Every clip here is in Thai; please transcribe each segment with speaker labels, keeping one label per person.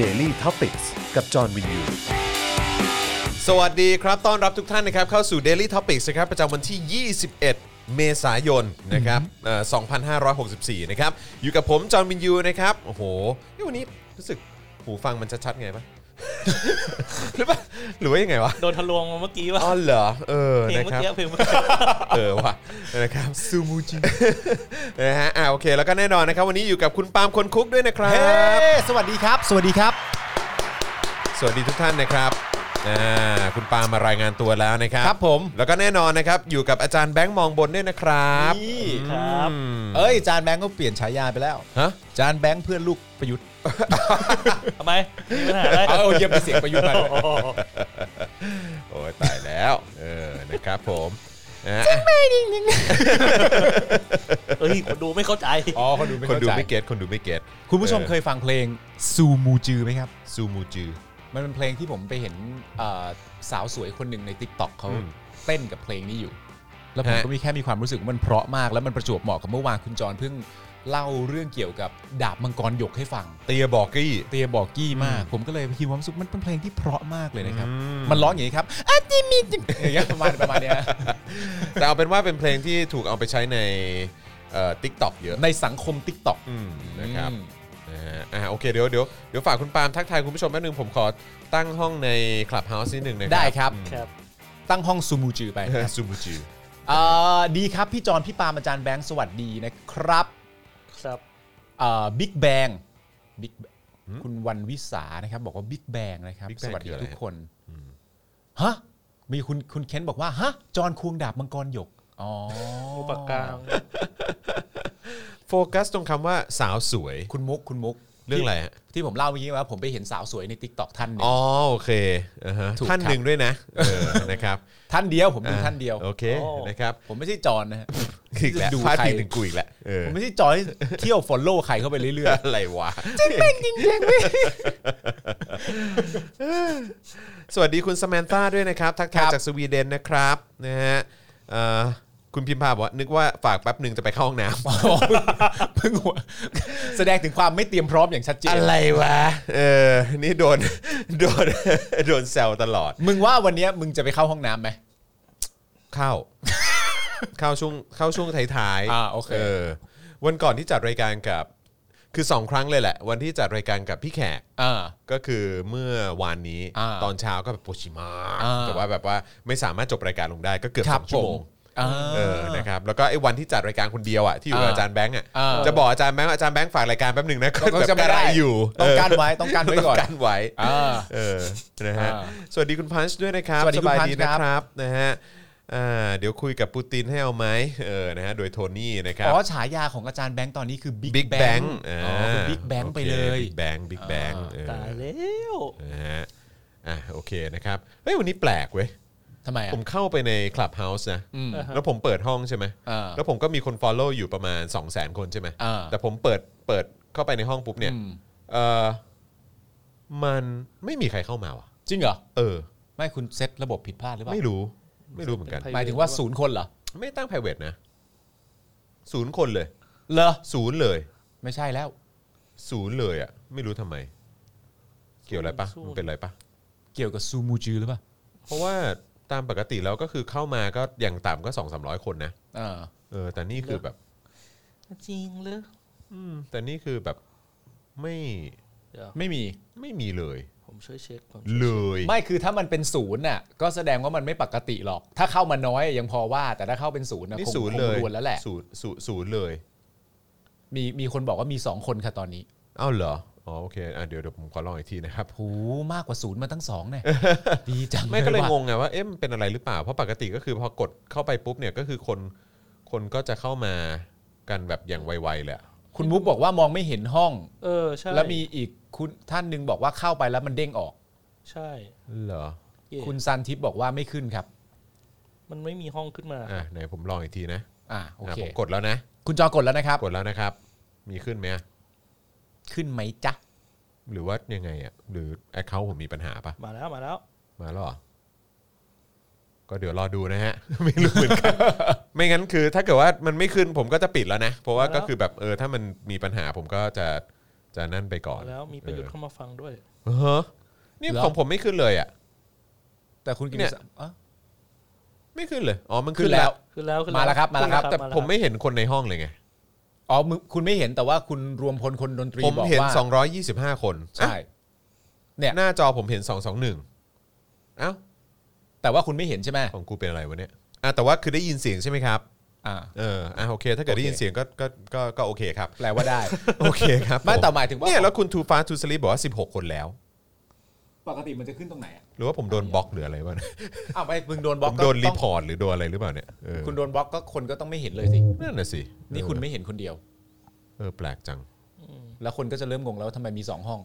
Speaker 1: Daily t o p i c กกับจอห์นวินยู
Speaker 2: สวัสดีครับ ต้อนรับทุกท่านนะครับ เข้าสู่ Daily Topics นะครับ ประจำวันที่ 21 เมษายน นะครับเอ่อ2564 นะครับ อยู่กับผม จอห์นวินยู นะครับ โอ้โหนี่วันนี้รู้สึกหูฟังมันชัดๆไง ปะ หรือปะหรือว่ายังไงวะ
Speaker 3: โดนทะลวงมาเมื่อกี้ว่า
Speaker 2: อ๋อเหรอ เออ
Speaker 3: เพลง
Speaker 2: นะค
Speaker 3: เมื่อ
Speaker 2: รับ
Speaker 3: กี้เพลงเมื่อกี้
Speaker 2: เออว่ะนะครับ ซูมูจินะฮะอ่าโอเค แล้วก็แน่นอนนะครับ วันนี้อยู่กับคุณปาล์มคนคุกด้วยนะครับ
Speaker 4: สวัสดีครับ สวัสดีครับ
Speaker 2: สวัสดีทุกท่านนะครับอ่าคุณปาล์มมารายงานตัวแล้วนะครับ
Speaker 4: ครับผม
Speaker 2: แล้วก็แน่นอนนะครับ อยู่กับอาจารย์แบงค์มองบนด้วยนะครับ
Speaker 4: นี่
Speaker 3: ครับ
Speaker 2: อืม
Speaker 4: เอ้ยจานแบงค์ก็เปลี่ยนฉายาไปแล้ว
Speaker 2: ฮะ
Speaker 4: จานแบงค์เพื่อนลูกประยุทธ์
Speaker 3: ทำไมมีปัญหาอะไร
Speaker 4: เอาเยี่ยมเป็นเสียงประยุทธ์ไป
Speaker 3: โอ้โห
Speaker 2: โอ้ยตายแล้วเออนะครับผมนะ
Speaker 3: เอ้ยคนดูไม่เข้าใจ
Speaker 4: อ๋อคนดูไม่
Speaker 2: คน
Speaker 4: เข้า
Speaker 2: ดู
Speaker 4: ใจ
Speaker 2: ไม่เก็ตคนดูไม่เก็ต
Speaker 4: คุณผู้ชมเคยฟังเพลงซูมูจือไหมครับ
Speaker 2: ซูมูจือ
Speaker 4: มันเป็นเพลงที่ผมไปเห็นเอ่อสาวสวยคนหนึ่งใน t ิ k t o k เขา
Speaker 2: อืม
Speaker 4: เต้นกับเพลงนี้อยู่ แล้วผม
Speaker 2: ฮะ
Speaker 4: ก็มีแค่มีความรู้สึกว่ามันเพราะมากแล้วมันประจวบเหมาะกับเมื่อวานคุณจรเพิ่งเล่าเรื่องเกี่ยวกับดาบมังกรหยกให้ฟัง
Speaker 2: เตียบอกกี้
Speaker 4: เตียบอกกี้มาก ผมก็เลยคิดความรู้สุขมันเป็นเพลงที่เพราะมากเลยนะครับ
Speaker 2: อืม
Speaker 4: มันร้องอย่างนี้ครับอาจิมิจิอย่างเงี้ยประมาณประมาณเนี้ยฮะ
Speaker 2: แต่เอาเป็นว่าเป็นเพลงที่ถูกเอาไปใช้ในติ๊กต็อกเยอะ
Speaker 4: ในสังคมติ๊กต็อก
Speaker 2: อืมนะครับนะฮะอ่าโอเคเดี๋ยวเดี๋ยวเดี๋ยวฝากคุณปาล์มทักทายคุณผู้ชมแป๊บนึงผมขอตั้งห้องในคลับเฮาส์นิดนึงนะครั
Speaker 4: ได้ครับ
Speaker 3: ครับ
Speaker 4: ตั้งห้องซูมูจือ ไป
Speaker 2: เออซูมูจือ
Speaker 4: เอ่อดีครับ พี่จอนพี่ปาล์มอาจารย์แบงค์สวัสดีนะครับ
Speaker 3: ครับ
Speaker 4: บิ๊กแบงบิ๊กคุณวันวิสานะครับ บอกว่าบิ๊กแบงนะครับ
Speaker 2: Big
Speaker 4: ส
Speaker 2: Bang
Speaker 4: วัส
Speaker 2: คื
Speaker 4: ดี
Speaker 2: ออะไร
Speaker 4: ทุกคนฮะมีคุณคุณเคนบอกว่าฮะจอนควงดาบมังกรหยกอ๋อ
Speaker 3: อุปกลาง
Speaker 2: โฟกัสตรงคำว่าสาวสวย
Speaker 4: คุณมุกคุณมุก
Speaker 2: เรื่องอะไรฮะ
Speaker 4: ที่ผมเล่าเมื่อกี้ว่าผมไปเห็นสาวสวยใน t ิ k t o k ท่านหนึ่ง
Speaker 2: อ๋อโอเคอ่าฮะ
Speaker 4: ถูก
Speaker 2: ท่าน
Speaker 4: ครับ
Speaker 2: หนึ่งด้วยนะเออนะครับ
Speaker 4: ท่านเดียวผมดูท่านเดียว
Speaker 2: โอเคนะครับ
Speaker 4: ผมไม่ใช่จอนนะฮะ
Speaker 2: อีกแล้ว
Speaker 4: ดู
Speaker 2: พลาด
Speaker 4: ใคร
Speaker 2: พิงถึงกูอีกแล้วเออ
Speaker 4: ผมไม่ใช่จอนที่เที่ยวฟอลโล่ใครเข้าไปเรื่อย
Speaker 2: อะไรวะ
Speaker 4: ๆจริงๆพี่
Speaker 2: สวัสดีคุณสแมนต้าด้วยนะครับ ทักทายจากสวีเดนนะครับนะฮะเอ่อคุณพิมพาบอกว่านึกว่าฝากแป๊บหนึ่งจะไปเข้าห้องน้
Speaker 4: เพิ่งหัวแสดงถึงความไม่เตรียมพร้อมอย่างชัดเจ
Speaker 2: ำ
Speaker 4: น
Speaker 2: อะไรวะเออนี่โดน โดนโดนแซวตลอด
Speaker 4: มึงว่าวันเนี้ยมึงจะไปเข้าห้องน้ำไหม
Speaker 2: เข้าเข้าช่วงเข้าช่วงท้ายๆ
Speaker 4: อ่าโอเค
Speaker 2: อวันก่อนที่จัดรายการกับ คือสองครั้งเลยแหละ วันที่จัดรายการกับพี่แขก
Speaker 4: อ่า
Speaker 2: ก็คือเมื่อวานนี้
Speaker 4: อ่า
Speaker 2: ตอนเช้าก็แบบปวดฉี่มาก
Speaker 4: อ่า
Speaker 2: แต่ว่าแบบว่าไม่สามารถจบรายการลงได้ก็เกือบ
Speaker 4: ค
Speaker 2: ส
Speaker 4: รั
Speaker 2: อ
Speaker 4: บ
Speaker 2: ง
Speaker 4: ผ
Speaker 2: ชั่วโม
Speaker 4: ม
Speaker 2: ง
Speaker 4: อ่า
Speaker 2: เออนะครับแล้วก็ไอ้วันที่จัดรายการคนเดียวอ่ะที่อยู่กับ
Speaker 4: อ่า
Speaker 2: อาจารย์แบงค์อ่ะ
Speaker 4: อ่า
Speaker 2: จะบอกอาจารย์แบงค์ว่าอาจารย์แบงค์ฝากรายการแป๊บหนึ่งนะก็
Speaker 4: ก็
Speaker 2: แบบ
Speaker 4: จะไม่ได้
Speaker 2: ด้อยู่
Speaker 4: ต้องการไว้ต้องการ
Speaker 2: เออ
Speaker 4: ไว้
Speaker 2: ต้
Speaker 4: ก่
Speaker 2: อ
Speaker 4: อง น
Speaker 2: การไว้
Speaker 4: อ่า
Speaker 2: เออนะฮะ
Speaker 4: อ่า
Speaker 2: สวัสดีคุณพันช์ด้วยนะครับ
Speaker 4: สวัสดีคุณ
Speaker 2: บาย
Speaker 4: Punch
Speaker 2: ดีนะครับนะฮะอ่าเดี๋ยวคุยกับปูตินให้เอาไหมเออนะฮะโดยโทนี่นะครับ
Speaker 4: อ๋อฉายาของอาจารย์แบงค์ตอนนี้คือบิ๊
Speaker 2: บิ๊กแบงค์
Speaker 4: อ๋อคือบิ๊กแบงค์ไปเลย
Speaker 2: บิ๊กแบงค์บิ๊กแบงค์เออ
Speaker 3: ตายแล้ว
Speaker 2: นะฮะ อ่ะโอเคนะครับ เฮ้ยวันนี้แปลกเว้ย
Speaker 4: ทำไมอ่ะ
Speaker 2: ผมเข้าไปใน Clubhouse นะ
Speaker 4: อืม
Speaker 2: แล้วผมเปิดห้องใช่ไหม
Speaker 4: อ่า
Speaker 2: แล้วผมก็มีคน Follow อยู่ประมาณ 2 0 0 0 0 0 คนใช่ไหม
Speaker 4: อ่า
Speaker 2: แต่ผมเปิดเปิดเข้าไปในห้องปุ๊บเนี่ย
Speaker 4: อืม
Speaker 2: เออมันไม่มีใครเข้ามาว่ะ
Speaker 4: จริงเหรอ
Speaker 2: เออ
Speaker 4: ไม่คุณเซ็ตระบบผิดพลาดหรือเปล่า
Speaker 2: ไม่รู้ ไม่รู้เหมือนกัน
Speaker 4: หมายถึงว่าศูนย์คนเหรอ
Speaker 2: ไม่ตั้ง private นะ ศูนย์คนเลย
Speaker 4: เหรอ
Speaker 2: ศูนย์เลย
Speaker 4: ไม่ใช่แล้ว
Speaker 2: ศูนย์เลยอ่ะ ไม่รู้ทำไม เกี่ยวอะไรปะมันเป็นอะไรปะ
Speaker 4: เกี่ยวกับซูมูจือหรือเปล่า
Speaker 2: เพราะว่าตามปกติแล้วก็คือเข้ามาก็อย่างต่ำก็สองสามร้อยคนนะ
Speaker 4: อ่า
Speaker 2: เออแต่นี่คือแบบ
Speaker 3: จริงเหรอ
Speaker 2: อืมแต่นี่คือแบบไม่
Speaker 3: เดี๋ยว
Speaker 4: ไม่มี
Speaker 2: ไม่มีเลย
Speaker 3: ผมช่วยเช็คผม
Speaker 2: เลย
Speaker 4: ไม่คือถ้ามันเป็นศูนย์น่ะก็แสดงว่ามันไม่ปกติหรอก ถ้าเข้ามาน้อยยังพอว่าแต่ถ้าเข้าเป็นศูนย์นะ
Speaker 2: นี่
Speaker 4: คง
Speaker 2: ศูนย์
Speaker 4: คง
Speaker 2: เลย
Speaker 4: รวนแล้วแหละ
Speaker 2: ศูนย์ศูนย์ศูนย์เลย
Speaker 4: มีมีคนบอกว่ามี 2 คนค่ะตอนนี้
Speaker 2: อ้าวเหรออ๋อโอเคอ่ะเดี๋ยวเดี๋ยวผมขอลองอีกทีนะครับ
Speaker 4: หูมากกว่าศูนย์มาตั้งสอง เนี่ย ดีจัง
Speaker 2: ไม่ก็เลย
Speaker 4: ว่ะ
Speaker 2: งงไงว่าเอ๊ะมันเป็นอะไรหรือเปล่า เพราะปกติก็คือพอกดเข้าไปปุ๊บเนี่ยก็คือคนคนก็จะเข้ามากันแบบอย่างไวๆเลยอะ
Speaker 4: คุณมุกบอกว่ามองไม่เห็นห้อง
Speaker 3: เออใช่
Speaker 4: แล้วมีอีกคุณท่านหนึ่งบอกว่าเข้าไปแล้วมันเด้งออก
Speaker 3: ใช่
Speaker 2: เหรอ
Speaker 3: เย่
Speaker 4: คุณซันทิพย์บอกว่าไม่ขึ้นครับ
Speaker 3: มันไม่มีห้องขึ้นมา
Speaker 2: อ่ะไหนผมลองอีกทีนะ
Speaker 4: อ่าโอ
Speaker 2: อ่ะ
Speaker 4: เค
Speaker 2: ผมกดแล้วนะ
Speaker 4: คุณจอกดแล้วนะครับ
Speaker 2: กดแล้วนะครับ มีขึ้นไหมอะ
Speaker 4: ขึ้นไหมจ๊ะ
Speaker 2: หรือว่ายังไงอ่ะหรือแอคเคาท์ผมมีปัญหาปะ
Speaker 3: มาแล้วมาแล้ว
Speaker 2: มาแล้วเหรอก็เดี๋ยวรอดูนะฮะ ไม่รู้เหมือนกัน ไม่งั้นคือ ถ้าเกิดว่ามันไม่ขึ้นผมก็จะปิดแล้วนะ เพราะว่า
Speaker 3: แล้ว
Speaker 2: ก็คือแบบเออถ้ามันมีปัญหาผมก็จะจะนั่นไปก่อน
Speaker 3: มาแล้วมีประยุทธ์
Speaker 2: เออ
Speaker 3: เข้ามาฟังด้วย
Speaker 2: อือฮะนี่
Speaker 4: เหรอ
Speaker 2: ของผมไม่ขึ้นเลยอ่ะ
Speaker 4: แต่คุณกิน
Speaker 2: เนี่ย ไม่ขึ้นเลยอ๋อมัน
Speaker 4: ขึ้
Speaker 2: ขึ้
Speaker 4: น
Speaker 2: น
Speaker 4: แล้
Speaker 2: แล้ว ว
Speaker 3: คือแล้วคือ
Speaker 4: มาแล้วครับมาแล้วครับ
Speaker 2: แต่ผม
Speaker 3: าแล้ว
Speaker 2: ไม่เห็นคนในห้องเลยไง
Speaker 4: อ๋อมึงคุณไม่เห็นแต่ว่าคุณรวมพลคนดนตรี
Speaker 2: ผม
Speaker 4: บอก
Speaker 2: เห็น
Speaker 4: ว่า
Speaker 2: 225 คน
Speaker 4: ใช่
Speaker 2: อ่ะหน้าจอผมเห็น 221เอ้า
Speaker 4: แต่ว่าคุณไม่เห็นใช่ไหม
Speaker 2: ของกูเป็นอะไรวะเนี่ยอ่ะแต่ว่าคือได้ยินเสียงใช่ไหมครับ
Speaker 4: อ่า
Speaker 2: เอออ่ะโอเค ถ้าเกิดได้ยิน
Speaker 4: โอเค
Speaker 2: เสียงก็ก็ก็ก็โอเคครับ
Speaker 4: แปลว่าได้
Speaker 2: โอเคครับ
Speaker 4: ไม่
Speaker 2: ผ
Speaker 4: แต่หมายถึงว่า
Speaker 2: เนี่ยแล้วคุณทูฟ้าทูสลีบอกว่า 16 คนแล้ว
Speaker 4: ปกติมันจะขึ้นตรงไหนอ่ะ
Speaker 2: หรือว่าผมโดนบล็อกหรืออะไรวะเนี่ย
Speaker 4: อ้าวไปมึงโดน
Speaker 2: ผ
Speaker 4: บล็อก
Speaker 2: ม
Speaker 4: ก็
Speaker 2: โดนรี
Speaker 4: ต้อง
Speaker 2: พอร์ตหรือโดนอะไรหรือเปล่าเนี่ยเออ
Speaker 4: คุณโดนบล็อกก็คนก็ต้องไม่เห็นเลยสิ
Speaker 2: นั่นน่ะสิ
Speaker 4: นี่คุณไม่เห็นคนเดียว
Speaker 2: เออแปลกจัง
Speaker 4: แล้วคนก็จะเริ่มงงแล้ววาทำไมมีสองห้อง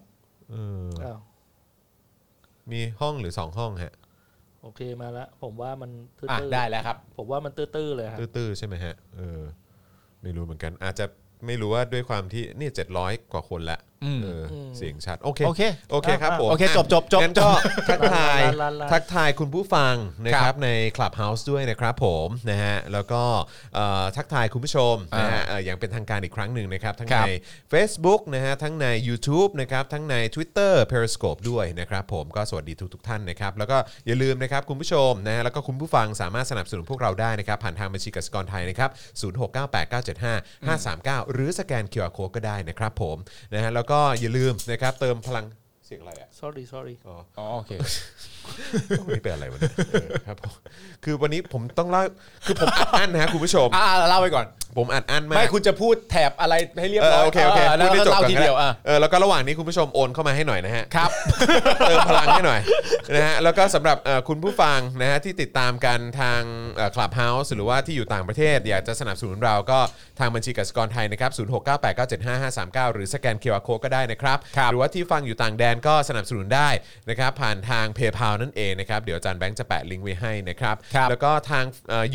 Speaker 2: เออ
Speaker 3: อ้าว
Speaker 2: มีห้องหรือ 2 ห้องฮะ
Speaker 3: โอเคมาละผมว่ามันตื้
Speaker 4: อ่ะ
Speaker 3: อ
Speaker 4: ได้แล้วครับ
Speaker 3: ๆผมว่ามันตื้อๆเลยครับ
Speaker 2: ตื้อๆใช่ไหมฮะเออไม่รู้เหมือนกัน อาจจะไม่รู้ว่าด้วยความที่เนี่ยเจ็ดร้อยกว่าคนละ
Speaker 4: อืม
Speaker 2: เอออเสียงชัด โอเค
Speaker 4: โอเค
Speaker 2: โอเคครับผม
Speaker 4: โอเคจบจบจบ
Speaker 2: งั้นก็
Speaker 4: จบ
Speaker 2: ทักทาย
Speaker 3: ลนๆๆๆ
Speaker 2: ทักทายคุณผู้ฟังนะค
Speaker 4: ครั
Speaker 2: รับบ ใน Clubhouse ด้วยนะครับผมนะฮะแล้วก็เอ่อทักทายคุณผู้ชมนะฮะเอ่ออย่างเป็นทางการอีกครั้งหนึ่งนะครับทั้ง
Speaker 4: ครั
Speaker 2: ใน
Speaker 4: บ
Speaker 2: Facebook นะฮะทั้งใน YouTube นะครับทั้งใน Twitter Periscope ด้วยนะครับผมก็สวัสดีทุกทท่านนะครับแล้วก็อย่าลืมนะครับคุณผู้ชมนะฮะแล้วก็คุณผู้ฟังสามารถสนับสนุนพวกเราได้นะครับผ่านทางบัญชีกสิกรไทยนะครับ0698975539 หรือสแกน QR Code ก็ได้นะครับผมนะฮะแล้วก็อย่าลืมนะครับเติมพลังเสียงอะไรอ่ะ
Speaker 3: sorry sorry
Speaker 4: อ๋อโอเค
Speaker 2: ไม่เป็นอะไรวะเนี่ยเออครับผมคือวันนี้ผมต้องเล่าคือผมอัดอั้นนะฮะคุณผู้ชม
Speaker 4: อ่าเล่าไปก่อน
Speaker 2: ผมอัดอั้นมาก
Speaker 4: ไม่คุณจะพูดแถบอะไรให้เรียบ
Speaker 2: เอ
Speaker 4: ร้อ
Speaker 2: อย โอเคโอเค
Speaker 4: แล้ว
Speaker 2: พูดให้จบ
Speaker 4: เล่า
Speaker 2: ก่อน
Speaker 4: ที
Speaker 2: ก็ได้
Speaker 4: เดียวอ่ะ
Speaker 2: เออแล้วก็ระหว่างนี้คุณผู้ชมโอนเข้ามาให้หน่อยนะฮะ
Speaker 4: ครับ
Speaker 2: เติมพลังให้หน่อยนะฮะแล้วก็สำหรับเอ่อคุณผู้ฟังนะฮะที่ติดตามกันทางคลับเฮาส์หรือว่าที่อยู่ต่างประเทศ อยากจะสนับสนุนเราก็ทางบัญชีกสิกรไทยนะครับ0 6 9 8 9 7 5 5 3 9 หรือสแกนเคอร์โคก็ได้นะครับ
Speaker 4: ครับ
Speaker 2: หรือว่าที่ฟังอยู่ต่างแดนก็สนับสนุนได้นะครับผ่านทางเพย์พานั่นเองนะครับ เดี๋ยวอาจารย์แบงค์จะแปะลิงก์ไว้ให้นะครับ
Speaker 4: ครับ
Speaker 2: แล้วก็ทาง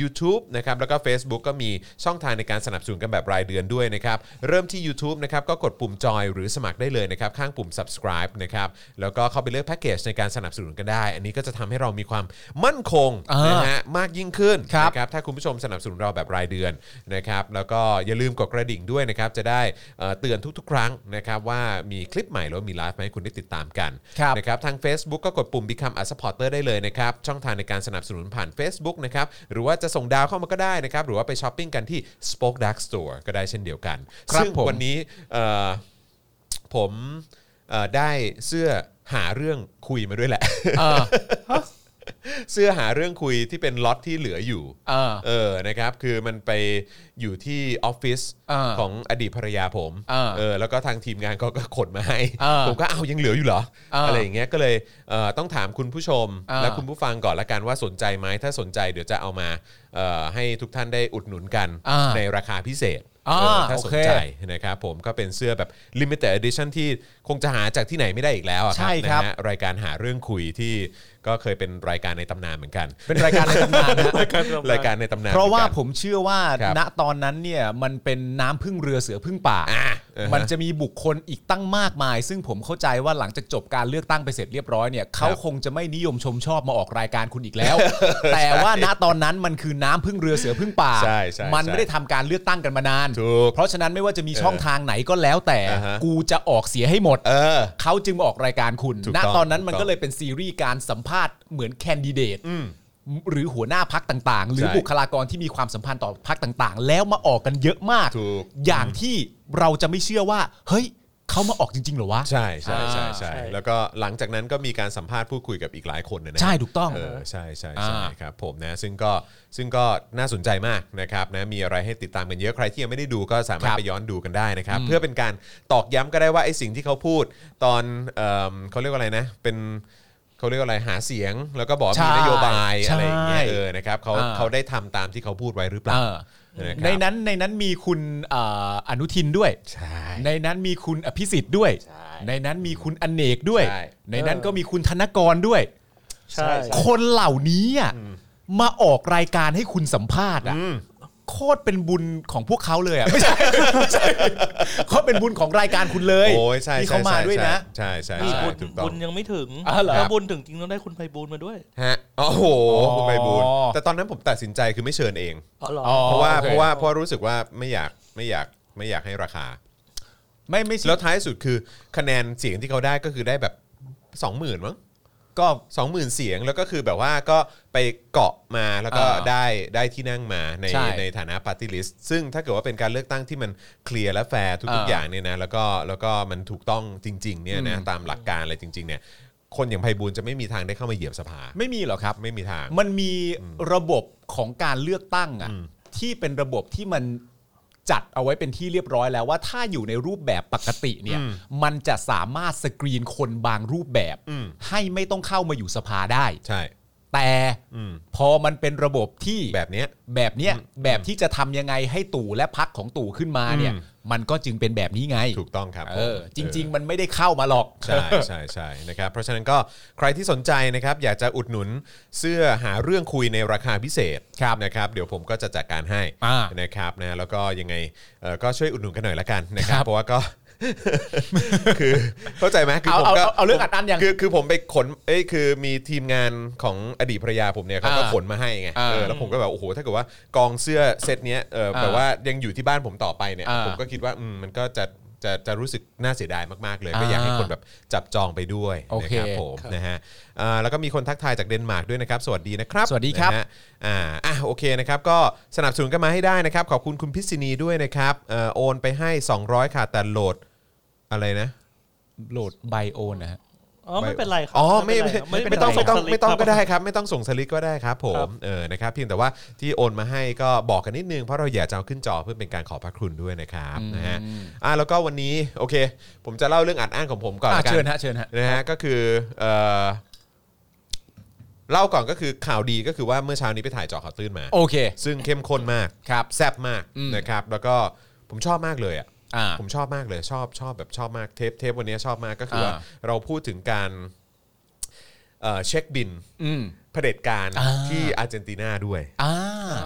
Speaker 2: ยูทูบนะครับแล้วก็ Facebook ก็มีช่องทางในการสนับสนุนกันแบบรายเดือนด้วยนะครับ เริ่มที่ YouTube นะครับก็กดปุ่มจอยหรือสมัครได้เลยนะครับ ข้างปุ่ม subscribe นะครับแล้วก็เข้าไปเลือกแพ็กเกจในการสนับสนุนกันได้ อันนี้ก็จะทำให้เรามีความมั่นคง
Speaker 4: อ่าน
Speaker 2: นะฮะมากยิ่งขึ้น
Speaker 4: ครับ
Speaker 2: นะครับถ้าคุณผู้ชมสนับสนุนเราแบบรายเดือนนะครับแล้วก็อย่าลืมกดกระดิ่งด้วยนะครับจะได้เอ่อเตือนทุกๆ ครั้งนะครับว่ามีคลิปใหม่หรือว่ามีไลฟ์มาให้คุณได้ติดตามกัน
Speaker 4: ครับ
Speaker 2: นะครับทาง Facebook ก็กดปุ่ม Become a supporter ได้เลยนะครับ ช่องทางในการสนับสนุนผ่าน Facebook นะครับ หรือว่าจะส่งดาวเข้ามาก็ได้นะครับ หรือว่าไปช้อปปิ้งกันที่ Spoke Dark Store ก็ได้เช่นเดียวกัน
Speaker 4: ครับ
Speaker 2: ซึ่ง
Speaker 4: ผม
Speaker 2: วันนี้เอ่อผมเอ่อได้เสื้อหาเรื่องคุยมาด้วยแหละ
Speaker 4: เออ
Speaker 2: เสื้อหาเรื่องคุยที่เป็นล็อตที่เหลืออยู่
Speaker 4: เออ
Speaker 2: เออ นะครับ คือมันไปอยู่ที่ออฟฟิศ
Speaker 4: อ่า
Speaker 2: ของอดีตภรรยาผม
Speaker 4: อ่า
Speaker 2: เออ แล้วก็ทางทีมงานเขาก็ขนมาให้
Speaker 4: อ่า
Speaker 2: ผมก็เอายังเหลืออยู่เหรอ
Speaker 4: อ่า
Speaker 2: อะไรอย่างเงี้ย ก็เลยเอ่อต้องถามคุณผู้ชม
Speaker 4: อ่า
Speaker 2: และคุณผู้ฟังก่อนละกันว่าสนใจไหม ถ้าสนใจเดี๋ยวจะเอามาเอ่อให้ทุกท่านได้อุดหนุนกัน
Speaker 4: อ่า
Speaker 2: ในราคาพิเศษ
Speaker 4: อ่า
Speaker 2: เออถ้าสนใจ
Speaker 4: โอ
Speaker 2: นะครับผม ก็เป็นเสื้อแบบ limited edition ที่คงจะหาจากที่ไหนไม่ได้อีกแล้วอะ
Speaker 4: ใช่ครับ
Speaker 2: นะฮะ รายการหาเรื่องคุยที่ก็เคยเป็นรายการในตำนานเหมือนกัน
Speaker 4: เป็นรายการในตำนานนะ
Speaker 3: รายการในตำนาน
Speaker 2: รายการในตำนาน
Speaker 4: เพราะว่า
Speaker 2: หมือนกัน
Speaker 4: ผมเชื่อว่า
Speaker 2: ครับ
Speaker 4: ณตอนนั้นเนี่ยมันเป็นน้ำพึ่งเรือเสือพึ่งป่า
Speaker 2: อ่าเออฮะ
Speaker 4: มันจะมีบุคคลอีกตั้งมากมาย ซึ่งผมเข้าใจว่าหลังจากจบการเลือกตั้งไปเสร็จเรียบร้อยเนี่ยเขาคงจะไม่นิยมชมชอบมาออกรายการคุณอีก แล้ว แต่ว่าณตอนนั้นมันคือน้ำพึ่งเรือเสือพึ่งป่า
Speaker 2: ใช่ใช่
Speaker 4: มันไม่ได้ทำการเลือกตั้งกันมานาน
Speaker 2: ถูก
Speaker 4: เพราะฉะนั้นไม่ว่าจะมีช่องทางไหนก็แล้วแต่
Speaker 2: อ่าฮะ
Speaker 4: กูจะออกเสียให้หมด
Speaker 2: เออ
Speaker 4: เขาจึงมาออกรายการคุณ
Speaker 2: ถูก
Speaker 4: ณ
Speaker 2: ต้อง
Speaker 4: ตอนนั้นมัน
Speaker 2: ถูกต้
Speaker 4: ก็
Speaker 2: อง
Speaker 4: เลยเป็นซีรีส์การสัมภาษณ์เหมือนแคนดิเดตหรือหัวหน้าพักต่าง ๆ หรือ
Speaker 2: ใช่
Speaker 4: บุคลากรที่มีความสัมพันธ์ต่อพักต่าง ๆ แล้วมาออกกันเยอะมาก
Speaker 2: ถูก
Speaker 4: อย่างที่เราจะไม่เชื่อว่า เฮ้ย เขามาออกจริง ๆ เหรอวะ
Speaker 2: ใช่ใช่ใช่ใช่
Speaker 3: อ่าใช่
Speaker 2: แล้วก็หลังจากนั้นก็มีการสัมภาษณ์พูดคุยกับอีกหลายคนนะนะ
Speaker 4: ใช่ถูกต้อง
Speaker 2: เออใช่ใช่ใช่
Speaker 4: อ่า
Speaker 2: ครับผมนะซึ่งก็ซึ่งก็น่าสนใจมากนะครับนะมีอะไรให้ติดตามกันเยอะใครที่ยังไม่ได้ดูก็สามารถ
Speaker 4: ครับ
Speaker 2: ไปย้อนดูกันได้นะครับ เพื่อเป็นการตอกย้ำก็ได้ว่าไอ้สิ่งที่เขาพูดตอนเอิ่มเขาเรียกว่าอะไรนะ เป็นเขาเรียกว่าอะไรหาเสียง แล้วก็บอกว่ามี
Speaker 4: ใช่
Speaker 2: นโยบายอะไรอย่างเงี้ย
Speaker 4: ใช่
Speaker 2: เออนะครับเขา
Speaker 4: อ่า
Speaker 2: เขาได้ทำตามที่เขาพูดไว้หรือเปล่า
Speaker 4: เออ
Speaker 2: นะครับ
Speaker 4: ในนั้นในนั้นมีคุณเอ่ออนุทินด้วย
Speaker 2: ใช่
Speaker 4: ในนั้นมีคุณอภิสิทธิ์ด้วย
Speaker 2: ใช่
Speaker 4: ในนั้นมีคุณอเนกด้วย
Speaker 2: ใช่
Speaker 4: ในนั้นก็มีคุณธนกรด้วย
Speaker 3: ใช่ใช่
Speaker 4: คนเหล่านี้อะมาออกรายการให้คุณสัมภาษณ์อะโคตรเป็นบุญของพวกเขาเลยอ่ะ ไม่ใช่ไม่ใช่โคตรเป็นบุญของรายการคุณเลย
Speaker 2: โอ้ยใช่
Speaker 4: ที่
Speaker 2: ใช่
Speaker 4: เขามา
Speaker 2: ใช่
Speaker 4: ด้วยนะ
Speaker 2: ใช่ใช่
Speaker 3: นี่
Speaker 2: ใช่
Speaker 3: บุญ
Speaker 2: ถูกต้อง
Speaker 3: บุญยังไม่ถึง
Speaker 4: อ๋อเหรอ
Speaker 3: ถ้าบุญถึงจริงต้องได้คุณไพบูลย์มาด้วย
Speaker 2: ฮะโอ้โหคุณไปบูลย์
Speaker 4: อ๋อ
Speaker 2: แต่ตอนนั้นผมตัดสินใจคือไม่เชิญเอง
Speaker 3: อ๋อเหรอ
Speaker 4: อ๋อ
Speaker 2: เพราะว่า
Speaker 4: โอเค
Speaker 2: เพราะว่าเพราะรู้สึกว่าไม่อยากไม่อยากไม่อยากให้ราคา
Speaker 4: ไม่ไม่ใช่
Speaker 2: แล้วท้ายสุดคือคะแนนเสียงที่เขาได้ก็คือได้แบบ สองหมื่นมั้ง
Speaker 4: ก็
Speaker 2: สองหมื่นเสียงแล้วก็คือแบบว่าก็ไปเกาะมาแล้วก็
Speaker 4: อ่า
Speaker 2: ได้ได้ที่นั่งมาใน
Speaker 4: ใช่
Speaker 2: ในฐานะปาร์ตี้ลิสต์ซึ่งถ้าเกิดว่าเป็นการเลือกตั้งที่มันเคลียร์และแฟร์ทุก
Speaker 4: อ่า
Speaker 2: ๆอย่างเนี่ยนะแล้วก็แล้วก็มันถูกต้องจริงๆเนี่ยนะ
Speaker 4: อืม
Speaker 2: ตามหลักการอะไรจริง ๆเนี่ยคนอย่างไพบูลย์จะไม่มีทางได้เข้ามาเหยียบสภา
Speaker 4: ไม่มีหรอกครับ
Speaker 2: ไม่มีทาง
Speaker 4: มันมีระบบของการเลือกตั้งอ่ะที่เป็นระบบที่มันจัดเอาไว้เป็นที่เรียบร้อยแล้วว่าถ้าอยู่ในรูปแบบปกติเนี่ย
Speaker 2: อืม
Speaker 4: มันจะสามารถสกรีนคนบางรูปแบบ
Speaker 2: อืม
Speaker 4: ให้ไม่ต้องเข้ามาอยู่สภาได้
Speaker 2: ใช่
Speaker 4: แต่
Speaker 2: อืม
Speaker 4: พอมันเป็นระบบที่
Speaker 2: แบบเนี้ย
Speaker 4: แบบเนี้ยแบบที่จะทำยังไงให้ตู่และพักของตู่ขึ้นมาเนี่ย
Speaker 2: อืม
Speaker 4: มันก็จึงเป็นแบบนี้ไง
Speaker 2: ถูกต้องครับ
Speaker 4: เออ
Speaker 2: ผม
Speaker 4: จริง ๆ มันไม่ได้เข้ามาหรอก
Speaker 2: ใช่ใช่ใช่นะครับเพราะฉะนั้นก็ใครที่สนใจนะครับอยากจะอุดหนุนเสื้อหาเรื่องคุยในราคาพิเศษ
Speaker 4: ครับ
Speaker 2: นะครับเดี๋ยวผมก็จะจัดการให้
Speaker 4: อ่า
Speaker 2: นะครับนะแล้วก็ยังไงเอ่อก็ช่วยอุดหนุนกันหน่อยละกันนะครั
Speaker 4: ครับ บ
Speaker 2: เพราะว่าก็ คือเข้าใจไหมคื
Speaker 4: เอา
Speaker 2: ผมก็
Speaker 4: เอาเอาเอาเรื่องอัดอั้นยัง
Speaker 2: คือคือผมไปขนเอ้ยคือมีทีมงานของอดีตภรรยาผมเนี่ยเขาก็
Speaker 4: อ่า
Speaker 2: ขนมาให้ไง
Speaker 4: อ่า
Speaker 2: เออแล้วผมก็แบบโอ้โหถ้าเกิดว่ากองเสื้อเซตเนี้ยเออแบบว่ายังอยู่ที่บ้านผมต่อไปเนี่ย
Speaker 4: อ่า
Speaker 2: ผมก็คิดว่าอืมมันก็จะจะจะรู้สึกน่าเสียดายมากๆเลย ก็อยากให้คนแบบจับจองไปด้วย
Speaker 4: โอเค
Speaker 2: นะครับผมนะฮะอ่าแล้วก็มีคนทักทายจากเดนมาร์กด้วยนะครับ สวัสดีนะครับ
Speaker 4: สวัสดีครับ
Speaker 2: นะฮะอ่าอ่ะโอเคนะครับ ก็สนับสนุนกันมาให้ได้นะครับ ขอบคุณคุณพิษณีด้วยนะครับเอ่อโอนไปให้ 200 ค่ะแต่โหลดอะไรนะ
Speaker 4: โหลดไบโอนะฮะ
Speaker 3: อ๋อไม่เป็นไรครั
Speaker 2: อ๋อไม่
Speaker 3: เป็นร
Speaker 2: ไม่
Speaker 3: เป็นร
Speaker 2: ไม่ต้องไม่ต้อง
Speaker 3: ส่สลิป
Speaker 2: ไม่ต้อง
Speaker 3: ครับ
Speaker 2: ก็ได้ครับ ไม่ต้องส่งสลิปก็ได้ครับผ
Speaker 3: ครั
Speaker 2: ม
Speaker 3: บ
Speaker 2: เออนะครับเพียงแต่ว่าที่โอนมาให้ก็บอกกันนิดนึงเพราะเราอยากจะเอาขึ้นจอเพื่อเป็นการขอบพระคุณด้วยนะครับนะฮะอ่ะแล้วก็วันนี้โอเค ผมจะเล่าเรื่องอัดอ้างของผมก่อน
Speaker 4: อ่ะ
Speaker 2: ละกัน
Speaker 4: เชิญฮะเชิญฮะ
Speaker 2: นะฮะก็คือเอ่อเล่าก่อนก็คือข่าวดีก็คือว่าเมื่อเช้านี้ไปถ่ายเจอข่าวตื้นมา
Speaker 4: โอเค
Speaker 2: ซึ่งเข้มข้นมาก
Speaker 4: ครับ
Speaker 2: แซ่บมาก
Speaker 4: อืม
Speaker 2: นะครับ แล้วก็ผมชอบมากเลยอ่ะ
Speaker 4: อ่า
Speaker 2: ผมชอบมากเลยชอบชอบแบบชอบมากเทปเทปวันนี้ชอบมากก็คือ
Speaker 4: อ่า
Speaker 2: ว่าเราพูดถึงการเอ่อเช็คบิน
Speaker 4: อืม
Speaker 2: เผด็จการ
Speaker 4: อ่า
Speaker 2: ที่อาร์เจนตินาด้วย
Speaker 4: อ่า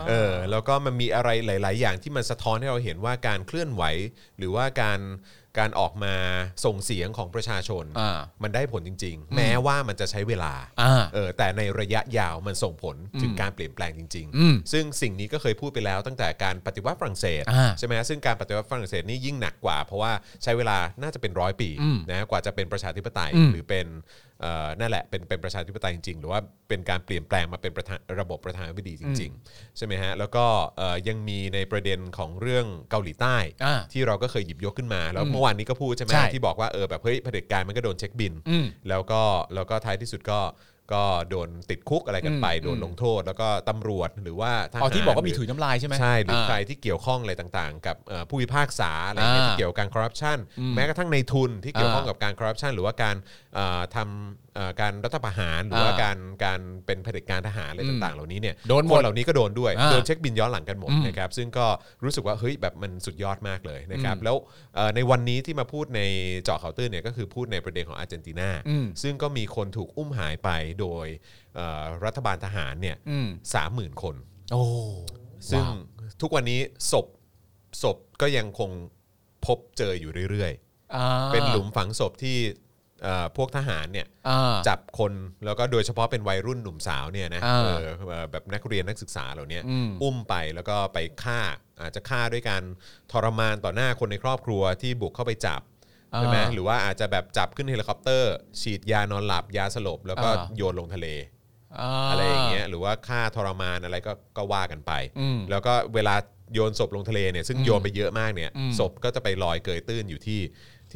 Speaker 2: เออแล้วก็มันมีอะไรหลาย ๆ อย่างที่มันสะท้อนให้เราเห็นว่าการเคลื่อนไหว หรือว่าการการออกมาส่งเสียงของประชาชน
Speaker 4: อ่า
Speaker 2: มันได้ผลจริง ๆ แม้ว่ามันจะใช้เวลา
Speaker 4: อ่า
Speaker 2: เออแต่ในระยะยาวมันส่งผลถึงการเปลี่ยนแปลงจริง
Speaker 4: อืม
Speaker 2: ๆ ซึ่งสิ่งนี้ก็เคยพูดไปแล้วตั้งแต่การปฏิวัติฝรั่งเศส
Speaker 4: อ่า
Speaker 2: ใช่ไหมฮะซึ่งการปฏิวัติฝรั่งเศสนี่ยิ่งหนักกว่า เพราะว่าใช้เวลาน่าจะเป็นร้อยปี
Speaker 4: อืม
Speaker 2: นะกว่าจะเป็นประชาธิปไตย
Speaker 4: อืม
Speaker 2: หรือเป็นเอ่อนั่นแหละเป็นเป็นประชาธิปไตยจริง ๆ หรือว่าเป็นการเปลี่ยนแปลงมาเป็นประธานระบบประธานาธิบดีจริง ๆ ใช่ไหมฮะแล้วก็เอ่อยังมีในประเด็นของเรื่องเกาหลีใต้
Speaker 4: อ่า
Speaker 2: ที่เราก็เคยหยิบยกขึ้นมา แล้ว
Speaker 4: อืม
Speaker 2: เมื่อวานนี้ก็พูดใช่ไหม
Speaker 4: ใช่
Speaker 2: ที่บอกว่าเออแบบเฮ้ยเผด็จการมันก็โดนเช็คบิน
Speaker 4: อืม
Speaker 2: แล้วก็แล้วก็ท้ายที่สุดก็ก็โดนติดคุกอะไรกันไป
Speaker 4: อืม
Speaker 2: โดนลงโทษ แล้วก็ตำรวจหรือว่าทหาร
Speaker 4: อ๋อที่บอกว่า
Speaker 2: ห
Speaker 4: มี
Speaker 2: รื
Speaker 4: ถุยน้ำลายใช่ไหม
Speaker 2: ใช่หรืออา ใครที่เกี่ยวข้องอะไรต่างๆ กับเอ่อผู้พิพากษาอะไรเงี้ย
Speaker 4: อ่า
Speaker 2: ที่เกี่ยวกับการคอร์รัปชัน
Speaker 4: อืม
Speaker 2: แม้กระทั่งในทุนที่เกี่ยวข้อง
Speaker 4: อ่ากั
Speaker 2: กับการคอร์รัปชันหรือว่าการเอ่อทำเอ่อการรัฐประหารหรือว่า
Speaker 4: อ่า
Speaker 2: การการเป็นเผด็จการทหารอะไร
Speaker 4: อืม
Speaker 2: ต่างๆ เหล่านี้เนี่ย
Speaker 4: โดนหมด
Speaker 2: คเหล่านี้ก็โดนด้วย
Speaker 4: อ่า
Speaker 2: โดนเช็คบินย้อนหลังกันหมด
Speaker 4: อืม
Speaker 2: นะครับซึ่งก็รู้สึกว่าเฮ้ยแบบมันสุดยอดมากเลยนะครับ
Speaker 4: อืม
Speaker 2: แล้วเอ่อในวันนี้ที่มาพูดในเจาะข่าวตื้นเนี่ยก็คือพูดในประเด็นของอาร์เจนตินา
Speaker 4: อืม
Speaker 2: ซึ่งก็มีคนถูกอุ้มหายไปโดยเอ่อรัฐบาลทหารเนี่ย
Speaker 4: อืม
Speaker 2: สามหมื่นคน
Speaker 4: โอ้
Speaker 2: ซึ่ง
Speaker 4: ว้าว
Speaker 2: ทุกวันนี้ศพศพก็ยังคงพบเจออยู่เรื่อย
Speaker 4: อ่า
Speaker 2: ๆ เป็นหลุมฝังศพที่เอ่อพวกทหารเนี่ย
Speaker 4: อ่า
Speaker 2: จับคนแล้วก็โดยเฉพาะเป็นวัยรุ่นหนุ่มสาวเนี่ยนะ
Speaker 4: อ่า
Speaker 2: เออเอ่อแบบนักเรียนนักศึกษาเหล่าเนี้ย
Speaker 4: อืม
Speaker 2: อุ้มไปแล้วก็ไปฆ่าอาจจะฆ่าด้วยการทรมานต่อหน้าคนในครอบครัวที่บุกเข้าไปจับใช่ไหม
Speaker 4: อ่า
Speaker 2: หรือว่าอาจจะแบบจับขึ้นเฮลิคอปเตอร์ ฉีดยานอนหลับยาสลบ แล้วก็
Speaker 4: อ่า
Speaker 2: โยนลงทะเล
Speaker 4: อ่า
Speaker 2: อะไรอย่างเงี้ยหรือว่าค่าทรมานอะไรก็ก็ว่ากันไป
Speaker 4: อืม
Speaker 2: แล้วก็เวลาโยนศพลงทะเลเนี่ยซึ่งโยนไปเยอะมากเนี่ย
Speaker 4: อืม
Speaker 2: ศพก็จะไปลอยเกยตื้นอยู่ที่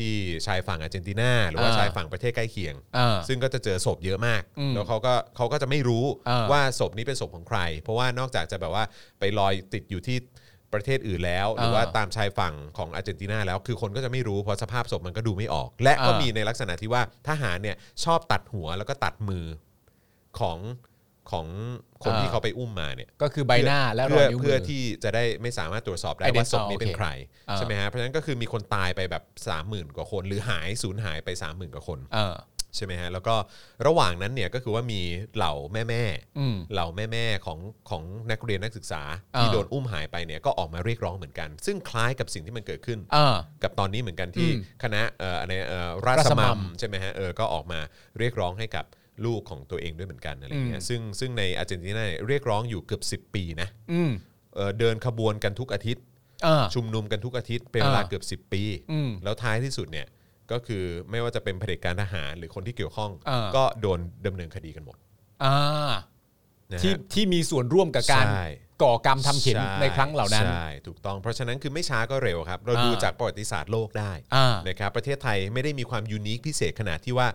Speaker 2: ที่ชายฝั่งอาร์เจนตินาหรือว่า
Speaker 4: อ่า
Speaker 2: ชายฝั่งประเทศใกล้เคียง
Speaker 4: อ่า
Speaker 2: ซึ่งก็จะเจอศพเยอะมาก
Speaker 4: อืม
Speaker 2: แล้วเขาก็เขาก็จะไม่รู้
Speaker 4: เออ
Speaker 2: ว่าศพนี้เป็นศพของใคร เพราะว่านอกจากจะแบบว่าไปลอยติดอยู่ที่ประเทศอื่นแล้ว หรือว่าตามชายฝั่งของอาร์เจนตินาแล้วคือคนก็จะไม่รู้เพราะสภาพศพมันก็ดูไม่ออก และก็
Speaker 4: เออ
Speaker 2: มีในลักษณะที่ว่าทหารเนี่ยชอบตัดหัวแล้วก็ตัดมือของของคนที่เขาไปอุ้มมาเนี่ย
Speaker 4: ก็คือใบหน้าและรอ
Speaker 2: เพื่
Speaker 4: ย
Speaker 2: อ
Speaker 4: นิ้วมื
Speaker 2: เพื่อที่จะได้ไม่สามารถตรวจสอบได้
Speaker 4: Identify
Speaker 2: ว่าศพนี้เป็นใคร
Speaker 4: อ่า
Speaker 2: ใช่ไหมฮะเพราะฉะนั้นก็คือมีคนตายไปแบบ 30,000 กว่าคน หรือหายสูญหายไป 30,000 กว่าคน
Speaker 4: อ่า
Speaker 2: ใช่ไหมฮะแล้วก็ระหว่างนั้นเนี่ยก็คือว่ามีเหล่าแม่แม่ๆ
Speaker 4: อืม
Speaker 2: เหล่าแม่แม่ๆของของนักเรียนนักศึกษาที่
Speaker 4: อ่า
Speaker 2: โดนอุ้มหายไปเนี่ยก็ออกมาเรียกร้องเหมือนกัน ซึ่งคล้ายกับสิ่งที่มันเกิดขึ้น
Speaker 4: อ่า
Speaker 2: กับตอนนี้เหมือนกันที่
Speaker 4: อืม
Speaker 2: คณะเอ่ออะไรเอ่อราช
Speaker 4: ราชมั
Speaker 2: มัม
Speaker 4: ม
Speaker 2: ใช่ไหมฮะเออก็ออกมาเรียกร้องให้กับลูกของตัวเองด้วยเหมือนกันอะไรอย่างเงี้ย
Speaker 4: อืม
Speaker 2: ซึ่งซึ่งในอาร์เจนตินาเนี่ยเรียกร้องอยู่เกือบ 10 ปีนะ
Speaker 4: อืม
Speaker 2: เออเดินขบวนกันทุกอาทิตย์
Speaker 4: อ่า
Speaker 2: ชุมนุมกันทุกอาทิตย์เป็นเวลาเกือบ 10 ปี
Speaker 4: อืม
Speaker 2: แล้วท้ายที่สุดเนี่ย ก็คือไม่ว่าจะเป็นเผด็จการทหารหรือคนที่เกี่ยวข้อง
Speaker 4: อ่า
Speaker 2: ก็โดนดำเนินคดีกันหมด
Speaker 4: อ่า
Speaker 2: นะฮะ
Speaker 4: ที่ที่มีส่วนร่วมกับการ
Speaker 2: ใช่
Speaker 4: ก่อกรรมทำเข็น
Speaker 2: ช่
Speaker 4: ในครั้งเหล่านั้น
Speaker 2: ใช่ถูกต้องเพราะฉะนั้นคือไม่ช้าก็เร็วครับ เราดู
Speaker 4: อ่า
Speaker 2: จากประวัติศาสตร์โลกได้
Speaker 4: อ่า
Speaker 2: นะครับประเทศไทยไม่ได้มีความยูนิคพิเศษขนาดที่ว่า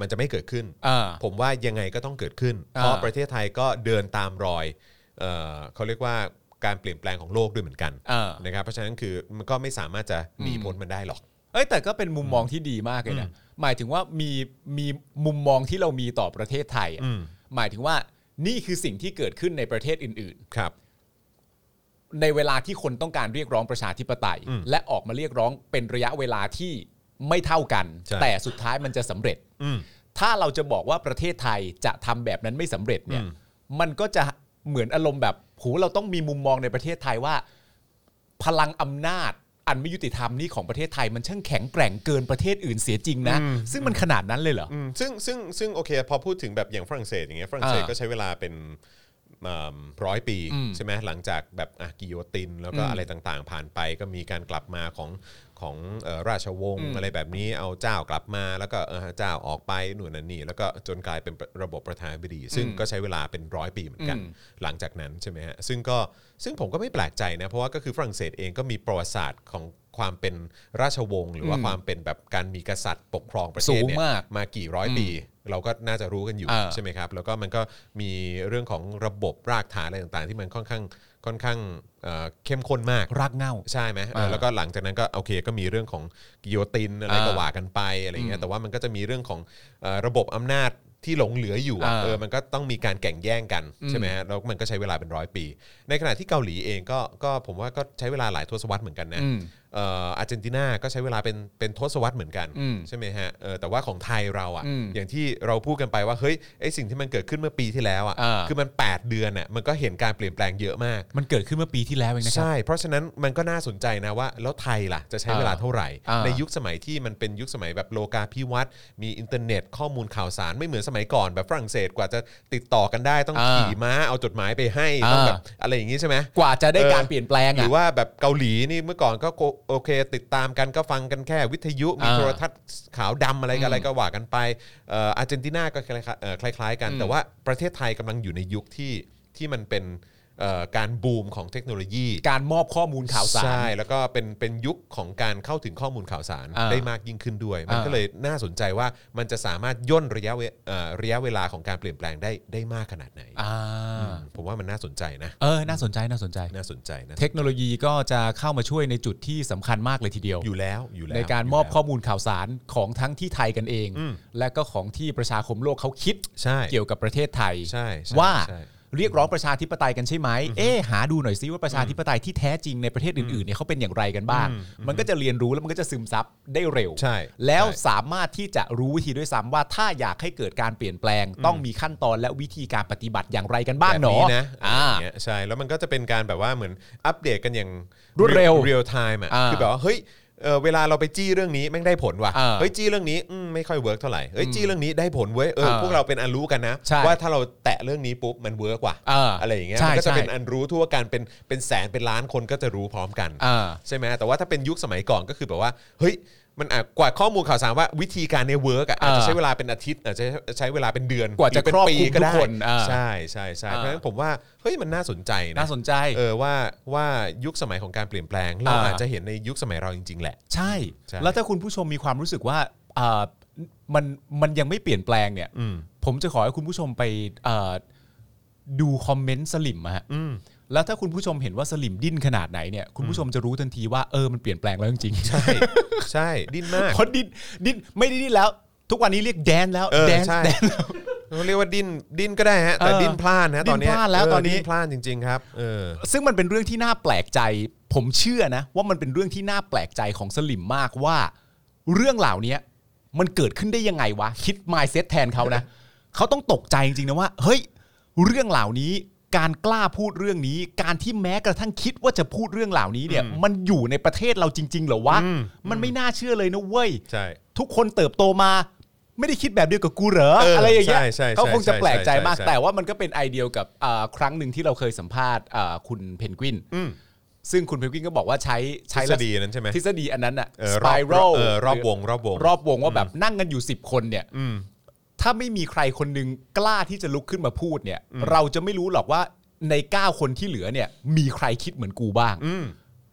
Speaker 2: มันจะไม่เกิดขึ้น
Speaker 4: อ่า
Speaker 2: ผมว่ายังไงก็ต้องเกิดขึ้น
Speaker 4: อ่า
Speaker 2: เพราะประเทศไทยก็เดินตามรอยเอ่อเขาเรียกว่าการเปลี่ยนแปลงของโลกด้วยเหมือนกัน
Speaker 4: อ่า
Speaker 2: นะครับเพราะฉะนั้นคือมันก็ไม่สามารถจะหนีพ้นมันได้หรอก
Speaker 4: เอ้ยแต่ก็เป็นมุมมองที่ดีมากเลยนะหมายถึงว่ามีมีมุมมองที่เรามีต่อประเทศไทยอะ
Speaker 2: อืม
Speaker 4: หมายถึงว่านี่คือสิ่งที่เกิดขึ้นในประเทศอื่น
Speaker 2: ครับ
Speaker 4: ๆ ในเวลาที่คนต้องการเรียกร้องประชาธิปไตย
Speaker 2: อืม
Speaker 4: และออกมาเรียกร้องเป็นระยะเวลาที่ไม่เท่ากัน
Speaker 2: ใช่
Speaker 4: แต่สุดท้ายมันจะสำเร็จ
Speaker 2: อืม
Speaker 4: ถ้าเราจะบอกว่าประเทศไทยจะทำแบบนั้นไม่สำเร็จเนี่ย
Speaker 2: อืม
Speaker 4: มันก็จะเหมือนอารมณ์แบบโหเราต้องมีมุมมองในประเทศไทยว่า พลังอำนาจ อันไม่ยุติธรรมนี่ของประเทศไทยมันช่างแข็งแกร่งเกินประเทศอื่นเสียจริงนะ ซึ่งมันขนาดนั้นเลยเหรอ
Speaker 2: อืมซึ่งซึ่งซึ่งโอเค พอพูดถึงแบบอย่างฝรั่งเศสอย่างเงี้ยฝรั่งเศส
Speaker 4: อ่า
Speaker 2: ก็ใช้เวลาเป็นร้อยปี
Speaker 4: อืม
Speaker 2: ใช่ไหมหลังจากแบบอ่ะกิโยติน แล้วก็
Speaker 4: อืม
Speaker 2: อะไรต่างๆ ผ่านไปก็มีการกลับมาของของเอ่อราชวงศ์
Speaker 4: อืม
Speaker 2: อะไรแบบนี้เอาเจ้ากลับมาแล้วก็เออเจ้าออกไปหน่นนั่นนี่แล้วก็จนกลายเป็นระบบประธานาธิบดี ซึ่ง
Speaker 4: อืม
Speaker 2: ก็ใช้เวลาเป็นร้อยปีเหมือนกัน
Speaker 4: อืม
Speaker 2: หลังจากนั้นใช่ไหมฮะซึ่งก็ซึ่งผมก็ไม่แปลกใจนะ เพราะว่าก็คือฝรั่งเศสเองก็มีประวัติศาสตร์ของความเป็นราชวงศ์หรือว่าความเป็นแบบการมีกษัตริย์ปกครองประเทศเนี่
Speaker 4: สูง
Speaker 2: ย
Speaker 4: มาก
Speaker 2: มากี่ร้อยปี เราก็น่าจะรู้กันอยู่
Speaker 4: อ่า
Speaker 2: ใช่ไหมครับ แล้วก็มันก็มีเรื่องของระบบรากฐานอะไรต่างๆ ที่มันค่อนข้างค่อนข้างเอ่อเข้มข้นมาก
Speaker 4: รากเหง้า
Speaker 2: ใช่ไหมเออ
Speaker 4: อ่า
Speaker 2: แล้วก็หลังจากนั้นก็โอเคก็มีเรื่องของกิโยตินอะไร
Speaker 4: อ่า
Speaker 2: ก็ว่ากันไปอะไรเงี้ยแต่ว่ามันก็จะมีเรื่องของเอ่อระบบอำนาจที่หลงเหลืออยู่อะ
Speaker 4: อ่า
Speaker 2: เออมันก็ต้องมีการแข่งแย่งกัน
Speaker 4: อืม
Speaker 2: ใช่ไหมฮะแล้วมันก็ใช้เวลาเป็นร้อยปี ในขณะที่เกาหลีเองก็ก็ผมว่าก็ใช้เวลาหลายทศวรรษเหมือนกันนะ
Speaker 4: อืม
Speaker 2: เอ่ออาร์เจนตินาก็ใช้เวลาเป็นเป็นทศวรรษเหมือนกัน
Speaker 4: อืม
Speaker 2: ใช่ไหมฮะเออแต่ว่าของไทยเรา
Speaker 4: อืม
Speaker 2: อะ่ะอย่างที่เราพูดกันไปว่าเฮ้ยไอสิ่งที่มันเกิดขึ้นเมื่อปีที่แล้ว
Speaker 4: อ่า
Speaker 2: อะ่ะคือมัน 8 เดือนน่ะมันก็เห็นการเปลี่ยนแปลงเยอะมาก
Speaker 4: มันเกิดขึ้นเมื่อปีที่แล้วเองนะครับ
Speaker 2: ใช่ เพราะฉะนั้นมันก็น่าสนใจนะว่า แล้วไทยล่ะจะใช้เวลาเท่าไหร่
Speaker 4: อ่า
Speaker 2: ในยุคสมัยที่มันเป็นยุคสมัยแบบโลกาภิวัตน์มีอินเทอร์เน็ตข้อมูลข่าวสารไม่เหมือนสมัยก่อนแบบฝรั่งเศสกว่าจะติดต่อกันได้ต้อง
Speaker 4: อ่า
Speaker 2: ขี่ม้าเอาจดหมายไปให้ต้องแบบ
Speaker 4: อ่า
Speaker 2: อะไรอย่างงี้ใช่ไหม
Speaker 4: กว่าจะได้การเปลี่ยนแปลง
Speaker 2: หรื
Speaker 4: อ่ะ
Speaker 2: อว่าแบบเกาหลีนี่เมื่อก่อนก็โกโอเค ติดตามกันก็ฟังกันแค่วิทยุมี
Speaker 4: อ่า
Speaker 2: โทรทัศน์ขาวดำอะไรกัน
Speaker 4: อืม
Speaker 2: อะไรก็ว่ากันไปเอ่ออาร์เจนตินาก็คล้ายๆเอ่อคล้าย ๆ กัน
Speaker 4: อืม
Speaker 2: แต่ว่าประเทศไทยกำลังอยู่ในยุคที่ที่มันเป็นเอ่อการบูมของเทคโนโลยี
Speaker 4: การมอบข้อมูลข่าวสาร
Speaker 2: ใช่ แล้วก็เป็นเป็นยุคของการเข้าถึงข้อมูลข่าวสาร
Speaker 4: อ่า
Speaker 2: ได้มากยิ่งขึ้นด้วย มัน
Speaker 4: อ่า
Speaker 2: ก็เลยน่าสนใจว่ามันจะสามารถย่นระยะเวเอ่อระยะเวลาของการเปลี่ยนแปลงได้ได้มากขนาดไหน
Speaker 4: อ่า
Speaker 2: อืมผมว่ามันน่าสนใจนะ
Speaker 4: เออ น่าสนใจน่าสนใจ
Speaker 2: น่าสนใจนะ
Speaker 4: เทคโนโลยีก็จะเข้ามาช่วยในจุดที่สำคัญมากเลยทีเดียว
Speaker 2: อยู่แล้วอยู่แล้ว
Speaker 4: ในการ
Speaker 2: ยู่
Speaker 4: มอบ
Speaker 2: แล้ว
Speaker 4: ข้อมูลข่าวสารของทั้งที่ไทยกันเอง
Speaker 2: อืม
Speaker 4: และก็ของที่ประชาคมโลกเขาคิด
Speaker 2: ใช่
Speaker 4: เกี่ยวกับประเทศไทย
Speaker 2: ใช่ใช่
Speaker 4: ว่า
Speaker 2: ใช่
Speaker 4: เรียกร้องประชาธิปไตยกันใช่ไหมเอ๊ะหาดูหน่อยซิว่าประชาธิปไตยที่แท้จริงในประเทศอื่นๆเนี่ยเขาเป็นอย่างไรกันบ้าง มันก็จะเรียนรู้แล้วมันก็จะซึมซับได้เร็ว
Speaker 2: ใช่
Speaker 4: แล้ว
Speaker 2: ใช่
Speaker 4: สามารถที่จะรู้วิธีด้วยซ้ำว่าถ้าอยากให้เกิดการเปลี่ยนแปลง ต้องมีขั้นตอนและวิธีการปฏิบัติอย่างไรกันบ้าง
Speaker 2: แบบ
Speaker 4: หนอ
Speaker 2: นี้นะ
Speaker 4: อ่า
Speaker 2: อะไรอย่างเงี้ยใช่ แล้วมันก็จะเป็นการแบบว่าเหมือนอัปเดตกันอย่าง
Speaker 4: รวดเร็ว
Speaker 2: เรียลไทม์อ่ะ
Speaker 4: อ่า
Speaker 2: คือแบบว่าเฮ้ยเอ่อเวลาเราไปจี้เรื่องนี้แม่งได้ผลว่ะ
Speaker 4: อ่า
Speaker 2: เฮ้ยจี้เรื่องนี้อืมไม่ค่อยเวิร์กเท่าไหร่เฮ้ยจี้เรื่องนี้ได้ผลเว้ยเอออา พวกเราเป็นอันรู้กันนะ
Speaker 4: ใช่
Speaker 2: ว่าถ้าเราแตะเรื่องนี้ปุ๊บมันเวิร์กว่ะ
Speaker 4: อ่า
Speaker 2: อะไรอย่างเงี้ย
Speaker 4: ใช่
Speaker 2: มันก็จะ
Speaker 4: ใช่
Speaker 2: เป็นอันรู้ทั่วกันเป็นเป็นแสนเป็นล้านคนก็จะรู้พร้อมกัน
Speaker 4: อ่า
Speaker 2: ใช่ไหมแต่ว่าถ้าเป็นยุคสมัยก่อนก็คือแบบว่า เฮ้ย มันอาจกว่าข้อมูลข่าวสารว่าวิธีการในเวิร์กอะอาจจะ
Speaker 4: อ่า
Speaker 2: ใช้เวลาเป็นอาทิตย์อาจจะใช้เวลาเป็นเดือน
Speaker 4: กว่าจะ
Speaker 2: หเป็น
Speaker 4: ครอบ
Speaker 2: ปี
Speaker 4: คลุม
Speaker 2: ก็ได้
Speaker 4: ทุกคนอ่า
Speaker 2: ใช่ใช่ใช่
Speaker 4: อ่า
Speaker 2: เพราะฉะนั้นผมว่าเฮ้ยมันน่าสนใจนะ
Speaker 4: น่าสนใจ
Speaker 2: เออว่าว่ายุคสมัยของการเปลี่ยนแปลง เรา
Speaker 4: อ่า
Speaker 2: อาจจะเห็นในยุคสมัยเราจริง ๆ แหละ
Speaker 4: ใช่
Speaker 2: ใช่
Speaker 4: แล้วถ้าคุณผู้ชมมีความรู้สึกว่าอ่ามันมันยังไม่เปลี่ยนแปลงเนี่ย
Speaker 2: อืม
Speaker 4: ผมจะขอให้คุณผู้ชมไปเอ่อดูคอมเมนต์สลิมอะฮะ
Speaker 2: อืม
Speaker 4: แล้วถ้าคุณผู้ชมเห็นว่าสลิมดิ้นขนาดไหนเนี่ย คุณผู้ชมจะรู้ทันทีว่าเออ มันเปลี่ยนแปลงแล้วจริงๆ
Speaker 2: ใช่ ใช่ดิ้นมาก
Speaker 4: เพราะดิ้นดิ้นไม่ได้ดิ้นแล้ว ทุกวันนี้เรียกแดนแล้ว
Speaker 2: เออ
Speaker 4: แดน
Speaker 2: ใช่
Speaker 4: แดน
Speaker 2: เขาเรียกว่าดิ้นดิ้นก็ได้ฮะแต่
Speaker 4: เออ
Speaker 2: ดิ้นพลาดนะตอนเนี้ย
Speaker 4: ดิ้นพลาดแล้ว
Speaker 2: เ
Speaker 4: ตอนนี้
Speaker 2: ดิ้นพลาดจริง ๆ ครับเออ
Speaker 4: ซึ่งมันเป็นเรื่องที่น่าแปลกใจ ผมเชื่อนะ ว่ามันเป็นเรื่องที่น่าแปลกใจของสลิมมากว่า เรื่องเหล่านี้มันเกิดขึ้นได้ยังไงวะ คิดมายเซตแทนเขานะ เขาต้องตกใจจริงๆนะว่า เฮ้ย เรื่องเหล่านี้ การกล้าพูดเรื่องนี้ การที่แม้กระทั่งคิดว่าจะพูดเรื่องเหล่านี้เนี่ย มันอยู่ในประเทศเราจริง ๆ เหรอวะ
Speaker 2: อืม
Speaker 4: มันไม่น่าเชื่อเลยนะเว้ย
Speaker 2: ใช่
Speaker 4: ทุกคนเติบโตมา ไม่ได้คิดแบบเดียวกับกูเหรอ
Speaker 2: เอออ
Speaker 4: อะไรอย่างเงี้ย
Speaker 2: ใช่ใช่ใช่
Speaker 4: เขาคงจะแปลกใจมาก
Speaker 2: ใช่ใช่
Speaker 4: แต่ว่ามันก็เป็นไอเดียกับอ่าครั้งหนึ่งที่เราเคยสัมภาษณ์อ่าคุณเพนกวิน
Speaker 2: อืม
Speaker 4: ซึ่งคุณเพนกวินก็บอกว่าใช้
Speaker 2: ท
Speaker 4: ใช้
Speaker 2: ฤษฎีนั้นใช่ไหม
Speaker 4: ทฤษฎีอันนั้นอะ
Speaker 2: เออ
Speaker 4: ส
Speaker 2: ร
Speaker 4: ไป
Speaker 2: อบ
Speaker 4: รัล
Speaker 2: เออรอบวงรอบวง
Speaker 4: รอบวงว่าแบบนั่งกันอยู่ 10 คนเนี่ย
Speaker 2: อืม
Speaker 4: ถ้าไม่มีใครคนหนึงกล้าที่จะลุกขึ้นมาพูดเนี่ย เราจะไม่รู้หรอกว่าใน 9 คนที่เหลือเนี่ย มีใครคิดเหมือนกูบ้าง
Speaker 2: อืม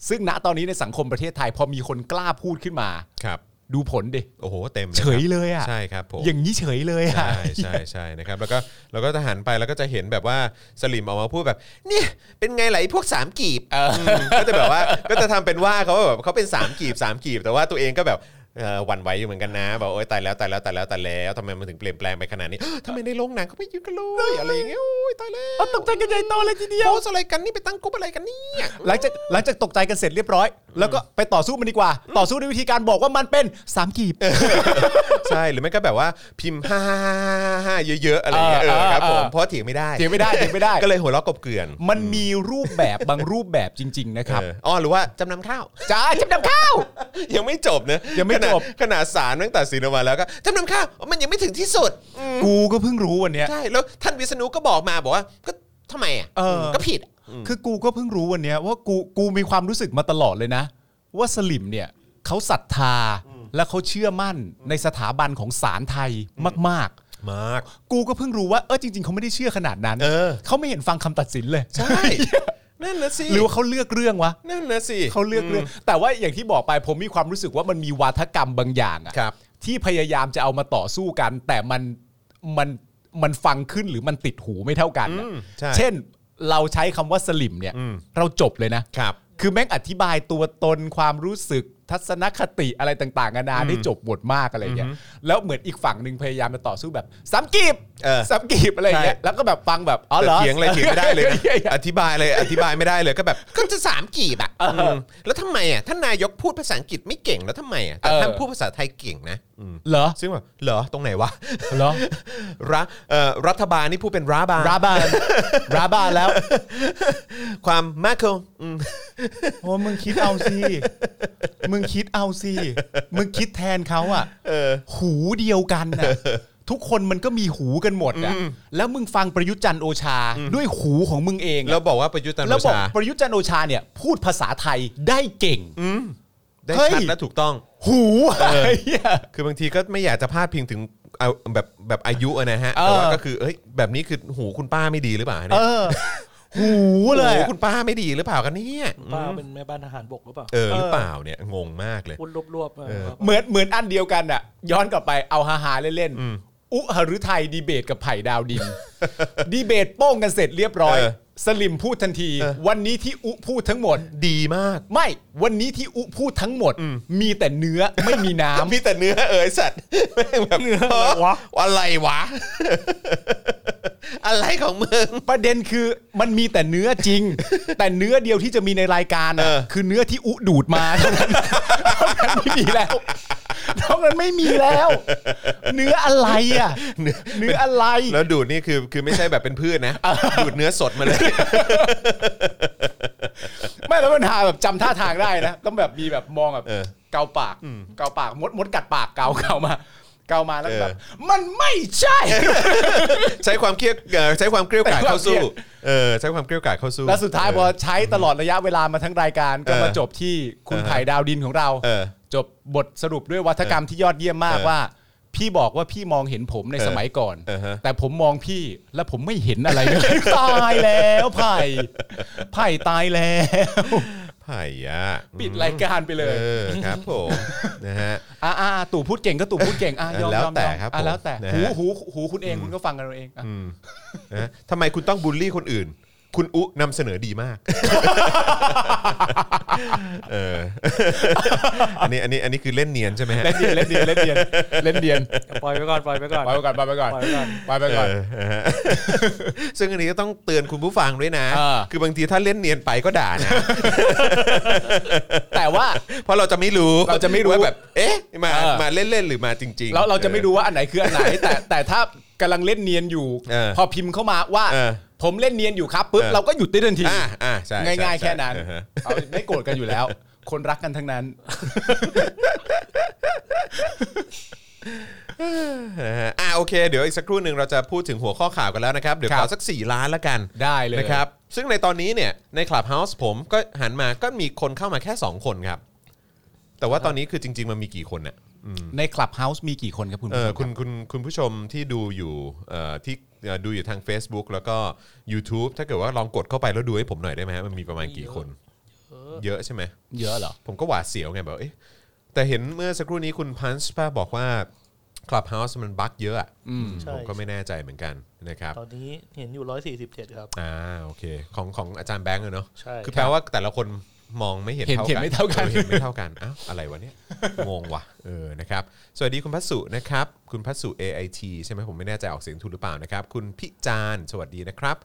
Speaker 4: ซึ่งณตอนนี้ในสังคมประเทศไทย พอมีคนกล้าพูดขึ้นมา
Speaker 2: ครับ
Speaker 4: ดูผลดิ
Speaker 2: โอ้โห เต็ม
Speaker 4: เฉย
Speaker 2: ครับ
Speaker 4: เลยอะ
Speaker 2: ใช่ครับผม
Speaker 4: อย่างนี้เฉยเลยอะ
Speaker 2: ใช่ใช่ใช่นะครับแล้วก็แล้วก็จะหันไปแล้วก็จะเห็นแบบว่าสลิมออกมาพูดแบบ เนี่ยเป็นไงไหละไอ้พวกสามกีบมก็จะแบบว่าก็จะทำเป็นว่าเขาว่าแบบเขาเป็นสามกีบสามกีบ แต่ว่าตัวเองก็แบบเออหวั่นไหวอยู่เหมือนกันนะแบบโอ๊ยตายแล้วตายแล้วตายแล้วตายแล้วทำไมมันถึงเปลี่ยนแปลงไปขนาดนี้ ทำไมในโรงหนังเขาไม่ยืนกันเลยอะไรอย่างเงี้ยโอ๊ยตายแล้ว
Speaker 4: ตกใจกันใหญ่โตเลยทีเดียว
Speaker 2: โพสต์อะไรกันนี่ไปตั้งกรุ๊ปอะไรกันเนี่ย
Speaker 4: หลังจากหลังจากตกใจกันเสร็จเรียบร้อย แล้วก็ไปต่อสู้มันดีกว่า ต่อสู้ด้วยวิธีการบอกว่ามันเป็นสามกีบ
Speaker 2: ใช่หรือไม่ก็แบบว่าพิมพ์ฮ่าฮ่าฮ่าฮ่าเยอะๆอะไรอย่างเงี้ยเออครับผมเพราะเถียงไม่ได้
Speaker 4: เถียงไม่ได้เถียงไม่ได้
Speaker 2: ก็เลยหัวเราะกบเกลื่อน
Speaker 4: มันมีรูปแบบ บางรูปแบบจริง ๆ นะครับ
Speaker 2: เอออ๋อหรือว่าจำนำข้าว
Speaker 4: จ้าจำนำข้าว
Speaker 2: ยังไม่จบนะ
Speaker 4: ยังไม่
Speaker 2: ขนาด
Speaker 4: จบ
Speaker 2: ขนาดสารตั้งแต่สีนออกมาแล้วก็จำนำข้าวมันยังไม่ถึงที่สุดอืม
Speaker 4: กูก็เพิ่งรู้วันเนี้ย
Speaker 2: ใช่แล้วท่านวิษณุก็บอกมาบอกว่าก็ทำไมอ่ะ
Speaker 4: เออ
Speaker 2: ก็ผิดอะ
Speaker 4: คือกูก็เพิ่งรู้วันเนี้ยว่ากูกูมีความรู้สึกมาตลอดเลยนะ ว่าสลิมเนี่ยเขาศรัทธาและเขาเชื่อมั่นในสถาบันของศาลไทยมาก
Speaker 2: มาก
Speaker 4: ๆ กูก็เพิ่งรู้ว่าเออจริง ๆเขาไม่ได้เชื่อขนาดนั้น
Speaker 2: เออ
Speaker 4: เขาไม่เห็นฟังคำตัดสินเลย
Speaker 2: ใช่ นั่นนะสิ
Speaker 4: หรือว่าเขาเลือกเรื่องวะ
Speaker 2: นั่นนะสิ
Speaker 4: เขาเลือกเรื่องแต่ว่าอย่างที่บอกไปผมมีความรู้สึกว่ามันมีวาทกรรมบางอย่างอะ
Speaker 2: ครับ
Speaker 4: ที่พยายามจะเอามาต่อสู้กัน แต่มันมันมันฟังขึ้นหรือมันติดหูไม่เท่ากันอะ
Speaker 2: อืมใช่
Speaker 4: เช่นเราใช้คำว่าสลิมเนี่ย
Speaker 2: อืม
Speaker 4: เราจบเลยนะ
Speaker 2: ครับ
Speaker 4: คือแม่งอธิบายตัวตนความรู้สึกทัศนคติอะไรต่างๆนานาได้จบหมดมากอะไรเงี้ยแล้วเหมือนอีกฝั่งหนึ่งพยายามจะต่อสู้แบบสามกีบ
Speaker 2: เออ
Speaker 4: สามกีบอะไรเงี้ยแล้วก็แบบฟังแบบอ๋อเหร
Speaker 2: แต่
Speaker 4: อ
Speaker 2: เถียงอะไรเถียงไม่ได้เลยนะ อธิบายเลยอธิบายไม่ได้เลยก็แบบก็จะสามกีบอ่ะมแล้วทำไมอ่ะท่านนายกพูดภาษาอังกฤษไม่เก่งแล้วทำไมอ่ะแต่
Speaker 4: เออ
Speaker 2: ท่านพูดภาษาไทยเก่งนะอืม
Speaker 4: เหรอ
Speaker 2: ซึ่งแบบเหรอตรงไหนวะ
Speaker 4: เหรอ
Speaker 2: รัฐเอ่อรัฐบาลนี่พูดเป็นราบาล
Speaker 4: ราบาน ราบานแล้ว
Speaker 2: ความมากคืออืม
Speaker 4: โอ้มึงคิดเอาสิ มึงคิดเอาสิ มึงคิดแทนเขาอ่ะหูเดียวกันน่ะ ทุกคนมันก็มีหูกันหมดอ่ะ แล้วมึงฟังประยุทธ์จันทร์โอชาด้วยหูของมึงเองอะ
Speaker 2: แล้วบอกว่าประยุทธ์จันทร์
Speaker 4: แล้ว
Speaker 2: โอบ
Speaker 4: อ
Speaker 2: ชาก
Speaker 4: ประยุทธ์จันทร์โอชาเนี่ย พูดภาษาไทยได้เก่ง
Speaker 2: ได้
Speaker 4: เฮ้ย
Speaker 2: ชัดและถูกต้อง
Speaker 4: หูอะไรอ่ะ
Speaker 2: คือบางทีก็ไม่อยากจะพาดพิงถึงเอาแบบแบบอายุอะนะฮะ
Speaker 4: เอ
Speaker 2: แต่
Speaker 4: อ
Speaker 2: ว่าก็คือเอ้ยแบบนี้คือหูคุณป้าไม่ดีหรือเปล่า
Speaker 4: เอ
Speaker 2: เนี่ย
Speaker 4: อ หูเลย
Speaker 2: หูคุณป้าไม่ดีหรือเปล่ากันเนี่ย
Speaker 3: ป้าเป็นแม่บ้านทหารบกหรือเปล่า
Speaker 2: เออหรือเปล่าเนี่ยงงมากเลย
Speaker 3: วุ่นรวบๆมาครับ
Speaker 4: เหมือนเหมือนอันเดียวกันอ่ะ ย้อนกลับไปเอาฮาฮาๆเล่นๆอุหฤทัยดีเบตกับไผ่ดาวดิน ดีเบตโป้งกันเสร็จเรียบร้อย
Speaker 2: เออ
Speaker 4: สลิมพูดทันที
Speaker 2: เออ
Speaker 4: วันนี้ที่อุพูดทั้งหมด
Speaker 2: ดีมาก
Speaker 4: ไม่วันนี้ที่อุพูดทั้งหมด มีแต่เนื้อไม่มีน้ำ
Speaker 2: มีแต่เนื้อเอ๋ยสัตว์แม่งแบบเนื้อวะอะไรวะ อะไรของมึง
Speaker 4: ประเด็นคือมันมีแต่เนื้อจ ริง แต่เนื้อเดียวที่จะมีในรายการ
Speaker 2: เอ
Speaker 4: อ่ะ
Speaker 2: อ
Speaker 4: คือเนื้อที่อุดูดมาเท่านั้นเท่านั้นไม่มีแล้วเท่านั้นไม่มีแล้ว เนื้ออะไรอ่ะเนื้ออะไร
Speaker 2: แล้วดูดนี่คือคือไม่ใช่แบบเป็นพืชนะ ดูดเนื้อสดมาเลย
Speaker 4: ไม่แล้วมันหาแบบจำท่าทางได้นะ ต้องแบบมีแบบมองแบบ
Speaker 2: เออ
Speaker 4: เกาปากเกาปากมดมดกัดปากเกาเกามา เกามาแล้วก็แบบ
Speaker 2: เอ
Speaker 4: มันไม่ใช่
Speaker 2: ใช้ความเครียดเอ่อใช้ความเกรี้ยวกราดเข้าสู้
Speaker 4: ใช้ความเครียด
Speaker 2: เออใช้ความเกรี้ยวกราดเข้าสู้
Speaker 4: แล้วสุดท้ายพอใช้ตลอดระยะเวลามาทั้งรายการก็
Speaker 2: เออ
Speaker 4: มาจบที่คุณ
Speaker 2: เออ
Speaker 4: ไผ่ดาวดินของเรา
Speaker 2: เออ
Speaker 4: จบบทสรุปด้วยวัฒกรรมที่ยอดเยี่ยมมาก
Speaker 2: เออ
Speaker 4: ว่า พี่บอกว่าพี่มองเห็นผมใน
Speaker 2: เออ
Speaker 4: สมัยก่อน
Speaker 2: เออฮะ
Speaker 4: แต่ผมมองพี่แล้วผมไม่เห็นอะไรเลย ตายแล้วไผ่ไผ่ตายแล้ว
Speaker 2: ไผ่อะ
Speaker 4: ปิดรายการไปเล
Speaker 2: เอย อครับผม นะฮะ
Speaker 4: อ่าตู่พูดเก่งก็ตู่พูดเก่งอ่ะยอม
Speaker 2: แล้ว
Speaker 4: ยอม
Speaker 2: แต่
Speaker 4: ยอม
Speaker 2: ครับ
Speaker 4: อ่ะ
Speaker 2: ผม
Speaker 4: แล้วแต่
Speaker 2: นะ
Speaker 4: หู
Speaker 2: ฮะ
Speaker 4: หูหูคุณเองคุณก็ฟังกันเอาเองอ่ะ
Speaker 2: อืมนะทำไมคุณต้องบูลลี่คนอื่น คุณอุนำเสนอดีมาก เออ อันนี้อันนี้อันนี้คือเล่นเนียนใช่ไหมฮะ
Speaker 4: เล่นเดียนเล่นเดียนเล่นเดียนเล่นเดียน
Speaker 3: ปล่อยไปก่อนปล่อยไปก่อน
Speaker 4: ปล่อยไปก่อนปล่อยไปก่อน
Speaker 3: ปล่อยไปก่อน
Speaker 4: ปล่อยไปก่อน
Speaker 2: เออนะฮะ ซึ่งอันนี้ก็ต้องเตือนคุณผู้ฟังด้วยนะ
Speaker 4: เออ
Speaker 2: คือบางทีถ้าเล่นเนียนไปก็ด่านะ
Speaker 4: แต่ว่า
Speaker 2: เพราะเราจะไม่รู้
Speaker 4: เราจะไม่รู้
Speaker 2: ว่แบบ เอ๊ะ มา
Speaker 4: เออ
Speaker 2: มาเล่นเล่นๆหรือมาจริงๆ
Speaker 4: เราเราจะไม่รู้ว่าอันไหนคืออันไหน แต่แต่ถ้ากำลังเล่นเนียนอยู่
Speaker 2: เออ
Speaker 4: พอพิมพ์เข้ามาว่า
Speaker 2: เออ
Speaker 4: ผมเล่นเนียนอยู่ครับปุ๊บ
Speaker 2: เออ
Speaker 4: เราก็หยุดได้ทันที
Speaker 2: อ่าอ่าใช่ใช่
Speaker 4: ง่าย
Speaker 2: ใช่
Speaker 4: ๆแค่นั้น
Speaker 2: เออฮะ
Speaker 4: เอาไม่โกรธกันอยู่แล้ว คนรักกันทั้งนั้น
Speaker 2: นะฮะอ่าโอเค เดี๋ยวอีกสักครู่หนึ่งเราจะพูดถึงหัวข้อข่าวกันแล้วนะครับ เดี๋ยว
Speaker 4: ครั
Speaker 2: ข
Speaker 4: บ
Speaker 2: อสัก 4 ล้านละกัน
Speaker 4: ได้เลย
Speaker 2: นะครับซึ่งในตอนนี้เนี่ยใน Clubhouse ผมก็หันมาก็มีคนเข้ามาแค่ 2 คนครับ แต่ว่าตอนนี้คือจริง ๆ มันมีกี่คนเนี่ย
Speaker 4: ในคลับเฮาส์มีกี่คนครับคุณ
Speaker 2: เอ
Speaker 4: ผู้ช
Speaker 2: อ
Speaker 4: ม
Speaker 2: คุณคุณคุณผู้ชมที่ดูอยู่เอ่อที่เอ่อดูอยู่ทาง Facebook แล้วก็ YouTube ถ้าเกิดว่าลองกดเข้าไปแล้วดูให้ผมหน่อยได้ไหมฮะมันมีประมาณกี่คน เยอะใช่ไหม
Speaker 4: เยอะเหรอ
Speaker 2: ผมก็หวาดเสียวไงแบบเอ๊ะแต่เห็นเมื่อสักครู่นี้คุณพันช์ป้าบอกว่า Clubhouse มันบั๊กเยอะอะ
Speaker 3: ใช่
Speaker 2: ผมก็ไม่แน่ใจเหมือนกันนะครับ
Speaker 3: ตอนนี้เห็นอยู่ร้อยสี่สิบเจ็ดครับ
Speaker 2: อ่าโอเค ของของอาจารย์แบงค์อะเนาะ
Speaker 3: ใช่
Speaker 2: คือแปลว่าแต่ละคนมองไม่เห็น
Speaker 4: เห็น
Speaker 2: เท่า
Speaker 4: เข็
Speaker 2: กั
Speaker 4: มไม่เท่ากัน
Speaker 2: ออเห็นไม่เท่ากันอ้าวอะไรวะเนี่ยงงว่ะเออนะครับสวัสดีคุณพัสสุนะครับ คุณพัสสุ AIT ใช่ไหมผมไม่แน่ใจออกเสียงถูกหรือเปล่านะครับ คุณพิจารณ์สวัสดีนะครับ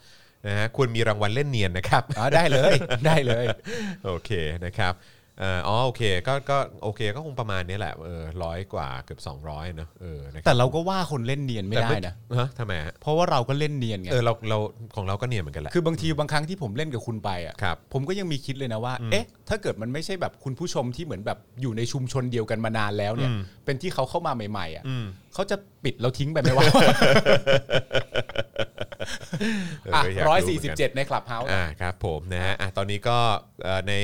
Speaker 2: นะฮะควรมีรางวัลเล่นเนียนนะครับ
Speaker 4: อ๋อได้เลย ได้เลย
Speaker 2: โอเคนะครับเอ่ออ๋อโอเคก็ก็โอเคก็คงประมาณนี้แหละเออร้อยกว่าเกือบ200เนอะเออนะค
Speaker 4: แต่
Speaker 2: บ
Speaker 4: เราก็ว่าคนเล่นเนียนไม่ได้
Speaker 2: แต่
Speaker 4: นะ
Speaker 2: ฮะทำไมฮะ
Speaker 4: เพราะว่าเราก็เล่นเนียนไง
Speaker 2: เออเราเราของเราก็เนียนเหมือนกันแหละ
Speaker 4: คือบางทีบางครั้งที่ผมเล่นกับคุณไปอ่ะ
Speaker 2: ครับ
Speaker 4: ผมก็ยังมีคิดเลยนะว่า เอ๊ะ ถ้าเกิดมันไม่ใช่แบบคุณผู้ชมที่เหมือนแบบอยู่ในชุมชนเดียวกันมานานแล้วเนี่ย เป็นที่เขาเข้ามาใหม่ๆอ่ะเขาจะปิดเราทิ้งไปไหม วะ
Speaker 2: เออก็าก
Speaker 4: ร้อย
Speaker 2: เหมื
Speaker 4: สี่
Speaker 2: น
Speaker 4: สิบ
Speaker 2: กัน
Speaker 4: เจ็ดในคลับเฮาส์
Speaker 2: อ่าครับผมนะฮะอ่ะตอนนี้ก็เอ่อใน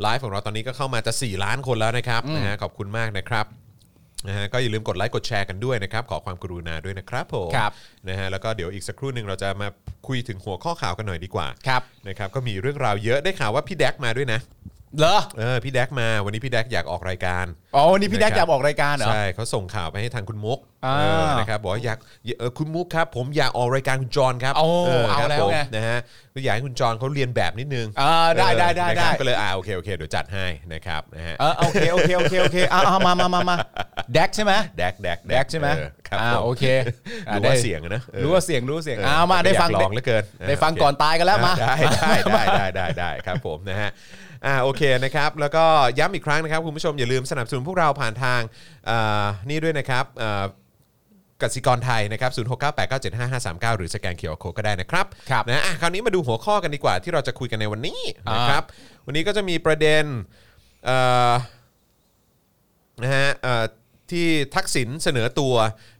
Speaker 2: ไลฟ์ของเราตอนนี้ก็เข้ามาจะ 4 ล้านคนแล้วนะครับนะฮะขอบคุณมากนะครับนะฮะก็อย่าลืมกดไลค์กดแชร์กันด้วยนะครับ ขอความกรุณาด้วยนะครับผม
Speaker 4: ครับ
Speaker 2: นะฮะแล้วก็เดี๋ยวอีกสักครู่หนึ่งเราจะมาคุยถึงหัวข้อข่าวกันหน่อยดีกว่า
Speaker 4: ครับ
Speaker 2: นะครับก็มีเรื่องราวเยอะได้ข่าวว่าพี่แดกมาด้วยนะ
Speaker 4: เหรอ
Speaker 2: เออพี่แดกมาวันนี้พี่แดกอยากออกรายการ
Speaker 4: อ๋อวันนี้พี่แดก
Speaker 2: นะครับ
Speaker 4: อยากออกรายการเหรอ
Speaker 2: ใช่เขาส่งข่าวไปให้ทางคุณมุก
Speaker 4: อ่า
Speaker 2: เออนะครับบอกว่าอยากเออคุณมุกครับผมอยากออกรายการคุณจอนครับ
Speaker 4: โอ้
Speaker 2: ครับ
Speaker 4: เอาแล้ว
Speaker 2: ผม
Speaker 4: ไง
Speaker 2: นะฮะก็อยากให้คุณจอนเขาเรียนแบบนิดนึง
Speaker 4: อ่าได้ได้ได้
Speaker 2: นะค
Speaker 4: ได้
Speaker 2: รับก็เลยอ่าโอเคโอเคเดี๋ยวจัดให้นะครับนะฮะ
Speaker 4: เออโอเคโอเคโอเคโอเคเอาเอามามามามาแดกใช่ไหม
Speaker 2: แดกแดก
Speaker 4: แดกใช่ไหม
Speaker 2: เออครับ
Speaker 4: อ่า
Speaker 2: ผม
Speaker 4: โอเคอ่ะ
Speaker 2: รู้
Speaker 4: ได้
Speaker 2: ว่าเสียงอะนะเออ
Speaker 4: รู้ว่าเสียงรู้ว่าเสียงเอามา
Speaker 2: แต่
Speaker 4: ได้
Speaker 2: ก็
Speaker 4: ฟัง
Speaker 2: อยากลองเหลือเกิน
Speaker 4: ได้ฟัง
Speaker 2: โเค
Speaker 4: ก่อนตายกันแล้วมา
Speaker 2: ได้ได้ได้ได้ได้ได้ครับผมนะฮะอ่าโอเคนะครับ แล้วก็ย้ำอีกครั้งนะครับ คุณผู้ชมอย่าลืมสนับสนุนพวกเราผ่านทางอ่านี่ด้วยนะครับอ่ากสิกรไทยนะครับ0 6 9 8 9 7 5 5 3 9 หรือสแกนเขียวโคก็ได้นะครับ
Speaker 4: ครับ
Speaker 2: นะอ่ะคราวนี้มาดูหัวข้อกันดีกว่าที่เราจะคุยกันในวันนี้นะครับ วันนี้ก็จะมีประเด็นเอ่อนะฮะเอ่อที่ทักษิณเสนอตัว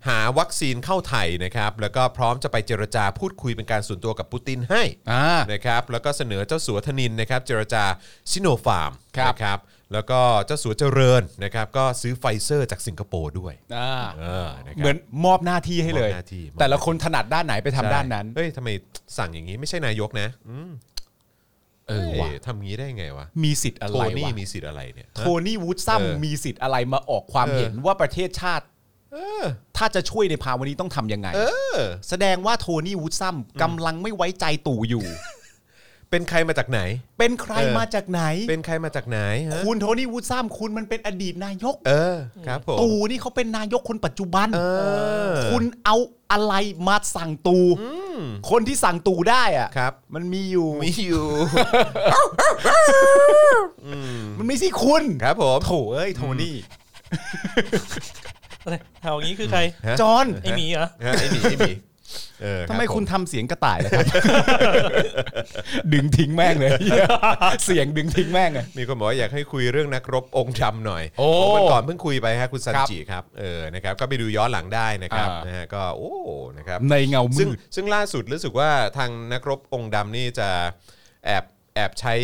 Speaker 2: หาวัคซีนเข้าไทยนะครับ แล้วก็พร้อมจะไปเจรจาพูดคุยเป็นการส่วนตัวกับปูตินให้
Speaker 4: อ่า
Speaker 2: นะครับแล้วก็เสนอเจ้าสัวธนินนะครับเจรจาซิโนฟาร์ม
Speaker 4: ครับ
Speaker 2: นะครับแล้วก็เจ้าสัวเจริญนะครับก็ซื้อไฟเซอร์จากสิงคโปร์ด้วย
Speaker 4: อ่า
Speaker 2: เออนะค
Speaker 4: เห
Speaker 2: รั
Speaker 4: มื
Speaker 2: บ
Speaker 4: อนมอบหน้าที่ให้เลย
Speaker 2: มอบหน้าที่มอบ
Speaker 4: แต่ละคนถนัดด้านไหนไปทำ
Speaker 2: ใช่
Speaker 4: ด้านนั้น
Speaker 2: เฮ้ยทำไมสั่งอย่างนี้ไม่ใช่นายกนะอืม
Speaker 4: เออ
Speaker 2: เอ้
Speaker 4: ว่ะ
Speaker 2: ยทำงี้ได้ไงวะ
Speaker 4: มีสิทธิ์อะ
Speaker 2: โท
Speaker 4: ไร
Speaker 2: นี่
Speaker 4: วะ
Speaker 2: มีสิทธิ์อะไรเนี่ย
Speaker 4: โทนี่วูดซัม
Speaker 2: เออ
Speaker 4: มีสิทธิ์อะไรมาออกความ
Speaker 2: เออ
Speaker 4: เห็นว่าประเทศชาติ
Speaker 2: อ
Speaker 4: ถ้าจะช่วยในภาวะนี้ต้องทำยังไง
Speaker 2: เออ
Speaker 4: แสดงว่าโทนี่วูดซัมกำลังไม่ไว้ใจตู่อยู่
Speaker 2: เป็นใครมาจากไหน
Speaker 4: เป็นใคร
Speaker 2: เออ
Speaker 4: มาจากไหน
Speaker 2: เป็นใครมาจากไหนฮะ
Speaker 4: คุณโทนี่วูดซัมคุณมันเป็นอดีตนายก
Speaker 2: เออครับผม
Speaker 4: ตู่นี่เขาเป็นนายกคนปัจจุบัน
Speaker 2: เออ
Speaker 4: คุณเอาอะไรมาสั่งตู่คนที่สั่งตู่ได้อะ
Speaker 2: ครับ
Speaker 4: มันมีอยู่
Speaker 2: มีอยู่
Speaker 4: มันไม่ใช่คุณ
Speaker 2: ครับผม
Speaker 4: โถเอ้ยโทนี่
Speaker 3: อะไรเอาอย่างนี้คือใคร
Speaker 2: ฮะ
Speaker 4: จอห์น
Speaker 3: ไอหมีเหรอ
Speaker 2: ฮะไอหมีไอหมีเออรับ
Speaker 4: ทำไม
Speaker 2: ผ
Speaker 4: คุณทำเสียงกระต่ายล่ะ ครับ ดึงทิ้งแม่งเลย เสียงดึงทิ้งแม่งเลย
Speaker 2: มีคนบอกว่าอยากให้คุยเรื่องนักรบองค์ดำหน่อย
Speaker 4: โอ้
Speaker 2: เพราะวันก่อนเพิ่งคุยไปฮะคุณซัน
Speaker 4: ครับ
Speaker 2: จิครับเออนะครับก็ไปดูย้อนหลังได้นะครับ
Speaker 4: อ่าน
Speaker 2: นะฮะก็โอ้นะครับ
Speaker 4: ในเงามื
Speaker 2: ซึ่ง
Speaker 4: ด
Speaker 2: ซึ่งล่าสุดรู้สึกว่าทางนักรบองค์ดำนี่จะแอบแอบใช้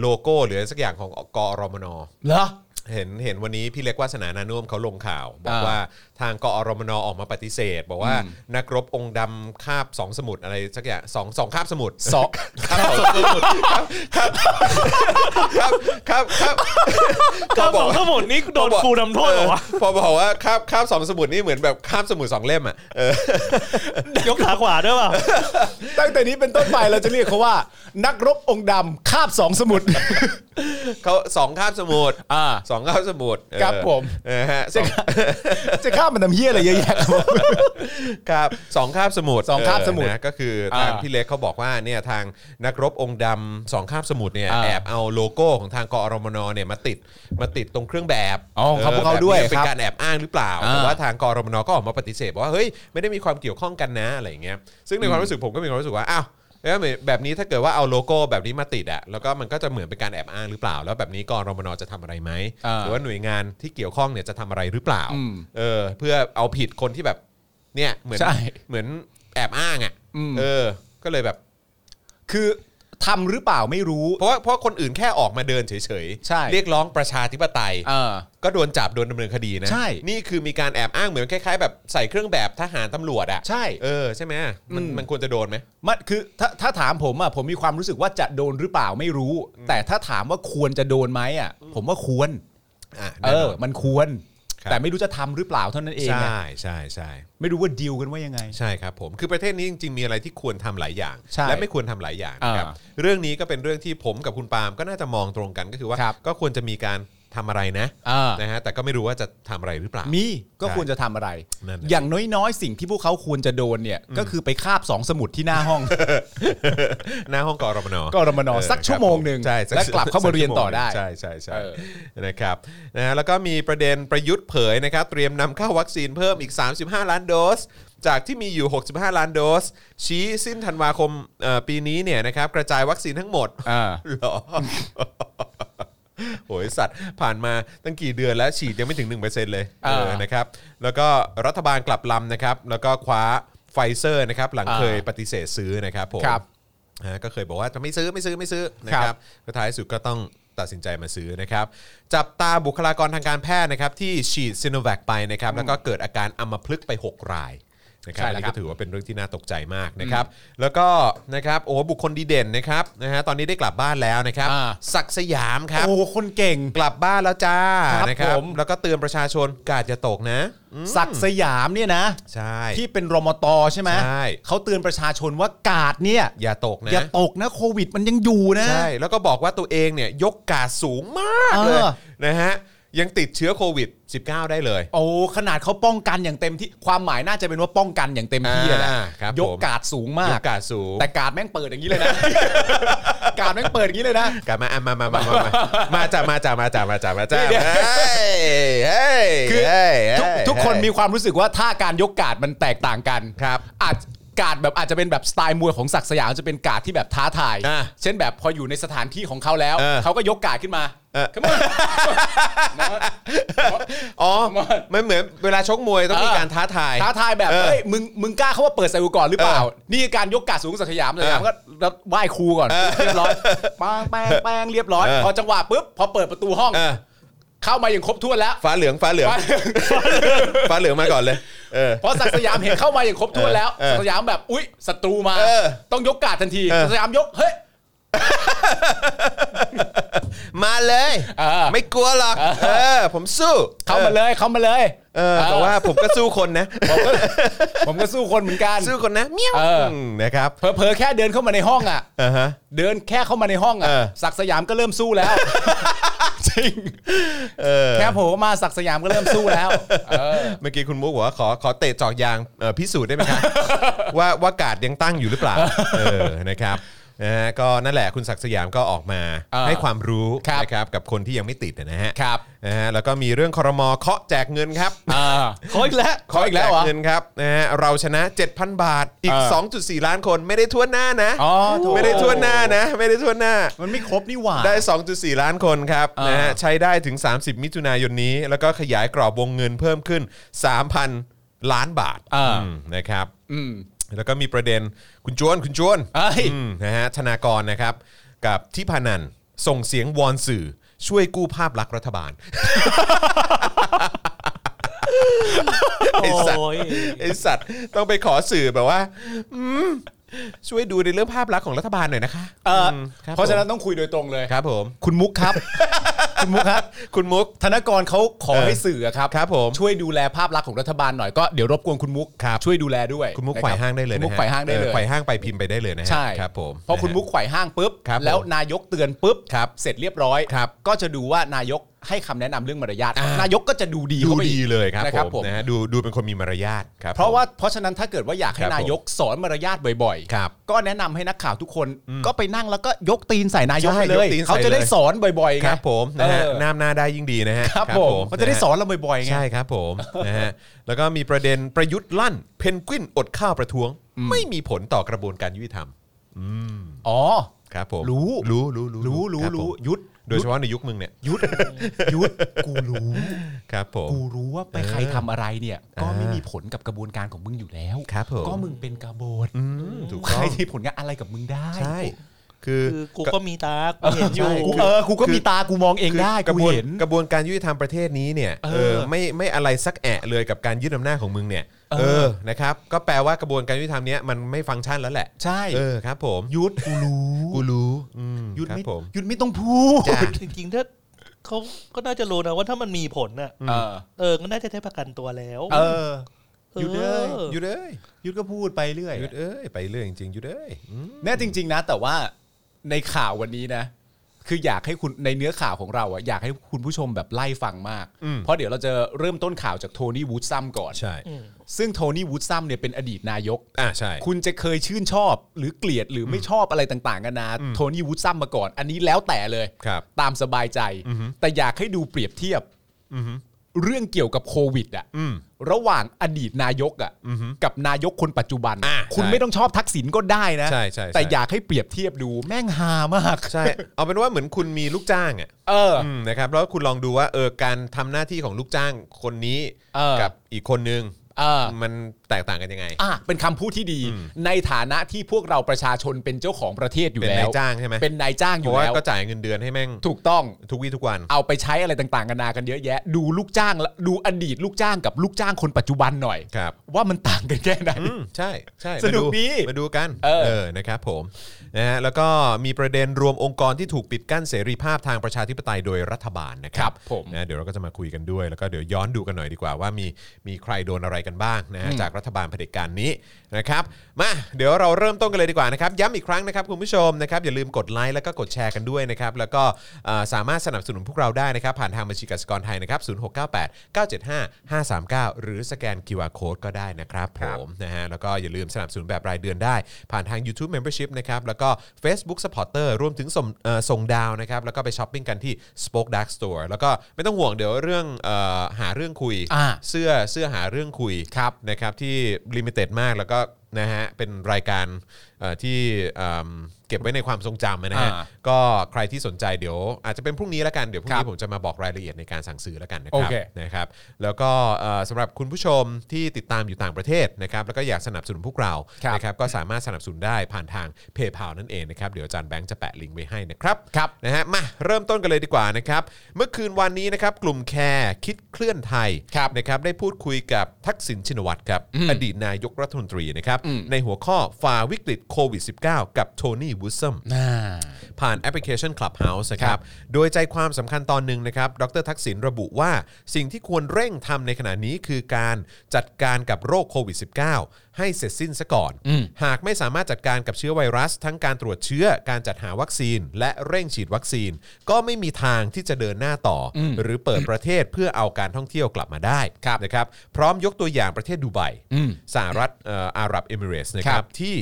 Speaker 2: โลโก้หรืออะไรสักอย่างของกอรมน
Speaker 4: เหรอ
Speaker 2: เห็นเห็นวันนี้พี่เล็กวาสนานานุ่วมเขาลงข่าว บอก
Speaker 4: อ่า
Speaker 2: ว่าทางกอรมนออกมาปฏิเสธ บอกว่า
Speaker 4: อืม
Speaker 2: นักรบองค์ดำคาบสองสมุดอะไรสักอย่างสองสองคาบสมุด
Speaker 4: สอง
Speaker 2: ครับผมครับครับครับครับ
Speaker 3: ข้าวสองสมุดนี่โดนครูทำโทษเหรอวะ
Speaker 2: พอบอกว่าข้ามข้ามสองสมุดนี่เหมือนแบบข้ามสมุดสองเล่มอ่ะเออย
Speaker 3: กขาขวาด้วยป่ะ
Speaker 4: ตั้งแต่นี้เป็นต้นไปเราจะเรียกเขาว่า นักรบองค์ดำคาบสองสมุด
Speaker 2: เขาสองข้ามสมุด
Speaker 4: อ่า
Speaker 2: สองข้ามสมุดเออ
Speaker 4: ครับผม
Speaker 2: นะฮะสอง
Speaker 4: จะข้ามมันทำเหี้ย อะไรเยอะแยะ
Speaker 2: ครับสองข้ามสมุด
Speaker 4: สองคาบสมุด
Speaker 2: เออนะก็คือทาง
Speaker 4: อ่า
Speaker 2: พี่เล็กเขาบอกว่าเนี่ยทางนักรบองค์ดำสองข้ามสมุดเนี่ย
Speaker 4: อ่า
Speaker 2: แอบเอาโลโก้ของทางกอรมนเนี่ยมาติดมาติดตรงเครื่องแบบ
Speaker 4: อ๋อของเขา
Speaker 2: ออ
Speaker 4: พวกเขาด้วย
Speaker 2: แบบนี้เป็
Speaker 4: ค
Speaker 2: น
Speaker 4: รับ
Speaker 2: การ แอบอ้างหรือเปล่า
Speaker 4: อ่า
Speaker 2: แต่ว่าทางกรมนก็ออกมาปฏิเสธบอกว่าเฮ้ยไม่ได้มีความเกี่ยวข้องกันนะอะไรอย่างเงี้ยซึ่งในความรู้สึกผมก็มีความรู้สึกว่าอ้าว แล้วเหมือนแบบนี้ถ้าเกิดว่าเอาโลโก้แบบนี้มาติดอะแล้วก็มันก็จะเหมือนเป็นการแอบอ้างหรือเปล่า แล้วแบบนี้กรมนจะทำอะไรไหม
Speaker 4: อ่า
Speaker 2: หรือว่าหน่วยงานที่เกี่ยวข้องเนี่ยจะทำอะไรหรือเปล่า
Speaker 4: อืม
Speaker 2: เออเพื่อเอาผิดคนที่แบบเนี่ยเหมือน
Speaker 4: ใช่
Speaker 2: เหมือนแอบอ้างอะ
Speaker 4: อืม
Speaker 2: เออ ก็เลยแบบ
Speaker 4: คือทำหรือเปล่าไม่รู้
Speaker 2: เพราะว่าเพราะคนอื่นแค่ออกมาเดินเฉย
Speaker 4: ใช่
Speaker 2: เรียกร้องประชาธิปไตย
Speaker 4: เออ
Speaker 2: ก็โดนจับโดนดำเนินคดีนะ
Speaker 4: ใช่
Speaker 2: นี่คือมีการแอบอ้างเหมือนคล้ายๆ แบบใส่เครื่องแบบทหารตำรวจอะ
Speaker 4: ใช่
Speaker 2: เออใช่ไหมมัน
Speaker 4: อืม
Speaker 2: มันควรจะโดนไหม
Speaker 4: มันคือถ้าถ้าถามผมอ่ะผมมีความรู้สึกว่าจะโดนหรือเปล่าไม่รู้ แต่ถ้าถามว่าควรจะโดนไหมอ่ะ ผมว่าควร
Speaker 2: อ่ะ
Speaker 4: เอ
Speaker 2: แน่น
Speaker 4: อ
Speaker 2: อน
Speaker 4: มันควร
Speaker 2: ครับ
Speaker 4: แต่ไม่รู้จะทำหรือเปล่าเท่านั้นเอง
Speaker 2: ใช่
Speaker 4: ไง
Speaker 2: ใช่ใช่
Speaker 4: ไม่รู้ว่าดีลกันว่ายังไง
Speaker 2: ใช่ครับผมคือประเทศนี้จริง ๆ มีอะไรที่ควรทำหลายอย่าง
Speaker 4: ใช่
Speaker 2: และไม่ควรทำหลายอย่างนะครับ
Speaker 4: อ่
Speaker 2: เรื่องนี้ก็เป็นเรื่องที่ผมกับคุณปาล์มก็น่าจะมองตรงกันก็คือว่า
Speaker 4: ครับ
Speaker 2: ก็ควรจะมีการทำอะไรนะ
Speaker 4: อ่าน
Speaker 2: นะฮะแต่ก็ไม่รู้ว่าจะทำอะไรหรือเปล่า
Speaker 4: มีก็
Speaker 2: ใช่
Speaker 4: ควรจะทำอะไร
Speaker 2: นั่นน่ะ
Speaker 4: อย่างน้อยๆ สิ่งที่พวกเขาควรจะโดนเนี่ย ก็คือไปคาบสองสมุดที่หน้า ห้อง
Speaker 2: หน้าห้องกรมน
Speaker 4: กรมน
Speaker 2: เออ
Speaker 4: สักชั่วโมงหนึ่ง
Speaker 2: ใช่สั
Speaker 4: แล้วกลับเข้ามาเรียนต่อได้
Speaker 2: ใช่ใช่ใช่
Speaker 4: เออ
Speaker 2: นะครับนะฮะแล้วก็มีประเด็นประยุทธ์เผยนะครับ เตรียมนำเข้าวัคซีนเพิ่มอีก 35 ล้านโดส จากที่มีอยู่ 65 ล้านโดส ชี้สิ้นธันวาคมเอ่อปีนี้เนี่ยนะครับกระจายวัคซีนทั้งหมด
Speaker 4: อ่า
Speaker 2: หรอ โหยสัตว์ผ่านมาตั้งกี่เดือนแล้วฉีดยังไม่ถึง 1%เลย
Speaker 4: อ่า
Speaker 2: เออนะครับ แล้วก็รัฐบาลกลับลำนะครับ แล้วก็คว้าไฟเซอร์นะครับ หลัง
Speaker 4: อ่า
Speaker 2: เคยปฏิเสธซื้อนะครับผม
Speaker 4: ครับ
Speaker 2: ฮะก็เคยบอกว่าจะไม่ซื้อไม่ซื้อไม่ซื้อนะค
Speaker 4: ครั
Speaker 2: รับบ ก็ท้ายสุดก็ต้องตัดสินใจมาซื้อนะครับ จับตาบุคลากรทางการแพทย์นะครับ ที่ฉีดซิโนแวคไปนะครับ แล้วก็เกิดอาการอัมพฤกษ์ไป 6 รายนะครับ
Speaker 4: ใช่
Speaker 2: อัน
Speaker 4: แล้ว
Speaker 2: นี้
Speaker 4: ครั
Speaker 2: ก็
Speaker 4: บ
Speaker 2: ถือว่าเป็นเรื่องที่น่าตกใจมากนะครับ แล้วก็นะครับโอ้บุคคลดีเด่นนะครับนะฮะตอนนี้ได้กลับบ้านแล้วนะครับ
Speaker 4: อ่า
Speaker 2: ศักดิ์สยามครับ
Speaker 4: โอ้คนเก่ง
Speaker 2: กลับบ้านแล้วจ้า
Speaker 4: ครับ
Speaker 2: นะครับ
Speaker 4: ผม
Speaker 2: แล้วก็เตือนประชาชนกาดจะตกนะอืม
Speaker 4: ศักดิ์สยามเนี่ยนะ
Speaker 2: ใช่
Speaker 4: ที่เป็นรมตใช่ไหม
Speaker 2: ใช่
Speaker 4: เขาเตือนประชาชนว่ากาดเนี่ย
Speaker 2: อย่าตกนะ
Speaker 4: อย่าตกนะโควิดมันยังอยู่นะ
Speaker 2: ใช่แล้วก็บอกว่าตัวเองเนี่ยยกกาดสูงมากเลย
Speaker 4: เออ
Speaker 2: นะฮะยังติดเชื้อโควิด -19 ได้เลย
Speaker 4: โอ้ขนาดเขาป้องกันอย่างเต็มที่ความหมายน่าจะเป็นว่าป้องกันอย่างเต็มที่แหละ
Speaker 2: อ่าครับ
Speaker 4: ยก
Speaker 2: ผม
Speaker 4: กาดสูงมาย ก
Speaker 2: กกาดสูง
Speaker 4: แต่กาดแม่งเปิดอย่างนี้ เลยนะ กาดแม่งเปิดอย่างนี้เลยนะ
Speaker 2: กลับมาอ่ะมามามามามามาจ้ามาจ้ามาจ้ามาจ้ามาจ้า
Speaker 4: เดี๋ยว
Speaker 2: เฮ้ยเฮ้ย
Speaker 4: คือ
Speaker 2: เฮ้ย
Speaker 4: ทุก
Speaker 2: เฮ้ย
Speaker 4: ทุกคนมีความรู้สึกว่าท่าการยกกาดมันแตกต่างกัน
Speaker 2: ครับ
Speaker 4: อาจการแบบอาจจะเป็นแบบสไตล์มวยของศักดิ์สยามจะเป็นการดที่แบบท้าทาย
Speaker 2: อ่ะ
Speaker 4: เช่นแบบพออยู่ในสถานที่ของเขาแล้ว
Speaker 2: เออ
Speaker 4: เขาก็ยกการดขึ้นมา Come on
Speaker 2: อ๋อ มันเหมือนเวลาชกมวยต้องมี
Speaker 4: เออ
Speaker 2: การท้าทาย
Speaker 4: ท้าทายแบบ
Speaker 2: เออ
Speaker 4: เฮ้ยมึงมึงกล้าเข้ามาเปิดใส่กูก่อนหรือเปล่า
Speaker 2: เออ
Speaker 4: นี่คือการยกกาดสูงศักดิ์สยามศักดิ์สยา
Speaker 2: เอ
Speaker 4: ม
Speaker 2: อ
Speaker 4: ก็รับไหว้ครูก่อนเรียบร้อยปังแปงแปงเรียบร้อย
Speaker 2: เออ
Speaker 4: พอจังหวะปุ๊บพอเปิดประตูห้อง
Speaker 2: เออ
Speaker 4: เข้ามาอย่างครบถ้วนแล้ว
Speaker 2: ฟ้าเหลืองฟ้าเหลืองฟ้าเหลืองมาก่อนเลย เออ
Speaker 4: เพราะศักดิ์สยามเห็นเข้ามาอย่างครบถ้วนแล้ว
Speaker 2: เออ
Speaker 4: ศักดิ์สยามแบบอุ๊ยศัตรูมา
Speaker 2: เออ
Speaker 4: ต้องยกการ์ดทันที
Speaker 2: เออ
Speaker 4: ศักดิ์สยามยกเฮ้ย
Speaker 2: มาเลย
Speaker 4: เออ
Speaker 2: ไม่กลัวหรอกเออ ผมสู้
Speaker 4: เข้ามาเลยเข้ามาเลย
Speaker 2: เออแต่ว่าผมก็สู้คนนะ
Speaker 4: ผมก็ผมก็สู้คนเหมือนกัน
Speaker 2: สู้คนนะเมี้ยว
Speaker 4: เอออื
Speaker 2: มนะครับ
Speaker 4: เผลอๆแค่เดินเข้ามาในห้องอ่ะ
Speaker 2: อ่าฮะ
Speaker 4: เดินแค่เข้ามาในห้องอ่ะ
Speaker 2: เออ
Speaker 4: ศักดิ์สยามก็เริ่มสู้แล้ว จริงแค่โผล่เข้ามาศักดิ์สยามก็เริ่มสู้แล้วเออ
Speaker 2: เมื่อกี้คุณมุกบอกว่าขอขอเตะเจอกยางเอ่อพิสูจน์ได้ไหม ครับ ว่าว่ากาดยังตั้งอยู่หรือเปล่า เออนะครับนะฮะก็นั่นแหละคุณศักดิ์สยามก็ออกมา
Speaker 4: เออ
Speaker 2: ให้ความรู้
Speaker 4: ครับ
Speaker 2: นะครับกับคนที่ยังไม่ติดนะฮะ
Speaker 4: ครับ
Speaker 2: นะฮะแล้วก็มีเรื่องคอรมอเคาะแจกเงินครับ
Speaker 4: อ่าขออีกแล้วขออีกแล้ว
Speaker 2: แจ
Speaker 4: เหรอ
Speaker 2: เงินครับนะฮะเราชนะ 7,000 บาทอีก
Speaker 4: เออ
Speaker 2: 2.4 ล้านคนไม่ได้ทั่วหน้านะ
Speaker 4: อ๋อโถ่
Speaker 2: ไม่ได้ทั่วหน้านะ ไม่ได้ทั่วหน้า
Speaker 4: มันไม่ครบนี่หว่า
Speaker 2: ได้ 2.4 ล้านคนครับ
Speaker 4: อ่าน
Speaker 2: นะฮะใช้ได้ถึง 30 มิถุนายนนี้ แล้วก็ขยายกรอบวงเงินเพิ่มขึ้น 3,000 ล้านบาท
Speaker 4: อ่า
Speaker 2: อืมนะครับ
Speaker 4: อืม
Speaker 2: แล้วก็มีประเด็นคุณจวนคุณจวน
Speaker 4: เอ้ย
Speaker 2: อืมนะฮะธนากรนะครับ กับทิพานันท์ส่งเสียงวอนสื่อ ช่วยกู้ภาพลักษณ์รัฐบาล ไอ้สัตว์
Speaker 3: โอ้ย
Speaker 2: ไอ้สัตว์ต้องไปขอสื่อแบบว่าอืมช่วยดูในเรื่องภาพลักษณ์ของรัฐบาลหน่อยนะคะ
Speaker 4: เอออ
Speaker 2: มคบ
Speaker 4: เพราะฉะนั้นต้องคุยโดยตรงเลย
Speaker 2: ครับผม
Speaker 4: คุณมุกครับ คุณมุกครับ
Speaker 2: คุณมุก
Speaker 4: ธนกรเขาขอ
Speaker 2: เออ
Speaker 4: ให้สื่ออะครับ
Speaker 2: ครับผม
Speaker 4: ช่วยดูแลภาพลักษณ์ของรัฐบาลหน่อยก็เดี๋ยวรบกวนคุณมุก
Speaker 2: ครับ
Speaker 4: ช่วยดูแลด้วย
Speaker 2: คุณมุก
Speaker 4: นะครั
Speaker 2: ไข
Speaker 4: บ
Speaker 2: ว่ห้างได้เลย
Speaker 4: คุณ
Speaker 2: นะ
Speaker 4: มุกไขว่ห้างได้เล
Speaker 2: อยอไขว่ห้างไปพิมพ์ไปได้เลยนะฮะ
Speaker 4: ใช่
Speaker 2: ครับผม
Speaker 4: พอคุณ
Speaker 2: นะฮะ
Speaker 4: มุกไขว่ห้างปุ๊บ
Speaker 2: ครับผม
Speaker 4: แล้วนายกเตือนปุ๊บ
Speaker 2: ครับ
Speaker 4: เสร็จเรียบร้อย
Speaker 2: ครับ
Speaker 4: ก็จะดูว่านายกให้คำแนะนำเรื่องมารยาทนายกก็จะดูดี
Speaker 2: ดู
Speaker 4: ข้าไป
Speaker 2: ดี
Speaker 4: อีก
Speaker 2: เลยครับ
Speaker 4: นะครับ
Speaker 2: ผ
Speaker 4: ผม ม
Speaker 2: นะฮะดูดูเป็นคนมีมารยาทครับ
Speaker 4: เพราะว่า
Speaker 2: ผม
Speaker 4: เพราะฉะนั้นถ้าเกิดว่าอยากให้
Speaker 2: ครับผม
Speaker 4: นายกสอนมารยาทบ่อย
Speaker 2: ครับ
Speaker 4: ๆ ก็แนะนำให้นักข่าวทุกคน ก็ไปนั่งแล้วก็ยกตีนใส่นายก
Speaker 2: ใช่
Speaker 4: ไปเลย ย
Speaker 2: กตีนใส่
Speaker 4: เขาจะได้
Speaker 2: เลย
Speaker 4: สอนบ่อยๆไง
Speaker 2: ครับผมนะฮะ
Speaker 4: เออ
Speaker 2: หน้าหน้าได้ยิ่งดีนะฮะ
Speaker 4: ครับผมเขาจะได้สอนเราบ่อยๆไง
Speaker 2: ใช่ครับผมนะฮะแล้วก็มีประเด็นประยุทธ์ลั่น เพนกวินอดข้าวประท้วง ไม่มีผลต่อกระบวนการยุติธรรม
Speaker 4: อ๋อ
Speaker 2: ครับผม
Speaker 4: รู้
Speaker 2: รู้รู้รู้
Speaker 4: รู้
Speaker 2: คบผม
Speaker 4: รู้รู้ยุด
Speaker 2: โดยเฉพาะในยุคมึงเนี่ย
Speaker 4: ยุ ดยุดกูรู้
Speaker 2: ครับผม
Speaker 4: กูรู้ว่าไปใครทำอะไรเนี่ย ก็
Speaker 2: เออ
Speaker 4: ไม่มีผลกับกระบวนการของมึงอยู่แล้ว
Speaker 2: ครับผม
Speaker 4: ก็มึงเป็นกบฏ
Speaker 2: อืมถูก
Speaker 4: ใค
Speaker 2: ต้
Speaker 4: ร
Speaker 2: อง
Speaker 4: ที่ผลงานอะไรกับมึงได้
Speaker 2: ใช่ คือ
Speaker 3: คือกูก็มีตากูเห็นอยู่
Speaker 2: ใช่
Speaker 4: กูเออกูก็มีตากูมองเองได้
Speaker 2: กระ
Speaker 4: กู
Speaker 2: บวน
Speaker 4: เห็น
Speaker 2: กระบวนการยุติธรรมประเทศนี้เนี่ย
Speaker 4: เออ
Speaker 2: เออไม่ไม่อะไรสักแอะเลยกับการยึดอำนาจของมึงเนี่ย
Speaker 4: เออ
Speaker 2: เออนะครับก็แปลว่ากระบวนการยุติธรรมเนี้ยมันไม่ฟังก์ชันแล้วแหละ
Speaker 4: ใช่
Speaker 2: เออครับผม
Speaker 4: ยุดกูรู้
Speaker 2: กูรู้อืม
Speaker 4: ยุด
Speaker 2: ครั
Speaker 4: ไม่
Speaker 2: บผม
Speaker 4: ยุดไม่ต้องพูด
Speaker 2: จ้ะ
Speaker 3: จริงๆถ้าเขาก็น่าจะรู้นะว่าถ้ามันมีผลน่ะ
Speaker 4: เออ
Speaker 3: เออ ก็น่าจะได้ประกันตัวแล้ว
Speaker 4: เออ หยุดเลย
Speaker 3: ออ
Speaker 2: หยุดเอ้ย
Speaker 4: ยุดก็พูดไปเรื่อย
Speaker 2: หยุดเอ้ยไปเรื่อยจริงๆหยุดเอ้ยอืม
Speaker 4: แน่จริง ๆ นะ แต่ว่าในข่าววันนี้นะ คืออยากให้คุณในเนื้อข่าวของเราอะอยากให้คุณผู้ชมแบบไล่ฟังมาก
Speaker 2: อืม
Speaker 4: เพราะเดี๋ยวเราจะเริ่มต้นข่าวจากโทนี่วูดซัมก่อน
Speaker 2: ใช่
Speaker 3: อืม
Speaker 4: ซึ่งโทนี่วูดซัมเนี่ยเป็นอดีตนายก
Speaker 2: อ่าใช่
Speaker 4: คุณจะเคยชื่นชอบหรือเกลียดหรือไม่ชอบอะไรต่างๆกันานาโทนี่วูดซัมมาก่อน อันนี้แล้วแต่เลย
Speaker 2: ครับ
Speaker 4: ตามสบายใจ
Speaker 2: อือฮึ
Speaker 4: แต่อยากให้ดูเปรียบเทียบ
Speaker 2: อืม
Speaker 4: เรื่องเกี่ยวกับโควิดอะ
Speaker 2: อืม
Speaker 4: ระหว่างอดีตนายกอะ
Speaker 2: อือฮึ
Speaker 4: กับนายกคนปัจจุบัน
Speaker 2: อ่ะ
Speaker 4: คุณ
Speaker 2: ใช่
Speaker 4: ไม่ต้องชอบทักษิณก็ได้นะ
Speaker 2: ใช่ใช่ใช่
Speaker 4: แต่อยากให้เปรียบเทียบดูแม่งฮามาก
Speaker 2: ใช่เอาเป็นว่าเหมือนคุณมีลูกจ้างอ่ะ
Speaker 4: เออ
Speaker 2: มนะครับแล้วคุณลองดูว่าเออการทำหน้าที่ของลูกจ้างคนนี้
Speaker 4: เออ
Speaker 2: กับอีกคนนึง
Speaker 4: เออ
Speaker 2: มันแตกต่างกันยังไง
Speaker 4: อ่ะเป็นคำพูดที่ดี
Speaker 2: อืม
Speaker 4: ในฐานะที่พวกเราประชาชนเป็นเจ้าของประเทศอยู่
Speaker 2: เป็น
Speaker 4: แล้
Speaker 2: นายว จ้างใช่ไหม
Speaker 4: เป็นนายจ้างอ
Speaker 2: เพ
Speaker 4: ยู่
Speaker 2: ราะว่า
Speaker 4: แล้ว
Speaker 2: ก็จ่ายเงินเดือนให้แม่ง
Speaker 4: ถูกต้อง
Speaker 2: ทุกวี่ทุกวัน
Speaker 4: เอาไปใช้อะไรต่างๆกันานากันเยอะแยะ ดูลูกจ้างและดูอดีตลูกจ้างกับลูกจ้างคนปัจจุบันหน่อย
Speaker 2: ครับ
Speaker 4: ว่ามันต่างกันแค่ไหน
Speaker 2: อืมใช่ใช่
Speaker 4: สนุก
Speaker 2: มา
Speaker 4: ดี
Speaker 2: มาดูกัน
Speaker 4: เออ
Speaker 2: นะครับผมนะฮะแล้วก็มีประเด็นรวมองค์กรที่ถูกปิดกั้นเสรีภาพทางประชาธิปไตยโดยรัฐบาลนะครั
Speaker 4: ครับ บผม
Speaker 2: นะเดี๋ยวเราก็จะมาคุยกันด้วย แล้วก็เดี๋ยวย้อนดูกันหน่อยดีกว่าว่ามีมีใครโดนอะไรกันบ้างนะฮะ
Speaker 4: อืม
Speaker 2: จากรัฐบาลเผด็จการนี้นะครับมาเดี๋ยวเราเริ่มต้นกันเลยดีกว่านะครับย้ำอีกครั้งนะครับคุณผู้ชมนะครับอย่าลืมกดไลค์แล้วก็กดแชร์กันด้วยนะครับแล้วก็เอ่อสามารถสนับสนุนพวกเราได้นะครับผ่านทางบัญชีกสิกรไทยนะครับ0698 975 539 หรือสแกน QR Code ก็ได้นะครับผ
Speaker 4: ครับ
Speaker 2: ม ผมนะฮะแล้วก็อย่าลืมสนับสนุนแบบรายเดือนได้ ผ่านทาง YouTube Membership นะครับแล้วก็ Facebook Supporter รวมถึงส่งเอ่อส่งดาวนะครับแล้วก็ไปช้อปปิ้งกันที่ Spoke Dark Store แล้วก็ไม่ต้องห่วงเดี๋ยวเรื่องเออหาเรื่องคุย
Speaker 4: อ่า
Speaker 2: เสื้อเสื้อหาเรื่องคุย
Speaker 4: ครับ
Speaker 2: นะครับที่ลิมิเต็ดมากแล้วก็นะฮะเป็นรายการเอ่อที่เอิ่มเก็บไว้ในความทรงจำนะฮะ
Speaker 4: อ่า
Speaker 2: ก็ใครที่สนใจเดี๋ยว อาจจะเป็นพรุ่งนี้แล้วกันเดี๋ยวพรุ่ง
Speaker 4: ครั
Speaker 2: นี้
Speaker 4: บ
Speaker 2: ผมจะมาบอกรายละเอียดในการสั่งซื้อแล้วกันนะครับ
Speaker 4: โอเค
Speaker 2: นะครับแล้วก็เอ่อสำหรับคุณผู้ชมที่ติดตามอยู่ต่างประเทศนะครับแล้วก็อยากสนับสนุนพวกเรา
Speaker 4: ครับ
Speaker 2: นะครับก็สามารถสนับสนุนได้ผ่านทางเพย์พานั่นเองนะครับเดี๋ยวอาจารย์แบงค์จะแปะลิงก์ไว้ให้นะครับ
Speaker 4: ครับ
Speaker 2: นะฮะมาเริ่มต้นกันเลยดีกว่านะครับ เมื่อคืนวันนี้นะครับ กลุ่มแคร์คิดเคลื่อนไทย
Speaker 4: ครับ
Speaker 2: นะครับได้พูดคุยกับทักษิณชินวัตรครับ อดีตนายกรัฐมนตรีนะครับ
Speaker 4: อืม
Speaker 2: ในหัวข้อฝ่าวิกฤตโควิด -19 กับโทนี่วูซัม
Speaker 4: น่า
Speaker 2: ผ่านแอปพลิเคชัน Clubhouse นะครั
Speaker 4: ครับ บ
Speaker 2: โดยใจความสำคัญตอนหนึ่งนะครับ ดรทักษิณระบุว่าสิ่งที่ควรเร่งทำในขณะนี้คือการจัดการกับโรคโควิด -19 ให้เสร็จสิ้นซะก่อน
Speaker 4: อืม
Speaker 2: หากไม่สามารถจัดการกับเชื้อไวรัส ทั้งการตรวจเชื้อ การจัดหาวัคซีน และเร่งฉีดวัคซีน ก็ไม่มีทางที่จะเดินหน้าต่ออหรือเปิดประเทศเพื่อเอาการท่องเที่ยวกลับมาได้นะครับ พร้อมยกตัวอย่างประเทศดูไบ
Speaker 4: อืม
Speaker 2: สหรัฐเอ่ออาหรับเอมิเรตส์นะค
Speaker 4: ค
Speaker 2: รั
Speaker 4: รั
Speaker 2: บบ ที่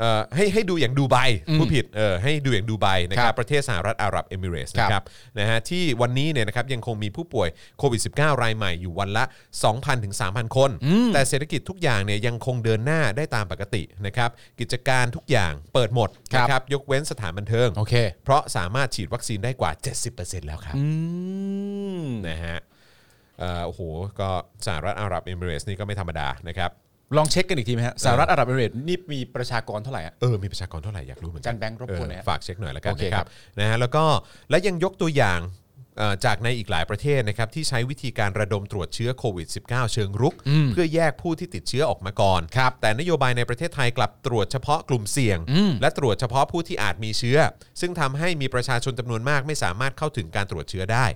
Speaker 2: เอ่อให้ให้ดูอย่างดูไบผู้ผิดเออให้ดูอย่างดูไบนะค
Speaker 4: ค
Speaker 2: รั
Speaker 4: รับ บ
Speaker 2: ประเทศสหรัฐอาหรับเอมิเรตส์
Speaker 4: ครับ
Speaker 2: นะครับนะฮะที่วันนี้เนี่ยนะครับยังคงมีผู้ป่วยโควิด -19 รายใหม่อยู่วันละ 2,000ถึง3,000 คน แต่เศรษฐกิจทุกอย่างเนี่ยยังคงเดินหน้าได้ตามปกตินะครับกิจการทุกอย่างเปิดหมดนะครับยกเว้นสถานบันเทิง
Speaker 4: โอเค
Speaker 2: เพราะสามารถฉีดวัคซีนได้กว่า 70%แล้วครับ
Speaker 4: อืม
Speaker 2: นะฮะเอ่อโอ้โหก็สหรัฐอาหรับเอมิเรตส์นี่ก็ไม่ธรรมดานะครับ
Speaker 4: ลองเช็คกันอีกทีไหมฮะสหรัฐอาหรับเอมิเรตส์นี่มีประชากรเท่าไหร่อะ
Speaker 2: เออมีประชากรเท่าไหร่อยากรู้เหมือนกั
Speaker 4: อาจารย์แบงค์รบกวนหนะ
Speaker 2: เออฝากเช็คหน่อยแล้วกัน
Speaker 4: โอเค
Speaker 2: นะค
Speaker 4: ครั
Speaker 2: รับบ นะฮะแล้วก็และยังยกตัวอย่างเอ่อจากในอีกหลายประเทศนะครับที่ใช้วิธีการระดมตรวจเชื้อโควิด -19 เชิงรุก เพื่อแยกผู้ที่ติดเชื้อออกมาก่อน แต่นโยบายในประเทศไทยกลับตรวจเฉพาะกลุ่มเสี่ยง และตรวจเฉพาะผู้ที่อาจมีเชื้อ ซึ่งทำให้มีประชาชนจำนวนมากไม่สามารถเข้าถึงการตรวจเชื้อได้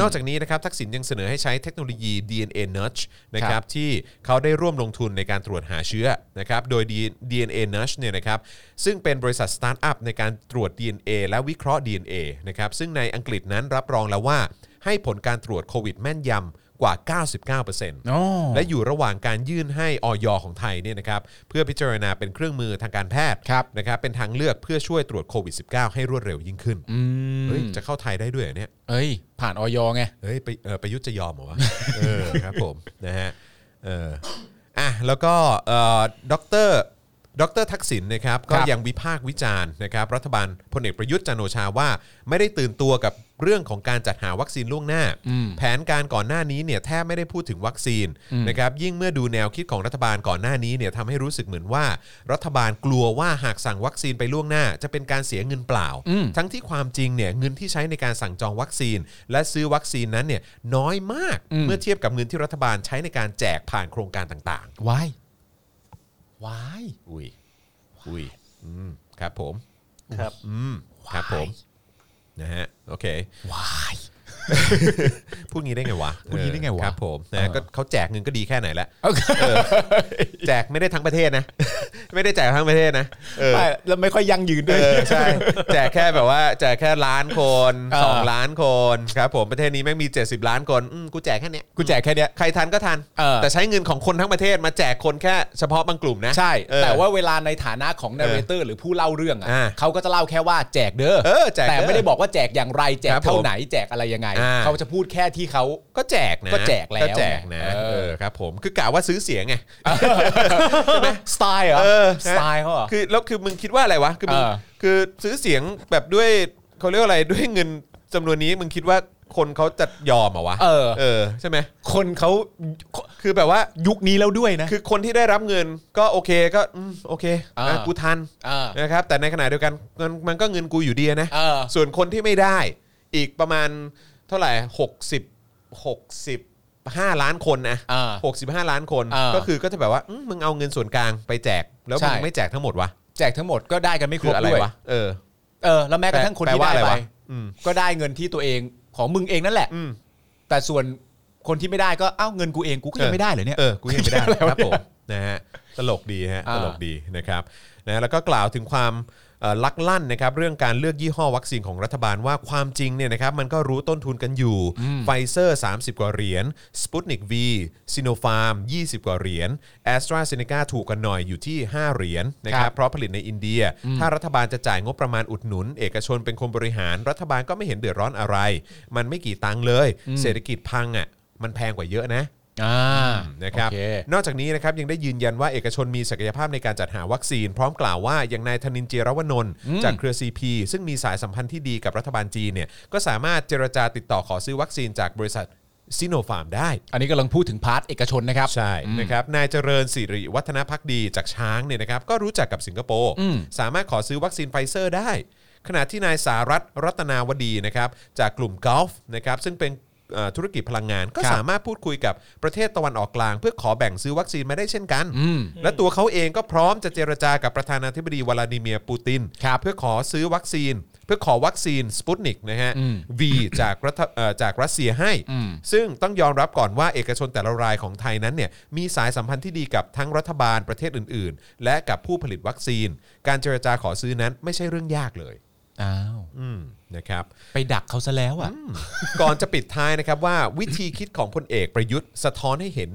Speaker 2: นอกจากนี้นะครับทักษิณยังเสนอให้ใช้เทคโนโลยี DNA Nudge นะค
Speaker 4: ครั
Speaker 2: รับบ ที่เขาได้ร่วมลงทุนในการตรวจหาเชื้อนะครับโดย DNA Nudge เนี่ยนะครับซึ่งเป็นบริษัทสตาร์ทอัพในการตรวจ DNA และวิเคราะห์ DNA นะครับซึ่งในอังกฤษนั้นรับรองแล้วว่า ให้ผลการตรวจโควิดแม่นยำกว่า 99%
Speaker 4: อ๋อ
Speaker 2: และอยู่ระหว่างการยื่นให้ออยของไทยเนี่ยนะครับเพื่อพิจารณาเป็นเครื่องมือทางการแพทย์
Speaker 4: ครับ
Speaker 2: นะครับเป็นทางเลือกเพื่อช่วยตรวจโควิด -19 ให้รวดเร็วยิ่งขึ้นเฮ้ยจะเข้าไทยได้ด้วยเหรอเนี่ย
Speaker 4: เอ้ย ผ่านออยไง
Speaker 2: เฮ้ยไปเออประยุทธ์จะยอมเหรอวะ เออครับผมนะฮะเอออ่ะแล้วก็เอ่อดอกเตอร์ ดรทักษิณนะครับก็ยังวิพากษ์วิจารณ์นะครับรัฐบาลพลเอกประยุทธ์จันทร์โอชาว่า ไม่ได้ตื่นตัวกับเรื่องของการจัดหาวัคซีนล่วงหน้า แผนการก่อนหน้านี้เนี่ยแทบไม่ได้พูดถึงวัคซีนนะครับยิ่งเมื่อดูแนวคิดของรัฐบาลก่อนหน้านี้เนี่ยทำให้รู้สึกเหมือนว่า รัฐบาลกลัวว่าหากสั่งวัคซีนไปล่วงหน้า จะเป็นการเสียเงินเปล่า
Speaker 4: อืม
Speaker 2: ทั้งที่ความจริงเนี่ยเงินที่ใช้ในการสั่งจองวัคซีน และซื้อวัคซีนนั้นเนี่ยน้อยมากเมื่อเทียบกับเงินที่รัฐบาลใช้ในการแจกผ่านโครงการต่าง
Speaker 4: วายวาย
Speaker 2: ๆ อุ้ยอุ้ยอืมครับผม
Speaker 3: ครับ
Speaker 2: อืมครับผมนะฮะโอเค
Speaker 4: วาย
Speaker 2: พูดงี้ได้ไงวะ
Speaker 4: พูดงี้ได้ไงวะ
Speaker 2: ครับผมนะก็เขาแจกเงินก็ดีแค่ไหนแล้ว
Speaker 4: โอ เค
Speaker 2: เออแจกไม่ได้ทั้งประเทศนะ ไม่ได้แจกทั้งประเทศนะเออ
Speaker 4: ไม่แล้วไม่ค่อยยั่งยืน
Speaker 2: เอ
Speaker 4: ด้วย
Speaker 2: อใช่แจกแค่แบบว่าแจกแค่ล้านคน
Speaker 4: เออ
Speaker 2: สองล้านคนครับผมประเทศนี้แม่งมี 70 ล้านคนอืมกูแจกแค่เนี้ย
Speaker 4: กูแจกแค่เนี้ย
Speaker 2: ใครทันก็ทัน
Speaker 4: เออ
Speaker 2: แต่ใช้เงินของคนทั้งประเทศมาแจกคนแค่เฉพาะบางกลุ่มนะ
Speaker 4: ใช่
Speaker 2: เออ
Speaker 4: แต่ว่าเวลาในฐานะของนาร์เรเตอร์หรือผู้เล่าเรื่องอ่ะ
Speaker 2: อ่า
Speaker 4: เขาก็จะเล่าแค่ว่าแจกเด้อ
Speaker 2: เออแจกเด้อ
Speaker 4: แต่ไม่ได้บอกว่าแจกอย่างไรแจก
Speaker 2: ครับผม
Speaker 4: เท่าไหนแจกอะไรยังไง
Speaker 2: อ่า
Speaker 4: เขาจะพูดแค่ที่เขา
Speaker 2: ก็แจกนะ
Speaker 4: ก็แจกแล้ว
Speaker 2: ก็แจกนะ
Speaker 4: ไงเออ
Speaker 2: เออครับผมคือกะว่าซื้อเสียงไง
Speaker 4: สไตล์เหรอ
Speaker 2: เออ
Speaker 4: สไตล์เขาเหรอ
Speaker 2: คือแล้วคือมึงคิดว่าอะไรวะคือมึง
Speaker 4: เออ
Speaker 2: คือซื้อเสียงแบบด้วยเขาเรียกว่าอะไรด้วยเงินจำนวนนี้มึงคิดว่าคนเขาจะยอมเหรอวะ
Speaker 4: เออ
Speaker 2: เออใช่ไหม
Speaker 4: คนเขา
Speaker 2: คือแบบว่า
Speaker 4: ยุคนี้แล้วด้วยนะ
Speaker 2: คือคนที่ได้รับเงินก็โอเคก็อืมโอเค
Speaker 4: เออ
Speaker 2: นะกูทัน
Speaker 4: อ่า
Speaker 2: นะครับแต่ในขณะเดียวกันมันมันก็เงินกูอยู่ดีอะนะ
Speaker 4: เออ
Speaker 2: ส่วนคนที่ไม่ได้อีกประมาณเท่าไหร่60 65 ล้านคนนะ
Speaker 4: เออ
Speaker 2: 65 ล้านคน
Speaker 4: เออ
Speaker 2: ก็คือก็จะแบบว่าอืมมึงเอาเงินส่วนกลางไปแจกแล้วมึง
Speaker 4: ใช่
Speaker 2: ไม่แจกทั้งหมดวะ
Speaker 4: แจกทั้งหมดก็ได้กันไม่ค
Speaker 2: คื
Speaker 4: ร
Speaker 2: อบ อะไร
Speaker 4: ด้วย
Speaker 2: วะเออ
Speaker 4: เออแล้วแม้กระทั่งคนที่
Speaker 2: แปลว่าอะไร
Speaker 4: ได้ไป
Speaker 2: วะอืม
Speaker 4: ก็ได้เงินที่ตัวเองของมึงเองนั่นแหละ
Speaker 2: อืม
Speaker 4: แต่ส่วนคนที่ไม่ได้ก็เอ้าเงินกูเองกูก็ยังไม่ได้เลยเนี่ย
Speaker 2: เออ กูยังไม่ได้
Speaker 4: อะไรวะ
Speaker 2: ครับผมนะฮะ ตลกดีฮะ
Speaker 4: อ่า
Speaker 2: ตลกดีนะครับ นะแล้วก็กล่าวถึงความเอ่อลักลั่นนะครับเรื่องการเลือกยี่ห้อวัคซีนของรัฐบาลว่าความจริงเนี่ยนะครับมันก็รู้ต้นทุนกันอยู่ ไฟเซอร์ 30 กว่าเหรียญสปุตนิก V ซิโนฟาร์ม 20 กว่าเหรียญแอสตราเซเนกาถูกกันหน่อยอยู่ที่ 5 เหรียญนะค
Speaker 4: ค
Speaker 2: รั
Speaker 4: รั
Speaker 2: บบ เพราะผลิตในอินเดีย ถ้ารัฐบาลจะจ่ายงบประมาณอุดหนุน เอกชนเป็นคนบริหาร รัฐบาลก็ไม่เห็นเดือดร้อนอะไร มันไม่กี่ตังค์เลย เศรษฐกิจพังอ่ะมันแพงกว่าเยอะนะ
Speaker 4: อ่า
Speaker 2: นะครับ
Speaker 4: โอเ
Speaker 2: นอกจากนี้นะครับยังได้ยืนยันว่าเอกชนมีศักยภาพในการจัดหาวัคซีน พร้อมกล่าวว่าอย่างนายธนินเจยรวนนท์จากเครือ CP ซึ่งมีสายสัมพันธ์ที่ดีกับรัฐบาลจีนเนี่ยก็สามารถเจรจาติดต่อขอซื้อวัคซีนจากบริษัทซิโนฟาร์มได้
Speaker 4: อันนี้กำลังพูดถึงพาร์ทเอกชนนะครับ
Speaker 2: ใช่นะครับนายเจริญสิริวัฒนพักดีจากช้างเนี่ยนะครับก็รู้จักกับสิงคโปร์
Speaker 4: อืม
Speaker 2: สามารถขอซื้อวัคซีนไฟเซอร์ได้ ขณะที่นายสารัตน์รัตนาวดีนะครับจากกลุ่มกอล์ฟนะครับซึ่งเป็นเอ่อธุรกิจพลังงาน ก็
Speaker 4: ครับ
Speaker 2: สามารถพูดคุยกับประเทศตะวันออกกลาง เพื่อขอแบ่งซื้อวัคซีนมาได้เช่นกัน
Speaker 4: อืม
Speaker 2: และตัวเขาเองก็พร้อมจะเจรจากับประธานาธิบดีวลาดิเมียร์ปูติน
Speaker 4: ครับ
Speaker 2: เพื่อขอซื้อวัคซีน เพื่อขอวัคซีนสปุตนิกนะฮะ
Speaker 4: อืม
Speaker 2: V จากรัฐเอ่อจากรัสเซียให้
Speaker 4: อืม
Speaker 2: ซึ่งต้องยอมรับก่อนว่าเอกชนแต่ละรายของไทยนั้นเนี่ยมีสายสัมพันธ์ที่ดีกับทั้งรัฐบาลประเทศอื่น ๆ และกับผู้ผลิตวัคซีน การเจรจาขอซื้อนั้นไม่ใช่เรื่องยากเลย
Speaker 4: อ้าว
Speaker 2: อืมนะครับ
Speaker 4: ไปดักเขาซะแล้วอ่ะ
Speaker 2: ก่อนจะปิดท้ายนะครับว่าวิธีคิดของพลเอกประยุทธ์ สะท้อนให้เห็น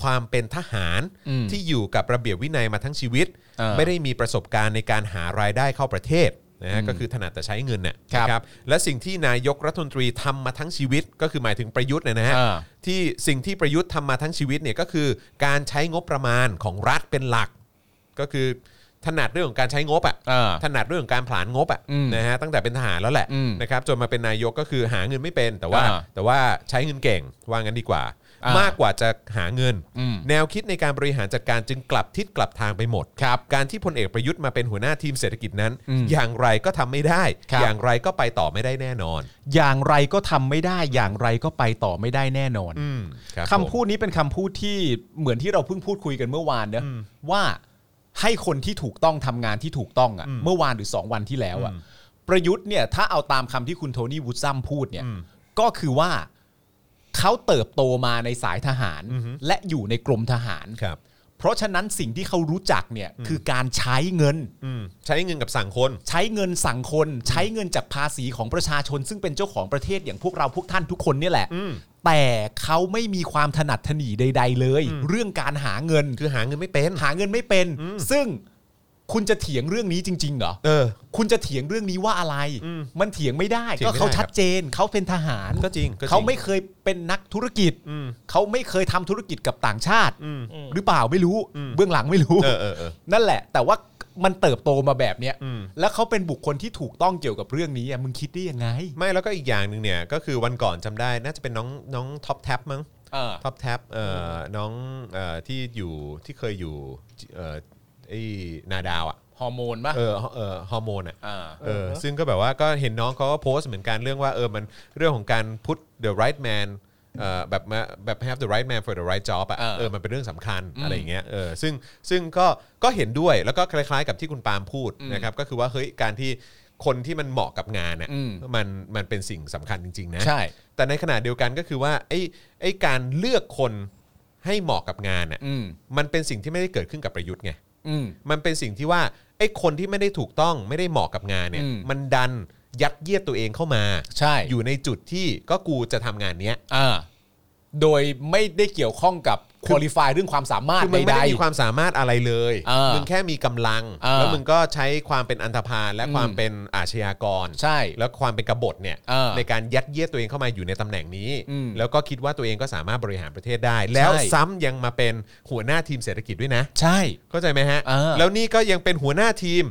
Speaker 2: ความเป็นทหาร
Speaker 4: อืม
Speaker 2: ที่อยู่กับระเบียบวินัยมาทั้งชีวิต
Speaker 4: เออ
Speaker 2: ไม่ได้มีประสบการณ์ในการหารายได้เข้าประเทศนะฮะก็คือถนัดแต่ใช้เงินน่ะ
Speaker 4: ครับ
Speaker 2: นะครับและสิ่งที่นายกรัฐมนตรีทำมาทั้งชีวิต ก็คือหมายถึงประยุทธ์เนยนะฮะ
Speaker 4: เออ
Speaker 2: ที่สิ่งที่ประยุทธ์ทำมาทั้งชีวิตเนี่ยก็คือการใช้งบประมาณของรัฐเป็นหลัก ก็คือถนัดเรื่องของการใช้งบอ่ะ
Speaker 4: อ่า
Speaker 2: ถนัดเรื่องของการผลานงบอ่ะ
Speaker 4: อืม
Speaker 2: นะฮะตั้งแต่เป็นทหารแล้วแหละ
Speaker 4: อืม
Speaker 2: นะครับจนมาเป็นนายกก็คือหาเงินไม่เป็น แต่ว่า
Speaker 4: อ่า
Speaker 2: แต่ว่าใช้เงินเก่งว่างั้นดีกว่า
Speaker 4: อ่าม
Speaker 2: มากกว่าจะหาเงิน
Speaker 4: อืม
Speaker 2: แนวคิดในการบริหารจัดการจึงกลับทิศกลับทางไปหมดครับการที่พลเอกประยุทธ์มาเป็นหัวหน้าทีมเศรษฐกิจนั้น
Speaker 4: อืม
Speaker 2: อย่างไรก็ทำไม่ได้
Speaker 4: ครับ
Speaker 2: อย่างไรก็ไปต่อไม่ได้แน่นอน
Speaker 4: อย่างไรก็ทำไม่ได้ อย่างไรก็ไปต่อไม่ได้แน่นอน
Speaker 2: อืมรับผม
Speaker 4: คำพูดนี้เป็นคำพูดที่เหมือนที่เราเพิ่งพูดคุยกันเมื่อวานเนอะว่าให้คนที่ถูกต้องทำงานที่ถูกต้องอ่ะ เมื่อวานหรือ 2 วันที่แล้วอ่ะ ประยุทธ์เนี่ยถ้าเอาตามคำที่คุณโทนี่วูดซัมพูดเนี่ย ก็คือว่าเขาเติบโตมาในสายทหาร และอยู่ในกรมทหาร
Speaker 2: ครับ
Speaker 4: เพราะฉะนั้นสิ่งที่เขารู้จักเนี่ยคือการใช้เงิน
Speaker 2: อืมใช้เงินกับสั่งคน
Speaker 4: ใช้เงินสั่งคนใช้เงินจากภาษีของประชาชน ซึ่งเป็นเจ้าของประเทศอย่างพวกเราพวกท่านทุกคนเนี่ยแหละ
Speaker 2: อืม
Speaker 4: แต่เขาไม่มีความถนัดถนีใด ๆ เลย เรื่องการหาเงิน
Speaker 2: คือหาเงินไม่เป็น
Speaker 4: หาเงินไม่เป็น ซึ่ง คุณจะเถียงเรื่องนี้จริง ๆ เหรอ
Speaker 2: เออ
Speaker 4: คุณจะเถียงเรื่องนี้ว่าอะไร มันเถียงไม่ได้
Speaker 2: เถียงไม่
Speaker 4: ก็เขา
Speaker 2: ได้ครับ
Speaker 4: ชัดเจน เขาเป็นทหาร
Speaker 2: ก็จริงก็จริง
Speaker 4: เขาไม่เคยเป็นนักธุรกิจ เขาไม่เคยทำธุรกิจกับต่างชาติ หรือเปล่าไม่รู้ เบื้องหลังไม่รู้
Speaker 2: เออเออเออ
Speaker 4: นั่นแหละ แต่ว่ามันเติบโตมาแบบเนี้ย
Speaker 2: อืม
Speaker 4: แล้วเขาเป็นบุคคลที่ถูกต้องเกี่ยวกับเรื่องนี้อะมึงคิดได้ยังไง
Speaker 2: ไม่แล้วก็อีกอย่างหนึ่งเนี่ยก็คือวันก่อนจำได้น่าจะเป็นน้องน้องท็อปแท็บมั้ง
Speaker 4: เออ
Speaker 2: ท็อปแท็บเอ่อน้องเอ่อที่อยู่ที่เคยอยู่เอ่อไอ้นาดาวอ่ะ
Speaker 4: ฮอร์โมนปะ
Speaker 2: เออเออฮอร์โมนอ่ะ
Speaker 4: อ่า
Speaker 2: เออซึ่งก็แบบว่าก็เห็นน้องเขาก็โพสต์เหมือนกันเรื่องว่าเออมันเรื่องของการพุท the right man เอ่อแบบมาแบบ have the right man for the right job อ่ะ
Speaker 4: เออ
Speaker 2: เออมันเป็นเรื่องสำคัญอะไรอย่างเงี้ยเออซึ่งซึ่งก็ก็เห็นด้วยแล้วก็คล้าย ๆ กับที่คุณปาล์มพูดนะครับก็คือว่าเฮ้ยการที่คนที่มันเหมาะกับงานเนี่ย
Speaker 4: อืม
Speaker 2: มันมันเป็นสิ่งสำคัญจริง ๆ นะ
Speaker 4: ใช่
Speaker 2: แต่ในขณะเดียวกันก็คือว่าไอ้ไอ้การเลือกคนให้เหมาะกับงานอ่ะ
Speaker 4: อืม
Speaker 2: มันเป็นสิ่งที่ไม่ได้เกิดขึ้นกับประยุทธ์ไง
Speaker 4: อืม
Speaker 2: มันเป็นสิ่งที่ว่าไอ้คนที่ไม่ได้ถูกต้องไม่ได้เหมาะกับงานเนี่ย
Speaker 4: อืม
Speaker 2: มันดันยัดเยียดตัวเองเข้ามา
Speaker 4: ใช่
Speaker 2: อยู่ในจุดที่ก็กูจะทำงานเนี้ย
Speaker 4: อ่า โดยไม่ได้เกี่ยวข้องกับคุณลิฟายเรื่องความสามารถ
Speaker 2: คือมึงไม่
Speaker 4: ใด
Speaker 2: ได้มีความสามารถอะไรเลย
Speaker 4: เออ
Speaker 2: มึงแค่มีกำลัง
Speaker 4: เออ
Speaker 2: แล้วมึงก็ใช้ความเป็นอันธพาลและ
Speaker 4: อืม
Speaker 2: ความเป็นอาชญากร
Speaker 4: ๆใช่
Speaker 2: แล้วความเป็นกบฏเนี่ย
Speaker 4: เออ
Speaker 2: ในการยัดเยียดตัวเองเข้ามาอยู่ในตำแหน่งนี้
Speaker 4: อืม
Speaker 2: แล้วก็คิดว่าตัวเองก็สามารถบริหารประเทศได้ แล้ว
Speaker 4: ใช่
Speaker 2: ซ้ำยังมาเป็นหัวหน้าทีมเศรษฐกิจด้วยนะ
Speaker 4: ใช่
Speaker 2: เข้าใจไหมฮะ
Speaker 4: เออ
Speaker 2: แล้วนี่ก็ยังเป็นหัวหน้าทีม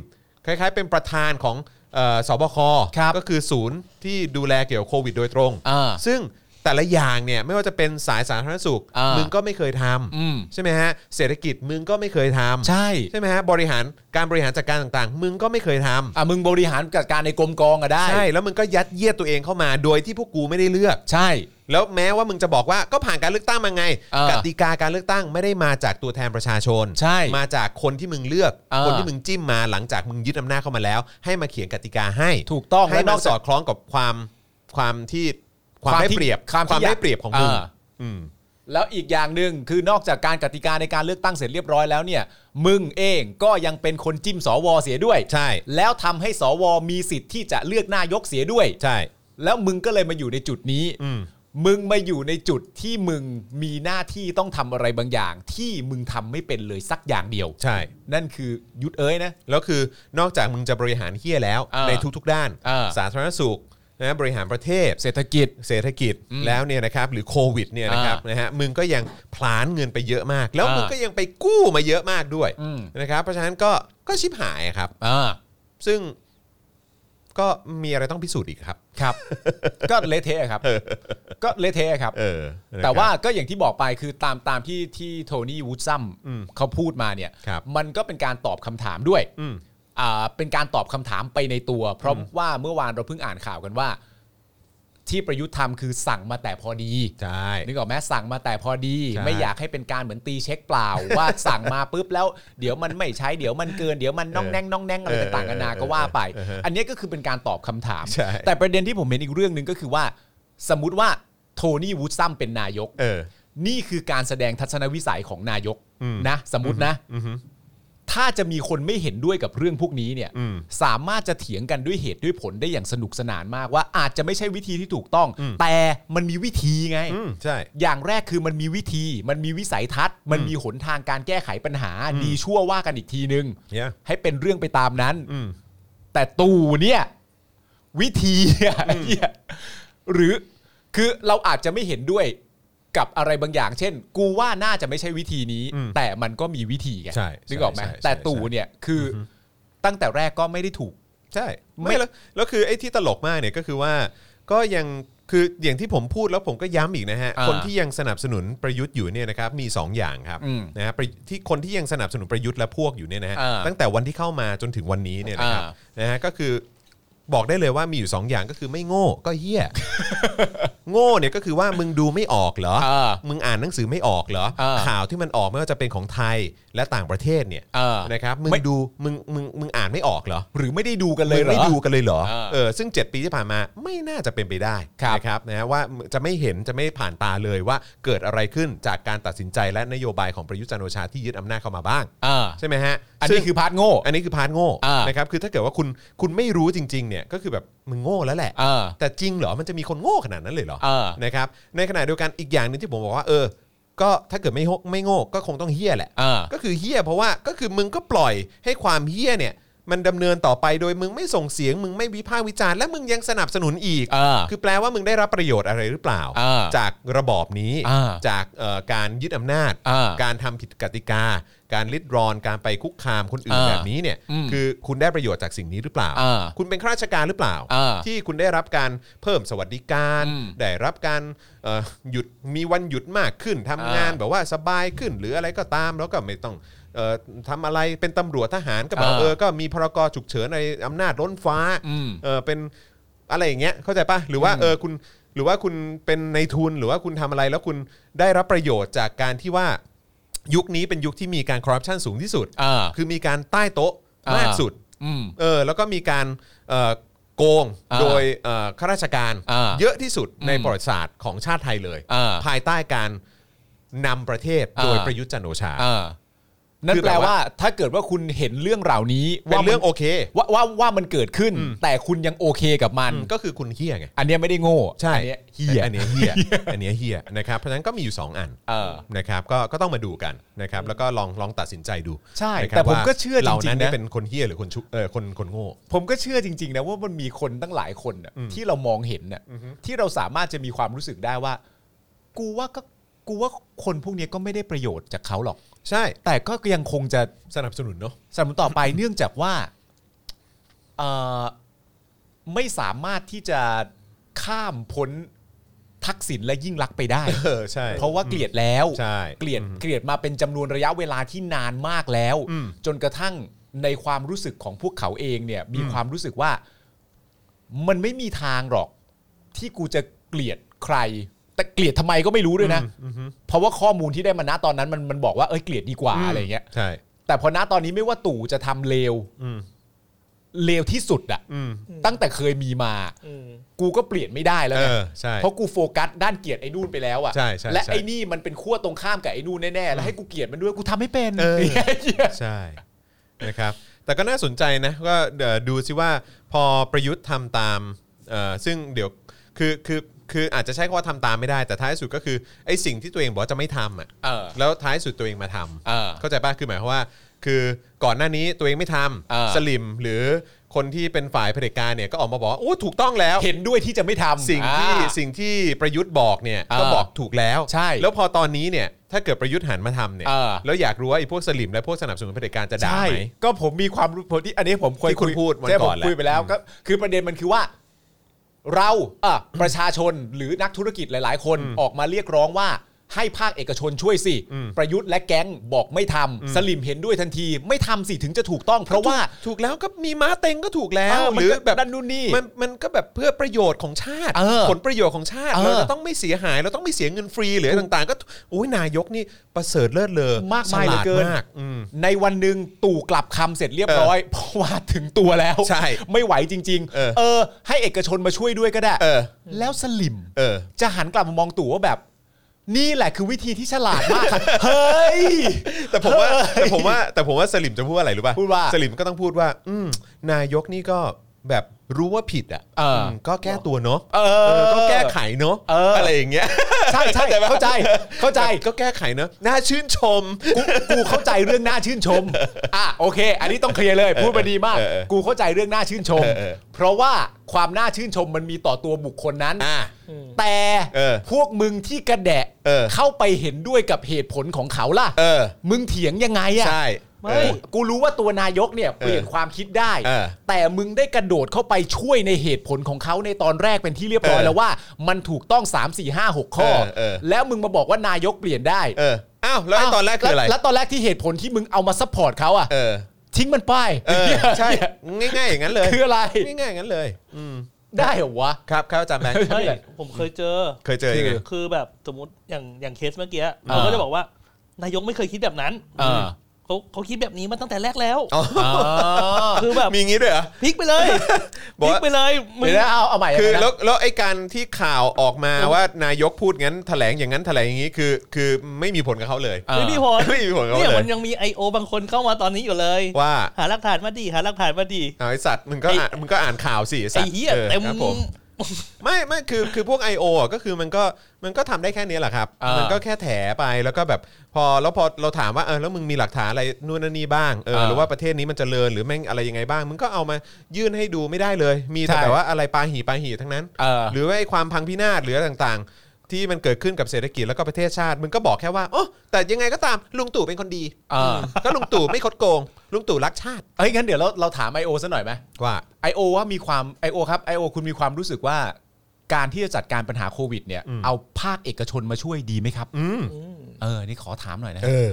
Speaker 2: คล้ายๆ เป็นประธานของเอ่อสบค
Speaker 4: ครับ
Speaker 2: ก็คือศูนย์ที่ดูแลเกี่ยวกับโควิดโดยตรง
Speaker 4: เออ
Speaker 2: ซึ่งแต่ละอย่างเนี่ยไม่ว่าจะเป็นสายสาธารณสุข
Speaker 4: เออ
Speaker 2: มึงก็ไม่เคยท
Speaker 4: อืม
Speaker 2: ำใช่ไหมฮะ เศรษฐกิจมึงก็ไม่เคยทำ
Speaker 4: ใช่
Speaker 2: ใช่ไหมฮะ บริหารการบริหารจัดการต่างๆ มึงก็ไม่เคยทำ
Speaker 4: อ่ะมึงบริหารจัดการในกรมกองอะได้
Speaker 2: ใช่แล้วมึงก็ยัดเยียดตัวเองเข้ามา โดยที่พวกกูไม่ได้เลือก
Speaker 4: ใช่
Speaker 2: แล้วแม้ว่ามึงจะบอกว่าก็ผ่านการเลือกตั้งมาไง
Speaker 4: เออก
Speaker 2: ติกาการเลือกตั้งไม่ได้มาจากตัวแทนประชาชน
Speaker 4: ใช่
Speaker 2: มาจากคนที่มึงเลือก
Speaker 4: เออ
Speaker 2: คนที่มึงจิ้มมาหลังจากมึงยึดอำนาจเข้ามาแล้ว ให้มาเขียนกติกาให้
Speaker 4: ถูกต้อง
Speaker 2: ให้
Speaker 4: และน
Speaker 2: มั
Speaker 4: อน ก
Speaker 2: ส
Speaker 4: จาก
Speaker 2: อดคล้องกับความความที่ความ
Speaker 4: ความ
Speaker 2: ได้
Speaker 4: ที่
Speaker 2: เปรียบ
Speaker 4: ความที่
Speaker 2: ความ
Speaker 4: อยาก
Speaker 2: ได้เปรียบของมึง
Speaker 4: เออ
Speaker 2: อืม
Speaker 4: แล้วอีกอย่างหนึ่งคือนอกจากการกติกาในการเลือกตั้งเสร็จเรียบร้อยแล้วเนี่ย มึงเองก็ยังเป็นคนจิ้มสวเสียด้วย
Speaker 2: ใช่
Speaker 4: แล้วทำให้สวมีสิทธิ์ที่จะเลือกนายกเสียด้วย
Speaker 2: ใช่
Speaker 4: แล้วมึงก็เลยมาอยู่ในจุดนี้
Speaker 2: อืม
Speaker 4: มึงมาอยู่ในจุดที่มึงมีหน้าที่ต้องทำอะไรบางอย่าง ที่มึงทำไม่เป็นเลยสักอย่างเดียว
Speaker 2: ใช่
Speaker 4: นั่นคือยุดเอ้ยนะ
Speaker 2: แล้วคือนอกจากมึงจะบริหารเฮี้ยแล้ว
Speaker 4: เออ
Speaker 2: ในทุกๆด้าน
Speaker 4: เออ
Speaker 2: สาธารณสุขนะบริหารประเทศ
Speaker 4: เศรษฐกิจ
Speaker 2: เศรษฐกิจแล้วเนี่ยนะครับหรือโควิดเนี่ยนะครับนะฮะมึงก็ยังผลาญเงินไปเยอะมาก แล้ว
Speaker 4: อ่า
Speaker 2: มึ
Speaker 4: มึ
Speaker 2: งก็ยังไปกู้มาเยอะมากด้วย
Speaker 4: อืม
Speaker 2: นะครับเพราะฉะนั้นก็ก็ชิบหายครับ
Speaker 4: อ่า
Speaker 2: ซึ่งก็มีอะไรต้องพิสูจน์อีกครับ
Speaker 4: ครับ ก็เละเทะครับ ก็เละเทะครับ
Speaker 2: เออนะครับ
Speaker 4: แต่ว่าก็อย่างที่บอกไปคือตามตามที่ที่โทนี่วูดซัม
Speaker 2: อืม
Speaker 4: เขาพูดมาเนี่ย
Speaker 2: ครับ
Speaker 4: มันก็เป็นการตอบคำถามด้วย
Speaker 2: อืม
Speaker 4: อ่าเป็นการตอบคำถามไปในตัว เพราะว่าเมื่อวานเราเพิ่งอ่านข่าวกันว่า ที่ประยุทธ์ทำคือสั่งมาแต่พอดี
Speaker 2: ใช่
Speaker 4: นึกออกไหมสั่งมาแต่พอดี
Speaker 2: ใช่
Speaker 4: ไม่อยากให้เป็นการเหมือนตีเช็คเปล่า ว่าสั่งมาปุ๊บแล้วเดี๋ยวมันไม่ใช้เดี๋ยวมันเกินเดี๋ยวมันน่องแน่งน่องแน่งอะไรต่างๆกันานาก็ว่าไป อันเนี้ยก็คือเป็นการตอบคำถาม
Speaker 2: ใช่
Speaker 4: แต่ประเด็นที่ผมเห็นอีกเรื่องหนึ่งก็คือว่า สมมติว่าโทนี่วูดซัมเป็นนายก
Speaker 2: เออ
Speaker 4: นี่คือการแสดงทัศนวิสัยของนายก
Speaker 2: อืม
Speaker 4: นะสมมตินะ
Speaker 2: อือฮึ
Speaker 4: ถ้าจะมีคนไม่เห็นด้วยกับเรื่องพวกนี้เนี่ย
Speaker 2: อืม
Speaker 4: สามารถจะเถียงกันด้วยเหตุด้วยผลได้อย่างสนุกสนานมากว่าอาจจะไม่ใช่วิธีที่ถูกต้อง
Speaker 2: อืม
Speaker 4: แต่มันมีวิธีไง
Speaker 2: อืมใช่
Speaker 4: อย่างแรกคือมันมีวิธี มันมีวิสัยทัศน์ มันมีหนทางการแก้ไขปัญหา ดีชั่วว่ากันอีกทีนึง
Speaker 2: เนี่ย
Speaker 4: ให้เป็นเรื่องไปตามนั้น
Speaker 2: อืม
Speaker 4: แต่ตู่เนี่ย วิธีอะเหี้ยหรือคือเราอาจจะไม่เห็นด้วยกับอะไรบางอย่าง เช่น กูว่าน่าจะไม่ใช่วิธีนี้
Speaker 2: อืม
Speaker 4: แต่มันก็มีวิธีไง
Speaker 2: ใช่
Speaker 4: นึกออกไหม
Speaker 2: ใช่ใช่
Speaker 4: แต่ตู่เนี่ยคืออ
Speaker 2: อฮึ
Speaker 4: ตั้งแต่แรกก็ไม่ได้ถูก
Speaker 2: ใช่
Speaker 4: ไม่
Speaker 2: ไม่แล้วแล้วคือไอ้ที่ตลกมากเนี่ยก็คือว่าก็ยังคืออย่างที่ผมพูดแล้วผมก็ย้ำอีกนะฮะ คนที่ยังสนับสนุนประยุทธ์อยู่เนี่ยนะครับมี 2 อย่างครับนะฮะประที่คนที่ยังสนับสนุนประยุทธ์และพวกอยู่เนี่ยนะฮะ
Speaker 4: อ่า
Speaker 2: ตั้งแต่วันที่เข้ามาจนถึงวันนี้เนี่ยนะครับ
Speaker 4: อ่า
Speaker 2: นะฮะก็คือบอกได้เลยว่ามีอยู่ 2 อย่างก็คือไม่โง่ก็เฮี้ย โง่เนี่ยก็คือว่ามึงดูไม่ออกเหรอ
Speaker 4: เออ
Speaker 2: มึงอ่านหนังสือไม่ออกเหรอ
Speaker 4: อ่า
Speaker 2: ข่าวที่มันออกไม่ว่าจะเป็นของไทยและต่างประเทศเนี่ย
Speaker 4: เออ
Speaker 2: นะครับมึงดูมึงมึงมึงอ่านไม่ออกเหรอ
Speaker 4: หรือไม่ได้ดูกันเลยเหรอ
Speaker 2: ไม่ดูกันเลยเหรอ
Speaker 4: เออ
Speaker 2: เออ ซึ่ง 7 ปีที่ผ่านมาไม่น่าจะเป็นไปได้
Speaker 4: ครับ
Speaker 2: นะครับนะว่าจะไม่เห็นจะไม่ผ่านตาเลยว่าเกิดอะไรขึ้นจากการตัดสินใจและนโยบายของประยุทธ์จันทร์โอชาที่ยึดอำนาจเข้ามาบ้าง
Speaker 4: ่า
Speaker 2: ใช่ไหมฮะ
Speaker 4: อันนี้คือพาร์ทโง่
Speaker 2: อันนี้คือพาร์ทโง่
Speaker 4: อ่าน
Speaker 2: นะครับ คือถ้าเกิดว่าคุณคุณไม่รู้จริง ๆ เนี่ย ก็คือแบบมึงโง่แล้วแหละ
Speaker 4: อ่า
Speaker 2: แต่จริงเหรอ มันจะมีคนโง่ขนาดนั้นเลยเหรอ
Speaker 4: เออ
Speaker 2: นะครับ ในขณะเดียวกันอีกอย่างหนึ่งที่ผมบอกว่าเออ ก็ถ้าเกิดไม่โง่ไม่โง่ก็คงต้องเฮี้ยแหละ
Speaker 4: อ่า
Speaker 2: ก็คือเฮี้ยเพราะว่าก็คือมึงก็ปล่อยให้ความเฮี้ยเนี่ย มันดำเนินต่อไปโดยมึงไม่ส่งเสียง มึงไม่วิพากษ์วิจารณ์และมึงยังสนับสนุนอีก
Speaker 4: เออ
Speaker 2: คือแปลว่ามึงได้รับประโยชน์อะไรหรือเปล่า
Speaker 4: เออ
Speaker 2: จากระบอบนี้
Speaker 4: เออ
Speaker 2: จากเอ่อการยึดอำนาจ
Speaker 4: เออ
Speaker 2: การทำผิดกติกา การลิดรอนการไปคุกคามคนอื่น
Speaker 4: เออ
Speaker 2: แบบนี้เนี่ย
Speaker 4: อืม
Speaker 2: คือคุณได้ประโยชน์จากสิ่งนี้หรือเปล่า
Speaker 4: เออ
Speaker 2: คุณเป็นข้าราชการหรือเปล่า
Speaker 4: เออ
Speaker 2: ที่คุณได้รับการเพิ่มสวัสดิการ
Speaker 4: อืม
Speaker 2: ได้รับการเอ่อหยุดมีวันหยุดมากขึ้นทำ
Speaker 4: เออ
Speaker 2: งาน แบบว่าสบายขึ้นหรืออะไรก็ตาม แล้วก็ไม่ต้องเอ่อทำอะไรเป็นตำรวจทหารก็แบบ
Speaker 4: เออ
Speaker 2: เออก็มีพรกฉุกเฉินในอำนาจล้นฟ้า
Speaker 4: อืม
Speaker 2: เออเป็นอะไรอย่างเงี้ยเข้าใจปะหรือว่าเออคุณหรือว่าคุณเป็นในทุนหรือว่าคุณทำอะไรแล้วคุณได้รับประโยชน์จากการที่ว่ายุคนี้เป็นยุคที่มีการคอร์รัปชันสูงที่สุด
Speaker 4: เออ
Speaker 2: คือมีการใต้โต๊ะมาก
Speaker 4: เออ
Speaker 2: สุด
Speaker 4: อืม
Speaker 2: เออแล้วก็มีการเอ่อโกง
Speaker 4: อ่า
Speaker 2: โดยเอ่อข้าราชการ
Speaker 4: อ่า
Speaker 2: เยอะที่สุดใน
Speaker 4: อืม
Speaker 2: ประวัติศาสตร์ของชาติไทยเลย
Speaker 4: อ่า
Speaker 2: ภายใต้การนำประเทศ
Speaker 4: อ่า
Speaker 2: โดยประยุทธ์จันทร์โอชา
Speaker 4: เออนั่น
Speaker 2: คือแบบ
Speaker 4: แปลว่า
Speaker 2: ว่า
Speaker 4: ถ้าเกิดว่าคุณเห็นเรื่องเหล่านี้
Speaker 2: เป็น
Speaker 4: ว่ามัน
Speaker 2: เรื่องโอเค
Speaker 4: ว่าว่าว่ามันเกิดขึ้น แต่คุณยังโอเคกับมัน
Speaker 2: ก็คือคุณเฮียไง
Speaker 4: อันเนี้ยไม่ได้โง่อันเนี้ยเฮีย
Speaker 2: อันเนี้ยเฮียอันเนี้ยเฮียนะครับเพราะฉะนั้นก็มีอยู่ 2 อัน
Speaker 4: เออ
Speaker 2: นะครับก็ก็ต้องมาดูกันนะครับแล้วก็ลองลองตัดสินใจดู
Speaker 4: ใช่
Speaker 2: นะครับ
Speaker 4: แต่ผม
Speaker 2: ว่า
Speaker 4: ก็เชื่อ
Speaker 2: เห
Speaker 4: จริงๆ
Speaker 2: ล่านั้นเนี่ย
Speaker 4: นะ
Speaker 2: เป็นคนเฮียหรือคนชุเออคนคนโง่
Speaker 4: ผมก็เชื่อจริงๆนะว่ามันมีคนตั้งหลายคนน่ะที่เรามองเห็นน่ะที่เราสามารถจะมีความรู้สึกได้ว่า กูว่าก็กูว่าคนพวกเนี้ยก็ไม่ได้ประโยชน์จากเขาหรอก
Speaker 2: ใช่
Speaker 4: แต่ก็ยังคงจะ
Speaker 2: สนับสนุนเนาะ
Speaker 4: สนับสนุน ต่อไป เนื่องจากว่าเอ่อไม่สามารถที่จะข้ามพ้นทักษิณและยิ่งรักษณ์ไปได้
Speaker 2: เออใช่
Speaker 4: เพราะว่าเกลียดแล้ว
Speaker 2: ใช่
Speaker 4: เกลียดเกลียดมาเป็นจำนวนระยะเวลาที่นานมากแล้ว
Speaker 2: อืม
Speaker 4: จนกระทั่งในความรู้สึกของพวกเขาเองเนี่ย มีความรู้สึกว่ามันไม่มีทางหรอก ที่กูจะเกลียดใคร แต่เกลียดทำไมก็ไม่รู้ด้วยนะ เพราะว่าข้อมูลที่ได้มาณตอนนั้นมันมันบอกว่าเอ้ยเกลียดดีกว่า
Speaker 2: อืม
Speaker 4: อะไรเงี้ย
Speaker 2: ใช่
Speaker 4: แต่พอณตอนนี้ไม่ว่าตู่จะทำเลว
Speaker 2: อืม
Speaker 4: เลวที่สุดอะ
Speaker 2: อืม
Speaker 4: ตั้งแต่เคยมีมา
Speaker 3: อืม
Speaker 4: กูก็เปลี่ยนไม่ได้แล้ว
Speaker 2: เอ
Speaker 4: ไง
Speaker 2: อใช่
Speaker 4: เพราะกูโฟกัสด้านเกลียดไอ้นู่นไปแล้วอ่ะ
Speaker 2: ใช่ใช่
Speaker 4: และ
Speaker 2: ใช่
Speaker 4: ไอ้นี่มันเป็นขั้วตรงข้ามกับไอ้นู่นแน่ๆ แล้วให้กูเกลียดมันด้วยกูทำให้เป็น
Speaker 2: เออ
Speaker 4: ไอ้เหี้ย
Speaker 2: ใช่ นะครับ แต่ก็น่าสนใจนะก็เดี๋ยวดูซิว่าพอประยุทธ์ทำตามเอ่อซึ่งเดี๋ยวคือคือคืออาจจะใช้คำว่าทำตามไม่ได้ แต่ท้ายสุดก็คือไอ้สิ่งที่ตัวเองบอกว่าจะไม่ทำอ่ะ
Speaker 4: เออ
Speaker 2: แล้วท้ายสุดตัวเองมาทำ
Speaker 4: เออ
Speaker 2: เข้าใจป่ะคือหมายความว่า คือก่อนหน้านี้ตัวเองไม่ทำ
Speaker 4: เออ
Speaker 2: สลิมหรือคนที่เป็นฝ่ายเผด็จการเนี่ยก็ออกมาบอกว่าโอ้ถูกต้องแล้ว
Speaker 4: เห็นด้วยที่จะไม่ทำ
Speaker 2: สิ่งที่
Speaker 4: อ่า
Speaker 2: สิ่งที่ประยุทธ์บอกเนี่ย
Speaker 4: เออ
Speaker 2: ก็บอกถูกแล้ว
Speaker 4: ใช่
Speaker 2: แล้วพอตอนนี้เนี่ยถ้าเกิดประยุทธ์หันมาทำเนี่ย
Speaker 4: เออ
Speaker 2: แล้วอยากรู้ว่าไอ้พวกสลิมและพวกสนับสนุนเผด็จการจะด่า
Speaker 4: ใช่
Speaker 2: ไหม
Speaker 4: ก็ผมมีความรู้ผมที่อันนี้ผมเคย
Speaker 2: ที่คุณ
Speaker 4: ย
Speaker 2: พูดวัน
Speaker 4: ใช่
Speaker 2: ก่
Speaker 4: ผ
Speaker 2: อ
Speaker 4: ม
Speaker 2: นแหละ
Speaker 4: คุยไปแล้วก็คือประเด็นมันคือว่า เราเอ่อประชาชนหรือนักธุรกิจหลาย ๆ คนออกมาเรียกร้องว่า ให้ภาคเอกชนช่วยสิ ประยุทธ์และแก๊งบอกไม่ทำสลิมเห็นด้วยทันที ไม่ทำสิถึงจะถูกต้อง เพราะว่า
Speaker 2: ถูกแล้วก็มีม้าเต็งก็ถูกแล้ว
Speaker 4: เออ
Speaker 2: ห
Speaker 4: มันก็
Speaker 2: รือแบบ
Speaker 4: นั่นนู่นนี่
Speaker 2: มันมันก็แบบเพื่อประโยชน์ของชาติ
Speaker 4: เออ
Speaker 2: ผลประโยชน์ของชาติ
Speaker 4: เออ
Speaker 2: เราจะต้องไม่เสียหายเราต้องไม่เสียเงินฟรีหรืออะไรต่างๆ ก็โอ้ยนายกนี่ประเสริฐเลิศเลอ
Speaker 4: มากมายเหลือเกิน
Speaker 2: ฉดมากอืม
Speaker 4: ในวันหนึ่งตู่กลับคำเสร็จเรียบร้อย เพราะว่าถึงตัวแล้ว
Speaker 2: ใช่
Speaker 4: ไม่ไหวจริง ๆ
Speaker 2: เออ
Speaker 4: เออ ให้เอกชนมาช่วยด้วยก็ได้
Speaker 2: เออ
Speaker 4: แล้วสลิม
Speaker 2: เออ
Speaker 4: จะหันกลับมามองตู่ว่าแบบ นี่แหละคือวิธีที่ฉลาดมากค่ะ เฮ้ย
Speaker 2: แต่ผมว่า แต่ผมว่าแต่ผมว่าสลิมจะพูดอะไรรู้ป่ะ
Speaker 4: พูดว่า
Speaker 2: สลิมก็ต้องพูดว่า อืมนายกนี่ก็แบบรู้ว่าผิดอ่ะ
Speaker 4: เอออื
Speaker 2: มก็แก้ตัวเนาะ
Speaker 4: เอ
Speaker 2: เอ
Speaker 4: อ
Speaker 2: อก็แก้ไขเนาะ
Speaker 4: เอออ
Speaker 2: อะไรอย่างเงี้ย
Speaker 4: ใช่ใช่เข้าใจ เข้าใจ
Speaker 2: ก็แก้ไขเนาะน่าชื่นชม
Speaker 4: กูกูเข้าใจเรื่องน่าชื่นชม อ่ะโอเค อันนี้ต้องเคลียร์เลย พูดมาดีมาก
Speaker 2: เออเออ
Speaker 4: กูเข้าใจเรื่องน่าชื่นชม
Speaker 2: เออเออ
Speaker 4: เพราะว่าความน่าชื่นชมมันมีต่อตัวบุคคลนั้น
Speaker 2: อ่ะ
Speaker 4: แต่
Speaker 2: เออ
Speaker 4: พวกมึงที่กระแดะ
Speaker 2: เออ
Speaker 4: เข้าไปเห็นด้วยกับเหตุผลของเขาล่ะ
Speaker 2: เออ
Speaker 4: มึงเถียงยังไงอะ
Speaker 2: ใช่
Speaker 3: ไม่
Speaker 2: เออ
Speaker 4: กูรู้ว่าตัวนายกเนี่ยเปลี่ยนความคิดได้
Speaker 2: เออ
Speaker 4: แต่มึงได้กระโดดเข้าไปช่วยในเหตุผลของเขาในตอนแรกเป็นที่เรียบร้อย
Speaker 2: เออ
Speaker 4: แล้วว่ามันถูกต้อง 3 4 5 6 ข้อ
Speaker 2: เออเออ
Speaker 4: แล้วมึงมาบอกว่านายกเปลี่ยนได้
Speaker 2: เอออ้าวแล้วไอ้ตอนแรกคืออะไร
Speaker 4: ล้วแล้วตอนแรกที่เหตุผลที่มึงเอามาซัพพอร์ตเขาอะ
Speaker 2: เออ
Speaker 4: ทิ้งมันไป
Speaker 2: เออใช่
Speaker 4: เหี้ย
Speaker 2: ง่ายๆอย่างนั้นเลย
Speaker 4: คืออะไร
Speaker 2: ง่ายๆอย่างนั้นเลย อืม
Speaker 4: ได้เหรอวะ
Speaker 2: ครับครับอาจารย์แบงค์
Speaker 3: เฮ้ยผมเคยเจอ
Speaker 2: เคยเจอยังไง
Speaker 3: คือแบบสมมติอย่างอย่างเคสเมื่อกี้เขาก็จะบอกว่า นายกไม่เคยคิดแบบนั้น
Speaker 4: อ่า
Speaker 3: เขาเขาคิดแบบนี้มาตั้งแต่แรกแล้ว
Speaker 2: อ๋อ
Speaker 3: คือแบบ
Speaker 2: มีอย่างงี้ด้วยเหรอ
Speaker 3: พลิกไปเลย
Speaker 2: บอก
Speaker 3: พลิ
Speaker 2: ว่า
Speaker 3: กไปเลยมึง
Speaker 4: เดี๋ยวนะเอาเอาใหม่
Speaker 2: คือ
Speaker 4: ยังไงนะ
Speaker 2: แล้วแล้วไอ้การที่ข่าวออกมาว่านายกพูดงั้นแถลงอย่างนั้นแถลงอย่างนี้คือคือไม่มีผลกับเขาเลย
Speaker 4: เออ
Speaker 3: ไม่มีผล
Speaker 2: ไม่มีผลกับ
Speaker 3: เนี่ย
Speaker 2: เขา
Speaker 3: มั
Speaker 2: เล
Speaker 3: น
Speaker 2: ย
Speaker 3: ยังมีไอโอบางคนเข้ามาตอนนี้อยู่เลย
Speaker 2: ว่า
Speaker 3: หาหลักฐานมาดีหาหลักฐานมาดี
Speaker 2: เอาไอ้สัตว์มึงก็
Speaker 3: ไอ้
Speaker 2: อ่านมึงก็อ่านข่าวสิไอ้สั
Speaker 3: ไอ้
Speaker 2: ตว์
Speaker 3: เหี้ย
Speaker 2: ออ
Speaker 3: เต็ม
Speaker 2: ครับผม ไม่ไม่คือคือพวก I.O. อ่ะก็คือมันก็มันก็ทำได้แค่นี้แหละครับ
Speaker 4: เออ
Speaker 2: มันก็แค่แถไปแล้วก็แบบพอแล้วพอเราถามว่าเออแล้วมึงมีหลักฐานอะไรนู่นนนนี่บ้างเอ
Speaker 4: เอ
Speaker 2: อ
Speaker 4: อ
Speaker 2: หรือว่าประเทศนี้มันจเจริญหรือแม่งอะไรยังไงบ้าง มึงก็เอามายื่นให้ดูไม่ได้เลย มีแต่
Speaker 4: ใช่
Speaker 2: แบบว่าอะไรปาหีปาหีทั้งนั้น
Speaker 4: เออ
Speaker 2: หรือว่าไอ้ความพังพินาศหรืออะไรต่างๆ ที่มันเกิดขึ้นกับเศรษฐกิจแล้วก็ประเทศชาติ มึงก็บอกแค่ว่าโอ้แต่ยังไงก็ตามลุงตู่เป็นคนดี
Speaker 4: เออ
Speaker 2: ก็ลุงตู่ไม่คดโกง ลุงตู่รักชาติ
Speaker 4: เอ้ยงั้นเดี๋ยวเราเราถาม I.O. ซะหน่อยไหม
Speaker 2: ว่า
Speaker 4: I.O. ว่ามีความ I.O. ครับ I.O. คุณมีความรู้สึกว่า การที่จะจัดการปัญหาโควิดเนี่ย เอาภาคเอกชนมาช่วยดีไหมครับ
Speaker 2: อืม
Speaker 3: อืม
Speaker 4: เออ นี่ขอถามหน่อยนะ
Speaker 1: เออ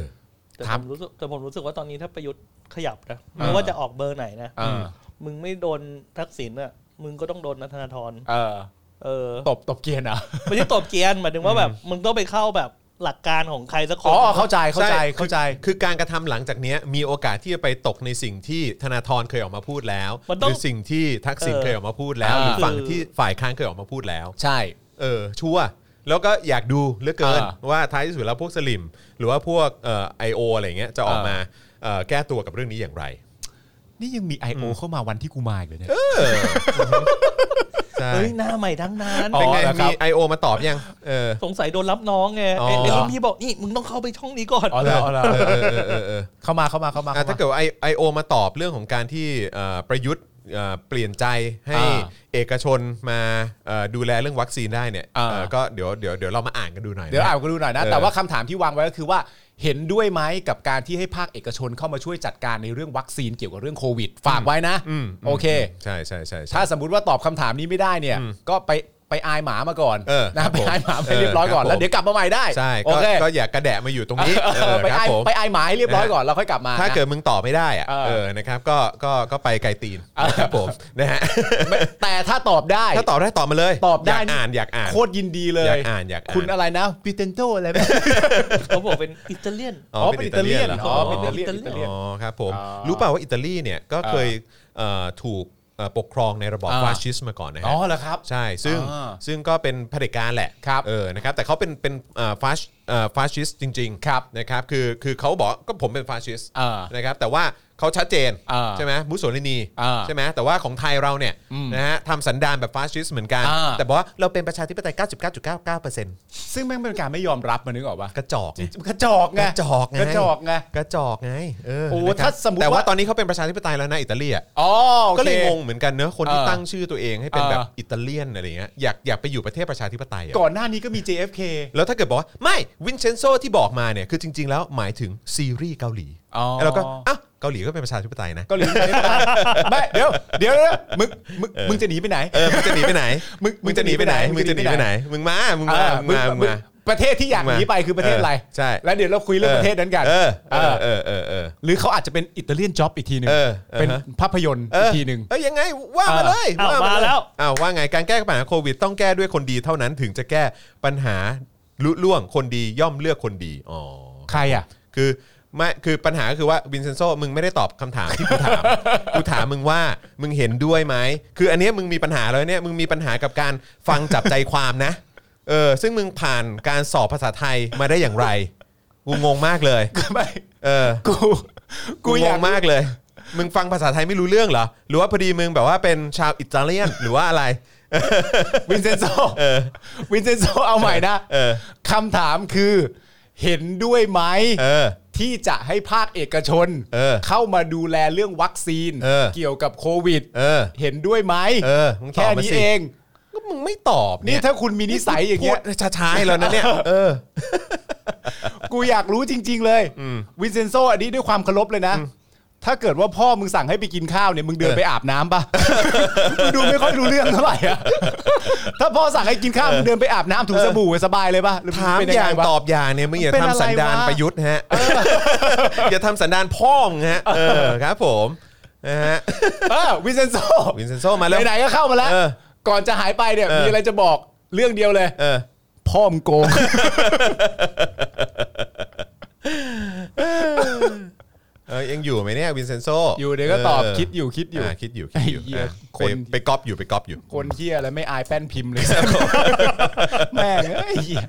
Speaker 3: แต่ผ
Speaker 4: ถาม
Speaker 3: มรู้สึกแต่ผมรู้สึกว่าตอนนี้ถ้าประยุทธ์ขยับนะไม่ว่าจะออกเบอร์ไหนนะ
Speaker 4: เออ
Speaker 3: มึงไม่โดนทักษิณอ่ะมึงก็ต้องโดนนัทนาธร
Speaker 4: เออ
Speaker 3: เออ
Speaker 4: ตบตบเกียร์นอ่ะ
Speaker 3: ไม่ใช่ตบเกรียนหมายถึงว่าแบบมึงต้องไปเข้าแบบหลักการของใครสักค
Speaker 4: อ๋
Speaker 3: น
Speaker 4: อเข้าใจเข้าใจ
Speaker 2: ช่
Speaker 4: เข้าใจ
Speaker 2: คือคือการกระทำหลังจากเนี้ยมีโอกาสที่จะไปตกในสิ่งที่ธนาธรเคยออกมาพูดแล้ว
Speaker 3: มัน
Speaker 2: ห
Speaker 3: ต้อง
Speaker 2: รือสิ่งที่ทักษิณเคยออกมาพูดแล้ว
Speaker 4: เออ
Speaker 2: หรือฝั่ง
Speaker 3: คือ
Speaker 2: ที่ฝ่ายค้านเคยออกมาพูดแล้ว
Speaker 4: ใช่
Speaker 2: เออชัวร์แล้วก็อยากดูเหลือเกิน
Speaker 4: เออ
Speaker 2: ว่าท้ายที่สุดแล้วพวกสลิม หรือว่าพวกเอ่อไอโออะไรเงี้ยจะออก
Speaker 4: เออ
Speaker 2: มาเอ่อแก้ตัวกับเรื่องนี้อย่างไร
Speaker 4: นี่ยังมี I.O. เข้ามาวันที่กูมาอีกเลยเนี่ย
Speaker 2: ใช่
Speaker 3: เฮ้ยหน้าใหม่ทั้งนั้น
Speaker 4: อ๋อ
Speaker 2: เป็นไง
Speaker 4: เหรครั
Speaker 2: มี
Speaker 4: บ
Speaker 2: ไอโอมาตอบยังเออ
Speaker 3: สงสัยโดนรับน้องไง
Speaker 2: อ๋อ
Speaker 3: ไอ้ไอ้รุ่นพี่บอกนี่มึงต้องเข้าไปช่องนี้ก่อน
Speaker 4: อ๋อเหรออ๋อเหรอ
Speaker 2: เออเออเออเออเออ
Speaker 4: เข้ามาเข้ามาเข้ามา
Speaker 2: อ่ะ
Speaker 4: เข้า
Speaker 2: ถ้า
Speaker 4: มา
Speaker 2: เกิดไอไอโอมาตอบเรื่องของการที่เอ่อประยุทธ์เอ่อเปลี่ยนใจให้
Speaker 4: อ่า
Speaker 2: เอกชนมาเอ่อดูแลเรื่องวัคซีนได้เนี่ย
Speaker 4: อ่า
Speaker 2: เอ่อก็เดี๋ยวเดี๋ยวเดี๋ยวเรามาอ่านกันดูหน่อยนะ
Speaker 4: เดี๋ยวอ่านกันดูหน่อยนะ
Speaker 2: เออ
Speaker 4: แต่ว่าคำถามที่วางไว้ก็คือว่าเห็นด้วยไหมกับการที่ให้ภาคเอกชนเข้ามาช่วยจัดการในเรื่องวัคซีนเกี่ยวกับเรื่องโควิด ฝากไว้นะ
Speaker 2: อืม
Speaker 4: โอเค
Speaker 2: ใช่ใช่ใช่ใช่
Speaker 4: ถ้าสมมติว่าตอบคำถามนี้ไม่ได้เนี่ย
Speaker 2: อืม
Speaker 4: ก็ไปไปอายหมามาก่อน
Speaker 2: เออครั
Speaker 4: นะ
Speaker 2: บ
Speaker 4: ไป
Speaker 2: ผม
Speaker 4: อายหมาไปเรียบร้อยก่อน
Speaker 2: เออครับ
Speaker 4: แล้วเดี๋ยวกลับมาใหม่ได้
Speaker 2: ใช่
Speaker 4: โอ
Speaker 2: ก็
Speaker 4: เค
Speaker 2: ก็อย่ากระแดะมาอยู่ตรงนี้เออ
Speaker 4: ไป
Speaker 2: ครับ
Speaker 4: อาย
Speaker 2: ผม
Speaker 4: ไปอายหมาให้เรียบร้อยก่อนแล้วค่อยกลับมา
Speaker 2: ถ้าเกิด
Speaker 4: นะ
Speaker 2: มึงตอบไม่ได้อะ
Speaker 4: เออ
Speaker 2: เออนะครับก็ก็ก็ไปไกลตีนครับผมนะฮะ
Speaker 4: แต่ถ้าตอบได้
Speaker 2: ถ้าตอบได้ตอบมาเลย
Speaker 4: ตอบได้
Speaker 2: ยากอ่านอยากอ่าน
Speaker 4: โคตรยินดีเลย
Speaker 2: อยากอ่านอยากอ่าน
Speaker 4: คุณอะไรนะพิเทนโตอะไรแบบ
Speaker 3: เขาบอกเป็นอิตาเลียน
Speaker 2: อ๋อเป็นอิตาเลียนเหรอ
Speaker 4: อ๋อเป็นอิตาเลียน
Speaker 3: อ๋อ
Speaker 4: อิตาเลียน
Speaker 2: อ๋อครับผม
Speaker 4: อ๋อ
Speaker 2: รู้เปล่าว่าอิตาลีเนี่ยก็เคยเอ่อถูกเอ่อปกครองในระบอบ
Speaker 4: อ่า
Speaker 2: ฟาสชิสต์มาก่อนนะ
Speaker 4: อ๋อ
Speaker 2: ฮะ
Speaker 4: เหรอครับ
Speaker 2: ใช่ซึ่ง
Speaker 4: อ่า
Speaker 2: ซึ่งก็เป็นเผด็จการแหละ
Speaker 4: ครับ
Speaker 2: เออนะครับแต่เขาเป็นเป็นเอ่อฟาสเอ่อฟาสชิสต์จริงๆ
Speaker 4: ครับ
Speaker 2: นะครับคือคือเขาบอกก็ผมเป็นฟาสชิสต์
Speaker 4: อ่า
Speaker 2: นะครับแต่ว่าเขาชัดเจน
Speaker 4: อ่า
Speaker 2: ใช่ไหมมุสโสลินี
Speaker 4: อ่า
Speaker 2: ใช่ไหมแต่ว่าของไทยเราเนี่ย
Speaker 4: อืม
Speaker 2: นะฮะทำสันดานแบบฟาสชิสต์เหมือนกัน
Speaker 4: อ่า
Speaker 2: แต่บอกว่าเราเป็นประชาธิปไตย 99.99%
Speaker 4: ซึ่งแม่งเป็นการไม่ยอมรับมันนึกออกปะ
Speaker 2: กระจอกไง
Speaker 4: กระจอกไง
Speaker 2: กระจอกไง
Speaker 4: กระจอกไง
Speaker 2: กระจอกไงเออ
Speaker 4: โอ้
Speaker 2: นะครับ
Speaker 4: ถ้าสมมุติ
Speaker 2: แต่ว่า
Speaker 4: ว่า
Speaker 2: ตอนนี้เขาเป็นประชาธิปไตยแล้วนะอิตาลีอ่ะ
Speaker 4: อ๋อโอค
Speaker 2: ก็เลยงงเหมือนกันเนอะคนที่
Speaker 4: เออ
Speaker 2: ตั้งชื่อตัวเองให้เป็นแบบ
Speaker 4: เอออิ
Speaker 2: อิตาเลียนอะไรเงี้ยอยากอยากไปอยู่ประเทศประชาธิปไตยอะ
Speaker 4: ก่อนหน้านี้ก็มี JFK
Speaker 2: แล้วถ้าเกิดบอกว่า ไม่วินเชนโซที่บอกมาเนี่ย คือจริง ๆ แล้วหมายถึงซีรีส์เกาหลี
Speaker 4: อ๋อ
Speaker 2: แล้วเราก็อ่ะเกาหลีก็เป็นประชาธิปไตยนะ
Speaker 4: เกาหลี ไม่เดี๋ยวเดี๋ยวเดี๋ยวมึงมึงมึงจะหนีไปไหน
Speaker 2: เออมึงจะหนีไปไหน
Speaker 4: มึง
Speaker 2: มึงจะหนีไปไหน
Speaker 4: มึ
Speaker 2: มึง
Speaker 4: ง
Speaker 2: จะ
Speaker 4: จะ
Speaker 2: ห
Speaker 4: หนี
Speaker 2: นีไป
Speaker 4: ไป
Speaker 2: ไห
Speaker 4: ไห
Speaker 2: น
Speaker 4: น
Speaker 2: มึงมามึงมา
Speaker 4: อ่า
Speaker 2: มึงมามึงมา
Speaker 4: ประเทศที่อยาก
Speaker 2: มึง
Speaker 4: ห
Speaker 2: มา
Speaker 4: นีไปคือประเทศอะไร
Speaker 2: เออใช่
Speaker 4: แล้วเดี๋ยวเราคุยเรื่องประเทศนั้นกัน
Speaker 2: เออเอ
Speaker 4: เอ
Speaker 2: อ
Speaker 4: อ
Speaker 2: เออเออเออ
Speaker 4: หรือเขาอาจจะเป็นอิตาเลียนจ็อบอีกทีหนึ่ง
Speaker 2: เออเออ
Speaker 4: เป็นภาพยนตร์
Speaker 2: เอ
Speaker 4: อี
Speaker 2: อก
Speaker 4: ทีหนึ่ง
Speaker 2: เออยังไงว่ามาเลย
Speaker 3: เออ
Speaker 2: เย
Speaker 3: เอามาแล้ว
Speaker 2: อ้าวว่าไงการแก้ปัญหาโควิด ต้องแก้ด้วยคนดีเท่านั้นถึงจะแก้ปัญหาลุล่วงคนดีย่อมเลือกคนดีอ๋อ
Speaker 4: ใครอ่ะ
Speaker 2: คือไม่คือปัญหาก็คือว่าวินเซนโซมึงไม่ได้ตอบคำถามที่กูถาม กูถามมึงว่ามึงเห็นด้วยไหมคืออันเนี้ยมึงมีปัญหาแล้วเนี่ยมึงมีปัญหากับการฟังจับใจความนะเออซึ่งมึงผ่านการสอบภาษาไทยมาได้อย่างไรกูงงมากเลย
Speaker 4: ไม่
Speaker 2: เออ
Speaker 4: กู
Speaker 2: กู
Speaker 4: กู
Speaker 2: ง
Speaker 4: อยาก
Speaker 2: งมากเลย มึงฟังภาษาไทยไม่รู้เรื่องเหรอหรือว่าพอดีมึงแบบว่าเป็นชาวอิตาเลียน หรือว่าอะไร
Speaker 4: วินเซนโซวินเซนโซเอาใหม่นะ
Speaker 2: เออ
Speaker 4: คำถามคือ เห็นด้วยไหม
Speaker 2: เออ
Speaker 4: ที่จะให้ภาคเอกชน
Speaker 2: เออ
Speaker 4: เข้ามาดูแลเรื่องวัคซีน
Speaker 2: เออ
Speaker 4: ยวกับโควิด
Speaker 2: เออ
Speaker 4: เห็นด้วยไหม
Speaker 2: เออมึงต
Speaker 4: แค่
Speaker 2: อบมาสิ
Speaker 4: นี้เอง
Speaker 2: ก็มึงไม่ตอบ
Speaker 4: นี่
Speaker 2: เย
Speaker 4: ถ้าคุณมีนิสัยอย่างเงี้ย
Speaker 2: พูดช้าๆแล้วนะเนี่ยเออ
Speaker 4: กูอยากรู้จริง ๆ เลยวินเซนโซอันนี้ด้วยความเคารพเลยนะ ถ้าเกิดว่าพ่อมึงสั่งให้ไปกินข้าวเนี่ยมึงเดิน
Speaker 2: เออ
Speaker 4: ไปอาบน้ำปะ มึงดูไม่ค่อยรู้เรื่องเท่าไหร่ อะถ้าพ่อสั่งให้กินข้าวมึงเดินไปอาบน้ำถูสบู่ไว้สบายเลยปะหรือ
Speaker 2: ถาม
Speaker 4: เป็น
Speaker 2: อ
Speaker 4: ยั
Speaker 2: ย่าง
Speaker 4: ไวะ
Speaker 2: ตอบอย่างเนี่ยมึงอย่า
Speaker 4: เป็นอะ
Speaker 2: ทำ
Speaker 4: ไร
Speaker 2: สันดาน
Speaker 4: วะ
Speaker 2: ประยุทธ์ฮะ อย่าทำสันดานพ่องฮะเออครับผมนะ ฮะ
Speaker 4: เออวินเซนโซ
Speaker 2: วินเซนโซมาแล้ว
Speaker 4: ไหนๆก็เข้ามาแล้ว
Speaker 2: เออ
Speaker 4: ก่อนจะหายไปเนี่ย
Speaker 2: เออ
Speaker 4: มีอะไรจะบอกเรื่องเดียวเลย
Speaker 2: เออ
Speaker 4: พ่อมึงโกง
Speaker 2: เออยังอยู่ไหมเนี่ยวินเซนโซ
Speaker 4: อยู่เดี๋ยวก็ตอบ
Speaker 2: เ
Speaker 4: คิดอยู่คิดอยู่
Speaker 2: าคิดอยู่คิดอยู่
Speaker 4: ไอ้เหี้ย
Speaker 2: อ่ะ
Speaker 4: ค
Speaker 2: ไป
Speaker 4: น
Speaker 2: ไปก๊อปอยู่ไปก๊อปอยู่
Speaker 4: คนเที่ยอะไรไม่อายแป้นพิมพ์เลย แม่งเอ้ยเหี้ย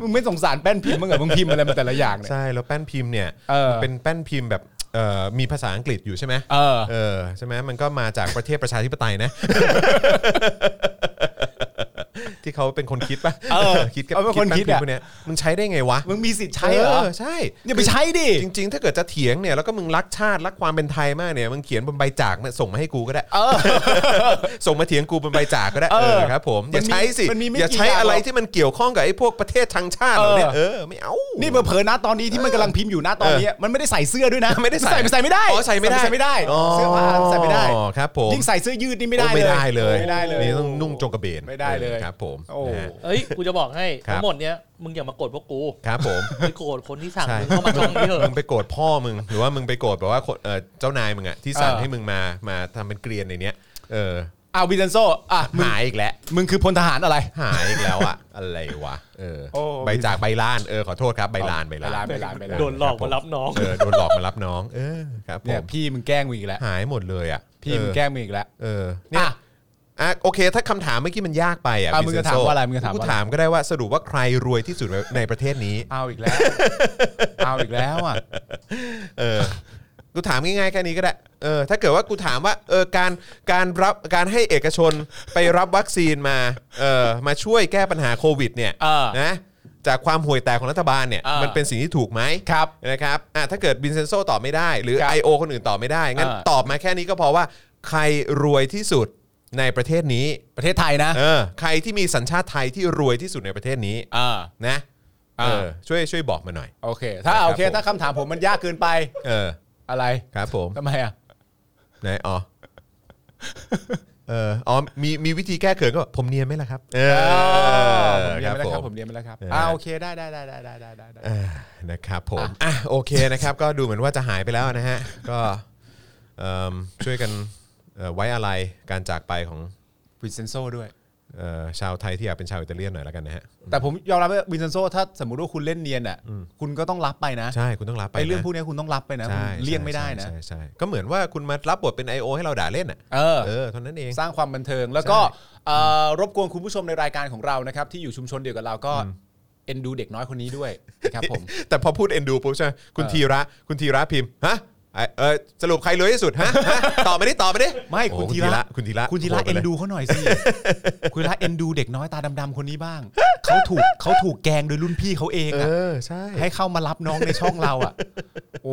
Speaker 4: มึงไม่สงสารแป้นพิมพ์มั้างเหรอมึงพิมพ์อะไรมาแต่ละอย่างเนี่ย
Speaker 2: ใช่แล้วแป้นพิมพ์เนี่ย
Speaker 4: เออ
Speaker 2: มันเป็นแป้นพิมพ์แบบเอ่อมีภาษาอังกฤษอยู่ใช่ไหม
Speaker 4: เออ
Speaker 2: เออใช่ไหมมันก็มาจากประเทศประชาธิปไตยนะ ที่เขาเป็นคนคิดปะ
Speaker 4: เออ
Speaker 2: คิดกับ
Speaker 4: เอาเป็นคน
Speaker 2: แป๊บ
Speaker 4: คิดอะ
Speaker 2: พวกเนี้ยมึงใช้ได้ไงวะ
Speaker 4: มึงมีสิทธิ์ใช้เหรอ
Speaker 2: ใช่
Speaker 4: อย่าไปใช้ดิ
Speaker 2: จริง ๆ ถ้าเกิดจะเถียงเนี่ยแล้วก็มึงรักชาติรักความเป็นไทยมากเนี่ยมึงเขียนบนใบจากมาส่งมาให้กูก็ได้
Speaker 4: เออ
Speaker 2: ส่งมาเถียงกูบนใบจากก็ได้
Speaker 4: เอ
Speaker 2: เอ
Speaker 4: อ
Speaker 2: อครับผมอย่าใช้สิ
Speaker 4: มันมีไม่
Speaker 2: อย่าใช้
Speaker 4: กี่อย่าง
Speaker 2: อะไร
Speaker 4: หรอก
Speaker 2: ที่มันเกี่ยวข้องกับไอ้พวกประเทศทางชาติเหล่าเนี้ย
Speaker 4: เอ
Speaker 2: เอ
Speaker 4: อ
Speaker 2: อไม่เอา
Speaker 4: นี่เผลอๆนะตอนนี้ที่มันกำลังพิมพ์อยู่นะตอนนี้มันไม่ได้ใส่เสื้อด้วยนะ
Speaker 2: ไม่ได้ใส่
Speaker 4: ใส่ใส่ไม่ได้
Speaker 2: อ๋อใส่ไม่ได้
Speaker 4: ใส่ไม่ได้
Speaker 2: อ๋อ
Speaker 4: เสื้อผ้าใส่ไม่ได้
Speaker 2: ครับผม
Speaker 4: ยิ่งใส่เสื้อยืดนี่ไม่ได้
Speaker 2: โอ้ไม่ได้เลย
Speaker 4: ไม่ได้เลย
Speaker 2: นี่ต้องนุ่งจงกระเบน
Speaker 4: ไม่ได้เลย
Speaker 2: ออครับ ผม
Speaker 4: โอ้
Speaker 2: นะฮะ
Speaker 3: เอ้ยกูจะบอกให้
Speaker 2: ครับ
Speaker 3: ทั้งหมดเนี้ยมึงอย่ามาโกรธพวกกู
Speaker 2: ครับผม
Speaker 3: ไปโกรธคนที่สั่ง
Speaker 2: ใช่
Speaker 3: มึงเข้ามาช่องนี้เถ
Speaker 2: มึ
Speaker 3: อะ
Speaker 2: งไปโกรธพ่อมึง หรือว่ามึงไปโกรธแบบว่าคนเอ่อเจ้านายมึงอะที่สั่ง
Speaker 4: เออ
Speaker 2: ให้มึงมามาทำเป็นเกรียนในเนี้ยเออ
Speaker 4: อ่ะวินเซนโซอ่ะมึง
Speaker 2: หายอีกแล้ว
Speaker 4: มึงคือพลทหารอะไร
Speaker 2: หายอีกแล้วอะ อะไรวะเออ
Speaker 4: โอ้
Speaker 2: ใบจากใบลานเออขอโทษครับใบลานใบลาน
Speaker 4: ไปลานไปลาน
Speaker 3: โดนหลอกมารับน้อง
Speaker 2: เออโดนหลอกมารับน้อง เออครับผ
Speaker 4: เนี่ย
Speaker 2: ม
Speaker 4: พี่มึงแกล้งมึงอีกแล้ว
Speaker 2: หายหมดเลยอะ
Speaker 4: พี่มึง
Speaker 2: เออ
Speaker 4: แกล้งมึงอีกแล้ว
Speaker 2: เออเนี่ย
Speaker 4: อ่ะ
Speaker 2: อ่ะโอเค ถ้าคำถามเมื่อกี้มันยากไปอะ
Speaker 4: อ่ะ
Speaker 2: พี่
Speaker 4: มึงจะ
Speaker 2: เซน
Speaker 4: ถาม
Speaker 2: โซ่
Speaker 4: ว่าอะไรมึงจะถาม
Speaker 2: กู
Speaker 4: ว่า
Speaker 2: ถามก็ได้ว่าสรุปว่าใครรวยที่สุดในประเทศนี้
Speaker 4: เอาอีกแล้ว เอาอีกแล้วอ่ะ
Speaker 2: เออ กูถามง่ายๆแค่นี้ก็ได้ เออ ถ้าเกิดว่ากูถามว่า เออ การ การรับ การให้เอกชนไปรับวัคซีนมา เออ มาช่วยแก้ปัญหาโควิด เนี่ย
Speaker 4: เออ
Speaker 2: นะ จากความห่วยแตกของรัฐบาลเนี่ย
Speaker 4: เออ
Speaker 2: มันเป็นสิ่งที่ถูกไหม
Speaker 4: ครับ
Speaker 2: นะครับ อ่ะถ้าเกิดบินเซนโซตอบไม่ได้ หรือ
Speaker 4: ครับ
Speaker 2: IO คนอื่นตอบไม่ได้ งั้น
Speaker 4: เออ
Speaker 2: ตอบมาแค่นี้ก็พอว่า ใครรวยที่สุดในประเทศนี้
Speaker 4: ประเทศไทยนะ
Speaker 2: เออ ใครที่มีสัญชาติไทยที่รวยที่สุดในประเทศนี้
Speaker 4: อ่า
Speaker 2: นะ
Speaker 4: เอ
Speaker 2: เอ
Speaker 4: อ
Speaker 2: อ ช่วย ช่วยบอกมาหน่อย
Speaker 4: โอเค ถ้า
Speaker 2: ครับ
Speaker 4: โอเค
Speaker 2: ผม
Speaker 4: ถ้าคำถามผมมันยากเกินไป
Speaker 2: เออ
Speaker 4: อะไร
Speaker 2: ครับผม
Speaker 4: ทำไมอ่ะ
Speaker 2: ไหนอ๋อ เอออ๋อมีมีวิธีแก้เขินก็แบบผมเนียนไหมล่ะครับ เออ
Speaker 4: ผมเรียนไปแล้วครับ
Speaker 2: ผ
Speaker 4: ผม มเรียนไปแล้วครับ
Speaker 2: เอออ่
Speaker 4: อ่าโอเคได้ได้ได้ได้ได้ได้ได้
Speaker 2: เออนะครับผมอ่ะโอเคนะครับ ก็ดูเหมือนว่าจะหายไปแล้วนะฮะ ก็เอิ่มช่วยกันเอ่อไว้อะไรการจากไปของ
Speaker 4: วินเซนโซด้วย
Speaker 2: เอ่อชาวไทยที่อยากเป็นชาวอิตาเลียนหน่อยแล้วกันนะฮะ
Speaker 4: แต่ผมยอมรับว่าวินเซนโซถ้าสมมติว่าคุณเล่นเนียนอ่ะคุณก็ต้องรับไปนะ
Speaker 2: ใช่คุณต้องรับไป
Speaker 4: ไอ้เรื่อง
Speaker 2: นะ
Speaker 4: พวกเนี้ยคุณต้องรับไปนะ
Speaker 2: ใช่
Speaker 4: คุณเลี่ยงไม่ได้นะ
Speaker 2: ใช่ใช่ใช่ก็เหมือนว่าคุณมารับบทเป็น I.O. ให้เราด่าเล่นอ่ะ
Speaker 4: เออ
Speaker 2: เออเท่านั้นเอง
Speaker 4: สร้างความบันเทิงแล้วก็เอ่อรบกวนคุณผู้ชมในรายการของเรานะครับ ที่อยู่ชุมชนเดียวกับเราก็เอ็นดูเด็กน้อยคนนี้ด้วยนะครับผม
Speaker 2: แต่พอพูดเอ็นดูปุ๊บใช่ไหมคุณธีระคุณธีระพิมพ์ฮะไอ้เออสรุปใครรวยที่สุดฮะฮะตอบมาดิตอบมาดิ
Speaker 4: ไม่คุณ
Speaker 2: โอ้
Speaker 4: ธีระ
Speaker 2: คุณธีระ
Speaker 4: คุณธีระ
Speaker 2: โหดไป
Speaker 4: เอ็น
Speaker 2: ลย
Speaker 4: ดูเขาหน่อยสิ คุณธีระเอ็นดูเด็กน้อยตาดำๆคนนี้ บ้าง เขาถูกเขาถูกแกล้งโดยรุ่นพี่เขาเอง
Speaker 2: เอ
Speaker 4: อะ
Speaker 2: อใช่
Speaker 4: ให้เข้ามารับน้องในช่องเราอ่ะ โอ้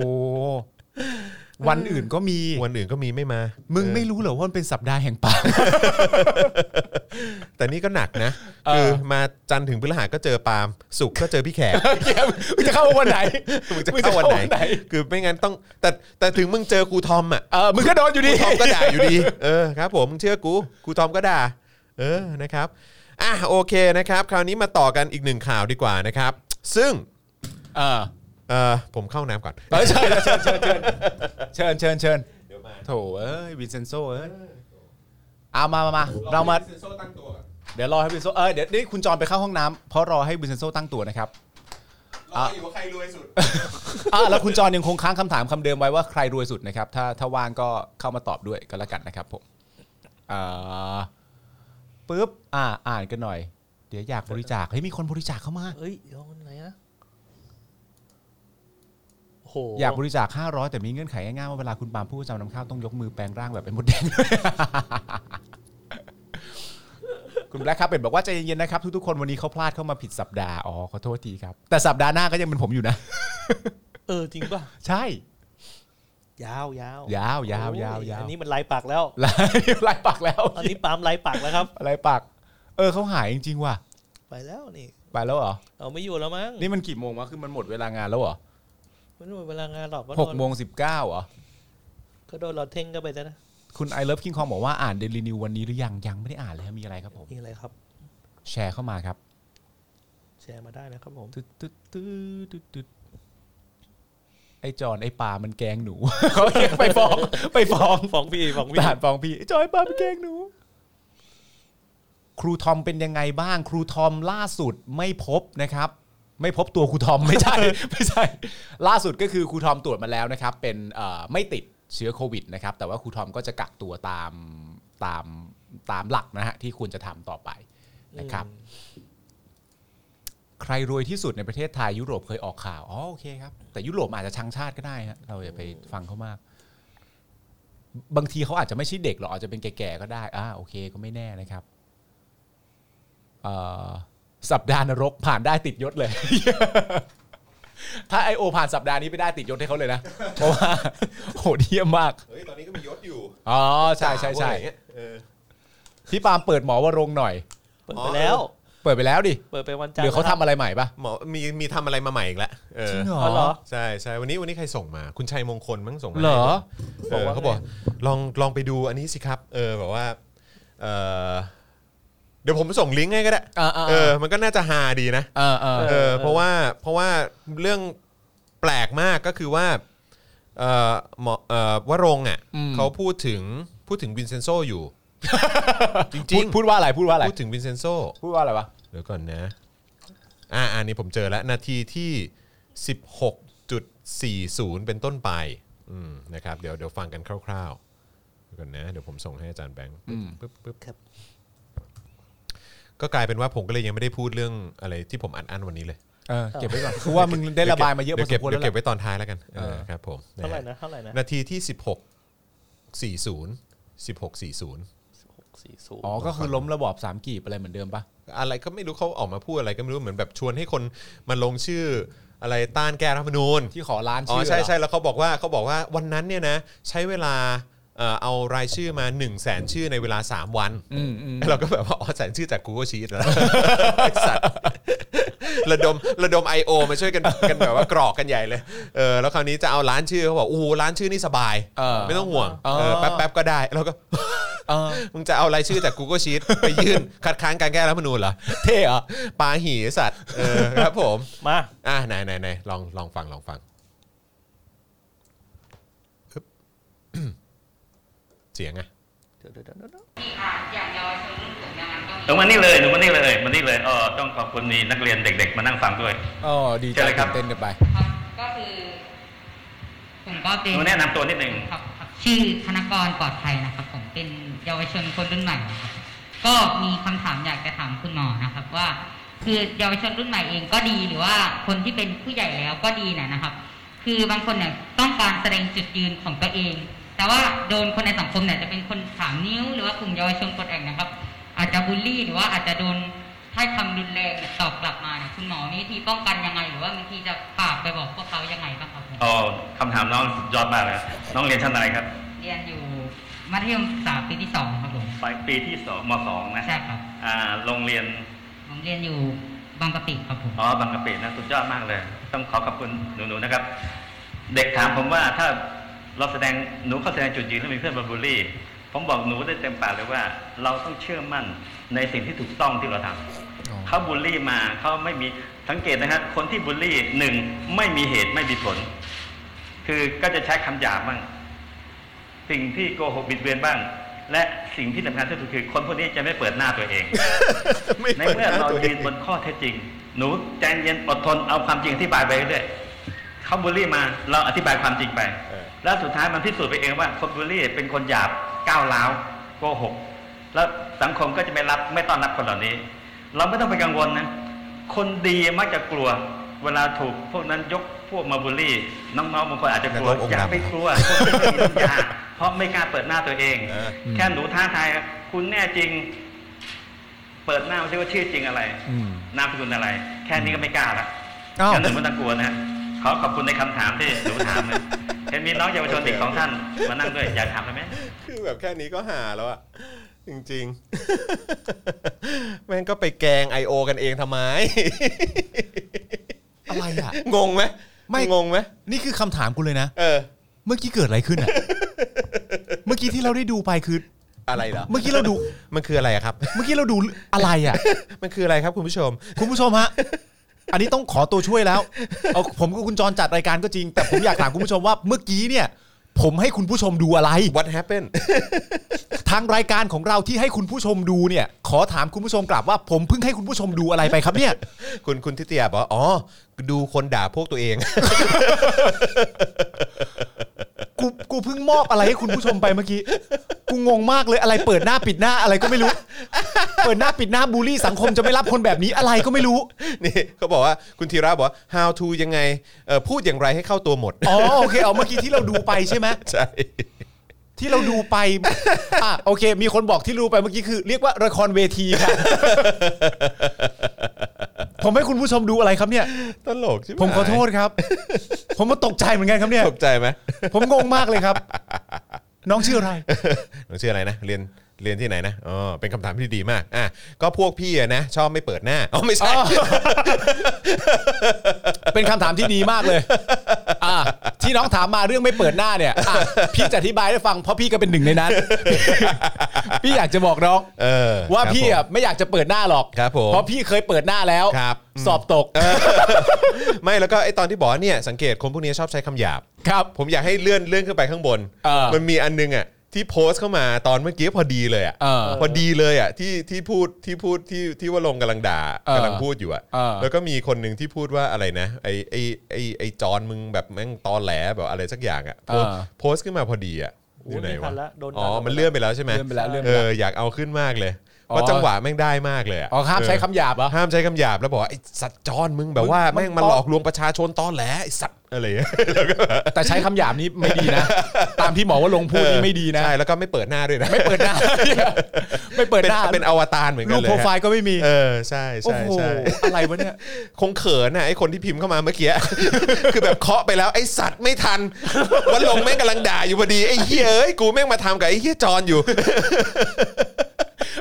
Speaker 4: วันอื่นก็มี
Speaker 2: วันอื่นก็มีไม่มา
Speaker 4: มึ
Speaker 2: มึ
Speaker 4: งไม่รู้เหรอว่ามันเป็นสัปดาห์แห่ง ป่า
Speaker 2: แต่นี่ก็หนักนะ
Speaker 4: เออ
Speaker 2: คือมาจันทร์ถึงพฤหัสก็เจอปาล์มศุกร์ก็เจอพี่แข ก
Speaker 4: มึงจะเข้ามาวันไหน
Speaker 2: มึงจะเข้าวันไหน คือไม่งั้นต้องแต่แต่ถึงมึงเจอครูทอมอ่ะ
Speaker 4: เออมึงก็โดนอยู่ดี
Speaker 2: ครูทอมก็ด่าอยู่ดี เออครับผมมึงเชื่อกูครูทอมก็ด่า เออนะครับอ่ะโอเคนะครับ คราวนี้มาต่อกันอีกหนึ่งข่าวดีกว่านะครับ ซึ่ง
Speaker 4: เออ
Speaker 2: เออผมเข้าน้ำก่อน
Speaker 4: เออเชิญเชิญเชิญเชิญเชิญเชิญโถเอ้ยวินเซนโซเอ้ยเอามามามาเรามา เดี๋ยวรอให้วินเซนโซเออเดี๋ยวนี่คุณจอนไปเข้าห้องน้ำเพราะรอให้วินเซนโซตั้งตัวนะครับ
Speaker 2: รออยู่ว่าใครรวยสุด
Speaker 4: อ่ะแล้วคุณจรยังคงค้างคำถามคำเดิมไว้ว่าใครรวยสุดนะครับ ถ้าถ้าว่างก็เข้ามาตอบด้วยก็แล้วกันนะครับผมอ่าปึ๊บอ่าอ่านกันหน่อย เดี๋ยวอยากบริจาคเฮ้ยมีคนบริจาคเข้ามา
Speaker 3: เอ้ยเดี๋ยวมันไหนนะโอ้โห
Speaker 4: อยากบริจาค500แต่มีเงื่อนไขง่ายๆว่าเวลาคุณปาล์มพูดประจำนำข้าวต้องยกมือแปลงร่างแบบเป็นมดแดง ด้วย คุณแบล็คครับเป็นบอกว่าใจเย็นๆนะครับทุกๆคนวันนี้เขาพลาดเข้ามาผิดสัปดาห์อ๋อขอโทษทีครับแต่สัปดาห์หน้าก็ยังเป็นผมอยู่นะ
Speaker 3: เออจริงป่ะ
Speaker 4: ใช่
Speaker 3: ยาวยาวย
Speaker 4: าวยาว
Speaker 3: โอ้
Speaker 4: ยาวยาว
Speaker 3: อันนี้มันลายปากแล้ว
Speaker 4: ล ายลายปากแล้ว
Speaker 3: อันนี้ปาล์มลายปากแล้ว ครับ
Speaker 4: อะไรปากเออเขาหายจริงๆว่ะ
Speaker 3: ไปแล้วนี่
Speaker 4: ไปแล้วเหรอ
Speaker 3: เอาไม่อยู่แล้วมั้ง
Speaker 4: นี่มันกี่โมงวะ คือมันหมดเวลางานแล้วเหรอ
Speaker 3: ไม่รู้เวลางานหรอกก็
Speaker 4: ห
Speaker 3: โด
Speaker 4: ก
Speaker 3: น
Speaker 4: โมงสิบเก้าเหรอ
Speaker 3: ก็โดนเราเท่งก็ไปซะนะ
Speaker 4: คุณไอเลิฟคิงคองบอกว่าอ่านเดลินิววันนี้หรือยัง ยังไม่ได้อ่านเลยครับมีอะไรครับผม
Speaker 3: นี่อะไรครับ
Speaker 4: แชร์เข้ามาครับ
Speaker 3: แชร์มาได้นะครับผม
Speaker 4: ตึ๊ดตึ๊ดตึ๊ดตึ๊ดตึ๊ดไอจอนไอปลามันแกล้งหนู เขาเรียกไปฟ้อง ไปฟ้อง
Speaker 3: ฟ้องพี่ฟ้อง
Speaker 4: ท
Speaker 3: พี่
Speaker 4: หารฟ้องพี่ไอ้จอยปลามันแกล้งหนู ครูทอมเป็นยังไงบ้าง ครูทอมล่าสุดไม่พบนะครับ ไม่พบตัวครูทอมไม่ใช่ ไม่ใช่ ล่าสุดก็คือครูทอมตรวจมาแล้วนะครับ เป็นเอ่อไม่ติดเชื้อโควิดนะครับ แต่ว่าครูทอมก็จะกักตัวตามตามตามหลักนะฮะที่ควรจะทำต่อไปนะครับ ใครรวยที่สุดในประเทศไทยยุโรปเคยออกข่าวอ๋อโอเคครับแต่ยุโรปอาจจะชังชาติก็ได้ฮะเราอย่าไปฟังเขามาก บางทีเขาอาจจะไม่ใช่เด็กหรอกอาจจะเป็นแก่ๆก็ได้อ่าโอเคก็ไม่แน่นะครับ เอ่อสัปดาห์นรกผ่านได้ติดยศเลย ถ้าไอโอผ่านสัปดาห์นี้ไปได้ติดยศให้เขาเลยนะ เพราะว่าโหดเยี่ยมมาก
Speaker 2: เฮ้ยตอนนี้ก็มียศอยู่
Speaker 4: อ๋อ ใช่ใช่ใช่
Speaker 2: อะไรเงี้ยเออ
Speaker 4: พี่ปาล์มเปิดหมอวรงค์หน่อย
Speaker 3: เปิดไปแล้ว
Speaker 4: เปิดไปแล้วดิ
Speaker 3: เปิดไปวันจันท
Speaker 4: เดี๋ยว
Speaker 3: ร์
Speaker 4: เขาทำอะไรใหม่ปะ
Speaker 2: หมอมีมีทำอะไรมาใหม่อีกแล้วเออ
Speaker 4: จริงเหร
Speaker 3: อ๋อเหร
Speaker 4: อ
Speaker 3: อ
Speaker 2: ใช่ใช่วันนี้วันนี้ใครส่งมา คุณชัยมงคลมั้งส่งมา
Speaker 4: เหรอ
Speaker 2: ให้ผมเออเขาบอกลองลองไปดูอันนี้สิครับเออแบบว่าเออเดี๋ยวผมส่งลิงก์ให้ก็ได้
Speaker 4: เออเออ
Speaker 2: เอ
Speaker 4: เอ
Speaker 2: อ
Speaker 4: อ
Speaker 2: มันก็น่าจะฮาดีนะ
Speaker 4: เออเออ
Speaker 2: เอ
Speaker 3: เอ
Speaker 2: อ
Speaker 3: อ
Speaker 2: เพราะว่าเพราะว่าเรื่องแปลกมากก็คือว่าเออหมอเออวรงค์อ่ะ
Speaker 4: อืม
Speaker 2: เขาพูดถึงพูดถึงวินเซนโซ อยู่ จ
Speaker 4: พู
Speaker 2: ริ
Speaker 4: ด
Speaker 2: ง
Speaker 4: พูดว่าอะไรพูดว่าอะไร
Speaker 2: พูดถึงวินเซนโซ
Speaker 4: พูดว่าอะไรวะ
Speaker 2: เดี๋ยวก่อนนะ อ่าอันนี้ผมเจอแล้ว นาทีที่ 16.40 เป็นต้นไป อืมนะครับ เดี๋ยวเดี๋ยวฟังกันคร่าวๆเดี๋ยวก่อนนะ เดี๋ยวผมส่งให้อาจารย์แบงค์ปึ๊บปึ๊บปึ๊บ
Speaker 3: ครับ
Speaker 2: ก็กลายเป็นว่าผมก็เลยยังไม่ได้พูดเรื่องอะไรที่ผมอัดอั้นวันนี้เลย
Speaker 4: เออเก็บไว้ก่อนคือว่ามึงได้ระบายมาเยอะพ
Speaker 2: ดี๋ว
Speaker 4: อส
Speaker 2: เก็บ
Speaker 4: มควร
Speaker 2: เดี๋ยว
Speaker 4: แล้
Speaker 2: วเก็บ
Speaker 4: แหละ
Speaker 2: ไว้ตอนท้ายแล้วกัน
Speaker 4: เออ
Speaker 2: เออครับผมนะ
Speaker 3: เท่าไหร่
Speaker 2: ฮะ
Speaker 3: นะเท่าไหร่นะ
Speaker 2: นาทีที่ 16 40 16 40
Speaker 3: หกสี่ศูนย์
Speaker 4: อ๋อ ก็คือล้มระบอบสามกีบอะไรเหมือนเดิมปะ
Speaker 2: อะไรก็ไม่รู้เขาออกมาพูดอะไรก็ไม่รู้เหมือนแบบชวนให้คนมาลงชื่ออะไรต้านแก้รัฐธรรมนูญ
Speaker 4: ที่ขอล้าน
Speaker 2: อ๋อ
Speaker 4: ชื่อ
Speaker 2: ใช่
Speaker 4: เหรอ
Speaker 2: ใช่แล้วเขาบอกว่าเขาบอกว่าวันนั้นเนี่ยนะใช้เวลาเอ่อเอารายชื่อมา 1 0 0 0 0แสนชื่อในเวลา 3 วัน
Speaker 4: อืมอืม
Speaker 2: เราก็แบบว่าอ๋อแสนชื่อจาก Google Sheet แล้ว ไอ้สัตว์ระดมระดม I.O. มาช่วยกันกันแบบว่ากรอกกันใหญ่เลยเออแล้วคราวนี้จะเอาล้านชื่อเขาบอกอู้ล้านชื่อนี่สบาย
Speaker 4: เออ
Speaker 2: ไม่ต้องห่วง
Speaker 4: อ๋อ
Speaker 2: เออแป๊บแป๊บๆก็ได้แล้วก็
Speaker 4: เออ
Speaker 2: มึงจะเอารายชื่อจาก Google Sheet ไปยื่นคัดค้านการแก้รัฐธรรมนูญเหรอเท่เหรอปาหีไอ้สัตว์เออครับผม
Speaker 3: มา
Speaker 2: อ่ะไหนไหนไหนลองลองฟังลองฟังอึ๊บ เสียงอะ
Speaker 3: เดี๋ยวเดี๋ยวเดี๋ยวเดี๋ยว
Speaker 5: ลงมานี่เลยลงมานี่เลยมานี่เลยเออต้องขอบคุณมีนักเรียนเด็ก ๆ มานั่งฟังด้วย
Speaker 4: อ๋อดีใจ
Speaker 5: เชิญเลยครับ
Speaker 4: ตื่นเต้นกันไป
Speaker 6: ครับก็คือผมก็เป็น
Speaker 5: หนูแนะนำตัวนิดหนึง
Speaker 6: ครับครับชื่อธนกรปลอดภัยนะครับ ผมเป็นเยาวชนคนรุ่นใหม่นะครับก็มีคำถามอยากจะถามคุณหมอนะครับ ว่า คือเยาวชนรุ่นใหม่เองก็ดีหรือว่าคนที่เป็นผู้ใหญ่แล้วก็ดีนะนะครับ คือบางคนเนี่ยต้องการแสดงจุดยืนของตัวเอง แต่ว่าโดนคนในสังคมเนี่ยจะเป็นคนถามนิ้ว หรือว่ากลุ่มเยาวชนกดแอกนะครับ อาจจะบูลลี่หรือว่าอาจจะโดนถ้อยคำรุนแรงเนี่ยตอบกลับมาเนี่ยคุณหมอมีวิธีป้องกันยังไง หรือว่ามีวิธีจะฝากไปบอกพวกเขายังไงบ้างครับผม
Speaker 5: เออคำถามน้องยอดมากเลยครับน้องเรียนชั้นอะไรครับ
Speaker 6: เรียนอยู่มัธยมศึกษาปีที่สองครับผม
Speaker 5: ไปปีที่สองมสองนะ
Speaker 6: ใช่ครับ
Speaker 5: อ่าโรงเรียน
Speaker 6: ผมเรียนอยู่บางกะปิครับผม
Speaker 5: อ๋อบางกะปินะสุดยอดมากเลย ต้องขอขอบคุณหนูๆนะครับ เด็กถามผมว่าถ้าเราแสดงหนูเขาแสดงจุดยืนแล้วมีเพื่อนมาบูลลี่ ผมบอกหนูได้เต็มปากเลยว่า เราต้องเชื่อมั่นในสิ่งที่ถูกต้องที่เราทำ เขาบูลลี่มาเขาไม่มีสังเกตนะครับคนที่บูลลี่หนึ่งไม่มีเหตุไม่มีผล คือก็จะใช้คำหยาบบ้างสิ่งที่โกหกบิดเบือนบ้าง และสิ่งที่สำคัญที่สุดคือ คนพวกนี้จะไม่เปิดหน้าตัวเอง ในเมื่อเรา
Speaker 2: ตัวเอ
Speaker 5: ยื
Speaker 2: ง
Speaker 5: นบนข้อเท็จจริง หนูใจเย็นอดทนเอาความจริงอธิบายไปเรื่อยเขาบูลลี่มาเราอธิบายความจริงไป แล้วสุดท้ายมันพิสูจน์ไปเองว่าคนบูลลี่เป็นคนหยาบก้าวร้าวโกหก แล้วสังคมก็จะไม่รับไม่ต้อนรับคนเหล่านี้ เราไม่ต้องไปกังวลนะ คนดีมักจะกลัว เวลาถูกพวกนั้นยกพวกมาบูลลี่ น้องๆบางคนอาจจะกลัวอย่าไปกลัว พวกนี้มีปัญญาเพราะไม่กล้าเปิดหน้าตัวเอง
Speaker 2: เออ
Speaker 5: แค่หนูท้าทายคุณแน่จริง เปิดหน้ามาซิว่าชื่อจริงอะไร
Speaker 4: อืม
Speaker 5: นามสกุลอะไร แค่นี้ก็ไม่กล้าละ
Speaker 4: อ้าว
Speaker 5: แค่นั้นไม่ต้องกลัวนะฮะขอขอบคุณในคำถามที่หนูถาม นะเห็นมีน้องเยาวชนอีกสองท่านมานั่งด้วย อยากถามอะไรไหม
Speaker 2: คือแบบแค่นี้ก็หาแล้วอะจริงๆ แม่งก็ไปแกล้ง I.O. กันเองทำไม
Speaker 4: อะไรอ่ะ
Speaker 2: งงไหม
Speaker 4: ไม่
Speaker 2: งงไหม
Speaker 4: นี่คือคำถามกูเลยนะ
Speaker 2: เออ
Speaker 4: เมื่อกี้เกิดอะไรขึ้นอ่ะ เมื่อกี้ที่เราได้ดูไปคือ
Speaker 2: อะไรเหรอ
Speaker 4: เมื่อกี้เราดู
Speaker 2: มันคืออะไรอะครับ
Speaker 4: เมื่อกี้เราดูอะไรอ่ะ
Speaker 2: มันคืออะไรครับคุณผู้ชม
Speaker 4: คุณผู้ชมฮะ อันนี้ต้องขอตัวช่วยแล้วเอาผมกับคุณจรจัดรายการก็จริง แต่ผมอยากถามคุณผู้ชมว่าเมื่อกี้เนี่ย ผมให้คุณผู้ชมดูอะไร
Speaker 2: What happened
Speaker 4: ทางรายการของเราที่ให้คุณผู้ชมดูเนี่ย ขอถามคุณผู้ชมกลับว่าผมเพิ่งให้คุณผู้ชมดูอะไรไปครับเนี่ย
Speaker 2: คุณคุณทิตยาบอกว่าอ๋อ ดูคนด่าพวกตัวเอง
Speaker 4: กูกูเพิ่งมอบอะไรให้คุณผู้ชมไปเมื่อกี้ กูงงมากเลยอะไรเปิดหน้าปิดหน้าอะไรก็ไม่รู้ เปิดหน้าปิดหน้าบูลลี่สังคมจะไม่รับคนแบบนี้อะไรก็ไม่รู้
Speaker 2: นี่เขาบอกว่าคุณธีระบอกว่า how to ยังไงเอ่อพูดอย่างไรให้เข้าตัวหมด
Speaker 4: อ๋อโอเคเอาเมื่อกี้ที่เราดูไปใช่ไหม
Speaker 2: ใช่
Speaker 4: ที่เราดูไปอ่ะโอเค มีคนบอกที่รู้ไปเมื่อกี้คือ เรียกว่าละครเวทีครับ ผมให้คุณผู้ชมดูอะไรครับเนี่ย
Speaker 2: ตลกใช่ไหม
Speaker 4: ผมขอโทษครับ ผมมาตกใจเหมือนกันครับเนี่ย
Speaker 2: ตกใจไหม
Speaker 4: ผมงงมากเลยครับ น้องชื่ออะไร
Speaker 2: หนูชื่ออะไรนะเรียนเรียนที่ไหนนะอ๋อเป็นคำถามที่ดีมากอ่ะก็พวกพี่อะนะ ชอบไม่เปิดหน้า อ๋อไม่ใช่
Speaker 4: เป็นคำถามที่ดีมากเลย อ่ะที่น้องถามมาเรื่องไม่เปิดหน้าเนี่ยอ่ะพี่จะอธิบายให้ฟังเพราะพี่ก็เป็นหนึ่งในนั้น พี่อยากจะบอกน้อง
Speaker 2: เออ
Speaker 4: ว่า
Speaker 2: ครับ
Speaker 4: พี่อ่ะ
Speaker 2: ผม
Speaker 4: ไม่อยากจะเปิดหน้าหรอก
Speaker 2: ครับผม
Speaker 4: เพราะพี่เคยเปิดหน้าแล้ว
Speaker 2: ครับอืม
Speaker 4: สอบตก
Speaker 2: ไม่ แล้วก็ไอตอนที่บอกว่าเนี่ยสังเกตคนพวกนี้ชอบใช้คำหยาบ
Speaker 4: ครับ
Speaker 2: ผมอยากให้เลื่อนเลื่อนขึ้นไปข้างบน
Speaker 4: เออ
Speaker 2: มันมีอันนึงอ่ะที่โพสต์เข้ามาตอนเมื่อกี้พอดีเลยอ่ะ
Speaker 4: เออ
Speaker 2: พอดีเลยอ่ะที่ที่พูดที่พูดที่ที่ว่าลงกำลังด่า
Speaker 4: เออก
Speaker 2: ำลังพูดอยู่อ่ะ
Speaker 4: เออ
Speaker 2: แล้วก็มีคนหนึ่งที่พูดว่าอะไรนะไอไอไอไอจอนมึงแบบแม่งตอแหลแบบอะไรสักอย่างอ่ะโพสต์โพสต์ขึ้นมาพอดีอ่ะ
Speaker 3: โอ้ยไม่ทันละโดน
Speaker 2: อ๋อ
Speaker 3: ตัด
Speaker 2: มันเลื่อนไปแล้วใช่ไหม
Speaker 4: เลื่อนไปแล้วเลื่อนไป
Speaker 2: เอ
Speaker 4: แล้ว
Speaker 2: ออยากเอาขึ้นมากเลย
Speaker 4: อ๋อ
Speaker 2: เพราะจังหวะแม่งได้มากเลยะ
Speaker 4: อ๋อครับ
Speaker 2: เ
Speaker 4: ใช้คำหยาบเหรอ
Speaker 2: ห้ามใช้คำหยาบแล้วบอกว่าไอ้สัตว์จอนมึงแบบว่า
Speaker 4: มึง
Speaker 2: แม่งมาห
Speaker 4: ปลอม
Speaker 2: ลอกลวงประชาชนตอแหลไอ้สัตว์อะไรอย่างเงี้ย
Speaker 4: แต่ใช้คำหยาบนี้ไม่ดี นะ ตามที่หมอว่าลงค์พูดนี่ไม่ดีนะ
Speaker 2: ใช่แล้วก็ไม่เปิดหน้าด้วยนะ
Speaker 4: ไม่เปิด หน้า ไม่เปิด
Speaker 2: เป็น
Speaker 4: หน้า
Speaker 2: เป็นอวตารเหมือนกัน
Speaker 4: รูป
Speaker 2: เลย
Speaker 4: โปรไฟล์ก็ไม่มี
Speaker 2: เออใช่
Speaker 4: โอ้
Speaker 2: ใช่
Speaker 4: โห
Speaker 2: ใช่
Speaker 4: อะไรวะเนี่ย
Speaker 2: คงเขินนะไอ้คนที่พิมพ์เข้ามาเมื่อกี้ คือแบบเคาะไปแล้วไอ้สัตว์ไม่ทันวันลงแม่งกำลังด่าอยู่พอดีไอ้เหี้ยเอ้ยกูแม่งมาทำกับไอ้เหี้ยจอนอยู่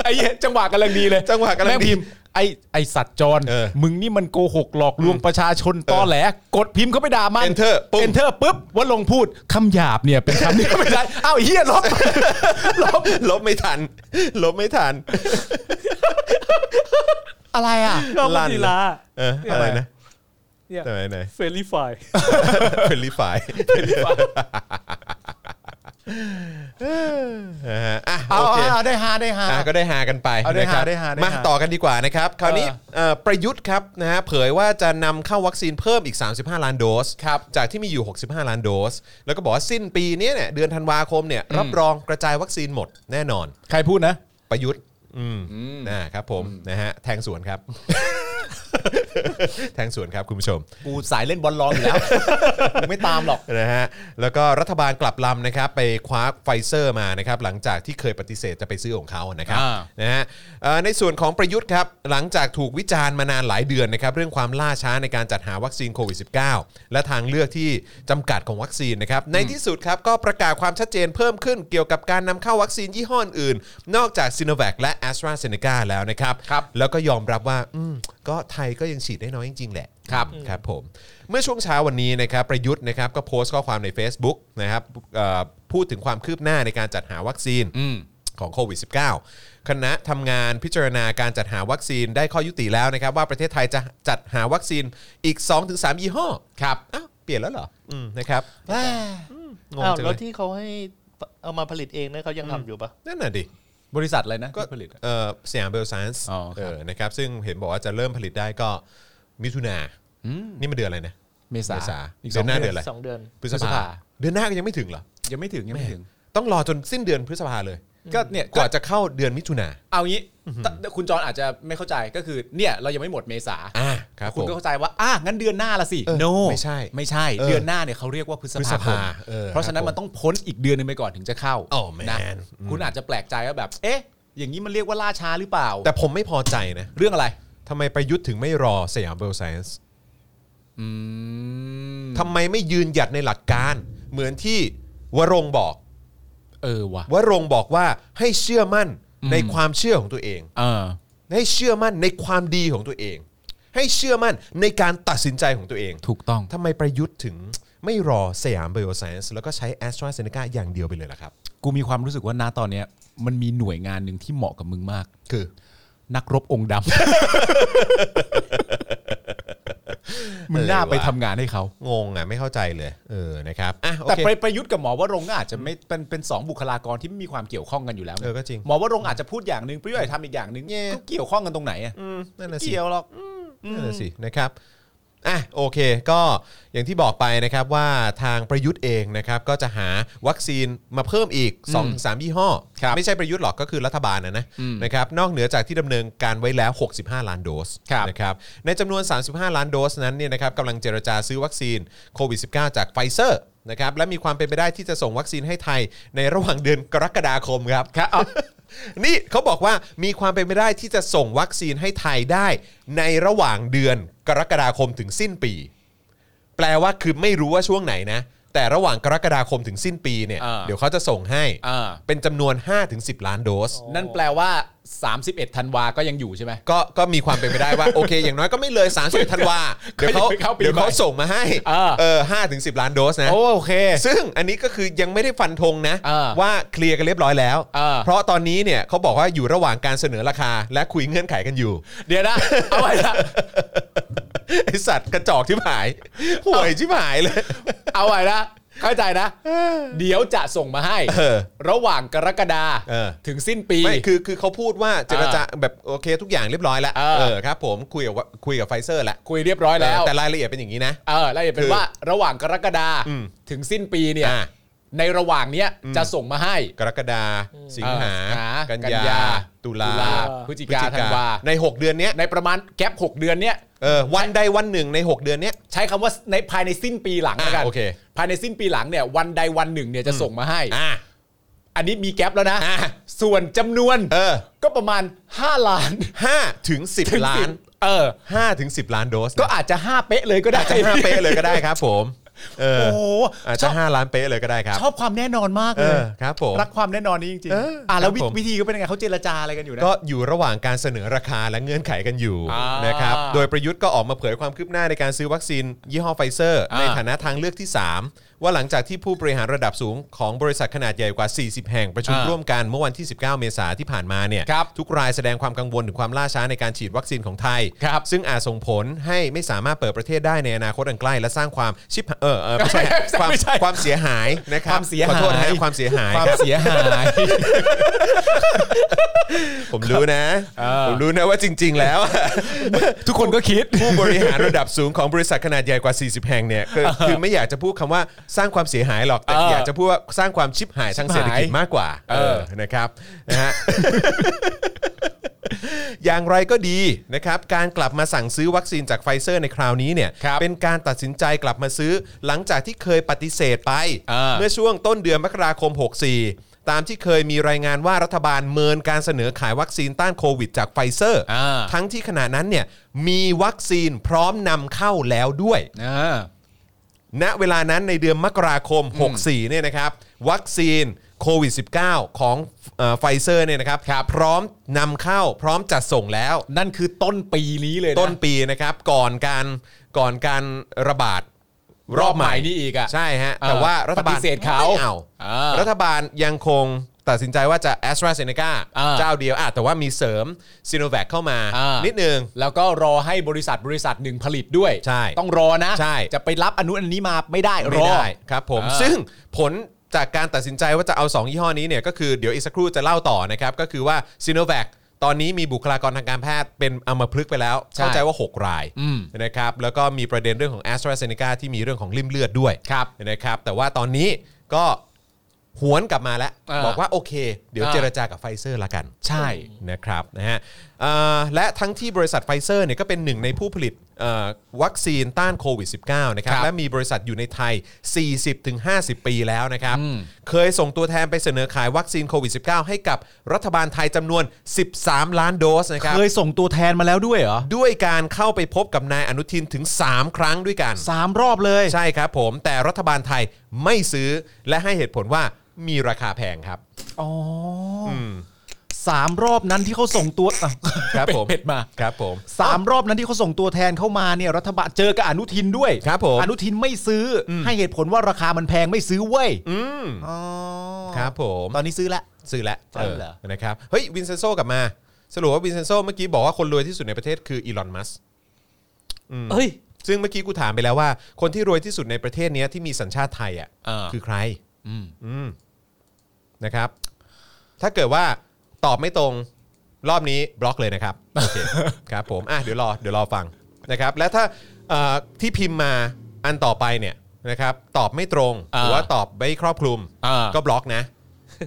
Speaker 4: ไอ้เหี้ยจังหวะกำลังดีเลย
Speaker 2: จังหวะกำลังดี
Speaker 4: แม่พิมพ์ไอ้ไอ้สัตว์จร
Speaker 2: เออ
Speaker 4: มึงนี่มันโกหกหลอกลวงประชาชนตอแหล กดพิมพ์เข้าไปด่ามัน
Speaker 2: Enter ปุ๊บ
Speaker 4: เอนเตอร์ปุ๊บว่าลงค์พูดคำหยาบเนี่ยเป็นคำที่ ไม่ได้อ้าวเฮียลบ
Speaker 2: ลบลบไม่ทัน ลบไม่ทัน
Speaker 4: อะไรอ่ะ
Speaker 3: น้อง
Speaker 2: ลั่น
Speaker 3: ดีลา
Speaker 2: เอออะไรนะ
Speaker 3: เนี่ย
Speaker 2: ไหนไหน
Speaker 3: เฟรลี่ไฟ
Speaker 2: เฟรนลี่ไฟนะฮะอ่ะ
Speaker 4: เอา
Speaker 2: โอเค
Speaker 4: เอาเอาได้ฮาได้ฮา
Speaker 2: อ่ะก็ได้หากันไป
Speaker 4: เอาได้
Speaker 2: นะครับ
Speaker 4: หาได้หาได้หาม
Speaker 2: มาต่อกันดีกว่านะครับ คราวนี้เอ่อประยุทธ์ครับนะฮะเผยว่าจะนำเข้าวัคซีนเพิ่มอีก 35 ล้านโดสครับจากที่มีอยู่ 65 ล้านโดส แล้วก็บอกว่าสิ้นปีเนี้ยเนี่ยเดือนธันวาคมเนี่ยรับรองกระจายวัคซีนหมดแน่นอน
Speaker 4: ใครพูดนะ
Speaker 2: ประยุทธ์อืมนะครับผมนะฮะแทงสวน ครับ แทงสวนครับคุณผู้ชม
Speaker 4: กูสายเล่นบอลรองอยู่แล้ว กูไม่ตามหรอก
Speaker 2: นะฮะแล้วก็รัฐบาลกลับลำนะครับไปคว้าไฟเซอร์มานะครับหลังจากที่เคยปฏิเสธจะไปซื้อของเขานะครับ
Speaker 4: อ่า
Speaker 2: นะฮะเอ่อในส่วนของประยุทธ์ครับหลังจากถูกวิจารณ์มานานหลายเดือนนะครับเรื่องความล่าช้าในการจัดหาวัคซีนโควิด -19 และทางเลือกที่จำกัดของวัคซีนนะครับในที่สุดครับก็ประกาศความชัดเจนเพิ่มขึ้นเกี่ยวกับการนำเข้าวัคซีนยี่ห้ออื่น นอกจากซิโนแวคและแอสตราเซเนกาแล้วนะครับครับแล้วก็ยอมรับว่าอืมก็ไทยก็ยังฉีดได้น้อยจริงๆแหละ ครับครับผมเมื่อช่วงเช้าวันนี้นะครับประยุทธ์นะครับก็โพสต์ข้อความใน Facebook นะครับเอ่อพูดถึงความคืบหน้าในการจัดหาวัคซีนของโควิด -19 คณะทำงานพิจารณาการจัดหาวัคซีนได้ข้อยุติแล้วนะครับ ว่าประเทศไทยจะจัดหาวัคซีนอีก 2-3 ยี่ห้อครับอ้าวเปลี่ยนแล้วเหรออืมนะครับงง
Speaker 3: อ้าว
Speaker 2: จัง
Speaker 3: แล้
Speaker 2: เล
Speaker 3: วย ที่เขาให้เอามาผลิตเองเนี่ยเขายังทำอยู่ปะ
Speaker 2: นั่นน่ะดิ
Speaker 4: บริษัทอะไรนะ
Speaker 2: ก็
Speaker 4: ที่ผลิต
Speaker 2: เอ่อสยามเบลซานส์
Speaker 4: อ๋อครับ
Speaker 2: เออนะครับซึ่งเห็นบอกว่าจะเริ่มผลิตได้ก็มิถุนานี่มันเดือนอะไรนะ
Speaker 4: เมษา
Speaker 2: เมษา
Speaker 4: อีกส
Speaker 2: เดื
Speaker 4: อ
Speaker 2: อง นหน้า
Speaker 4: เดื
Speaker 2: เดือ
Speaker 4: อน น
Speaker 2: อะไร
Speaker 3: สองเดือน
Speaker 2: พฤษภา
Speaker 4: พฤษภา
Speaker 2: เดือนหน้าก็ยังไม่ถึงเหรอ
Speaker 4: ยังไม่ถึงยังไม่ถึง
Speaker 2: ต้องรอจนสิ้นเดือนพฤษภาเลย
Speaker 4: ก็เนี่ย
Speaker 2: กว่าจะเข้าเดือนมิถุนา
Speaker 4: เอางี้ถ้าคุณจรอาจจะไม่เข้าใจก็คือเนี่ยเรายังไม่หมดเมษา
Speaker 2: อ่าครับ
Speaker 4: คุณ
Speaker 2: ผม
Speaker 4: ก็เข้าใจว่า อ่ะ งั้นเดือนหน้าละสิ
Speaker 2: เออ
Speaker 4: no
Speaker 2: ไม่ใช่
Speaker 4: ไม่ใช่
Speaker 2: เออ
Speaker 4: เดือนหน้าเนี่ยเขาเรียกว่าพฤษ
Speaker 2: พฤษ
Speaker 4: ภาค
Speaker 2: ภาม เออ
Speaker 4: เพราะฉะนั้นมันต้องพ้นอีกเดือนหนึงไปก่อนถึงจะเข้า
Speaker 2: Oh man
Speaker 4: นะ
Speaker 2: อืม
Speaker 4: คุณอาจจะแปลกใจว่าแบบ เอ๊ะ อย่างนี้มันเรียกว่าล่าช้าหรือเปล่า
Speaker 2: แต่ผมไม่พอใจนะ
Speaker 4: เรื่องอะไร
Speaker 2: ทำไมประยุทธ์ถึงไม่รอสยามเบลไซน์
Speaker 4: อืม
Speaker 2: ทำไมไม่ยืนหยัดในหลักการ เหมือนที่วรงค์บอก
Speaker 4: เออว่ะ
Speaker 2: วรงค์บอกว่าให้เชื่อมั่น
Speaker 4: อืม
Speaker 2: ในความเชื่อของตัวเอง
Speaker 4: เออ
Speaker 2: ให้เชื่อมั่นในความดีของตัวเอง ให้เชื่อมั่นในการตัดสินใจของตัวเอง
Speaker 4: ถูกต้อง
Speaker 2: ทำไมประยุทธ์ถึงไม่รอสยามไบโอไซน์แล้วก็ใช้แอสตราเซเนกาอย่างเดียวไปเลยล่ะครับ
Speaker 4: กูมีความรู้สึกว่านาตอนเนี้ย มันมีหน่วยงานหนึ่งที่เหมาะกับมึงมาก
Speaker 2: คือ
Speaker 4: นักรบองค์ดำ มึงน่าไปทำงานให้เขา
Speaker 2: งงอ่ะไม่เข้าใจเลย เออนะครับอ่ะโอ
Speaker 4: แต่
Speaker 2: เค
Speaker 4: ประประยุทธ์กับหมอวรงค์ก็อาจจะไม่เป็นเป็นสองบุคลากรที่ไม่มีความเกี่ยวข้องกันอยู่แล้วไ
Speaker 2: เออก็จริง
Speaker 4: หมอวรงค์อาจจะพูดอย่างหนึ่งประยุทธ์อาจจะทำอีกอย่างหนึ่ง
Speaker 2: แย่
Speaker 4: ก็เกี่ยวข้องกันตรงไหนอะ
Speaker 2: อืมนั่นน่ะสิ
Speaker 4: เกี่ยวหรอก
Speaker 2: นั่นน่ะสินะครับอ่ะโอเค ก็อย่างที่บอกไปนะครับว่าทางประยุทธ์เองนะครับก็จะหาวัคซีนมาเพิ่มอีก2อถึงสามยี่ห้อ ไม่ใช่ประยุทธ์หรอกก็คือรัฐบาลนะนะนะครับนอกเหนือจากที่ดำเนินการไว้แล้ว 65 ล้านโดส
Speaker 4: ครับ
Speaker 2: นะครับในจำนวน 35 ล้านโดสนั้นเนี่ยนะครับกำลังเจรจาซื้อวัคซีนโควิด -19 จากไฟเซอร์ นะครับและมีความเป็นไปได้ที่จะส่งวัคซีนให้ไทยในระหว่างเดือนกรกฎาคมครับครับ นี่เขาบอกว่ามีความเป็นไปได้ที่จะส่งวัคซีนให้ไทยได้ ในระหว่างเดือนกรกฎาคมถึงสิ้นปี แปลว่าคือไม่รู้ว่าช่วงไหนนะ แต่ระหว่างกรกฎาคมถึงสิ้นปีเนี่ย
Speaker 4: อ่า
Speaker 2: เดี๋ยวเขาจะส่งให้
Speaker 4: อ่า
Speaker 2: เป็นจำนวน 5-10 ล้านโดส
Speaker 4: นั่นแปลว่า 31ธันวาก็ยังอยู่ใช่ไหม
Speaker 2: ก็ก็มีความเป็นไปได้ว่า โอเค อย่างน้อยก็ไม่เลย3ามสิบธันวาเดี๋ยวเขา
Speaker 4: ก็ยังไม่เข้าปี
Speaker 2: เดี๋ยวเขา
Speaker 4: ใหม่
Speaker 2: ส่งมาให้
Speaker 4: เออ
Speaker 2: เออห้าถึงสิบล้านโดสนะ
Speaker 4: โอ้โอเค
Speaker 2: ซึ่งอันนี้ก็คือยังไม่ได้ฟันธงนะ
Speaker 4: เออ
Speaker 2: ว่าเคลียร์กันเรียบร้อยแล้ว
Speaker 4: เออ
Speaker 2: เพราะตอนนี้เนี่ยเขาบอกว่าอยู่ระหว่างการเสนอราคาและคุยเงื่อนไขกันอยู่
Speaker 4: เดี๋ยวนะ เอาไปนะ
Speaker 2: ไอสัตว์กระจอกที่หายห่วยที่หายเลย
Speaker 4: เอาไปนะเข้าใจนะ เดี๋ยวจะส่งมาให้
Speaker 2: เออ
Speaker 4: ระหว่างกรกฎา
Speaker 2: เออ
Speaker 4: ถึงสิ้นปี
Speaker 2: ไม่คือคือเขาพูดว่าเจรจาแบบโอเคทุกอย่างเรียบร้อยแล้ว
Speaker 4: เออ
Speaker 2: เออครับผมคุยกับว่าคุยกับไฟเซอร์แหละ
Speaker 4: คุยเรียบร้อยแล้ว
Speaker 2: แต่รายละเอียดเป็นอย่างนี้นะ
Speaker 4: เออแล้วเห็นเป็
Speaker 2: คื
Speaker 4: น
Speaker 2: อ
Speaker 4: ว่าระหว่างกรกฎา
Speaker 2: อืม
Speaker 4: ถึงสิ้นปีเนี่ย
Speaker 2: อ่า
Speaker 4: ในระหว่างเนี้ย
Speaker 2: อืม
Speaker 4: จะส่งมาให้
Speaker 2: กรกฎาสิงหา
Speaker 4: เออ
Speaker 2: กัน
Speaker 4: กัน
Speaker 2: ยาย
Speaker 4: า
Speaker 2: ตุลา
Speaker 4: ตุลาพฤศจิกาธันวา
Speaker 2: ใน 6 เดือนเนี้ย
Speaker 4: ในประมาณแก๊ป6เดือนเนี่ย
Speaker 2: เออวันใดวันหนึ่งใน 6 เดือนเนี้ย
Speaker 4: ใช้คำว่าในภายในสิ้นปีหลัง
Speaker 2: อ่ะ
Speaker 4: แล้วกัน
Speaker 2: โอเค
Speaker 4: ภายในสิ้นปีหลังเนี่ยวันใดวันหนึ่งเนี่ยจะส่งมาให้
Speaker 2: อ่า
Speaker 4: อันนี้มีแก๊ปแล้วนะ
Speaker 2: อ่ะ
Speaker 4: ส่วนจำนวน
Speaker 2: เออ
Speaker 4: ก็ประมาณ 5 ล้าน
Speaker 2: ห้าถึงสิบ
Speaker 4: ถึง
Speaker 2: ล้า
Speaker 4: สิ
Speaker 2: น
Speaker 4: บเออ
Speaker 2: ห้าถึงสิบล้านโดสนะ
Speaker 4: ก็อาจจะ 5 เป๊ะเลยก็ได้
Speaker 2: อาจจะห้าเป๊ะเลยก็ได้ครับผมเออ
Speaker 4: โอ้โห
Speaker 2: อาจ
Speaker 4: ช
Speaker 2: จะ
Speaker 4: อบ
Speaker 2: ห้าล้านเป๊ะเลยก็ได้ครับ
Speaker 4: ชอบความแน่นอนมาก
Speaker 2: เอ
Speaker 4: เลย
Speaker 2: อครับผม
Speaker 4: รักความแน่นอนนี้จริง
Speaker 2: เออ
Speaker 4: ๆอ่ะแล้ววิ
Speaker 2: ครับผม
Speaker 4: วิธีก็เป็นยังไงเขาเจรจาอะไรกันอยู่นะ
Speaker 2: ก็อยู่ระหว่างการเสนอราคาและเงื่อนไขกันอยู่
Speaker 4: อ่าน
Speaker 2: นะครับ โดยประยุทธ์ก็ออกมาเผยความคืบหน้าในการซื้อวัคซีน ยี่ห้อไฟเซอร์
Speaker 4: อ่า
Speaker 2: ในฐานะทางเลือกที่ 3 ว่าหลังจากที่ผู้บริหารระดับสูงของบริษัทขนาดใหญ่กว่า 40 แห่งประชุม
Speaker 4: อ่า
Speaker 2: ร่วมกันเมื่อวันที่ 19 เมษายนที่ผ่านมาเนี่ย
Speaker 4: ครับ
Speaker 2: ทุกรายแสดงความกังวลถึงความล่าช้าในการฉีดวัคซีนของไทย
Speaker 4: ครับ
Speaker 2: ซึ่งอาจส่งผลให้ไม่สามารถเปิดประเทศได้ในอนาคตอันใกล้ และสร้างความชิบหายเออเออไม่ใช่ความ
Speaker 4: ไม่ใช่
Speaker 2: ความเสียหายนะครับ
Speaker 4: ความเสียหา
Speaker 2: ข
Speaker 4: ย
Speaker 2: อโทษนะฮะความเสียหาย
Speaker 4: ความ
Speaker 2: ครับ
Speaker 4: เสียหาย
Speaker 2: ผมรู้นะ
Speaker 4: เออ
Speaker 2: ผมรู้นะว่าจริง ๆ แล้ว
Speaker 4: ทุกคนก็คิด
Speaker 2: ผู้บริหารระดับสูงของบริษัทขนาดใหญ่กว่า 40 แห่งเนี่ยคือคือไม่อยากจะพูดคำว่าสร้างความเสียหายหรอก แต่
Speaker 4: เอออย
Speaker 2: อากจะพูดว่าสร้างความชิบหายทางเศรษฐกิจมากกว่า
Speaker 4: เออ
Speaker 2: นะครับนะฮ ะ อย่างไรก็ดีนะครับการกลับมาสั่งซื้อวัคซีนจากไฟเซอร์ในคราวนี้เนี่ย
Speaker 4: ครับ
Speaker 2: เป็นการตัดสินใจกลับมาซื้อหลังจากที่เคยปฏิเสธไป
Speaker 4: อ่า
Speaker 2: เมื่อช่วงต้นเดือนมกราคม 64 ตามที่เคยมีรายงานว่ารัฐบาลเมินการเสนอขายวัคซีนต้านโควิดจากไฟเซอร์
Speaker 4: อ่า
Speaker 2: ทั้งที่ขณะนั้นเนี่ยมีวัคซีนพร้อมนำเข้าแล้วด้วย
Speaker 4: อ่า
Speaker 2: ณเวลานั้นในเดือนมกราคม 64 เนี่ยนะครับ วัคซีนโควิด -19 ของไฟเซอร์เนี่ยนะครับ พร้อมนำเข้าพร้อมจัดส่งแล้ว
Speaker 4: นั่นคือต้นปีนี้เลยะ
Speaker 2: ต้นปีนะครับ ก่อนการก่อนการระบาด
Speaker 4: รอบใหม่นี่อีกอ่ะ
Speaker 2: ใช่ฮะ
Speaker 4: เออ
Speaker 2: แต่ว่ารัฐบาล
Speaker 4: ปฏิเสธเขา
Speaker 2: ไม่เอา
Speaker 4: เออ
Speaker 2: รัฐบาลยังคงตัดสินใจว่าจะ a s t r a z เซ e c a
Speaker 4: เออ
Speaker 2: เจ้าเดียวอ่ะแต่ว่ามีเสริมซ i โนแว c เข้ามา
Speaker 4: เออ
Speaker 2: นิดนึง
Speaker 4: แล้วก็รอให้บริษัทบริษัทหนึ่งผลิตด้วย
Speaker 2: ใช่
Speaker 4: ต้องรอนะ
Speaker 2: ใช่
Speaker 4: จะไปรับอนุอันนี้มาไม่ได้ร
Speaker 2: ไม่
Speaker 4: อ
Speaker 2: ได้ครับผม
Speaker 4: อ่า
Speaker 2: ซึ่งผลจากการตัดสินใจว่าจะเอา 2 ยี่ห้อนี้เนี่ยก็คือเดี๋ยวอีกสักครู่จะเล่าต่อนะครับ ก็คือว่าซ i โนแว c ตอนนี้มีบุคลากรทางการแพทย์เป็นอัมพฤกษ์ไปแล้ว
Speaker 4: ใช่
Speaker 2: เข้าใจว่า 6 ราย
Speaker 4: อืม
Speaker 2: นะครับแล้วก็มีประเด็นเรื่องของ a s t r a z เซ e c a ที่มีเรื่องของริ่มเลือดด้วย
Speaker 4: ครับ
Speaker 2: นะครับแต่ว่าตอนนี้ก็หวนกลับมาแล้ว
Speaker 4: อ่า
Speaker 2: บอกว่าโอเค เดี๋ยว
Speaker 4: อ่า
Speaker 2: เจรจากับไฟเซอร์ละกัน
Speaker 4: ใช่
Speaker 2: นะครับนะฮะเอ่อและทั้งที่บริษัทไฟเซอร์เนี่ยก็เป็นหนึ่งในผู้ผลิตเอ่อวัคซีนต้านโควิด -19 นะครับ
Speaker 4: ครับ
Speaker 2: และมีบริษัทอยู่ในไทย 40-50 ปีแล้วนะครับ
Speaker 4: อืม
Speaker 2: เคยส่งตัวแทนไปเสนอขายวัคซีนโควิด -19 ให้กับรัฐบาลไทยจำนวน 13 ล้านโดสนะครับ
Speaker 4: เคยส่งตัวแทนมาแล้วด้วยเหรอ
Speaker 2: ด้วยการเข้าไปพบกับนายอนุทินถึง 3 ครั้งด้วยกัน
Speaker 4: สามรอบเลย
Speaker 2: ใช่ครับผมแต่รัฐบาลไทยไม่ซื้อและให้เหตุผลว่ามีราคาแพงครับ
Speaker 4: อ๋ออสามรอบนั้นที่เขาส่งตัวอ่ะ
Speaker 2: ครับผม
Speaker 4: เผ็ดมา
Speaker 2: ครับผม
Speaker 4: สามรอบนั้นที่เขาส่งตัวแทนเข้ามาเนี่ยรัฐบาลเจอกับอนุทินด้วย
Speaker 2: ครับผม
Speaker 4: อนุทินไม่ซื้ออให้เหตุผลว่าราคามันแพงไม่ซื้อเว้ย
Speaker 2: อืม
Speaker 4: อ๋อ
Speaker 2: ครับผม
Speaker 4: ตอนนี้ซื้อละ
Speaker 2: ซื้อแล้ว
Speaker 4: ใช่เหรอ
Speaker 2: นะครับ เฮ้ย วินเซนโซกลับมา สรุปว่าวินเซนโซเมื่อกี้บอกว่าคนรวยที่สุดในประเทศคืออีลอนมัส
Speaker 3: เฮ้ย
Speaker 2: ซึ่งเมื่อกี้กูถามไปแล้วว่า คนที่รวยที่สุดในประเทศเนี้ยที่มีสัญชาติไทยอ่ะ
Speaker 4: เออ
Speaker 2: คือใคร
Speaker 4: อืม
Speaker 2: อืมนะครับ ถ้าเกิดว่าตอบไม่ตรงรอบนี้บล็อกเลยนะครับ โอเค ครับผมอ่ะเดี๋ยวรอเดี๋ยวรอฟังนะครับ และถ้าเอ่อที่พิมพ์มาอันต่อไปเนี่ยนะครับ ตอบไม่ตรงหรือว่าตอบไม่ครอบคลุม
Speaker 4: อ่า
Speaker 2: ก็บล็อกนะ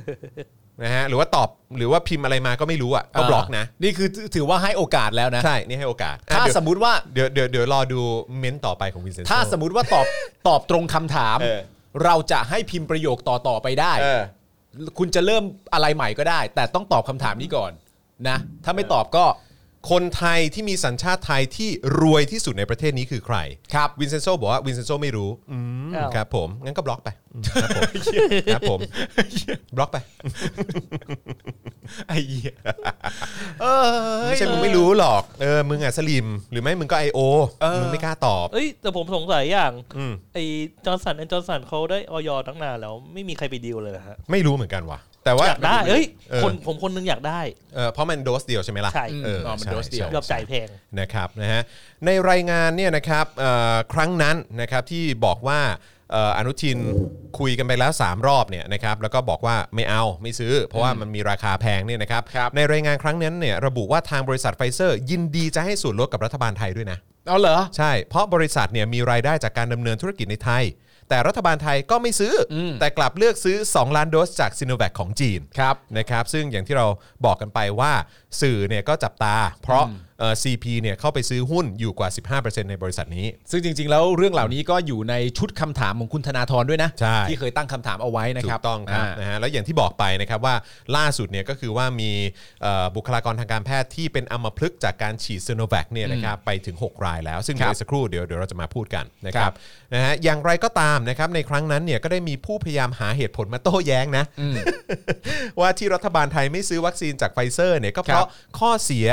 Speaker 2: นะฮะหรือว่าตอบหรือว่าพิมพ์อะไรมาก็ไม่รู้อ่ะก็บล็อกนะ
Speaker 4: นี่คือถือว่าให้โอกาสแล้วนะ
Speaker 2: ใช่ นี่ให้โอกาสอ่ะ
Speaker 4: ถ้า
Speaker 2: เดี๋ยว
Speaker 4: สมมติว่า
Speaker 2: เดี๋ยวเดี๋ยวเดี๋ยวรอดูเม้นต์ต่อไปของวินเซนต์
Speaker 4: ถ้าสมมติว่าตอบตอบตรงคำถาม
Speaker 2: เออ
Speaker 4: เราจะให้พิมพ์ประโยคต่อๆไปได้
Speaker 2: เออ
Speaker 4: คุณจะเริ่มอะไรใหม่ก็ได้ แต่ต้องตอบคำถามนี้ก่อนนะ ถ้าไม่ตอบก็
Speaker 2: คนไทยที่มีสัญชาติไทยที่รวยที่สุดในประเทศนี้คือใคร
Speaker 4: ครับ
Speaker 2: วินเซนโซบอกว่าวินเซนโซไม่รู้
Speaker 3: อ้าว
Speaker 2: ครับผม งั้นก็บล็อกไปครับผมครับผมบล็อกไป
Speaker 4: ไอ้เหี้ยเออ
Speaker 2: ไม่ใช่มึงไม่รู้หรอกเออมึงอ่ะสลิม หรือไม่มึงก็ไอโอ
Speaker 4: เออ
Speaker 2: มึงไม่กล้าตอบ
Speaker 3: เอ้ยแต่ผมสงสัยอย่าง
Speaker 2: อืม
Speaker 3: ไอจอร์นสันแอนจอร์นสันเขาได้ออยตั้งนานแล้วไม่มีใครไปดีลเลยนะฮะ
Speaker 2: ไม่รู้เหมือนกันว่ะ แต่ว่า
Speaker 3: อยากได้เอ้ย
Speaker 2: เออ
Speaker 3: คนผมคนนึงอยากได้
Speaker 2: เออเพราะมันโดสเดียวใช่ไหมล่ะ
Speaker 3: ใช่
Speaker 4: ม
Speaker 2: เอออ๋
Speaker 4: อมัน
Speaker 2: ใช่
Speaker 4: โดสเดียว
Speaker 2: ใช่
Speaker 3: ยอมจ่ายแพง
Speaker 2: นะครับนะฮะในรายงานเนี่ยนะครับเอ่อครั้งนั้นนะครับที่บอกว่าเอ่ออนุทินคุยกันไปแล้ว 3 รอบเนี่ยนะครับแล้วก็บอกว่าไม่เอาไม่ซื้อ เพราะว่ามันมีราคาแพงเนี่ยนะครับ
Speaker 4: ครับ
Speaker 2: ในรายงานครั้งนั้นเนี่ยระบุว่าทางบริษัทไฟเซอร์ ยินดีจะให้ส่วนลดกับรัฐบาลไทยด้วยนะ
Speaker 4: เอาเหรอ
Speaker 2: ใช่ เพราะบริษัทเนี่ยมีรายได้จากการดำเนินธุรกิจในไทย แต่รัฐบาลไทยก็ไม่ซื้ออ
Speaker 4: ม
Speaker 2: แต่กลับเลือกซื้อ 2 ล้านโดสจากซิโนแวคของจีน
Speaker 4: ครับ
Speaker 2: นะครับซึ่งอย่างที่เราบอกกันไปว่าสื่อเนี่ยก็จับตา เพราะ
Speaker 4: อืม
Speaker 2: เอ่อ CP เนี่ยเข้าไปซื้อหุ้นอยู่กว่า 15%ในบริษัทนี้
Speaker 4: ซึ่งจริง ๆ แล้วเรื่องเหล่านี้ก็อยู่ในชุดคำถามของคุณธนาธรด้วยนะ
Speaker 2: ใช่
Speaker 4: ที่เคยตั้งคำถามเอาไว้นะ
Speaker 2: ถู
Speaker 4: ครับ
Speaker 2: กต้องครับ
Speaker 4: า
Speaker 2: นะฮะแล้วอย่างที่บอกไปนะครับว่าล่าสุดเนี่ยก็คือว่ามีเอ่อบุคลากรทางการแพทย์ที่เป็นอัมพฤกษ์จากการฉีดซ i โนแวคเนี่ยนะครับไปถึง 6 รายแล้ว ซึ่ง
Speaker 4: ครั
Speaker 2: เดี๋ยว
Speaker 4: บ
Speaker 2: อีกสักครู่เดี๋ยวเดี๋ยวเราจะมาพูดกันนะค
Speaker 4: ค
Speaker 2: รั
Speaker 4: รั
Speaker 2: บบ นะฮะอย่างไรก็ตามนะครับในครั้งนั้นเนี่ยก็ได้มีผู้พยายามหาเหตุผลมาโต้แย้งนะ
Speaker 4: อืม
Speaker 2: ว่าที่รัฐบาลไทยไม่ซื้อวัคซีนจากไฟเซอร์เนี่ยก็เพ
Speaker 4: ครั
Speaker 2: ราะ
Speaker 4: บ
Speaker 2: ข้อเสีย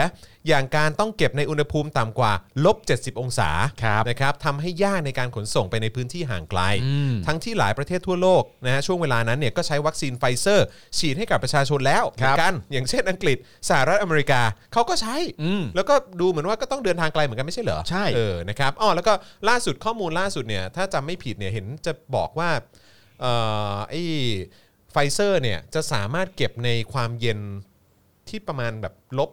Speaker 2: อย่างการต้องเก็บในอุณหภูมิต่ำกว่าลบ 70 องศา
Speaker 4: ครับ
Speaker 2: นะครับทำให้ยากในการขนส่งไปในพื้นที่ห่างไกล
Speaker 4: อืม
Speaker 2: ทั้งที่หลายประเทศทั่วโลกนะฮะช่วงเวลานั้นเนี่ยก็ใช้วัคซีนไฟเซอร์ ฉีดให้กับประชาชนแล้วเหมือนกัน อย่างเช่นอังกฤษสหรัฐอเมริกาเขาก็ใช้
Speaker 4: อืม
Speaker 2: แล้วก็ดูเหมือนว่าก็ต้องเดินทางไกลเหมือนกันไม่ใช่เหรอ
Speaker 4: ใช่
Speaker 2: เออนะครับอ๋อแล้วก็ล่าสุดข้อมูลล่าสุดเนี่ยถ้าจำไม่ผิดเนี่ยเห็นจะบอกว่าเอ่อไอ้ไฟเซอร์เนี่ยจะสามารถเก็บในความเย็นที่ประมาณแบบลบ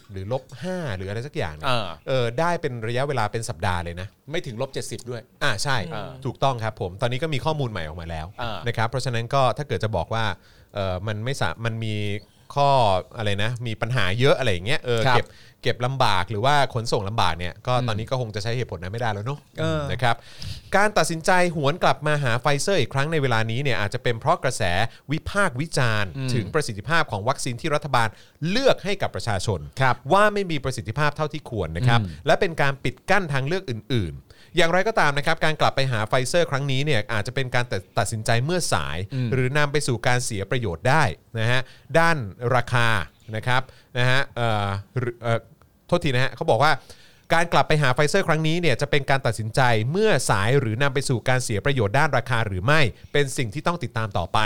Speaker 2: 10 หรือลบ 5 หรืออะไรสักอย่างเนี่ย
Speaker 4: อ่า
Speaker 2: เออได้เป็นระยะเวลาเป็นสัปดาห์เลยนะ
Speaker 4: ไม่ถึงลบเจ็ดสิบด้วย
Speaker 2: อ่าใช่
Speaker 4: อ่า
Speaker 2: ถูกต้องครับผมตอนนี้ก็มีข้อมูลใหม่ออกมาแล้ว
Speaker 4: อ่าน
Speaker 2: นะครับเพราะฉะนั้นก็ถ้าเกิดจะบอกว่าเออมันไม่สามันมีข้ออะไรนะมีปัญหาเยอะอะไรอย่างเงี้ยเออ
Speaker 4: ครับ
Speaker 2: เก็บเก็บลำบากหรือว่าขนส่งลำบากเนี่ยก็ตอนนี้ก็คงจะใช้เหตุผลนั้นไม่ได้แล้วเนาะ
Speaker 4: เออ
Speaker 2: นะครับการตัดสินใจหวนกลับมาหาไฟเซอร์อีกครั้งในเวลานี้เนี่ยอาจจะเป็นเพราะกระแสวิพากษ์วิจารณ์ ถึงประสิทธิภาพของวัคซีนที่รัฐบาลเลือกให้กับประชาชน
Speaker 4: ครับ
Speaker 2: ว่าไม่มีประสิทธิภาพเท่าที่ควรนะครับ
Speaker 4: อืม
Speaker 2: และเป็นการปิดกั้นทางเลือกอื่น ๆ อย่างไรก็ตามนะครับ การกลับไปหาไฟเซอร์ครั้งนี้เนี่ยอาจจะเป็นการตัดตัดสินใจเมื่อสาย หรือนำไปสู่การเสียประโยชน์ได้นะฮะด้านราคานะครับนะฮะเอ่อหรือเอ่อโทษทีนะฮะเขาบอกว่า การกลับไปหาไฟเซอร์ครั้งนี้เนี่ยจะเป็นการตัดสินใจเมื่อสายหรือนำไปสู่การเสียประโยชน์ด้านราคาหรือไม่ เป็นสิ่งที่ต้องติดตามต่อไป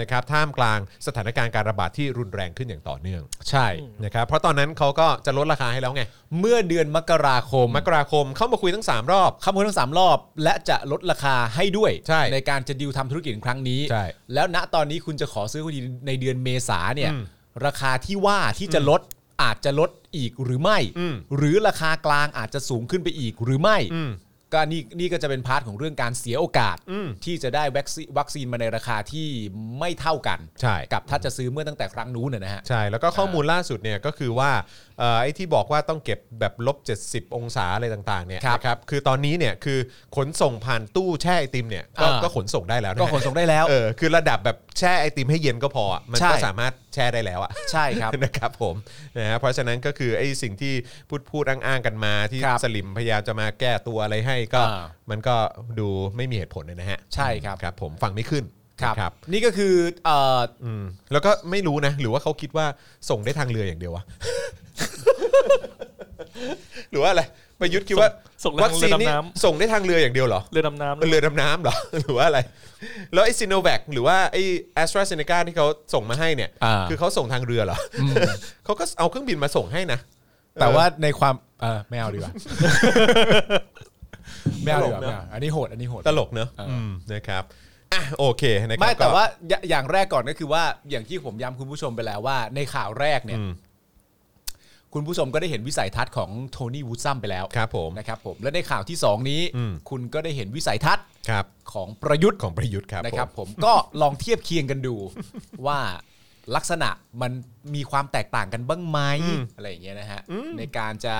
Speaker 2: นะครับท่ามกลางสถานการณ์การระบาดที่รุนแรงขึ้นอย่างต่อเนื่อง
Speaker 4: ใช่
Speaker 2: นะครับเพราะตอนนั้นเขาก็จะลดราคาให้แล้วไง
Speaker 4: เมื่อเดือนมกราคม
Speaker 2: มกราคมเข้ามาคุยทั้ง 3 รอบ
Speaker 4: คำพูดทั้งสามรอบ และจะลดราคาให้ด้วย
Speaker 2: ใช่
Speaker 4: การจะดิวทำธุรกิจครั้งนี้
Speaker 2: ใช่
Speaker 4: แล้วณตอนนี้คุณจะขอซื้อคุณดีในเดือนเมษาเนี่ย
Speaker 2: อืม
Speaker 4: ราคาที่ว่าที่จะลดอาจจะลดอีกหรือไม่
Speaker 2: อืม
Speaker 4: หรือราคากลางอาจจะสูงขึ้นไปอีกหรือไม่
Speaker 2: อืม
Speaker 4: ก็นี่นี่ก็จะเป็นพาร์ทของเรื่องการเสียโอกาส
Speaker 2: อืม
Speaker 4: ที่จะได้วัคซีนวัคซีนมาในราคาที่ไม่เท่ากัน
Speaker 2: ใช่
Speaker 4: กับถ้าจะซื้อเมื่อตั้งแต่ครั้งนู้นนะนะฮะ
Speaker 2: ใช่ แล้วก็ข้อมูลล่าสุดเนี่ยก็คือว่าเอ่อไอ้ที่บอกว่าต้องเก็บแบบลบ 70 องศาอะไรต่างๆเนี่ย
Speaker 4: ครับ
Speaker 2: นะครับคือตอนนี้เนี่ยคือขนส่งผ่านตู้แช่ไอติมเนี่ยก็
Speaker 4: อ่า
Speaker 2: ก็ขนส่งได้แล้วนะ
Speaker 4: ก็ขนส่งได้แล้ว
Speaker 2: เออคือระดับแบบแช่ไอติมให้เย็นก็พออะมัน
Speaker 4: ใช่
Speaker 2: ก็สามารถแช่ได้แล้วอ่ะ
Speaker 4: ใช่ครับ
Speaker 2: นะครับผมนะฮะเพราะฉะนั้นก็คือไอ้สิ่งที่พูดพูดอ้างๆกันมาที่
Speaker 4: ครับ
Speaker 2: สลิมพยายามจะมาแก้ตัวอะไรให้ก็
Speaker 4: อ่า
Speaker 2: มันก็ดูไม่มีเหตุผลเลยนะฮะ
Speaker 4: ใช่ครับ
Speaker 2: ครับ ผมฟังไม่ขึ้น
Speaker 4: ครับ
Speaker 2: นะครับ
Speaker 4: นี่ก็คือเอ่อ
Speaker 2: อืมแล้วก็ไม่รู้นะ หรือว่าเขาคิดว่าส่งได้ทางเรืออย่างเดียววะ หรือว่าอะไรประยุทธ์คิดว่า
Speaker 3: ส่งส่งทาง
Speaker 2: วัคซีน
Speaker 3: เรือดำ
Speaker 2: นี่
Speaker 3: น้ำ
Speaker 2: ส่งได้ทางเรืออย่างเดียวเหรอ
Speaker 3: เรือดำน้ำ
Speaker 2: เรือดำน้ำเหรอ หรือว่าอะไร แล้วไอ้ซีโนแวคหรือว่าไอ้แอสตราเซเนกาที่เขาส่งมาให้เนี่ย
Speaker 4: อ่า
Speaker 2: คือเขาส่งทางเรือเหรออ เขาก็เอาเครื่องบินมาส่งให้นะ
Speaker 4: แต่
Speaker 2: เออ
Speaker 4: ว่าในความเออไม่เอาดีกว่า ไม่เอาดีกว่า
Speaker 2: ตลกนะ
Speaker 4: ไม่เอาอันนี้โหดอันนี้โหด
Speaker 2: ตลกเนอะ
Speaker 4: เอออื
Speaker 2: มนะครับอ่ะโอเคนะครับ
Speaker 4: ไม่แต่
Speaker 2: ก็
Speaker 4: ว่าอย่าอย่างแรกก่อนก็คือว่าอย่างที่ผมย้ำคุณผู้ชมไปแล้วว่า ในข่าวแรกเนี่ย
Speaker 2: อืม
Speaker 4: คุณผู้ชมก็ได้เห็นวิสัยทัศน์ของโทนี่วูดซัมไปแล้ว
Speaker 2: ครับผม
Speaker 4: นะครับผมและในข่าวที่ 2 นี้
Speaker 2: อืม
Speaker 4: คุณก็ได้เห็นวิสัยทัศน์
Speaker 2: ครับ
Speaker 4: ของประยุทธ์
Speaker 2: ของประยุทธ์ครับ
Speaker 4: นะครับ
Speaker 2: ผม
Speaker 4: ผม ก็ลองเทียบเคียงกันดู ว่าลักษณะมันมีความแตกต่างกันบ้างไหม
Speaker 2: อืม
Speaker 4: อะไรอย่างเงี้ยนะฮะในการจะ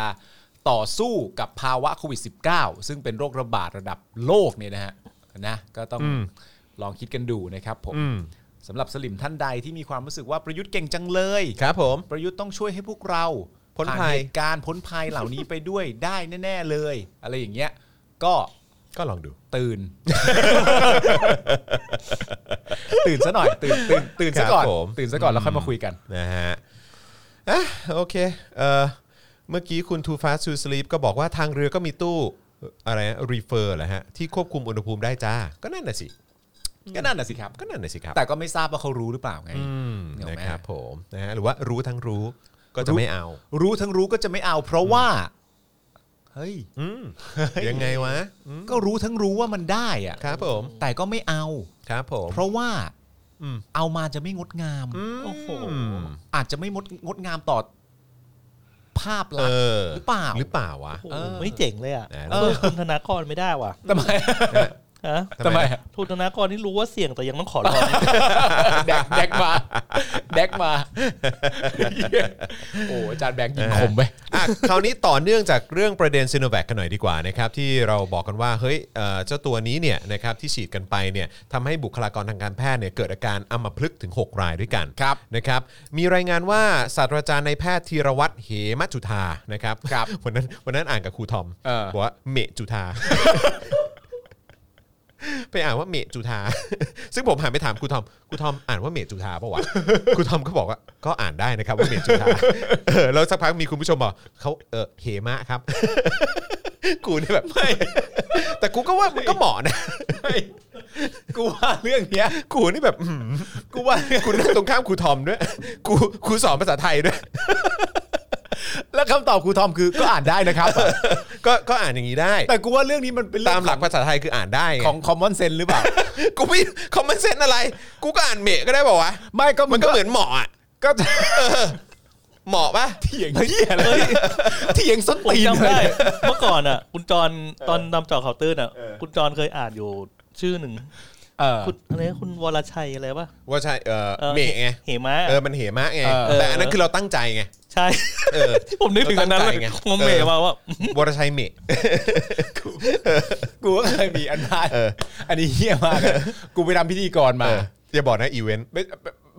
Speaker 4: ต่อสู้กับภาวะโควิด -19 ซึ่งเป็นโรคระบาดระดับโลกเนี่ยนะฮะ นะก็ต้อง
Speaker 2: อืม
Speaker 4: ลองคิดกันดูนะครับผม
Speaker 2: อืม
Speaker 4: สำหรับสลิมท่านใดที่มีความรู้สึกว่าประยุทธ์เก่งจังเลย
Speaker 2: ครับผม
Speaker 4: ประยุทธ์ต้องช่วยให้พวกเรา
Speaker 2: พ้นภัย
Speaker 4: ผ่าเหตุการณ์พ้นภัยเหล่านี้ไปด้วยได้แน่ ๆเลย อะไรอย่างเงี้ย ก็
Speaker 2: ก็ลองดู
Speaker 4: ตื่น ตื่นซะหน่อย ตื่นตื่นตื่นซะก่อ
Speaker 2: ค
Speaker 4: น
Speaker 2: รับผม
Speaker 4: ตื่นซะก่อนแล้วค่อยมาคุยกัน
Speaker 2: นะฮะอ่ะโอเคเออเมื่อกี้คุณ Too Fast to Sleep ก็บอกว่าทางเรือก็มีตู้อะไรนะ refer เหรอฮะ ที่ควบคุมอุณหภูมิได้จ้า ก็นั่นน่ะสิ
Speaker 4: ก็นั่นน่ะสิครับ
Speaker 2: ก็นั่นน่ะสิครับ
Speaker 4: แต่ก็ไม่ทราบว่าเขารู้หรือเปล่าไง
Speaker 2: อืม
Speaker 4: เดี๋ยวแม่
Speaker 2: นะครับผมนะฮะหรือว่ารู้ทั้งรู้ก็จะไม่เอา
Speaker 4: รู้ทั้งรู้ก็จะไม่เอา เพราะว่าเฮ้ย
Speaker 2: อืมยังไงวะอืม
Speaker 4: ก็รู้ทั้งรู้ว่ามันได้อะ
Speaker 2: ครับผม
Speaker 4: แต่ก็ไม่เอา
Speaker 2: ครับผม
Speaker 4: เพราะว่า
Speaker 2: อืม
Speaker 4: เอามาจะไม่งดงาม
Speaker 3: โอ้โห
Speaker 2: อืม
Speaker 4: อาจจะไม่งดงดงามต่อภาพ
Speaker 2: เอ
Speaker 4: ลักษณ์
Speaker 2: อ
Speaker 4: หรือเปล่า
Speaker 2: หรือเปล่าวะ
Speaker 3: โอ้โห
Speaker 4: เออ
Speaker 3: ไม่เจ๋งเลยอ่ะ
Speaker 2: เออ
Speaker 3: เออคุณธนากรไม่ได้ว่ะ
Speaker 4: ทำไม
Speaker 3: ฮะ
Speaker 4: ทำไม
Speaker 3: คุณธนากรนี่รู้ว่าเสี่ยงแต่ยังต้องขอร้อง
Speaker 4: แดกแดกมาแดกมา โอ้อาจารย์แบงค์ยิงคมไป
Speaker 2: อ่ะคราวนี้ต่อเนื่องจากเรื่องประเด็นซีโนแวคกันหน่อยดีกว่านะครับที่เราบอกกันว่าเฮ้ยเอ่อเจ้าตัวนี้เนี่ยนะครับที่ฉีดกันไปเนี่ยทำให้บุคลากรทางการแพทย์เนี่ยเกิดอาการอัมพฤกษ์ถึง 6 รายด้วยกัน
Speaker 4: ครับ
Speaker 2: นะครับมีรายงานว่าศาสตราจารย์ในแพทย์ธีรวัตรเหมจุธานะครับ
Speaker 4: ครับ
Speaker 2: วันนั้นวันนั้นอ่านกับครูทอม
Speaker 4: เออ
Speaker 2: บอกว่าเมจุธา ไปอ่านว่าเมจุธา ซึ่งผมหันไปถามครูทอม ครูทอมอ่านว่าเมจุธาปะวะ ครูทอมก็บอกว่าก็อ่านได้นะครับว่าเมจุธา เออแล้วสักพักมีคุณผู้ชมบอกเขาเออเหมะครับ กูเนี่ยแบบไม่ แต่กูก็ว่ามันก็เหมาะนะ
Speaker 4: กูว่าเรื่องเนี้ย
Speaker 2: กูนี่แบบอื้อหือกูว่ากูนั่งตรงข้ามครูทอมด้วย กูกูสอนภาษาไทยด้วย
Speaker 4: แล้วคำตอบครูทอมคือก็อ่านได้นะครับ
Speaker 2: ก็ก็อ่านอย่างนี้ได้
Speaker 4: แต่กูว่าเรื่องนี้มันเป็นเรื่
Speaker 2: ตา
Speaker 4: อ
Speaker 2: ม
Speaker 4: ง
Speaker 2: หลักภาษาไทยคืออ่านได้ไง
Speaker 4: ของคอมมอนเซนหรือเปล่า
Speaker 2: กูไม่คอมมอนเซนอะไร กูก็อ่านเมะก็ได้ป่าวะ
Speaker 4: ไม่ก็
Speaker 2: มั
Speaker 4: มัน น
Speaker 2: ก็
Speaker 4: ก็
Speaker 2: เหมือนเหมาะอะ
Speaker 4: ก็
Speaker 2: เหมาะปะ
Speaker 4: เถียงเหี้ยเลยเถียงส้น
Speaker 3: ผม
Speaker 4: ตีน
Speaker 3: จำ
Speaker 4: เล
Speaker 3: ได้
Speaker 4: ย
Speaker 3: เมื่อก่อนอ่ะ คุณจรตอนนำจอข่าวตื้นอ่ะ คุณจรเคยอ่านอยู่ชื่อหนึ่ง
Speaker 4: เออ
Speaker 3: คุณอะไรนะคุณวรชัยอะไรปะ
Speaker 2: ว่าใช่เออ
Speaker 3: ออ
Speaker 2: เมะไง
Speaker 3: เหมะ
Speaker 2: เออมันเหมะไง
Speaker 4: เออ
Speaker 2: แต่อันนั้นคือเราตั้งใจไง
Speaker 3: ใช่
Speaker 2: เอ อ
Speaker 3: ผมนึกถึงอันนั้นเลย
Speaker 2: เราตั้งใจไง
Speaker 3: ผมเมะมาว่า
Speaker 2: วรชัยเมะ
Speaker 4: กูก็เคยมีอันพาด
Speaker 2: เออ
Speaker 4: อันนี้เหี้ยมากเลยกูไปทำพิธีกร
Speaker 2: เอ
Speaker 4: มา
Speaker 2: ออย่าบอกนะอีเวนต์
Speaker 4: ไม่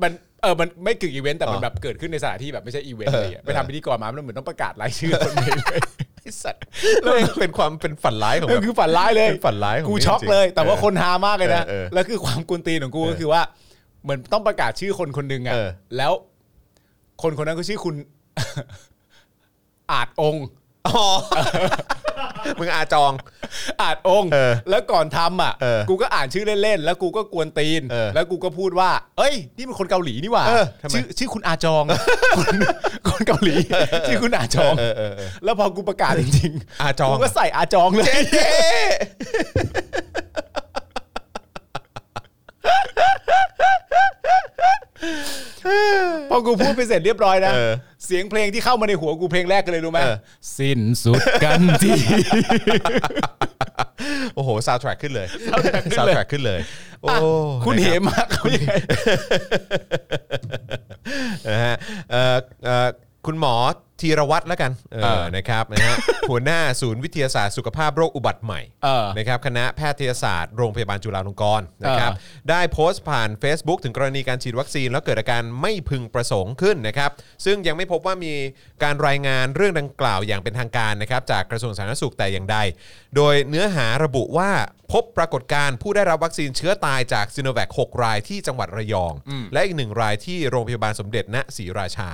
Speaker 4: มันเออมันไม่กึ่งอีเวนต์แต่มั
Speaker 2: อ๋
Speaker 4: น
Speaker 2: อ
Speaker 4: แบบเกิดขึ้นในสถานที่แบบไม่ใช่อีเวนต์อะไรอย่างเงี้ย
Speaker 2: เอ
Speaker 4: ไป
Speaker 2: อ
Speaker 4: ทำพิธีกรมามันเหมือนต้องประกาศรายชื่อคนไปเลย
Speaker 2: ไอสัตว์แล้วมันเป็นความเป็นฝันร้ายของ
Speaker 4: เอ
Speaker 2: แบ
Speaker 4: อบ คือฝันร้ายเลย
Speaker 2: เป็นฝันร้ายของ
Speaker 4: กู
Speaker 2: มึง
Speaker 4: ช็อก
Speaker 2: จริงๆ
Speaker 4: เลย แต่ว่า
Speaker 2: เออ
Speaker 4: คนฮามากเลยนะ
Speaker 2: เออเออ
Speaker 4: แล้วคือความกุนตีนของกู
Speaker 2: เอ
Speaker 4: ก็
Speaker 2: อ
Speaker 4: คือว่า เหมือนต้องประกาศชื่อคนคนหนึ่งอะ
Speaker 2: เออ
Speaker 4: แล้ว คนคนนั้นก็ชื่อคุณ อาจองค์
Speaker 2: อ๋อ มึงอาจอง
Speaker 4: อาจองค์
Speaker 2: เออ
Speaker 4: แล้วก่อนทำอ่ะ
Speaker 2: เออ
Speaker 4: กูก็อ่านชื่อเล่นๆแล้วกูก็กวนตีน
Speaker 2: เออ
Speaker 4: แล้วกูก็พูดว่า เอ้ย นี่มันคนเกาหลีนี่หว่า
Speaker 2: เออทำไม
Speaker 4: ชื่อชื่อคุณอาจ อง คนคนเกาหลี ชื่อคุณอาจอง
Speaker 2: เออเออเออ
Speaker 4: แล้วพอกูประกาศจริง
Speaker 2: อาจอง
Speaker 4: กูก็ใส่อาจองเลย
Speaker 2: เจ๊
Speaker 4: พอกูพูดไปเสร็จเรียบร้อยนะ
Speaker 2: เออ
Speaker 4: เสียงเพลงที่เข้ามาในหัวกูเพลงแรกกันเลยรู้ไหม
Speaker 2: เออ
Speaker 4: สิ้นสุดกันที
Speaker 2: โอ้โหซาวแทร็กขึ้นเลยซาว
Speaker 4: soundtrack
Speaker 2: แทร็กขึ้นเลยโอ้
Speaker 4: อ่ะคุณเห
Speaker 2: นะครับ
Speaker 4: มากคุณเหม
Speaker 2: นะฮะเอ่อเอ่อคุณหมอธีรวัตรแล้วกันเออ
Speaker 4: เออ
Speaker 2: นะครับนะฮ ะ หัวหน้าศูนย์วิทยาศาสตร์สุขภาพโรคอุบัติใหม่
Speaker 4: เออ
Speaker 2: นะครับคณะแพทยศาสตร์โรงพยาบาลจุฬาลงกรณ์นะครับ
Speaker 4: เอ
Speaker 2: ได้โพสต์ผ่าน Facebook ถึงกรณีการฉีดวัคซีน แล้วเกิดอาการไม่พึงประสงค์ขึ้นนะครับ ซึ่งยังไม่พบว่ามีการรายงานเรื่องดังกล่าวอย่างเป็นทางการนะครับจากกระทรวงสาธารณสุขแต่อย่างใด โดยเนื้อหาระบุว่าพบปรากฏการณ์ผู้ได้รับวัคซีนเชื้อตายจากซิโนแวค6รายที่จังหวัดระยอง และอีกหนึ่งรายที่โรงพยาบาลสมเด็จณศรีราชา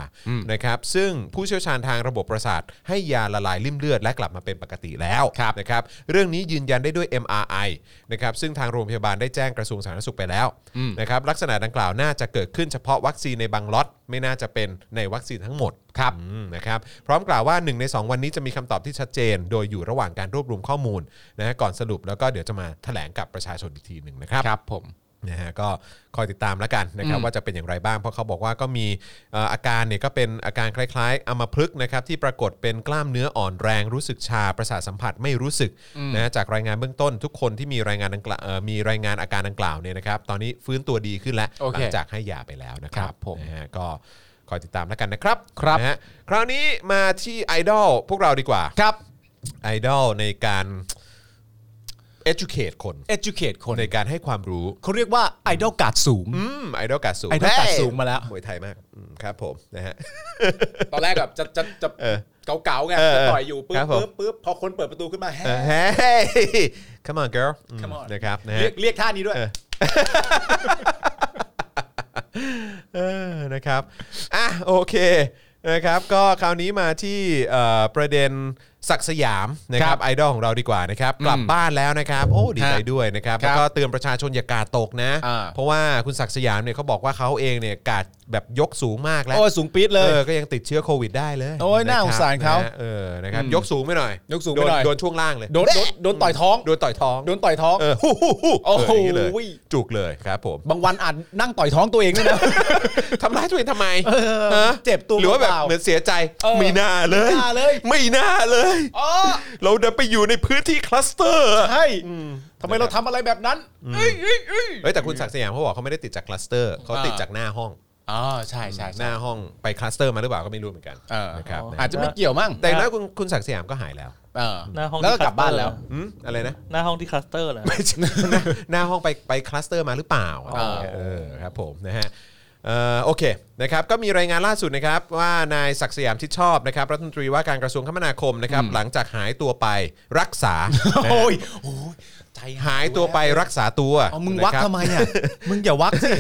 Speaker 2: นะครับซึ่งผู้เชี่ยวชาญทางระบบประสาท ให้ยาละลายริ่มเลือดและกลับมาเป็นปกติแล้วนะครับเรื่องนี้ยืนยันได้ด้วย MRI นะครับซึ่งทางโรงพยาบาลได้แจ้งกระทรวงสาธารณสุขไปแล้วนะครับลักษณะดังกล่าวน่าจะเกิดขึ้นเฉพาะวัคซีนในบางล็อตไม่น่าจะเป็นในวัคซีนทั้งหมดครับนะครับพร้อมกล่าวว่า 1 ใน 2 วันนี้จะมีคำตอบที่ชัดเจน โดยอยู่ระหว่างการรวบรวมข้อมูลนะฮะก่อนสรุปแล้วก็เดี๋ยวจะมาแถลงกับประชาชนอีกทีหนึ่งนะครับ
Speaker 4: าครับผม
Speaker 2: นะฮะก็คอยติดตามแล้วกันนะครับว่าจะเป็นอย่างไรบ้าง เพราะเขาบอกว่าก็มีเอ่ออาการเนี่ยก็เป็นอาการคล้ายๆอัมพฤกษ์นะครับที่ปรากฏเป็นกล้ามเนื้ออ่อนแรงรู้สึกชาประสาทสัมผัสไม่รู้สึกนะฮะจากรายงานเบื้องต้น ทุกคนที่มีรายงานดังกล่าวเอ่อมีรายงานอาการดังกล่าวเนี่ยนะครับตอนนี้ฟื้นตัวดีขึ้นแล้ว
Speaker 4: โอ
Speaker 2: ห
Speaker 4: เค
Speaker 2: ลัจากให้ยาไปแล้วนะครั
Speaker 4: ครับ บผม
Speaker 2: นะฮะก็คอยติดตามแล้วกันนะครับ
Speaker 4: ครับ
Speaker 2: นะฮะคราวนี้มาที่ไอดอลพวกเราดีกว่า
Speaker 4: ครับ
Speaker 2: ไอดอลในการ educate คน
Speaker 4: educate คน
Speaker 2: ในการให้ความรู้
Speaker 4: เขาเรียกว่าไอดอลการ์ดสูง
Speaker 2: อืมไอดอลกาสูง
Speaker 4: ไอดอลการ์ด
Speaker 2: เฮ้ย
Speaker 4: สูงมาแล้ว
Speaker 2: มวยไทยมากอืมครับผมนะฮะ
Speaker 4: ตอนแรกแบบจะจะจะ
Speaker 2: เออ
Speaker 4: เก่าๆไง
Speaker 2: เออ
Speaker 4: จะต่อยอยู่ปึ๊
Speaker 2: ครับ บผม
Speaker 4: ปึ๊บปึ๊บพอคนเปิดประตูขึ้นมาแฮะ
Speaker 2: เออเฮ้ย come on girl อืม
Speaker 4: Come on
Speaker 2: นะครับนะ
Speaker 4: เรี
Speaker 2: ฮะ
Speaker 4: ยกเรียกท่านี้ด้วย
Speaker 2: เออ เออนะครับอ่ะโอเคนะครับก็คราวนี้มาที่เอ่อประเด็นศักดิ์สยามนะค
Speaker 4: ค
Speaker 2: รั
Speaker 4: รั
Speaker 2: บบ ไอดอลของเราดีกว่านะครับ
Speaker 4: อืม
Speaker 2: กลับบ้านแล้วนะครับ โอ้ดีใจ
Speaker 4: ฮะ
Speaker 2: ด้วยนะครับ
Speaker 4: ครับ
Speaker 2: แล้วก็เตือนประชาชนอย่ากาดตกนะ
Speaker 4: อ่า
Speaker 2: เพราะว่าคุณศักดิ์สยามเนี่ยเขาบอกว่าเขาเองเนี่ยกาดแบบยกสูงมากแล้ว
Speaker 4: โอ้ยสูงปี๊ดเลย
Speaker 2: เออก็ยังติดเชื้อโควิดได้เลย
Speaker 4: โอ้ยน่า
Speaker 2: ะคบ
Speaker 4: สงสารเขา
Speaker 2: นะฮะเออนะครับ
Speaker 4: อืม
Speaker 2: ยกสูงไปหน่อย
Speaker 4: ยกสูงไปหน่อย
Speaker 2: โดโดนช่วงล่างเลย
Speaker 4: โดนโดนโดนต่อยท้อง
Speaker 2: โดนต่อยท้อง
Speaker 4: โดนต่อยท้อง
Speaker 2: เออฮู้ฮู้ฮู้
Speaker 4: โอ้โห
Speaker 2: เย่างนี้เลยจุกเลยครับผม
Speaker 4: บางวันอาจนั่งต่อยท้องตัวเองด้วยนะ
Speaker 2: ทำร้ายตัวเองทำไม
Speaker 4: อ
Speaker 2: ฮะ
Speaker 4: เจ็บตัว
Speaker 2: หรือว่าแบบ
Speaker 4: เปล่า
Speaker 2: เหมือนเสียใจ
Speaker 4: เออ
Speaker 2: ไม่น่าเลย
Speaker 4: ไม่น่าเลย
Speaker 2: ไม่น่าเลย
Speaker 4: อ๋อ
Speaker 2: เราเดินไปอยู่ในพื้นที่คลัสเตอร์
Speaker 4: ใช่ทำไมเราทำอะไรแบบนั้นเอ้ยเอ้ยเอ้ย
Speaker 2: เฮ้ยแต่คุณศักดิ์สยามเขาบอกเขาไม่ได้ติดจากคลัสเตอร์เขาติด
Speaker 4: อ่า
Speaker 2: จากหน้าห้อง
Speaker 4: อ๋อใช่ใช่
Speaker 2: ห
Speaker 4: ใช่
Speaker 2: น้าห้องไปคลัสเตอร์มาหรือเปล่าก็ไม่รู้เหมือนกัน
Speaker 4: เออ
Speaker 2: นะครับนะ
Speaker 4: อาจจะไม่เกี่ยวมั้ง
Speaker 2: แต่อย่างน้อยคุณคุณศักดิ์สยามก็หายแล้ว
Speaker 4: เออ
Speaker 3: หน้าห้อง
Speaker 4: แล้วก็กลับบ้านแล้ว
Speaker 2: อืมอะไรนะ
Speaker 3: หน้าห้องที่คลัสเตอร์แหละ
Speaker 2: หน้าหน้าห้องไปไปคลัสเตอร์มาหรือเปล่า
Speaker 4: อ๋อ
Speaker 2: เออครับผมนะฮะเอ่อโอเคนะครับก็มีรายงานล่าสุดนะครับว่านายศักดิ์สยามชิดชอบนะครับรัฐมนตรีว่าการกระทรวงคมนาคมนะครับหลังจากหายตัวไปรักษา
Speaker 4: โอ้ยโอ้ยใจ
Speaker 2: หายตัวไปรักษาตัว
Speaker 4: เอามึงวัก
Speaker 2: นะครับ
Speaker 4: ทำไมอ่ะ มึงอย่าวักสิ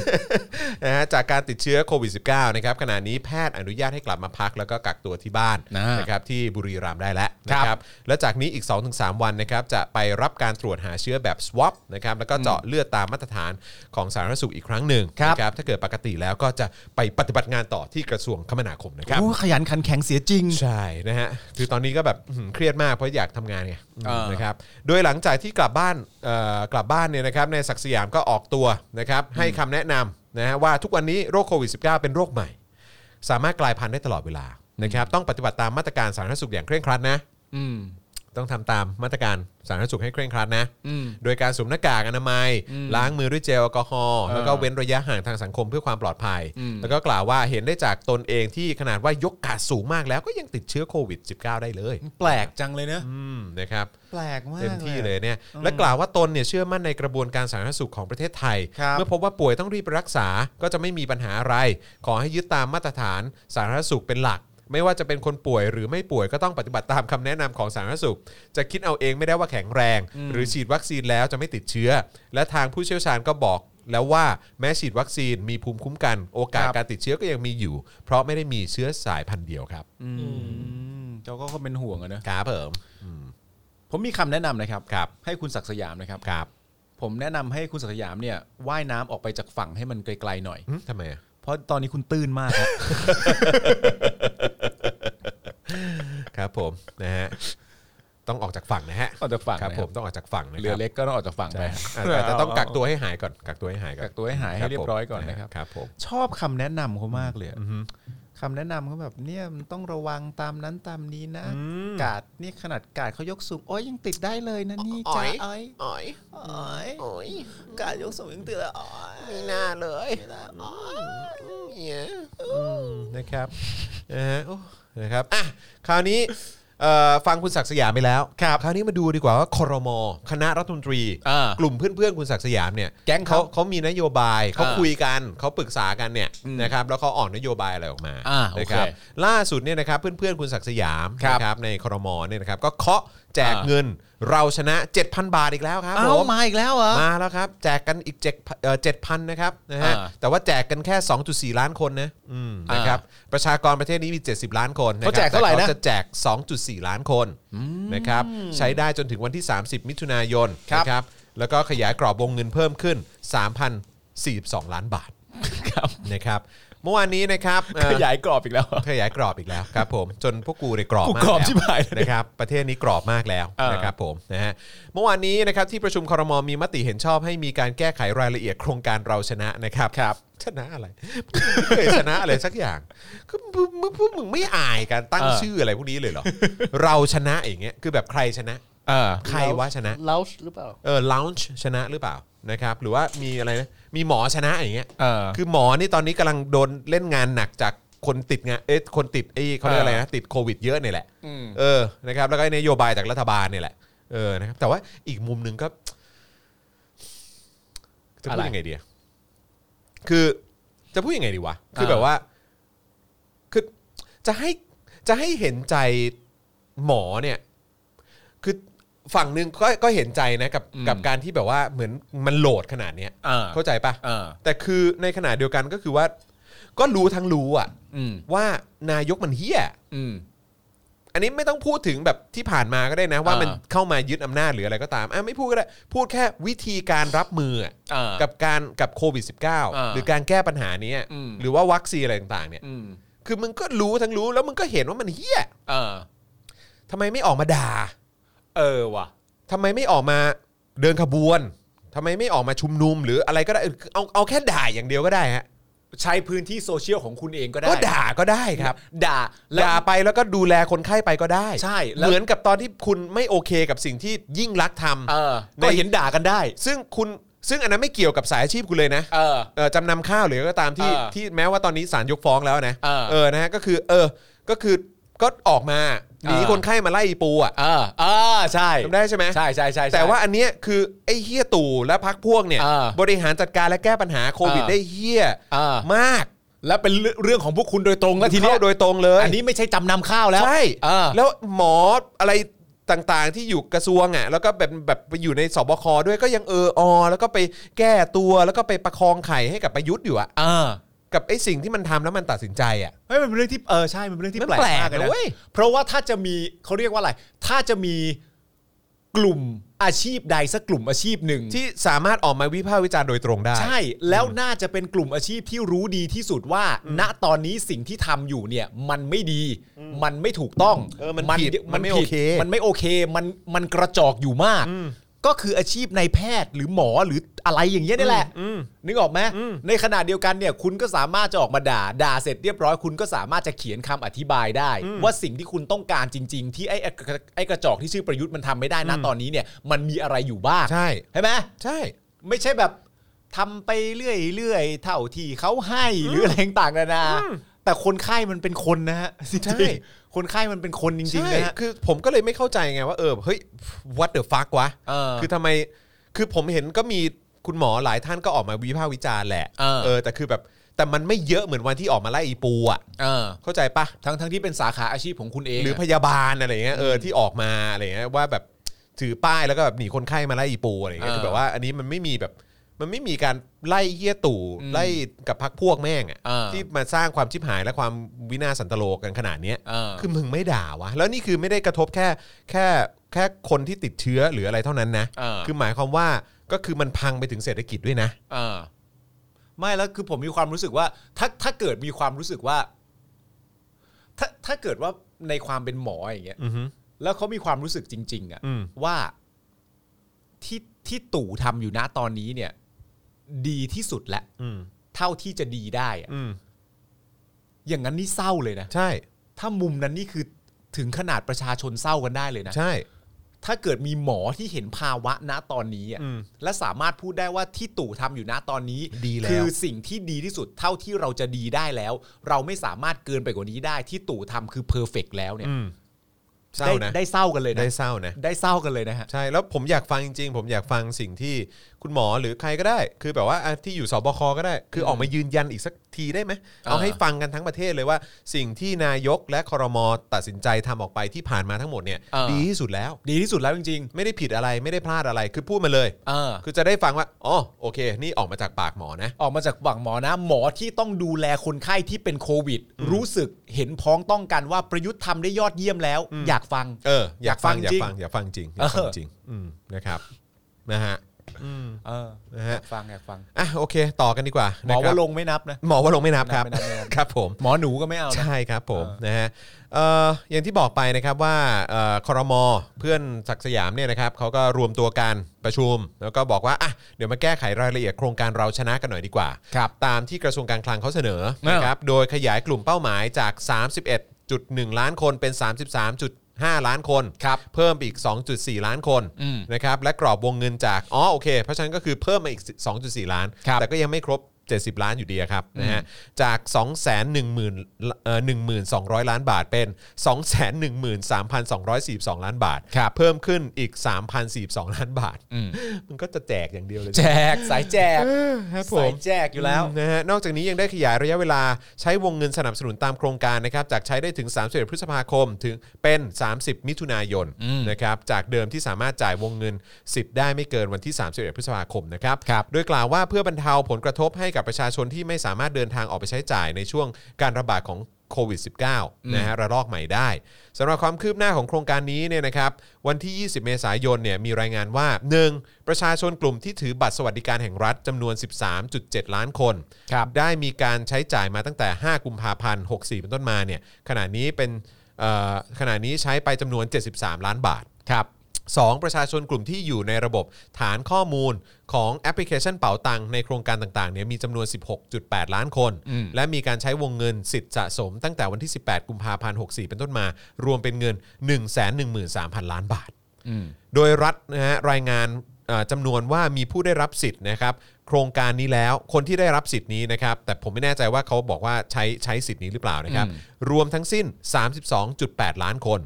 Speaker 2: นะฮะจากการติดเชื้อโควิด -19 นะครับขณะนี้แพทย์อนุญาตให้กลับมาพักแล้วก็กักตัวที่บ้าน
Speaker 4: นะ
Speaker 2: นะครับที่บุรีรัมย์ได้แล้ว
Speaker 4: ครับ
Speaker 2: นะครับและจากนี้อีก 2-3 วันนะครับจะไปรับการตรวจหาเชื้อแบบ swab นะครับแล้วก็เจาะเลือดตามมาตรฐานของสาธารณสุขอีกครั้งหนึ่ง
Speaker 4: ครับ
Speaker 2: นะครับถ้าเกิดปกติแล้วก็จะไปปฏิบัติงานต่อที่กระทรวงคมนาคมนะครับ
Speaker 4: โอ้ขยันขันแข็งเสียจริง
Speaker 2: ใช่นะฮะคือตอนนี้ก็แบบอื้อหือเครียดมากเพราะอยากทำงานไง
Speaker 4: เออ
Speaker 2: นะครับโดยหลังจากที่กลับบ้านเอ่อกลับบ้านเนี่ยนะครับในศักดิ์สยามก็ออกตัวนะครับให้คำแนะนำนะฮะว่าทุกวันนี้โรคโควิด -19 เป็นโรคใหม่ สามารถกลายพันธุ์ได้ตลอดเวลานะครับต้องปฏิบัติตามมาตรการสาธารณสุขอย่างเคร่งครัดนะ
Speaker 4: อืม
Speaker 2: ต้องทำตามมาตรการสาธารณสุขให้เคร่งครัดนะ
Speaker 4: อืม
Speaker 2: โดยการสวมหน้ากากอนามัย ล้างมือด้วยเจลแอลกอฮอล์
Speaker 4: เออ
Speaker 2: แล้วก็เว้นระยะห่างทางสังคมเพื่อความปลอดภัย
Speaker 4: อืม
Speaker 2: แล้วก็กล่าวว่าเห็นได้จากตนเองที่ขนาดว่ายกกาดสูงมากแล้วก็ยังติดเชื้อโควิด -19 ได้เลย
Speaker 4: แปลกจังเลยเนอะ
Speaker 2: อืมนะครับ
Speaker 4: แปลกมาก
Speaker 2: เต็มที่
Speaker 4: อะ
Speaker 2: เลยเนี่ยและกล่าวว่าตนเนี่ยเชื่อมั่นในกระบวนการสาธารณสุขของประเทศไทย
Speaker 4: ครับ
Speaker 2: เมื่อพบว่าป่วยต้องรีบไปรักษาก็จะไม่มีปัญหาอะไร ขอให้ยึดตามมาตรฐานสาธารณสุขเป็นหลัก ไม่ว่าจะเป็นคนป่วยหรือไม่ป่วยก็ต้องปฏิบัติตามคำแนะนำของสาธารณสุข จะคิดเอาเองไม่ได้ว่าแข็งแรง หรือฉีดวัคซีนแล้วจะไม่ติดเชื้อ และทางผู้เชี่ยวชาญก็บอก แล้วว่าแม้ฉีดวัคซีนมีภูมิคุ้มกัน โอกาส
Speaker 4: ครับ
Speaker 2: การติดเชื้อก็ยังมีอยู่ เพราะไม่ได้มีเชื้อสายพันธุ์เดียวครับ
Speaker 4: อืมเขาก็เขาเป็นห่วงอะเนอะ
Speaker 2: ครับเพิ่ม
Speaker 4: ผมมีคำแนะนำนะครับ
Speaker 2: ครับ
Speaker 4: ให้คุณศักดิ์สยามนะครับ
Speaker 2: ครับ
Speaker 4: ผมแนะนำให้คุณศักดิ์สยามเนี่ยว่ายน้ำออกไปจากฝั่งให้มันไกลๆหน่อย
Speaker 2: อืมทำไมอะ
Speaker 4: เพราะตอนนี้คุณตื้นมากครับ
Speaker 2: ครับผมนะฮะต้องออกจากฝั่งนะฮะ
Speaker 4: ออกจากฝั่ง
Speaker 2: ครับ
Speaker 4: นะ
Speaker 2: ผมต้องออกจากฝั่งนะค
Speaker 4: เรือ
Speaker 2: รับ
Speaker 4: เล็กก็ต้องออกจากฝั่งไป
Speaker 2: ใช่อ่ะแต่แต่ต้องกักตัวให้หายก่อนกักตัวให้หายก่อน
Speaker 4: กักตัวให้หายให้เรียบร้อยก่อนนะครับ
Speaker 2: ครับผม
Speaker 4: ชอบคำแนะนำเขามากเลยอะคำแนะนำเขาแบบเนี่ยมันต้องระวังตามนั้นตามนี้นะ กาดนี่ขนาดกาดเขายกสูงโอ้ยยังติดได้เลยนะนี่จ้าอ้อยอ้อยอ้อยกาดยกสูงยังติดเลยอ้อยมีหน้าเลยอ้อย
Speaker 2: นะครับนะฮะโอ้นะครับอ่ะคราวนี้เอ่อฟังคุณศักดิ์สยามไปแล้วครับคราวนี้มาดูดีกว่าว่าครมคณะรัฐมนตรี
Speaker 4: อ่า
Speaker 2: กลุ่มเพื่อนๆคุณศักดิ์สยามเนี่ย
Speaker 4: แก๊ง
Speaker 2: เขา
Speaker 4: เขา
Speaker 2: เขามีนโยบายเขา
Speaker 4: อ่า
Speaker 2: คุยกันเขาปรึกษากันเนี่ย
Speaker 4: อืม
Speaker 2: นะครับแล้วเขาออกนโยบายอะไรออกมา
Speaker 4: อ่าโอเค
Speaker 2: นะครับล่าสุดเนี่ยนะครับเพื่อนๆคุณศักดิ์สยาม
Speaker 4: ครับ
Speaker 2: นะครับในครมเนี่ยนะครับก็เคาะแจก
Speaker 4: อ่า
Speaker 2: เงินเราชนะ 7,000 บาทอีกแล้วครับ
Speaker 4: เอ้า
Speaker 2: ผม
Speaker 4: มาอีกแล้วเหรอ
Speaker 2: มาแล้วครับ แจกกันอีกเจ็ดเจ็ดพันนะครับนะฮะ
Speaker 4: อ่า
Speaker 2: แต่ว่าแจกกันแค่ 2.4 ล้านคนนะอืม
Speaker 4: อ่าน
Speaker 2: นะครับประชากรประเทศนี้มี 70 ล้านคนนะคบ
Speaker 4: เขาแจกเท่าไหร่นะ
Speaker 2: แต่ขจะแจก 2.4 ล้านคนนะครับใช้ได้จนถึงวันที่ 30 มิถุนายน
Speaker 4: ครับ
Speaker 2: นะครับแล้วก็ขยายกรอบวงเงินเพิ่มขึ้น 3,042 ล้านบาท
Speaker 4: ครับ
Speaker 2: นะครับเมื่อวานนี้นะครับเอ่อ
Speaker 4: ขยายกรอบอีกแล้วเหรอ
Speaker 2: ขยายกรอบอีกแล้วครับผมจนพวกกูในยกรอบ
Speaker 4: กู
Speaker 2: มาก
Speaker 4: กรอบ
Speaker 2: แล้ว
Speaker 4: ชิบหายเลย
Speaker 2: นะครับประเทศนี้กรอบมากแล้ว
Speaker 4: เออ
Speaker 2: นะครับผมนะฮะเมื่อวานนี้นะครับที่ประชุมครมมีมติเห็นชอบให้มีการแก้ไขรายละเอียดโครงการเราชนะนะครับ
Speaker 4: ครับ
Speaker 2: ชนะอะไร ไม่เคยชนะอะไรสักอย่างก็มึงพวกมึงไม่อายการตั้ง
Speaker 4: เออ
Speaker 2: ชื่ออะไรพวกนี้เลยเหรอ เราชนะอย่างเงี้ยคือแบบใครชนะ
Speaker 4: เออ
Speaker 2: ใครว่าชนะ
Speaker 3: เลาหรือเปล่า
Speaker 2: เออล u น g ์ชนะหรือเปล่านะครับหรือว่ามีอะไรนะมีหมอชนะอย่างเงี้ย
Speaker 4: เออ
Speaker 2: คือหมอนี่ตอนนี้กำลังโดนเล่นงานหนักจากคนติดงานเอ๊ะคนติดไอ้เขาเรียกอะไรนะติดโควิดเยอะเนี่ยแหละ
Speaker 4: อืม
Speaker 2: เออนะครับแล้วก็นโยบายจากรัฐบาลเนี่ยแหละ เออนะครับแต่ว่าอีกมุมหนึ่งก็ จะพูด
Speaker 4: อะไร
Speaker 2: ยังไงดีอะคือจะพูดยังไงดีวะ คือ
Speaker 4: เออ
Speaker 2: แบบว่า คือจะให้จะให้เห็นใจหมอเนี่ย คือฝั่งหนึ่งก็ก็เห็นใจนะกับ
Speaker 4: อืม
Speaker 2: กับการที่แบบว่าเหมือนมันโหลดขนาดเนี้ย
Speaker 4: อ่า
Speaker 2: เข้าใจปะ
Speaker 4: อ่า
Speaker 2: แต่คือในขณะเดียวกันก็คือว่า ก็รู้ทั้งรู้อะ
Speaker 4: อืม
Speaker 2: ว่านายกมันเฮี้ย
Speaker 4: อืม
Speaker 2: อันนี้ไม่ต้องพูดถึงแบบที่ผ่านมาก็ได้นะ ว่า
Speaker 4: อ่า
Speaker 2: มั
Speaker 4: มั
Speaker 2: นเข้ามายึดอำนาจหรืออะไรก็ตามอ่ะไม่พูดก็ได้ พูดแค่วิธีการรับมืออะ
Speaker 4: อ่ากั
Speaker 2: กับการกับโควิด -19 หรือการแก้ปัญหาเนี้ย
Speaker 4: อืม
Speaker 2: หรือว่าวัคซีนอะไรต่างๆเนี่ย
Speaker 4: อืม
Speaker 2: คือมึงก็รู้ทั้งรู้แล้วมึงก็เห็นว่ามันเฮี้ย
Speaker 4: เออ
Speaker 2: ทำไมไม่ออกมาด่า
Speaker 4: เออว่ะ
Speaker 2: ทำไมไม่ออกมาเดินขบวนทำไมไม่ออกมาชุมนุมหรืออะไรก็ได้คือเอาเอาแค่ด่าอย่างเดียวก็ได้ฮะ
Speaker 4: ใช้พื้นที่โซเชียลของคุณเองก็ได้
Speaker 2: ก็ด่าก็ได้ครับ
Speaker 4: ด่าแล้ว
Speaker 2: ด่าไปแล้วก็ดูแลคนไข้ไปก็ได้
Speaker 4: ใช่แล้ว
Speaker 2: เหมือนกับตอนที่คุณไม่โอเคกับสิ่งที่ยิ่งรักษณ์ท
Speaker 4: เออ
Speaker 2: ำ
Speaker 4: ก็
Speaker 2: ใน
Speaker 4: เห็นด่ากันได้
Speaker 2: ซึ่งคุณซึ่งอันนั้นไม่เกี่ยวกับสายอาชีพคุณเลยนะ
Speaker 4: เออ
Speaker 2: เออจำนำข้าวหรืออะไรก็ตามที่
Speaker 4: เออ
Speaker 2: ที่แม้ว่าตอนนี้ศาลยกฟ้องแล้วนะ
Speaker 4: เออ
Speaker 2: นะฮะก็คือ เออก็คือก็ออกมาหนี
Speaker 4: เออ
Speaker 2: คนไข้มาไล่อีปูอ่ะ
Speaker 4: เออเออใช่
Speaker 2: จำได้ใช่ไหม
Speaker 4: ใช่ใช่ใช่ใช่
Speaker 2: แต่ว่าอันเนี้ยคือไอ้เฮี้ยตู่และพักพวกเนี่ย
Speaker 4: เออบ
Speaker 2: ริหารจัดการและแก้ปัญหาโควิด
Speaker 4: เออ
Speaker 2: ได้เฮี้ย
Speaker 4: เออ
Speaker 2: มาก
Speaker 4: แล้วเป็นเรื่องเรื่องของพวกคุณโดยตรงแล้วทีเนี้ย
Speaker 2: เข้าโดยตรงเลย
Speaker 4: อันนี้ไม่ใช่จำนำข้าวแล้ว
Speaker 2: ใช่
Speaker 4: เออ
Speaker 2: แล้วหมออะไรต่างๆที่อยู่กระทรวงอ่ะแล้วก็แบบแบบไปอยู่ในสบคด้วยก็ยังเอออแล้วก็ไปแก้ตัวแล้วก็ไปประคองไข่ให้กับประยุทธ์อยู่อ่ะ
Speaker 4: เออ
Speaker 2: กับไอ้สิ่งที่มันทำแล้วมันตัดสินใจอ่ะ
Speaker 4: เฮ้ยมันเป็นเรื่องที่เออใช่มันเป็นเรื่องที่
Speaker 2: มัน
Speaker 4: แปลก
Speaker 2: แปลก
Speaker 4: มากเลย
Speaker 2: นะ
Speaker 4: นะ
Speaker 2: เว้ย
Speaker 4: เพราะว่าถ้าจะมีเขาเรียกว่าอะไร ถ้าจะมีกลุ่มอาชีพใดสักกลุ่มอาชีพหนึ่ง
Speaker 2: ที่สามารถออกมาวิพากษ์วิจารณ์โดยตรงได้
Speaker 4: ใช่แล้วน่าจะเป็นกลุ่มอาชีพที่รู้ดีที่สุดว่า ณตอนนี้สิ่งที่ทำอยู่เนี่ย มันไม่ดี มันไม่ถูกต้อง
Speaker 2: เออมันผิดมันไม่
Speaker 4: ผิด
Speaker 2: โอเค
Speaker 4: มันไม่โอเคมันมันกระจอกอยู่มาก ก็คืออาชีพนายแพทย์หรือหมอหรืออะไรอย่างเงี้ยนี่แหละ
Speaker 2: อืม
Speaker 4: นึกออกไหม
Speaker 2: อืม
Speaker 4: ในขณะเดียวกันเนี่ยคุณก็สามารถจะออกมาด่า ด่าเสร็จเรียบร้อยคุณก็สามารถจะเขียนคำอธิบายได้
Speaker 2: อืม
Speaker 4: ว่าสิ่งที่คุณต้องการจริง ๆ ที่ไอ้ไอ้ไอ้กระจอกที่ชื่อประยุทธ์มันทำไม่ได้นะ
Speaker 2: อืม
Speaker 4: ตอนนี้เนี่ย มันมีอะไรอยู่บ้าง
Speaker 2: ใช่
Speaker 4: ใช่ไหม
Speaker 2: ใช่
Speaker 4: ไม่ใช่แบบทำไปเรื่อยๆเท่าที่เขาให้หรืออะไรต่างๆนานาแต่คนไข้มันเป็นคนนะฮะจริงๆ
Speaker 2: ใช่
Speaker 4: คนไข้มันเป็นคนจริง
Speaker 2: ใช่
Speaker 4: ๆนะฮะ
Speaker 2: คือผมก็เลยไม่เข้าใจไงว่าเออเฮ้ย what the fuck วะ
Speaker 4: เออ
Speaker 2: คือทำไมคือผมเห็นก็มีคุณหมอหลายท่านก็ออกมาวิพากษ์วิจารณ์แหละ
Speaker 4: เออ
Speaker 2: เออแต่คือแบบแต่มันไม่เยอะเหมือนวันที่ออกมาไล่อีปูอ่ะ
Speaker 4: เออ
Speaker 2: เข้าใจปะ
Speaker 4: ทั้งทั้งๆที่เป็นสาขาอาชีพของคุณเอง
Speaker 2: หรือพยาบาลอะไรเงี้ยเออที่ออกมาอะไรเงี้ยว่าแบบถือป้ายแล้วก็แบบหนีคนไข้มาไล่อีปูอะไรเงี้ยคือแบบว่าอันนี้มันไม่มีแบบมันไม่มีการไล่เหี้ยตู่ไล่กับพักพวกแม่งอะที่มาสร้างความชิบหายและความวินาศสันตโลกันขนาดเนี้ย
Speaker 4: เออ
Speaker 2: คือมึงไม่ด่าวะแล้วนี่คือไม่ได้กระทบแค่แค่แค่คนที่ติดเชื้อหรืออะไรเท่านั้นนะ
Speaker 4: เออ
Speaker 2: คือหมายความว่าก็คือมันพังไปถึงเศรษฐกิจด้วยนะ
Speaker 4: อ่าไม่แล้วคือผมมีความรู้สึกว่า ถ้าถ้าเกิดมีความรู้สึกว่า ถ้าถ้าเกิดว่าในความเป็นหมออย่างเงี้ย
Speaker 2: อือฮึ
Speaker 4: แล้วเขามีความรู้สึกจริง ๆอะ
Speaker 2: อืม
Speaker 4: ว่าที่ที่ตู่ทำอยู่นะตอนนี้เนี่ย ดีที่สุดและ
Speaker 2: อืม
Speaker 4: เท่าที่จะดีได้อะ
Speaker 2: อืม
Speaker 4: อย่างนั้นนี่เศร้าเลยนะ
Speaker 2: ใช่
Speaker 4: ถ้ามุมนั้นนี่คือถึงขนาดประชาชนเศร้ากันได้เลยนะ
Speaker 2: ใช่
Speaker 4: ถ้าเกิดมีหมอที่เห็นภาวะณตอนนี้อะ
Speaker 2: อืม
Speaker 4: และสามารถพูดได้ว่าที่ตู่ทำอยู่ณตอนนี้
Speaker 2: ดีแล้ว
Speaker 4: คือสิ่งที่ดีที่สุดเท่าที่เราจะดีได้แล้ว เราไม่สามารถเกินไปกว่านี้ได้ที่ตู่ทำคือเพอร์เฟกแล้วเนี่ย
Speaker 2: อืมเศร้า
Speaker 4: ได้
Speaker 2: นะ
Speaker 4: ได้เศร้ากันเลยนะ
Speaker 2: ได้เศร้านะ
Speaker 4: ได้เศร้ากันเลยนะฮะ
Speaker 2: ใช่แล้วผมอยากฟังจริงๆ ผมอยากฟังสิ่งที่คุณหมอหรือใครก็ได้ คือแบบว่าอ่ะที่อยู่สบคก็ได้ คือออกมายืนยันอีกสักทีได้ไหมเอาให้ฟังกันทั้งประเทศเลยว่า สิ่งที่นายกและคอรมอตัดสินใจทำออกไปที่ผ่านมาทั้งหมดเนี่ย
Speaker 4: เออ
Speaker 2: ดีที่สุดแล้ว
Speaker 4: ดีที่สุดแล้วจริง
Speaker 2: ไม่ได้ผิดอะไรไม่ได้พลาดอะไรคือพูดมาเลย
Speaker 4: ๆเออ
Speaker 2: คือจะได้ฟังว่าอ๋อโอเค นี่ออกมาจากปากหมอนะ
Speaker 4: ออกมาจากหวังหมอนะ หมอที่ต้องดูแลคนไข้ที่เป็นโควิด รู้สึกเห็นพ้องต้องกันว่าประยุทธ์ทำได้ยอดเยี่ยมแล้ว อยากฟัง
Speaker 2: เอออยากฟัง
Speaker 4: อ
Speaker 2: อาย
Speaker 4: ยาก กฟั
Speaker 2: ฟัง
Speaker 4: ง
Speaker 2: อยากฟังจริงอยากฟัง
Speaker 4: เออ
Speaker 2: จริงอืมนะครับนะฮะอืม
Speaker 4: เออ
Speaker 2: นะฮะ
Speaker 4: อยากฟังอยากฟัง
Speaker 2: อ่ะโอเค ต่อกันดีกว่า
Speaker 4: หม
Speaker 2: นะ
Speaker 4: อ
Speaker 2: ครั
Speaker 4: ว่า
Speaker 2: บ
Speaker 4: ลงค์ไม่นับนะ
Speaker 2: หมอว่าลงไม่นับครับ
Speaker 4: ไม่นับไม่นับ
Speaker 2: ครับผม
Speaker 4: หมอหนูก็ไม่เอานะ
Speaker 2: ใช่ครับผม
Speaker 4: เออ
Speaker 2: นะฮะเอ่ออย่างที่บอกไปนะครับว่าเอ่อครมเพื่อนศักดิ์สยามเนี่ยนะครับเขาก็รวมตัวกันประชุม แล้วก็บอกว่าอ่ะเดี๋ยวมาแก้ไขรายละเอียดโครงการเราชนะกันหน่อยดีกว่า
Speaker 4: ครับ
Speaker 2: ตามที่กระทรวงการคลังเขาเสนอนะครับโดยขยายกลุ่มเป้าหมายจาก 31.1 ล้านคนเป็น 33.5 ล้านคน
Speaker 4: ครับ
Speaker 2: เพิ่มไปอีก 2.4 ล้านคน
Speaker 4: อืม
Speaker 2: นะครับและกรอบวงเงินจากอ๋อโอเค เพราะฉะนั้นก็คือเพิ่มมาอีก 2.4 ล้าน
Speaker 4: ครับ
Speaker 2: แต่ก็ยังไม่ครบ 70 ล้านอยู่ดีอะครับนะฮะจาก 2 1 0 0 0เอ่อ1,200 ล้านบาทเป็น 2 1 3 2 4 2 ล้านบาท
Speaker 4: ครับ
Speaker 2: เพิ่มขึ้นอีก 3,042 ล้านบาท
Speaker 4: อืม
Speaker 2: มันก็จะแจกอย่างเดียวเลย
Speaker 4: แจกสายแจก
Speaker 2: ครับผม
Speaker 4: สายแจกอยู่แล้ว
Speaker 2: นะฮะนอกจากนี้ยังได้ขยายระยะเวลาใช้วงเงินสนับสนุนตามโครงการนะครับจากใช้ได้ถึง 31 พฤษภาคมถึงเป็น 30 มิถุนายน
Speaker 4: อืม
Speaker 2: นะครับจากเดิมที่สามารถจ่ายวงเงิน 10 ได้ไม่เกินวันที่ 31 พฤษภาคมนะครับ
Speaker 4: ครับ
Speaker 2: โดยกล่าวว่าเพื่อบรรเทาผลกระทบให้กับประชาชนที่ไม่สามารถเดินทางออกไปใช้จ่ายในช่วงการระบาดของโควิด -19 นะฮะระลอกใหม่ได้สำหรับความคืบหน้าของโครงการนี้เนี่ยนะครับวันที่ 20 เมษายนเนี่ยมีรายงานว่า 1. ประชาชนกลุ่มที่ถือบัตรสวัสดิการแห่งรัฐจำนวน 13.7 ล้านคน
Speaker 4: ครับ
Speaker 2: ได้มีการใช้จ่ายมาตั้งแต่ 5 กุมภาพันธ์ 64 เป็นต้นมาเนี่ย ขณะนี้เป็นเอ่อขณะนี้ใช้ไปจำนวน 73 ล้านบาท
Speaker 4: ครับ
Speaker 2: สองประชาชนกลุ่มที่อยู่ในระบบฐานข้อมูลของแอปพลิเคชันเป๋าตังในโครงการต่างๆเนี่ยมีจำนวน 16.8 ล้านคน
Speaker 4: อืม
Speaker 2: และมีการใช้วงเงินสิทธิ์สะสมตั้งแต่วันที่ 18 กุมภาพันธ์ 64 เป็นต้นมา รวมเป็นเงิน 113,000 ล้านบาท
Speaker 4: อืม
Speaker 2: โดยรัฐนะฮะรายงานเอ่อจำนวนว่ามีผู้ได้รับสิทธิ์นะครับ โครงการนี้แล้วคนที่ได้รับสิทธิ์นี้นะครับ แต่ผมไม่แน่ใจว่าเขาบอกว่าใช้ใช้สิทธิ์นี้หรือเปล่านะครับ
Speaker 4: อืม
Speaker 2: รวมทั้งสิ้น 32.8 ล้านคน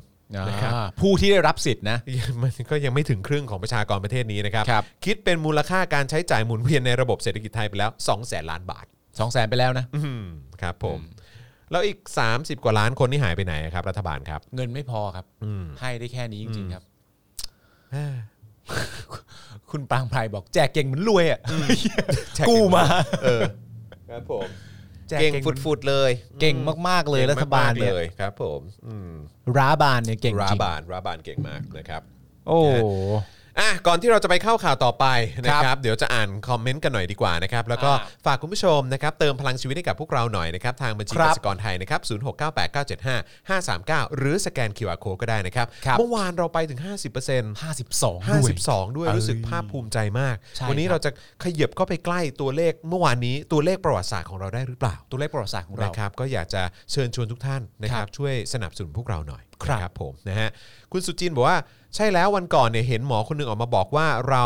Speaker 2: นะครับ
Speaker 4: อ่าผู้ที่ได้รับสิทธินะ
Speaker 2: ยัง มันก็ยังไม่ถึงครึ่งของประชากรประเทศนี้นะครับ
Speaker 4: ครับ
Speaker 2: คิดเป็นมูลค่าการใช้จ่ายหมุนเวียนในระบบเศรษฐกิจไทยไปแล้ว 2 0 0แสนล้านบาท
Speaker 4: สองแสนไปแล้วนะ
Speaker 2: อืมครับผม แล้วอีก 30 กว่าล้านคนนี่หายไปไหนครับ รัฐบาลครับ
Speaker 4: เงินไม่พอครับ
Speaker 2: อืม
Speaker 4: ให้ได้แค่นี้จริงๆครับ
Speaker 2: เอ้อ
Speaker 4: คุณปรางไพรบอกแจกเก่งเหมือนรวยอ่ะ
Speaker 2: แจกเก่ง
Speaker 4: กู้มา
Speaker 2: เออครับผม
Speaker 4: แจ
Speaker 2: เก่ง
Speaker 4: หมือน
Speaker 2: ฟุดๆเลย
Speaker 4: เก่งมากๆเลยรัฐบาล
Speaker 2: ก่งมกๆ
Speaker 4: เนี่ย
Speaker 2: เลยครับ ผมอืม
Speaker 4: ร้าบานเนี่ยเก่ง
Speaker 2: รา
Speaker 4: จริง
Speaker 2: บานราบานเก่งมากนะครับ
Speaker 4: โอ้
Speaker 2: อ่ะก่อนที่เราจะไปเข้าข่าวต่อไปนะค
Speaker 4: ครั
Speaker 2: รับบ เดี๋ยวจะอ่านคอมเมนต์กันหน่อยดีกว่านะครับแล้วก็
Speaker 4: อ่า
Speaker 2: ฝากคุณผู้ชมนะครับเติมพลังชีวิตให้กับพวกเราหน่อยนะครับทางบัญชี
Speaker 4: ค
Speaker 2: ก
Speaker 4: รับ
Speaker 2: สิกรไทยนะครับศูนย์หกเก้หรือสแกน QR Code ก็ได้นะครับ
Speaker 4: ครับ
Speaker 2: เมื่อวานเราไปถึง 50%
Speaker 4: ห้าสิบสองด้วย
Speaker 2: 52 ด้วย
Speaker 4: เอ้ย
Speaker 2: รู้สึกภาคภูมิใจมาก
Speaker 4: ใช่
Speaker 2: วันี้
Speaker 4: ครับ
Speaker 2: เราจะขยับเข้าไปใกล้ตัวเลขเมื่อวานนี้ตัวเลขประวัติศาสตร์ของเราได้หรือเปล่า
Speaker 4: ตัวเลขประวัติศาสตร์ของเรา
Speaker 2: นะครับก็อยากจะเชิญชวนทุกท่านนะครับช่วยสนับสนุนพวกเราหน่อย
Speaker 4: ครับ
Speaker 2: นะผมนะฮะคุณสุจินบอกว่าใช่แล้ววันก่อนเนี่ยเห็นหมอคนหนึ่งออกมาบอกว่าเรา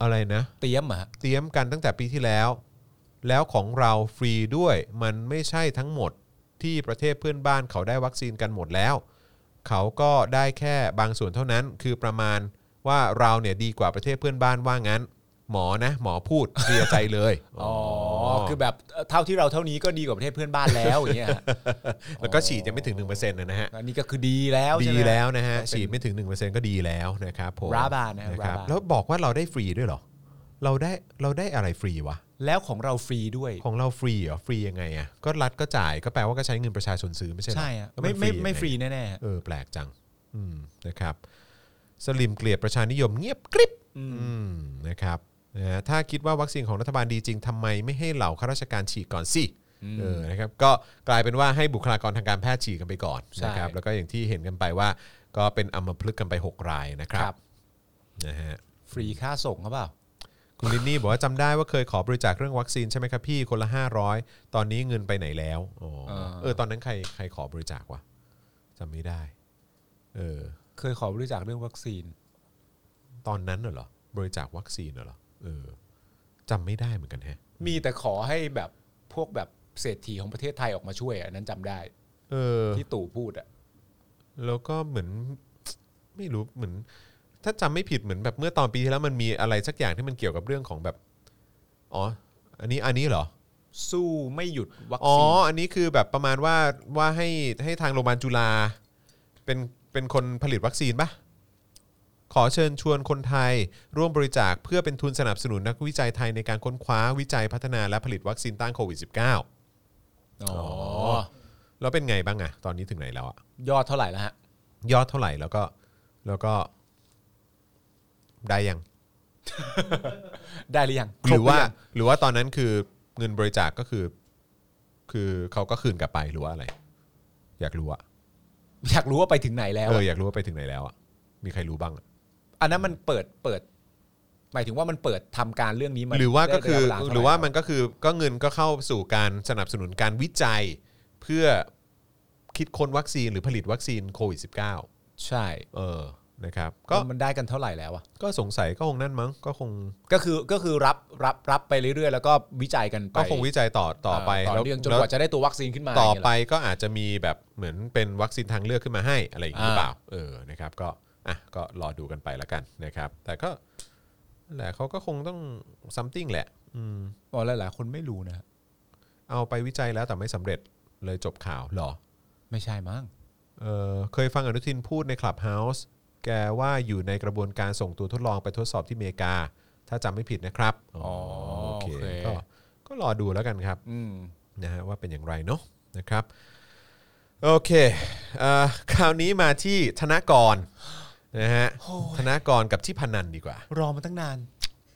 Speaker 2: อะไรนะ
Speaker 4: เตรียมอ่ะฮะ
Speaker 2: เตรียมกันตั้งแต่ปีที่แล้ว แล้วของเราฟรีด้วย มันไม่ใช่ทั้งหมดที่ประเทศเพื่อนบ้านเขาได้วัคซีนกันหมดแล้ว เขาก็ได้แค่บางส่วนเท่านั้น คือประมาณว่าเราเนี่ยดีกว่าประเทศเพื่อนบ้านว่างั้น หมอนะ หมอพูดเคลียร์ใจเลย
Speaker 4: อ๋อ คือแบบเอ่อเท่าที่เราเท่านี้ก็ดีกว่าประเทศเพื่อนบ้านแล้วอย่างเงี้ยฮ ะ
Speaker 2: แล้วก็ฉีดยังไม่ถึง1%นะฮะ
Speaker 4: อันนี้ก็คือดีแล้วใช่
Speaker 2: ดี
Speaker 4: ไหม
Speaker 2: แล้วนะฮะ
Speaker 4: ก็เป็น
Speaker 2: ฉีดไม่ถึง 1%ก็ดีแล้วนะครับผม
Speaker 4: ราบาลนะครับ
Speaker 2: ครับ
Speaker 4: ราบาล
Speaker 2: แล้วบอกว่าเราได้ฟรีด้วยเหรอ เราได้เราได้อะไรฟรีวะ
Speaker 4: แล้วของเราฟรีด้วย
Speaker 2: ของเราฟรีเหรอ ฟรียังไงอ่ะก็รัฐก็จ่ายก็แปลว่าก็ใช้เงินประชาชนซื้อไม่ใช่เหรอ
Speaker 4: ใช่อะ
Speaker 2: แล้ว
Speaker 4: ไม่
Speaker 2: น
Speaker 4: ไม่
Speaker 2: ยังง
Speaker 4: ไม่ฟรีแน่ๆฮะ
Speaker 2: เออแปลกจัง อืมนะครับ สลิมเกลียดประชานิยมเงียบกริบ
Speaker 4: อืม
Speaker 2: อืมนะครับนะฮะถ้าคิดว่าวัคซีนของรัฐบาลดีจริงทำไมไม่ให้เหล่าข้าราชการฉีดก่อนสิเออนะครับก็กลายเป็นว่าให้บุคลากรทางการแพทย์ฉีดกันไปก่อน
Speaker 4: ใช่
Speaker 2: นะครับ แล้วก็อย่างที่เห็นกันไปว่า ก็เป็นอัมพฤกษ์กันไป 6 รายนะครับนะฮะ
Speaker 4: ฟรีค่าส่งเขาเปล่า
Speaker 2: คุณลินนี่บอกว่าจำได้ว่าเคยขอบริจาคเรื่องวัคซีนใช่ไหมครับพี่คนละ 500 ตอนนี้เงินไปไหนแล้วอ๋อ
Speaker 4: เออ
Speaker 2: เออตอนนั้นใครใครขอบริจาควะจำไม่ได้ เออ
Speaker 4: เคยขอบริจาคเรื่องวัคซีน
Speaker 2: ตอนนั้นน่ะเหรอบริจาควัคซีนน่ะเหรอเออจำไม่ได้เหมือนกันแฮะ
Speaker 4: มีแต่ขอให้แบบพวกแบบเศรษฐีของประเทศไทยออกมาช่วยอะอันนั้นจำได้
Speaker 2: เออ
Speaker 4: ที่ตู่พูดอ่ะ
Speaker 2: แล้วก็เหมือน ไม่รู้เหมือน ถ้าจำไม่ผิดเหมือนแบบเมื่อตอนปีที่แล้วมันมีอะไรสักอย่างที่มันเกี่ยวกับเรื่องของแบบอ๋ออันนี้อันนี้เหรอ
Speaker 4: สู้ไม่หยุดวัค
Speaker 2: อ๋อ
Speaker 4: ซีน
Speaker 2: อันนี้คือแบบประมาณว่าว่าให้ให้ทางโรงพยาบาลจุฬาเป็นเป็นคนผลิตวัคซีนปะขอเชิญชวนคนไทย ร่วมบริจาคเพื่อเป็นทุนสนับสนุนนักวิจัยไทยในการค้นคว้าวิจัยพัฒนาและผลิตวัคซีนต้านโควิด -19
Speaker 4: อ๋อ
Speaker 2: แล้วเป็นไงบ้างอะตอนนี้ถึงไหนแล้วอะ
Speaker 4: ยอดเท่าไหร่แล้วฮะ
Speaker 2: ยอดเท่าไหร่แล้วก็แล้วก็ ได้ยัง
Speaker 4: ได้หรือยัง
Speaker 2: ห
Speaker 4: คบ
Speaker 2: รือว่า
Speaker 4: ยัง
Speaker 2: หรือว่าตอนนั้นคือเงินบริจาคก็คือ คือเขาก็คืนกลับไปหรือว่าอะไร อยากรู้อะ
Speaker 4: อยากรู้ว่าไปถึงไหนแล้ว
Speaker 2: เอ
Speaker 4: อะ
Speaker 2: ออยากรู้ว่าไปถึงไหนแล้วอ่ะ มีใครรู้บ้างอะ
Speaker 4: อันนั้นมันเปิดเปิด หมายถึงว่ามันเปิดทำการเรื่องนี้มา
Speaker 2: หรือว่า
Speaker 4: ได้
Speaker 2: ก็คือ
Speaker 4: ระยะเห
Speaker 2: รือว่า
Speaker 4: เท่ไ
Speaker 2: มันก็คือก็เงินก็เข้าสู่การสนับสนุนการวิจัย เพื่อคิดค้นวัคซีนหรือผลิตวัคซีนโควิด -19
Speaker 4: ใช่
Speaker 2: เออ นะครับก็
Speaker 4: มันได้กันเท่าไหร่แล้วอะ
Speaker 2: ก็สงสัยก็คงนั่นมั้งก็คง
Speaker 4: ก็คือก็คือรับรับรับไปเรื่อยๆ แล้วก็วิจัยกันไป
Speaker 2: ก็คงวิจัยต่อต่อไป
Speaker 4: าต่อเนื่องจนกว่าจะได้ตัววัคซีนขึ้นมา
Speaker 2: ต่อย่าง
Speaker 4: เงี้ย
Speaker 2: ไป
Speaker 4: เหร
Speaker 2: ก็อาจจะมีแบบเหมือนเป็นวัคซีนทางเลือกขึ้นมาให้อะไรอย่างนี้หรือเปล่าเออนะครับก็อ่ะก็รอดูกันไปละกันนะครับ แต่ก็นั่นแหละเขาก็คงต้อง something แหละ อืม
Speaker 4: อ๋อหลายๆคนไม่รู้นะฮะ
Speaker 2: เอาไปวิจัยแล้วแต่ไม่สำเร็จเลยจบข่าวเหรอ
Speaker 4: ไม่ใช่มั้ง
Speaker 2: เออเคยฟังอนุทินพูดในคลับเฮาส์แกว่าอยู่ในกระบวนการส่งตัวทดลองไปทดสอบที่อเมริกา ถ้าจำไม่ผิดนะครับก็ก็รอดูแล้วกันครับ
Speaker 4: อืม
Speaker 2: นะฮะว่าเป็นอย่างไรเนาะนะครับโอเคเอ่อคราวนี้มาที่ธนากรนะฮะธนากรกับที่พนันดีกว่า
Speaker 4: รอมาตั้งนาน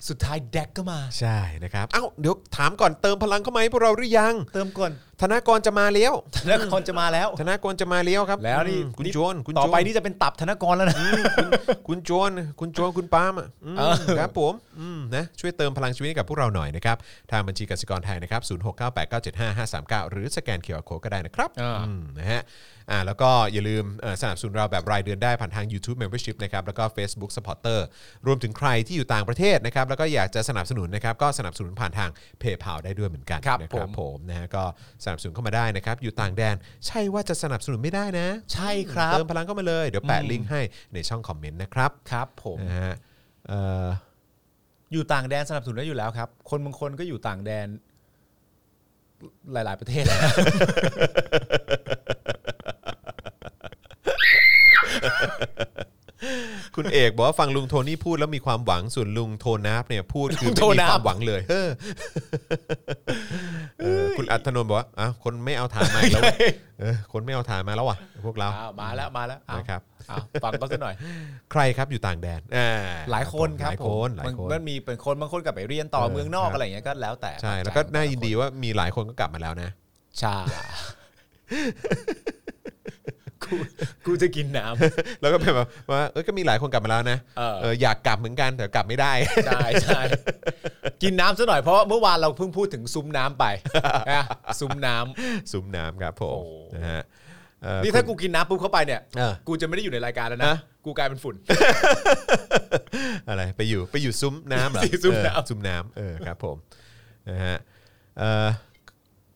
Speaker 4: สุดท้ายแดกก็มา
Speaker 2: ใช่นะครับเอ้าเดี๋ยวถามก่อนเติมพลังเข้ามาให้พวกเราหรือยัง
Speaker 4: เติมก่อน
Speaker 2: ธนากรจะมาแล้ว
Speaker 4: ธนากรจะมาแล้ว
Speaker 2: ธนากรจะมาแล้วครับ
Speaker 4: แล้วนี่
Speaker 2: อืมคุณ
Speaker 4: นี่
Speaker 2: ชวนคุณ
Speaker 4: ต่อ
Speaker 2: ชว
Speaker 4: ไปนี่จะเป็นตับธนากรแล้วนะ
Speaker 2: คุณโจนคุณโจนคุณปาล์มอ่ะอืม
Speaker 4: เออ
Speaker 2: ครับผมอืมนะช่วยเติมพลังชีวิตให้กับพวกเราหน่อยนะครับ ทางบัญชีกสิกรไทยนะครับ 0698975539 หรือสแกนเคอร์โคก็ได้นะครับอืมนะฮะอ่าแล้วก็อย่าลืมเอ่อสนับสนุนเราแบบรายเดือนได้ผ่านทาง YouTube Membership นะครับ แล้วก็ Facebook Supporter รวมถึงใครที่อยู่ต่างประเทศนะครับ แล้วก็อยากจะสนับสนุนนะครับ ก็สนับสนุนผ่านทาง PayPal ได้ด้วยเหมือนกัน
Speaker 4: ครับ
Speaker 2: นะ
Speaker 4: ผม
Speaker 2: ผมนะฮะก็สนับสนุนเข้ามาได้นะครับ อยู่ต่างแดน ใช่ว่าจะสนับสนุนไม่ได้นะ
Speaker 4: ใช่ครับ
Speaker 2: เติมพลังเข้ามาเลยเดี๋ยวแปะลิงก์ให้ในช่องคอมเมนต์นะครับ
Speaker 4: ครับผม
Speaker 2: นะฮะเอ่อ
Speaker 4: อยู่ต่างแดนสนับสนุนได้อยู่แล้วครับ คนบางคนก็อยู่ต่างแดน หลาย ๆ ประเทศ
Speaker 2: คุณเอกบอกว่าฟังลุงโทนี่พูดแล้วมีความหวังส่วนลุงโทนับเนี่ยพูดคือ
Speaker 4: ลุง
Speaker 2: ไม่
Speaker 4: โท
Speaker 2: มี
Speaker 4: นับ
Speaker 2: ความหวังเลยเออเออคุณอัธนนท์บอกว่าอ้าวคนไม่เอาฐานมาอีกแล้วเว้ยเออคนไม่เอาฐานมาแล้วว่ะพวกเรา
Speaker 4: อ้าวมาแล้วมาแล้วอ้าว
Speaker 2: นะครับ
Speaker 4: อ้าวฟังก็สักหน่อย
Speaker 2: ใครครับอยู่ต่างแดนอ่
Speaker 4: หลายคนครับ
Speaker 2: หลาย
Speaker 4: ผ
Speaker 2: คน
Speaker 4: ม
Speaker 2: หลายคน
Speaker 4: มันมันมีเป็นคนบางคนกลับไปเรียนต่อ
Speaker 2: เออ
Speaker 4: เมืองนอ
Speaker 2: ครั
Speaker 4: ก
Speaker 2: บ
Speaker 4: อะไรอย่างเงี้ยก็แล้วแต่
Speaker 2: ใช่แล้วก็
Speaker 4: มใจ
Speaker 2: น่ายินดีว่ามีหลายคนก็กลับมาแล้วนะ
Speaker 4: กูกูจะกินน้
Speaker 2: แล้วก็เป็นแบบว่าเออก็มีหลายคนกลับมาแล้วนะ
Speaker 4: เออ
Speaker 2: เอออยากกลับเหมือนกันแต่กลับไม่ได้
Speaker 4: ำใช่ใช่กินน้ำซะหน่อยเพราะเมื่อวานเราเพิ่งพูดถึงซุ้ม น้ำไปนะซุ้มน้
Speaker 2: ซุ้มน้ำครับผมนะฮะเอ่อ
Speaker 4: ำนี่ถ้ากูกินน้ำปุ๊บเข้าไปเนี่ย
Speaker 2: เออ
Speaker 4: กูจะไม่ได้อยู่ในรายการแล้วนะ
Speaker 2: นะ
Speaker 4: กูกลายเป็นฝุ่น
Speaker 2: อะไรไปอยู่ไปอยู่ซุ้ม น้ำเหรอ
Speaker 4: ที่ซุ้มน้ำ
Speaker 2: เออซุ้มน้ำเออครับผมนะฮะเอ่อ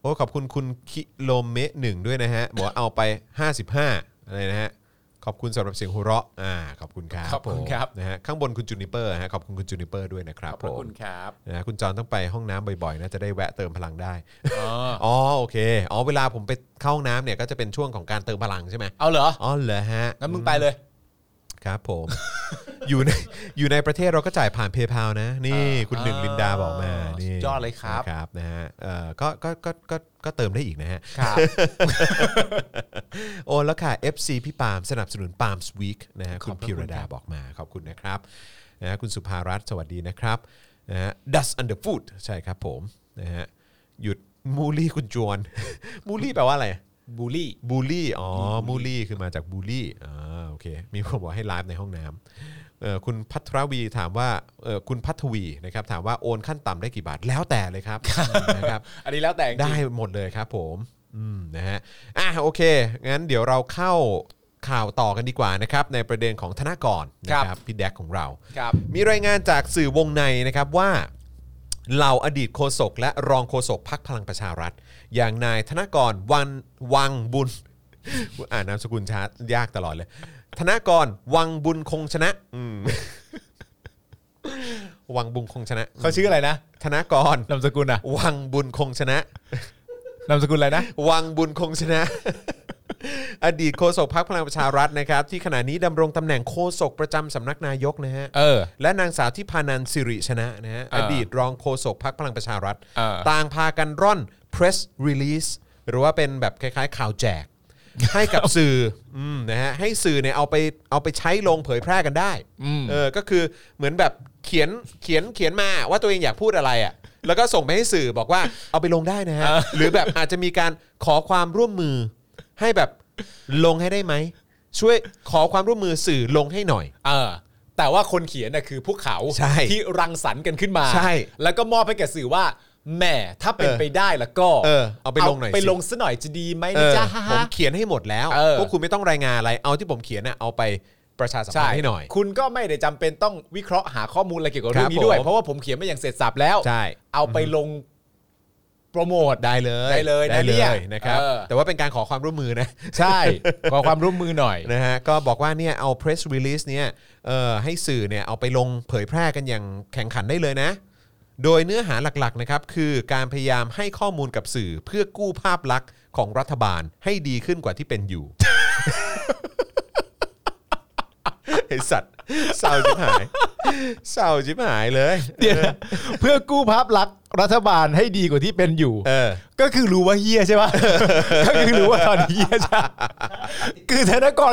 Speaker 2: โอ้ขอบคุณคุณคิโลเมตรหนึ่งด้วยนะฮะบอกว่าเอาไป 55อะไรนะฮะขอบคุณสำหรับเสียงหัวเราะอ่าขอบคุณครับ
Speaker 4: ขอบคุณ
Speaker 2: ผม
Speaker 4: ครับ
Speaker 2: นะฮะข้างบนคุณจูนิเปอร์ฮะขอบคุณคุณจูนิเปอร์ด้วยนะครับ
Speaker 4: ขอบพระคุณ
Speaker 2: ผม
Speaker 4: ครับ
Speaker 2: นะฮะคุณจอนต้องไปห้องน้ำบ่อยๆนะจะได้แวะเติมพลังได้
Speaker 4: อ๋อ
Speaker 2: อ๋อโอเคอ๋อเวลาผมไปเข้าห้องน้ำเนี่ยก็จะเป็นช่วงของการเติมพลังใช่ไหม
Speaker 4: เอาเหรอ
Speaker 2: อ๋อเหรอฮะ
Speaker 4: งั้นมึงไปเลย
Speaker 2: ครับผม อยู่ในอยู่ในประเทศเราก็จ่ายผ่านเพย์พานะ นี่คุณหนึ่งลินดาบอกมานี่
Speaker 4: สุดยอดเลยครับ
Speaker 2: นะครับนะฮะเอ่อก็ก็ก็ก็ก็เติมได้อีกนะฮะ
Speaker 4: ครับ
Speaker 2: โอ้แล้วค่ะ FC พี่ปาล์มสนับสนุนปาล์มสวีคนะฮะ
Speaker 4: ข
Speaker 2: คุ
Speaker 4: อบ
Speaker 2: ณ
Speaker 4: พระ
Speaker 2: พิ
Speaker 4: คุ
Speaker 2: ร
Speaker 4: ณ
Speaker 2: ดา
Speaker 4: ครับ
Speaker 2: บอกมาขอบคุณนะครับนะฮะคุณสุภารัตน์สวัสดีนะครับนะฮะ Dust Under Foot ใช่ครับผมนะฮะหยุดมูลลี่คุณจวน มูลลี่แปลว่าอะไร
Speaker 4: บูลลี่
Speaker 2: บูลลี่ อ๋อ บูลลี่ คือมาจากบูลลี่ อ่า โอเค มีคนบอกให้ไลฟ์ในห้องน้ำเอ่อคุณพัทรวีถามว่าเอ่อคุณพัทวีนะครับ ถามว่าโอนขั้นต่ำได้กี่บาท แล้วแต่เลยครับ นะครับ
Speaker 4: อันนี้แล้วแต่จริง
Speaker 2: ได้หมดเลยครับผม อืม นะฮะ อ่ะ โอเค งั้นเดี๋ยวเราเข้าข่าวต่อกันดีกว่านะครับ ในประเด็นของธนากรนะค
Speaker 4: ครั
Speaker 2: รับบ พี่แดกของเรา
Speaker 4: ครับ
Speaker 2: มีรายงานจากสื่อวงในนะครับว่าเหล่าอดีตโฆษกและรองโฆษกพักพลังประชารัฐ อย่างนายธนกรวันวังบุญ อ่านนามสกุลช้ายากตลอดเลย ธนกรวังบุญคงชนะอืม วังบุญคงชนะ
Speaker 4: เขาชื่ออะไรนะ
Speaker 2: ธนกร
Speaker 4: นามสกุลอะ
Speaker 2: วังบุญคงชนะ
Speaker 4: นามสกุลอะไรนะ
Speaker 2: วังบุญคงชนะ อดีตโฆษกพักพลังประชารัฐนะครับ ที่ขณะนี้ดำรงตำแหน่งโฆษกประจำสำนักนายกนะฮะ
Speaker 4: เออ
Speaker 2: และนางสาวที่พานันสิริชนะนะฮะ
Speaker 4: เอ
Speaker 2: อ
Speaker 4: อ
Speaker 2: ดีตรองโฆษกพักพลังประชารัฐ
Speaker 4: เออ
Speaker 2: ต่างพากันร่อน press release หรือว่าเป็นแบบคล้ายๆ ข่าวแจ ก ให้กับสื่ออืมนะฮะให้สื่อเนี่ยเอาไปเอาไปใช้ลงเผยแพร่กันได้เออก็คือเหมือนแบบเขียนเขียนเขียนมาว่าตัวเองอยากพูดอะไรอะ่ะแล้วก็ส่งไปให้สื่อบอกว่าเอาไปลงได้นะฮะ หรือแบบอาจจะมีการขอความร่วมมือ ให้แบบลงให้ได้ไหมช่วยขอความร่วมมือสื่อลงให้หน่อย
Speaker 4: เออ แต่ว่าคนเขียนน่ะคือพวกเขา
Speaker 2: ใช่
Speaker 4: ที่รังสรรค์กันขึ้นมา
Speaker 2: ใช่
Speaker 4: แล้วก็มอบให้แก่สื่อว่าแหมถ้าเป็น
Speaker 2: เออ
Speaker 4: ไปได้แล้วก็
Speaker 2: เออเอาไปลงหน่อยสิ
Speaker 4: ไปลงซะหน่อยจะดีไหม
Speaker 2: เอ
Speaker 4: นะ
Speaker 2: อ
Speaker 4: จ๊ะ
Speaker 2: ผมเขียนให้หมดแล้ว
Speaker 4: เออ
Speaker 2: พวกคุณไม่ต้องรายงานอะไร เอาที่ผมเขียนน่ะเอาไป ประชาสัมพันธ์ให้หน่อย
Speaker 4: คุณก็ไม่ได้จำเป็นต้องวิเคราะห์หาข้อมูลอะไรเกี่ยวกับเรื่องนี้ด้วย
Speaker 2: ครับผม
Speaker 4: เพราะว่าผมเขียนมาอย่างเสร็จสับแล้ว
Speaker 2: ใช่
Speaker 4: เอาไปลงโปรโมท
Speaker 2: ได้เลย
Speaker 4: ได้เลยนะ
Speaker 2: ได้เล
Speaker 4: เนี่ย
Speaker 2: ยนะครับ
Speaker 4: เออ
Speaker 2: แต่ว่าเป็นการขอความร่วมมือนะ
Speaker 4: ใช่ขอ ความร่วมมือหน่อย
Speaker 2: นะฮะก็บอกว่าเนี่ยเอา press release เนี่ยเอ่อให้สื่อเนี่ยเอาไปลงเผยแพร่กันอย่างแข่งขันได้เลยนะ โดยเนื้อหาหลักๆนะครับคือการพยายามให้ข้อมูลกับสื่อเพื่อกู้ภาพลักษณ์ของรัฐบาลให้ดีขึ้นกว่าที่เป็นอยู่ ไอสัตว์เศร้าจิบหายเศร้าจิบหายเลย
Speaker 4: เดี๋ยวนะเพื่อกู้ภาพลักษณ์รัฐบาลให้ดีกว่าที่เป็นอยู่
Speaker 2: เออ
Speaker 4: ก็คือรู้ว่าเฮียใช่ปะ ก็คือรู้ว่าตอนนี้เฮียใช่ปะคือธนกร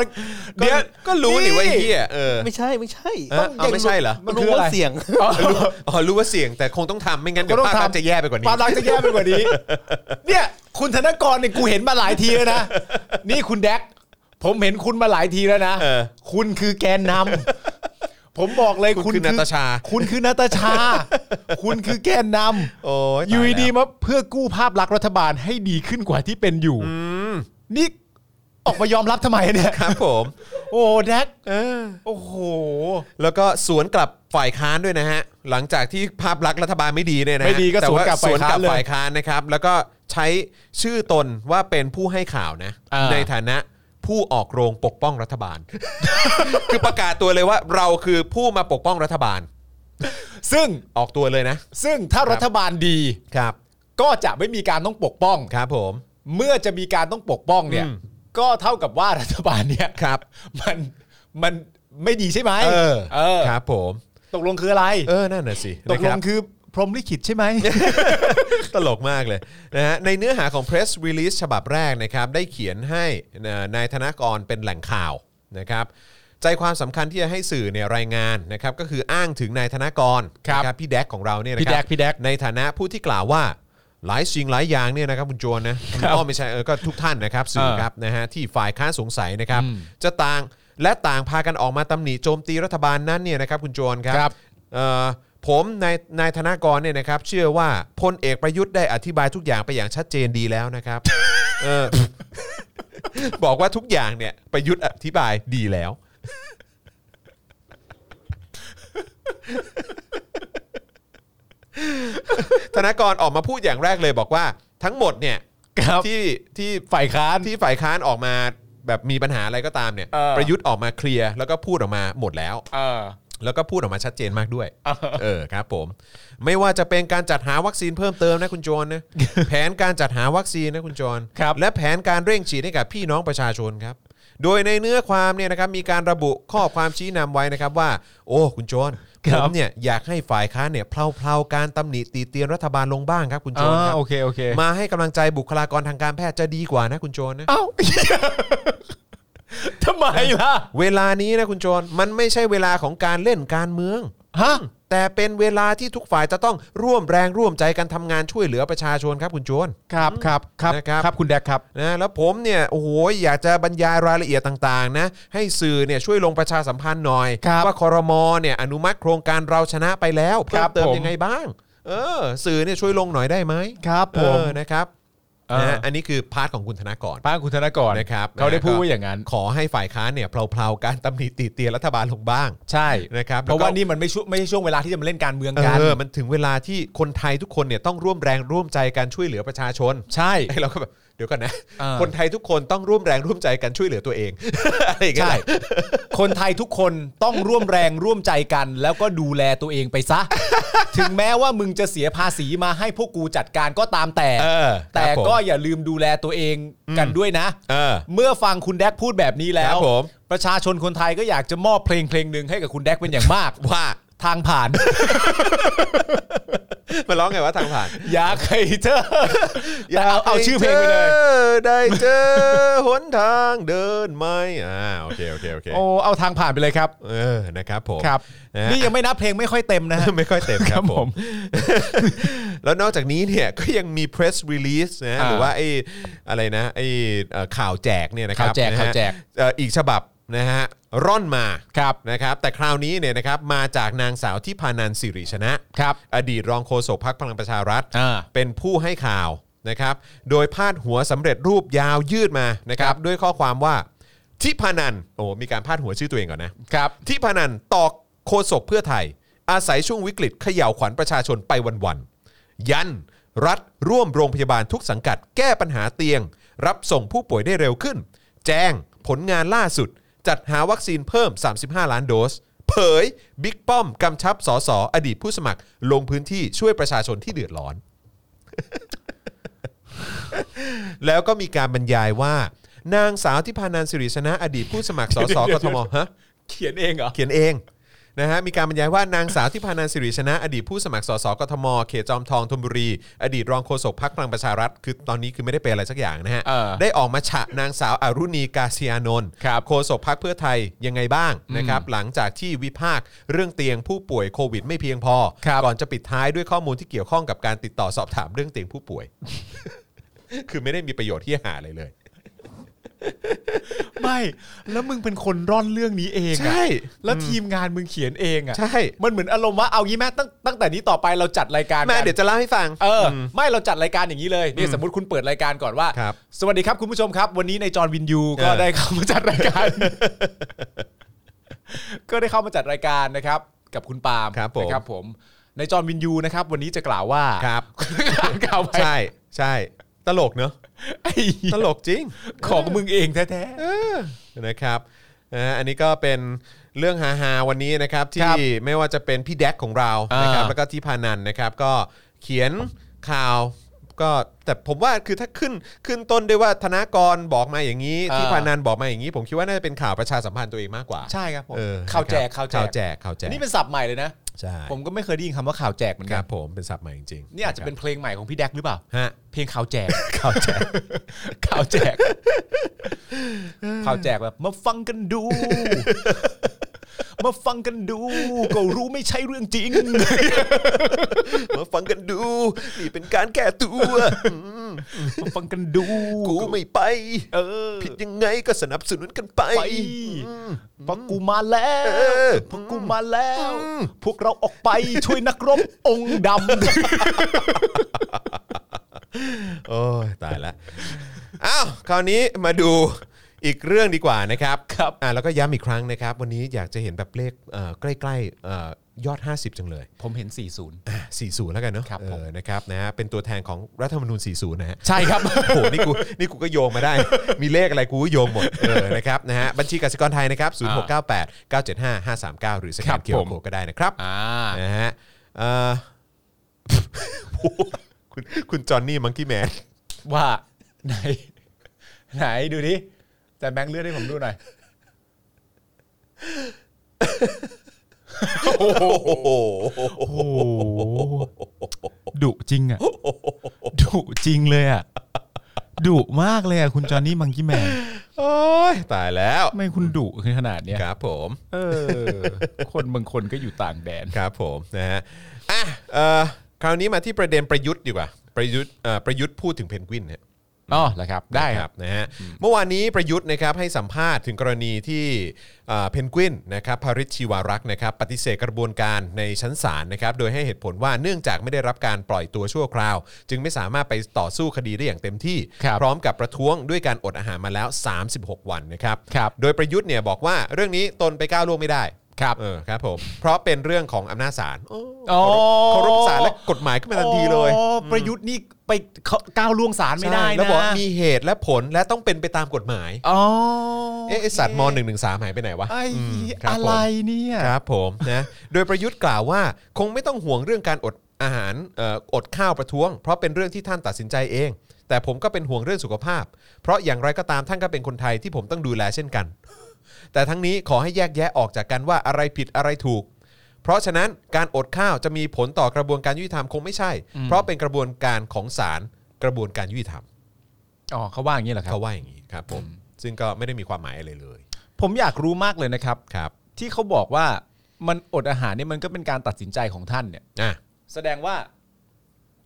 Speaker 2: ก็
Speaker 4: เดี๋ยว
Speaker 2: ก็รู้นี่ว่าเฮียเออ
Speaker 3: ไม่ใช่ไม่ใช่
Speaker 2: เออเอาไม่ใช่เหรอ
Speaker 3: มันรู้ว่าเสียง
Speaker 4: อ๋อรู้
Speaker 2: อ๋อรู้ว่าเสี่ยงแต่คงต้องทำไม่งั้นเดี๋ยวภาพลักษณ์จะแย่ไปกว่านี้
Speaker 4: ภาพลักษณ์จะแย่ไปกว่า นี้ เนี่ย คุณธนกรเนี่ยกูเห็นมาหลายทีแล้วนะ นี่คุณแดกผมเห็นคุณมาหลายทีแล้วนะ
Speaker 2: เออ
Speaker 4: คุณคือแกนนำ ผมบอกเลย
Speaker 2: คุณคือนาตาชา
Speaker 4: คุณคือนาตา ชา คุณคือแกนนำ
Speaker 2: โอ้ตา
Speaker 4: อยู่ดี
Speaker 2: แล้ว
Speaker 4: ๆมาเพื่อกู้ภาพลักษณ์รัฐบาลให้ดีขึ้นกว่าที่เป็นอยู่นี่ออกมายอมรับทำไมเนี่ย
Speaker 2: ครับผม
Speaker 4: โอ้แดก
Speaker 2: เออ
Speaker 4: โอ้โห
Speaker 2: แล้วก็สวนกลับฝ่ายค้านด้วยนะฮะ หลังจากที่ภาพลักษณ์รัฐบาลไม่ดีเนี่ยนะฮะ
Speaker 4: ไม่ดีก็
Speaker 2: แต่า
Speaker 4: สวนกลับฝ่ายค้านเลย
Speaker 2: ฝ่ายค้านนะครับ แล้วก็ใช้ชื่อตนว่าเป็นผู้ให้ข่าวนะ
Speaker 4: อ่า
Speaker 2: ในฐานะผู้ออกโรงปกป้องรัฐบาล คือประกาศตัวเลยว่าเราคือผู้มาปกป้องรัฐบาล
Speaker 4: ซึ่ง
Speaker 2: ออกตัวเลยนะ
Speaker 4: ซึ่งถ้า
Speaker 2: ครับ
Speaker 4: รัฐบาลดี
Speaker 2: ครับ
Speaker 4: ก็จะไม่มีการต้องปกป้อง
Speaker 2: ครับผม
Speaker 4: เมื่อจะมีการต้องปกป้องเนี่ย
Speaker 2: อืม
Speaker 4: ก็เท่ากับว่ารัฐบาลเนี่ย
Speaker 2: ครับ
Speaker 4: มันมันไม่ดีใช่ไหม
Speaker 2: เออ
Speaker 4: เออ
Speaker 2: ครับผม
Speaker 4: ตกลงคืออะไร
Speaker 2: เออนั่นน่ะสิ
Speaker 4: ตกล
Speaker 2: นะรั
Speaker 4: ง
Speaker 2: บ
Speaker 4: คือพรหมลิขิตใช่ไหม
Speaker 2: ตลกมากเลยนะฮะในเนื้อหาของ press release ฉบับแรกนะครับ ได้เขียนให้นะนายธนากรเป็นแหล่งข่าวนะครับ ใจความสำคัญที่จะให้สื่อเนี่ยรายงานนะครับ ก็คืออ้างถึงนายธนากร
Speaker 4: ครับ
Speaker 2: นะพี่แดกของเราเนี่ยนะ
Speaker 4: พี่
Speaker 2: ครั
Speaker 4: แดกพี่แดก
Speaker 2: ในฐานะผู้ที่กล่าวว่าหลายสิ่งหลายอย่างเนี่ยนะครับคุณโจนนะคุณอ้อมไม่ใช่เออก็ทุกท่านนะครับสื่อ
Speaker 4: เออ
Speaker 2: ครับนะฮะที่ฝ่ายค้านสงสัยนะครับ จะต่างและต่างพากันออกมาตำหนิโจมตีรัฐบาลนั้นเนี่ยนะครับคุณโจนครับ
Speaker 4: ครับ
Speaker 2: เอ่อผมนายนายธนากรเนี่ยนะครับ เชื่อว่าพลเอกประยุทธ์ได้อธิบายทุกอย่างไปอย่างชัดเจนดีแล้ว นะครับเออบอกว่าทุกอย่างเนี่ยประยุทธ์อธิบายดีแล้ว ธนากรออกมาพูดอย่างแรกเลยบอกว่าทั้งหมดเนี่ย
Speaker 4: ครับ
Speaker 2: ที่ที่
Speaker 4: ฝ่ายค้าน
Speaker 2: ที่ฝ่ายค้านออกมาแบบมีปัญหาอะไรก็ตามเนี่ย
Speaker 4: เออ
Speaker 2: ประยุทธ์ออกมาเคลียร์แล้วก็พูดออกมาหมดแล้ว
Speaker 4: เออ
Speaker 2: แล้วก็พูดออกมาชัดเจนมากด้วย เออครับผม ไม่ว่าจะเป็นการจัดหาวัคซีนเพิ่มเติมนะคุณโจรนะ แผนการจัดหาวัคซีนนะคุณโจร
Speaker 4: ครับ
Speaker 2: และแผนการเร่งฉีดให้กับพี่น้องประชาชนครับ โดยในเนื้อความเนี่ยนะครับมีการระบุข้อความชี้นำไว้นะครับว่า โอ้คุณโจร
Speaker 4: ค
Speaker 2: ผ
Speaker 4: รับ
Speaker 2: มเนี่ยอยากให้ฝ่ายค้านเนี่ยเพลาๆการตำหนิตีเตียนรัฐบาลลงบ้างครับคุณโจรค
Speaker 4: อ่า
Speaker 2: รับ
Speaker 4: โอเคโอเค
Speaker 2: มาให้กำลังใจบุคลากรทางการแพทย์จะดีกว่านะคุณโจรนะ
Speaker 4: เอ้าเหี้ยทำไมล่ะ
Speaker 2: เวลานี้นะคุณโจรมันไม่ใช่เวลาของการเล่นการเมือง
Speaker 4: ฮะ
Speaker 2: แต่เป็นเวลาที่ทุกฝ่ายจะต้องร่วมแรงร่วมใจกันทำงานช่วยเหลือประชาชนครับคุณโจร
Speaker 4: ครับครับครับ
Speaker 2: นะครับ
Speaker 4: ครับคุณแดกครับ
Speaker 2: นะแล้วผมเนี่ยโอ้โหอยากจะบรรยายรายละเอียดต่างๆนะให้สื่อเนี่ยช่วยลงประชาสัมพันธ์หน่อย
Speaker 4: ครับ
Speaker 2: ว่าคอรมอเนี่ยอนุมัติโครงการเราชนะไปแล้วเพิ่
Speaker 4: ครั
Speaker 2: ม
Speaker 4: บ
Speaker 2: เติม
Speaker 4: ผม
Speaker 2: ยังไงบ้าง เออ สื่อเนี่ยช่วยลงหน่อยได้ไหม
Speaker 4: ครับ
Speaker 2: เอ
Speaker 4: ผม
Speaker 2: อนะครับ
Speaker 4: เออ
Speaker 2: นะฮะอันนี้คือพาร์ทของคุณธนากร
Speaker 4: ป้าคุณธนกร
Speaker 2: นะครับ
Speaker 4: เขาได้
Speaker 2: นะฮะ
Speaker 4: พูด
Speaker 2: ก็
Speaker 4: ว่าอย่างนั้น
Speaker 2: ขอให้ฝ่ายค้านเนี่ยเพลาๆการตำหนิติเตียนรัฐบาลลงบ้าง
Speaker 4: ใช่
Speaker 2: นะครับ
Speaker 4: เพราะ
Speaker 2: แล้วก็
Speaker 4: ว่านี่มันไม่ช่วงไม่ใช่ช่วงเวลาที่จะมาเล่นการเมืองกัน
Speaker 2: เออ มันถึงเวลาที่คนไทยทุกคนเนี่ยต้องร่วมแรงร่วมใจกันช่วยเหลือประชาชน
Speaker 4: ใช่
Speaker 2: ไอ้เราก็แบบเดี๋ยวก่อนนะ
Speaker 4: เออ
Speaker 2: คนไทยทุกคนต้องร่วมแรงร่วมใจกันช่วยเหลือตัวเอง อะไรอย่างเงี้ย
Speaker 4: ใช่
Speaker 2: แหละ
Speaker 4: คนไทยทุกคนต้องร่วมแรงร่วมใจกัน แล้วก็ดูแลตัวเองไปซ ะ ถึงแม้ว่ามึงจะเสียภาษีมาให้พวกกูจัดการก็ตามแต่
Speaker 2: เออ
Speaker 4: แต่
Speaker 2: ครับผม
Speaker 4: ก็อย่าลืมดูแลตัวเองกันด้วยนะ
Speaker 2: เออ
Speaker 4: เมื่อฟังคุณแดกพูดแบบนี้แล้
Speaker 2: คว รับผม
Speaker 4: ประชาชนคนไทยก็อยากจะมอบเพลงเพลงหนึ่งให้กับคุณแดกเป็นอย่างมาก
Speaker 2: ว่า
Speaker 4: ทางผ่าน
Speaker 2: มาร้องไงว่าทางผ่าน
Speaker 4: อยากให้เธอแต่ เอาเอาชื่อเพลงไปเลย
Speaker 2: ธอได้เจอหนทางเดินไหมอ่าโอเคโอเคโอเค
Speaker 4: โอ้เอาทางผ่านไปเลยครับ
Speaker 2: เออนะครับผม
Speaker 4: ครับ
Speaker 2: ะฮะ
Speaker 4: นี่ยังไม่นับเพลงไม่ค่อยเต็มนะฮะ
Speaker 2: ไม่ค่อยเต็มค
Speaker 4: ครั
Speaker 2: รับบ ผ
Speaker 4: ผม ม
Speaker 2: แล้วนอกจากนี้เนี่ยก็ยังมี press release นะ
Speaker 4: อ่า
Speaker 2: หรือว่าไอ้อะไรนะไอ้เอ่อข่าวแจกเนี่ยนะครับ
Speaker 4: ข่าวแจก
Speaker 2: นะฮะ
Speaker 4: ข่าวแจก
Speaker 2: เอ่ออีกฉบับนะฮะร่อนมา
Speaker 4: ครับ
Speaker 2: นะครับ แต่คราวนี้เนี่ยนะครับมาจากนางสาวที่พานันสิริชนะ
Speaker 4: ครับ
Speaker 2: อดีตรองโฆษกพักพลังประชารัฐ
Speaker 4: อ่า
Speaker 2: เป็นผู้ให้ข่าวนะครับ โดยพาดหัวสำเร็จรูปยาวยืดมานะครับ
Speaker 4: ครับ
Speaker 2: ด้วยข้อความว่า ทิพานันท์โอ้มีการพาดหัวชื่อตัวเองก่อนนะ
Speaker 4: ครับ
Speaker 2: ที่พนันตอกโคศกเพื่อไทย อาศัยช่วงวิกฤตเขย่าวขวัญประชาชนไปวันๆยัน รัฐร่วมโรงพยาบาลทุกสังกัดแก้ปัญหาเตียง รับส่งผู้ป่วยได้เร็วขึ้น แจ้งผลงานล่าสุด จัดหาวัคซีนเพิ่ม 35 ล้านโดส เผยบิ๊กป้อมกำชับสสอดีตผู้สมัคร ลงพื้นที่ช่วยประชาชนที่เดือดร้อน แล้วก็มีการบรรยายว่า นางสาวที่พานันสิริชนะอดีตผู้สมัครสสกทมฮะ
Speaker 4: เขียนเองเหรอ
Speaker 2: เขียนเองนะฮะมีการบรรยายว่านางสาวที่พานันสิริชนะ อดีตผู้สมัครสสกทมเขตจอมทองธนบุรี อดีตรองโฆษกพักพลังประชารัฐ คือตอนนี้คือไม่ได้เป็นอะไรสักอย่างนะฮะ
Speaker 4: เออ
Speaker 2: ได้ออกมาฉะนางสาวอรุณีกาเซียานนท์
Speaker 4: ครับ
Speaker 2: โฆษกพักเพื่อไทยยังไงบ้างนะครับหลังจากที่วิพากษ์เรื่องเตียงผู้ป่วยโควิดไม่เพียงพอ
Speaker 4: ครับ
Speaker 2: ก่อนจะปิดท้ายด้วยข้อมูลที่เกี่ยวข้องกับการติดต่อสอบถามเรื่องเตียงผู้ป่วย คือไม่ได้มีประโยชน์ที่หาอะไรเลย
Speaker 4: ไม่ แล้วมึงเป็นคนร่อนเรื่องนี้เองอะ
Speaker 2: ใช่
Speaker 4: แล้วทีมงานมึงเขียนเองอะ
Speaker 2: ใช่
Speaker 4: มันเหมือนอารมณ์ว่าเอางี้แม่ตั้งตั้งแต่นี้ต่อไปเราจัดรายการ
Speaker 2: แม่
Speaker 4: กัน
Speaker 2: เดี๋ยวจะเล่าให้ฟัง
Speaker 4: เอออไม่เราจัดรายการอย่างนี้เลยนี่สมมติคุณเปิดรายการก่อนว่า
Speaker 2: ครับ
Speaker 4: สวัสดีครับคุณผู้ชมครับ วันนี้ในจอร์นวินยูก็
Speaker 2: เออ
Speaker 4: ได้เข้ามาจัดรายการ ก็ได้เข้ามาจัดรายการนะครับ กับคุณปาล์ม
Speaker 2: ครับผม
Speaker 4: นะครับผมในจอร์นวินยูนะครับ วันนี้จะกล่าวว่า
Speaker 2: ครับ
Speaker 4: อ่านข่าวไป
Speaker 2: ใช่ใช่ตลกเนอะ
Speaker 4: ไอ้
Speaker 2: ตลกจริง
Speaker 4: ของมึงเองแท้
Speaker 2: นะครับนะฮะอันนี้ก็เป็นเรื่องฮาฮาๆวันนี้นะครับ
Speaker 4: ค
Speaker 2: ที่
Speaker 4: รับ
Speaker 2: ไม่ว่าจะเป็นพี่แดกของเรา
Speaker 4: อ่าน
Speaker 2: นะครับแล้วก็ที่พานันนะครับก็เขียนข่าวก็แต่ผมว่าคือถ้าขึ้นขึ้นต้นด้วยว่าธนากรบอกมาอย่างนี้
Speaker 4: อ่า
Speaker 2: ที่พานันบอกมาอย่างนี้ ผมคิดว่าน่าจะเป็นข่าวประชาสัมพันธ์ตัวเองมากกว่า
Speaker 4: ๆ ใช่ครับผม
Speaker 2: เออ
Speaker 4: ข่าวแจก
Speaker 2: นะครับ
Speaker 4: ข่าวแจ
Speaker 2: ข่าก วแจกข่าวแจก
Speaker 4: นี่เป็นศัพท์ใหม่เลยนะ
Speaker 2: ใช่
Speaker 4: ผมก็ไม่เคยได้ยินคำว่าข่าวแจกเหมือน
Speaker 2: ค
Speaker 4: กั
Speaker 2: รั
Speaker 4: น
Speaker 2: บผมเป็นศัพท์ใหม่จริงๆ
Speaker 4: นี่อาจจะเป็นเพลงใหม่ของพี่แดกหรือเปล่า
Speaker 2: ฮะ
Speaker 4: เพลงข่าวแจก ข่าวแจก ข่าวแจก ข่าวแจกแบบมาฟังกันดู มาฟังกันดู ก็รู้ไม่ใช่เรื่องจริง
Speaker 2: มาฟังกันดูนี่เป็นการแก้ ตัวอืม
Speaker 4: มาฟังกันดู
Speaker 2: กูไม่ไป
Speaker 4: เออ
Speaker 2: ผิดยังไงก็สนับสนุนกันไป
Speaker 4: ไปเพราะกูมาแล้ว
Speaker 2: เออ
Speaker 4: เพราะกูมาแล้ว
Speaker 2: อืม
Speaker 4: พวกเราออกไปช่วยนักรบองค์ดำ
Speaker 2: โอ้ยตายละ อ้าว คราวนี้มาดูอีกเรื่องดีกว่านะครับ
Speaker 4: ครับ
Speaker 2: อ่าแล้วก็ย้ำอีกครั้งนะครับ วันนี้อยากจะเห็นแบบเลขเอ่อใกล้ๆเอ่อยอด 50 จังเลย
Speaker 4: ผมเห็น 40
Speaker 2: อ่ะ40 แล้วกันเนาะ
Speaker 4: ครับ
Speaker 2: เอ
Speaker 4: ผม
Speaker 2: อนะครับนะฮะเป็นตัวแทนของรัฐธรรมนูญ 40 นะฮะ
Speaker 4: ใช่ครับ
Speaker 2: โอ้โหนี่กูนี่กูก็โยงมาได้ มีเลขอะไรกูก็โยงหมดเออนะครับนะฮะบัญชีกสิกรไทยนะครับ0 6 9 8 9 7 5 5 3 9 หรือสแก
Speaker 4: ครั
Speaker 2: น
Speaker 4: บ
Speaker 2: เคอ
Speaker 4: ผ
Speaker 2: ร์
Speaker 4: ม
Speaker 2: โคก็ได้นะครับ
Speaker 4: อ่า
Speaker 2: นะฮะเอ่อ คุณคุณจอห์นนี่มังคี m แมน
Speaker 4: ว่าไหน ไหนดูดิแต่แบงค์เลือดให้ผมดูหน่อย
Speaker 2: โอ้โห
Speaker 4: โอ้โหดุจริง อ่ะดุจริงเลยอ่ะดุมากเลยอ่ะคุณจอห์นนี่มังกี้แมน
Speaker 2: โอ้ยตายแล้ว
Speaker 4: ทำไมคุณดุคือขนาดเนี้ย
Speaker 2: ครับผม
Speaker 4: เออ คนบางคนก็อยู่ต่างแดน
Speaker 2: ครับผมนะฮะอ่ะเอ่อคราวนี้มาที่ประเด็นประยุทธ์ดีกว่า ประยุทธ์เอ่อประยุทธ์พูดถึงเพนกวินเนี่ย
Speaker 4: อ๋อเหรอครับ ได้ครับ
Speaker 2: นะฮะเมื่อวานนี้ประยุทธ์นะครับให้สัมภาษณ์ถึงกรณีที่เอ่อเพนกวินนะครับพาริชชีวารักษ์นะครับปฏิเสธกระบวนการในชั้นศาลนะครับโดยให้เหตุผลว่าเนื่องจากไม่ได้รับการปล่อยตัวชั่วคราว จึงไม่สามารถไปต่อสู้คดีได้อย่างเต็มที่
Speaker 4: ครับ
Speaker 2: พร้อมกับประท้วงด้วยการอดอาหารมาแล้ว 36 วันนะครับ
Speaker 4: ครับ
Speaker 2: โดยประยุทธ์เนี่ยบอกว่าเรื่องนี้ตนไปก้าวล่วงไม่ได้
Speaker 4: ครับ
Speaker 2: เออครับผมเพราะเป็นเรื่องของอำนาจศาลโอ้
Speaker 4: โอ้
Speaker 2: เคารพศาลและกฎหมายขึ้นมาทันทีเลย
Speaker 4: อ๋อประยุทธ์นี่ไปเขาก้าวล่วงศาลไม่ได้นะ
Speaker 2: แล้วบอกว่ามีเหตุและผลและต้องเป็นไปตามกฎหมาย
Speaker 4: อ๋อ
Speaker 2: เอ๊ะไอ้สัตว์ม .113 หายไปไหนวะ
Speaker 4: ไอ้
Speaker 2: อืมครับผม
Speaker 4: อะไรเนี่ย
Speaker 2: ครับผมนะ โดยประยุทธ์กล่าวว่าคงไม่ต้องห่วงเรื่องการอดอาหารเอ่ออดข้าวประท้วง เพราะเป็นเรื่องที่ท่านตัดสินใจเอง แต่ผมก็เป็นห่วงเรื่องสุขภาพ เพราะอย่างไรก็ตามท่านก็เป็นคนไทยที่ผมต้องดูแลเช่นกัน แต่ทั้งนี้ขอให้แยกแยะออกจากกันว่าอะไรผิดอะไรถูก เพราะฉะนั้นการอดข้าวจะมีผลต่อกระบวนการยุติธรรมคงไม่ใช่ เพราะเป็นกระบวนการของศาลกระบวนการยุติธรรม
Speaker 4: อ๋อเขาว่าอย่างนี้เหรอครับ
Speaker 2: เขาว่าอย่างนี้ครับผมซึ่งก็ไม่ได้มีความหมายอะไรเลย
Speaker 4: ผมอยากรู้มากเลยนะครับ
Speaker 2: ครับ
Speaker 4: ที่เขาบอกว่ามันอดอาหารเนี่ยมันก็เป็นการตัดสินใจของท่านเนี่ย
Speaker 2: อ่ะ
Speaker 4: แสดงว่า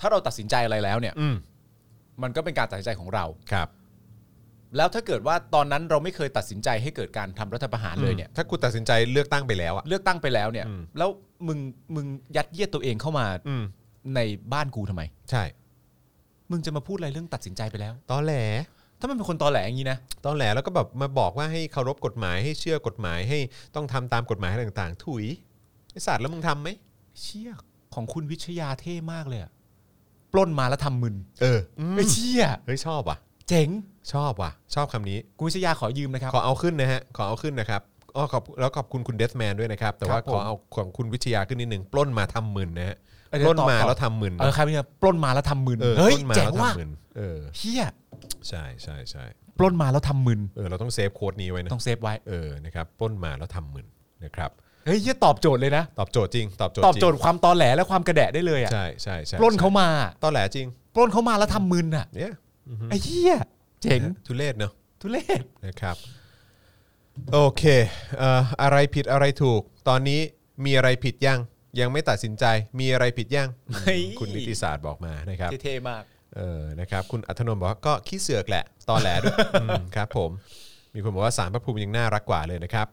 Speaker 4: ถ้าเราตัดสินใจอะไรแล้วเนี่ย
Speaker 2: อืม
Speaker 4: มันก็เป็นการตัดสินใจของเรา
Speaker 2: ครับ
Speaker 4: แล้วถ้าเกิดว่าตอนนั้นเราไม่เคยตัดสินใจให้เกิดการทำรัฐประหารเลยเนี่ย
Speaker 2: ถ้ากูตัดสินใจเลือกตั้งไปแล้วอะ
Speaker 4: เลือกตั้งไปแล้วเนี่ย
Speaker 2: อืม
Speaker 4: แล้วมึงมึงยัดเยียดตัวเองเข้ามา
Speaker 2: อืม
Speaker 4: ในบ้านกูทำไม
Speaker 2: ใช่
Speaker 4: มึงจะมาพูดอะไรเรื่องตัดสินใจไปแล้ว
Speaker 2: ตอแหล
Speaker 4: ถ้ามันเป็นคนตอแหลอย่างนี้นะ
Speaker 2: ตอนแหลแล้วก็แบบมาบอกว่าให้เคารพกฎหมายให้เชื่อกฎหมายให้ต้องทำตามกฎหมายอะไรต่างๆ ถุยไอสัตว์แล้วมึงทำไหม
Speaker 4: เชี่ยของคุณวิชยาเท่มากเลยอะปล้นมาแล้วทำมึน
Speaker 2: เออ
Speaker 4: ไอ้เชี่ย
Speaker 2: เฮ้ยชอบว่ะ
Speaker 4: เจ๋ง
Speaker 2: ชอบว่ะ ชอบคำนี้
Speaker 4: คุณวิชยาขอยืมนะครับ
Speaker 2: ขอเอาขึ้นนะฮะ ขอเอาขึ้นนะครับอ๋อขอบแล้วขอบคุณคุณเด m แมนด้วยนะครับ แต่ว่า
Speaker 4: ครับผ
Speaker 2: ข
Speaker 4: ม
Speaker 2: อเอาของคุณวิทยาขึ้นนิดหนึ่งปล้นมาทำหมื่นนะฮะ
Speaker 4: เออเดี๋
Speaker 2: ป
Speaker 4: ยว
Speaker 2: ล้น
Speaker 4: ตอบ
Speaker 2: มา
Speaker 4: ก่อน
Speaker 2: แล้วทำหมื่น
Speaker 4: เออครับพี่ครับปล้นมาแล้วทำมึน
Speaker 2: เออ
Speaker 4: เฮ้ย
Speaker 2: ปล้นมา
Speaker 4: เจ๋ง
Speaker 2: แล้ว
Speaker 4: ว่ะ
Speaker 2: ทำหมื่นเออ
Speaker 4: เชี่ย
Speaker 2: ใช่ใช่ใช่
Speaker 4: ปล้นมาแล้วทำมึน
Speaker 2: เออเราต้องเซฟโค้ดนี้ไว้นะ
Speaker 4: ต้องเซฟไว้
Speaker 2: เออนะครับปล้นมาแล้วทำหมื่นนะครับ
Speaker 4: เฮ้ยเหี้ยตอบโจทย์เลยนะ
Speaker 2: ตอบโจทย์จริง ตอบโจทย์
Speaker 4: ตอบโจทย์ความตอแหลและความกระแดะได้เลย
Speaker 2: จริง
Speaker 4: อ่ะ
Speaker 2: ใช่ใช่ใช่
Speaker 4: ปล้นเขามา
Speaker 2: ตอนแหลจริง
Speaker 4: ปล้นเขามาแล้วทำมึนอ่ะ
Speaker 2: เนี่ย
Speaker 4: ไอ้เหี้ยเจ๋ง
Speaker 2: ทุเรศเนาะ
Speaker 4: ทุเรศ
Speaker 2: นะครับโอเคเอ่ออะไรผิดอะไรถูก ตอนนี้มีอะไรผิดยัง ยังไม่ตัดสินใจมีอะไรผิดยังอืม
Speaker 4: เฮ้ย
Speaker 2: คุณนิติศาสตร์บอกมานะครับ
Speaker 4: เท่ๆมาก
Speaker 2: เออนะครับคุณอัธนนท์บอกว่าก็ขี้เสือกแหละ ตอนแหล ด้วยอืมครับผม มีคนบอกว่าสารพระภูมิยังน่ารักกว่าเลยนะครับ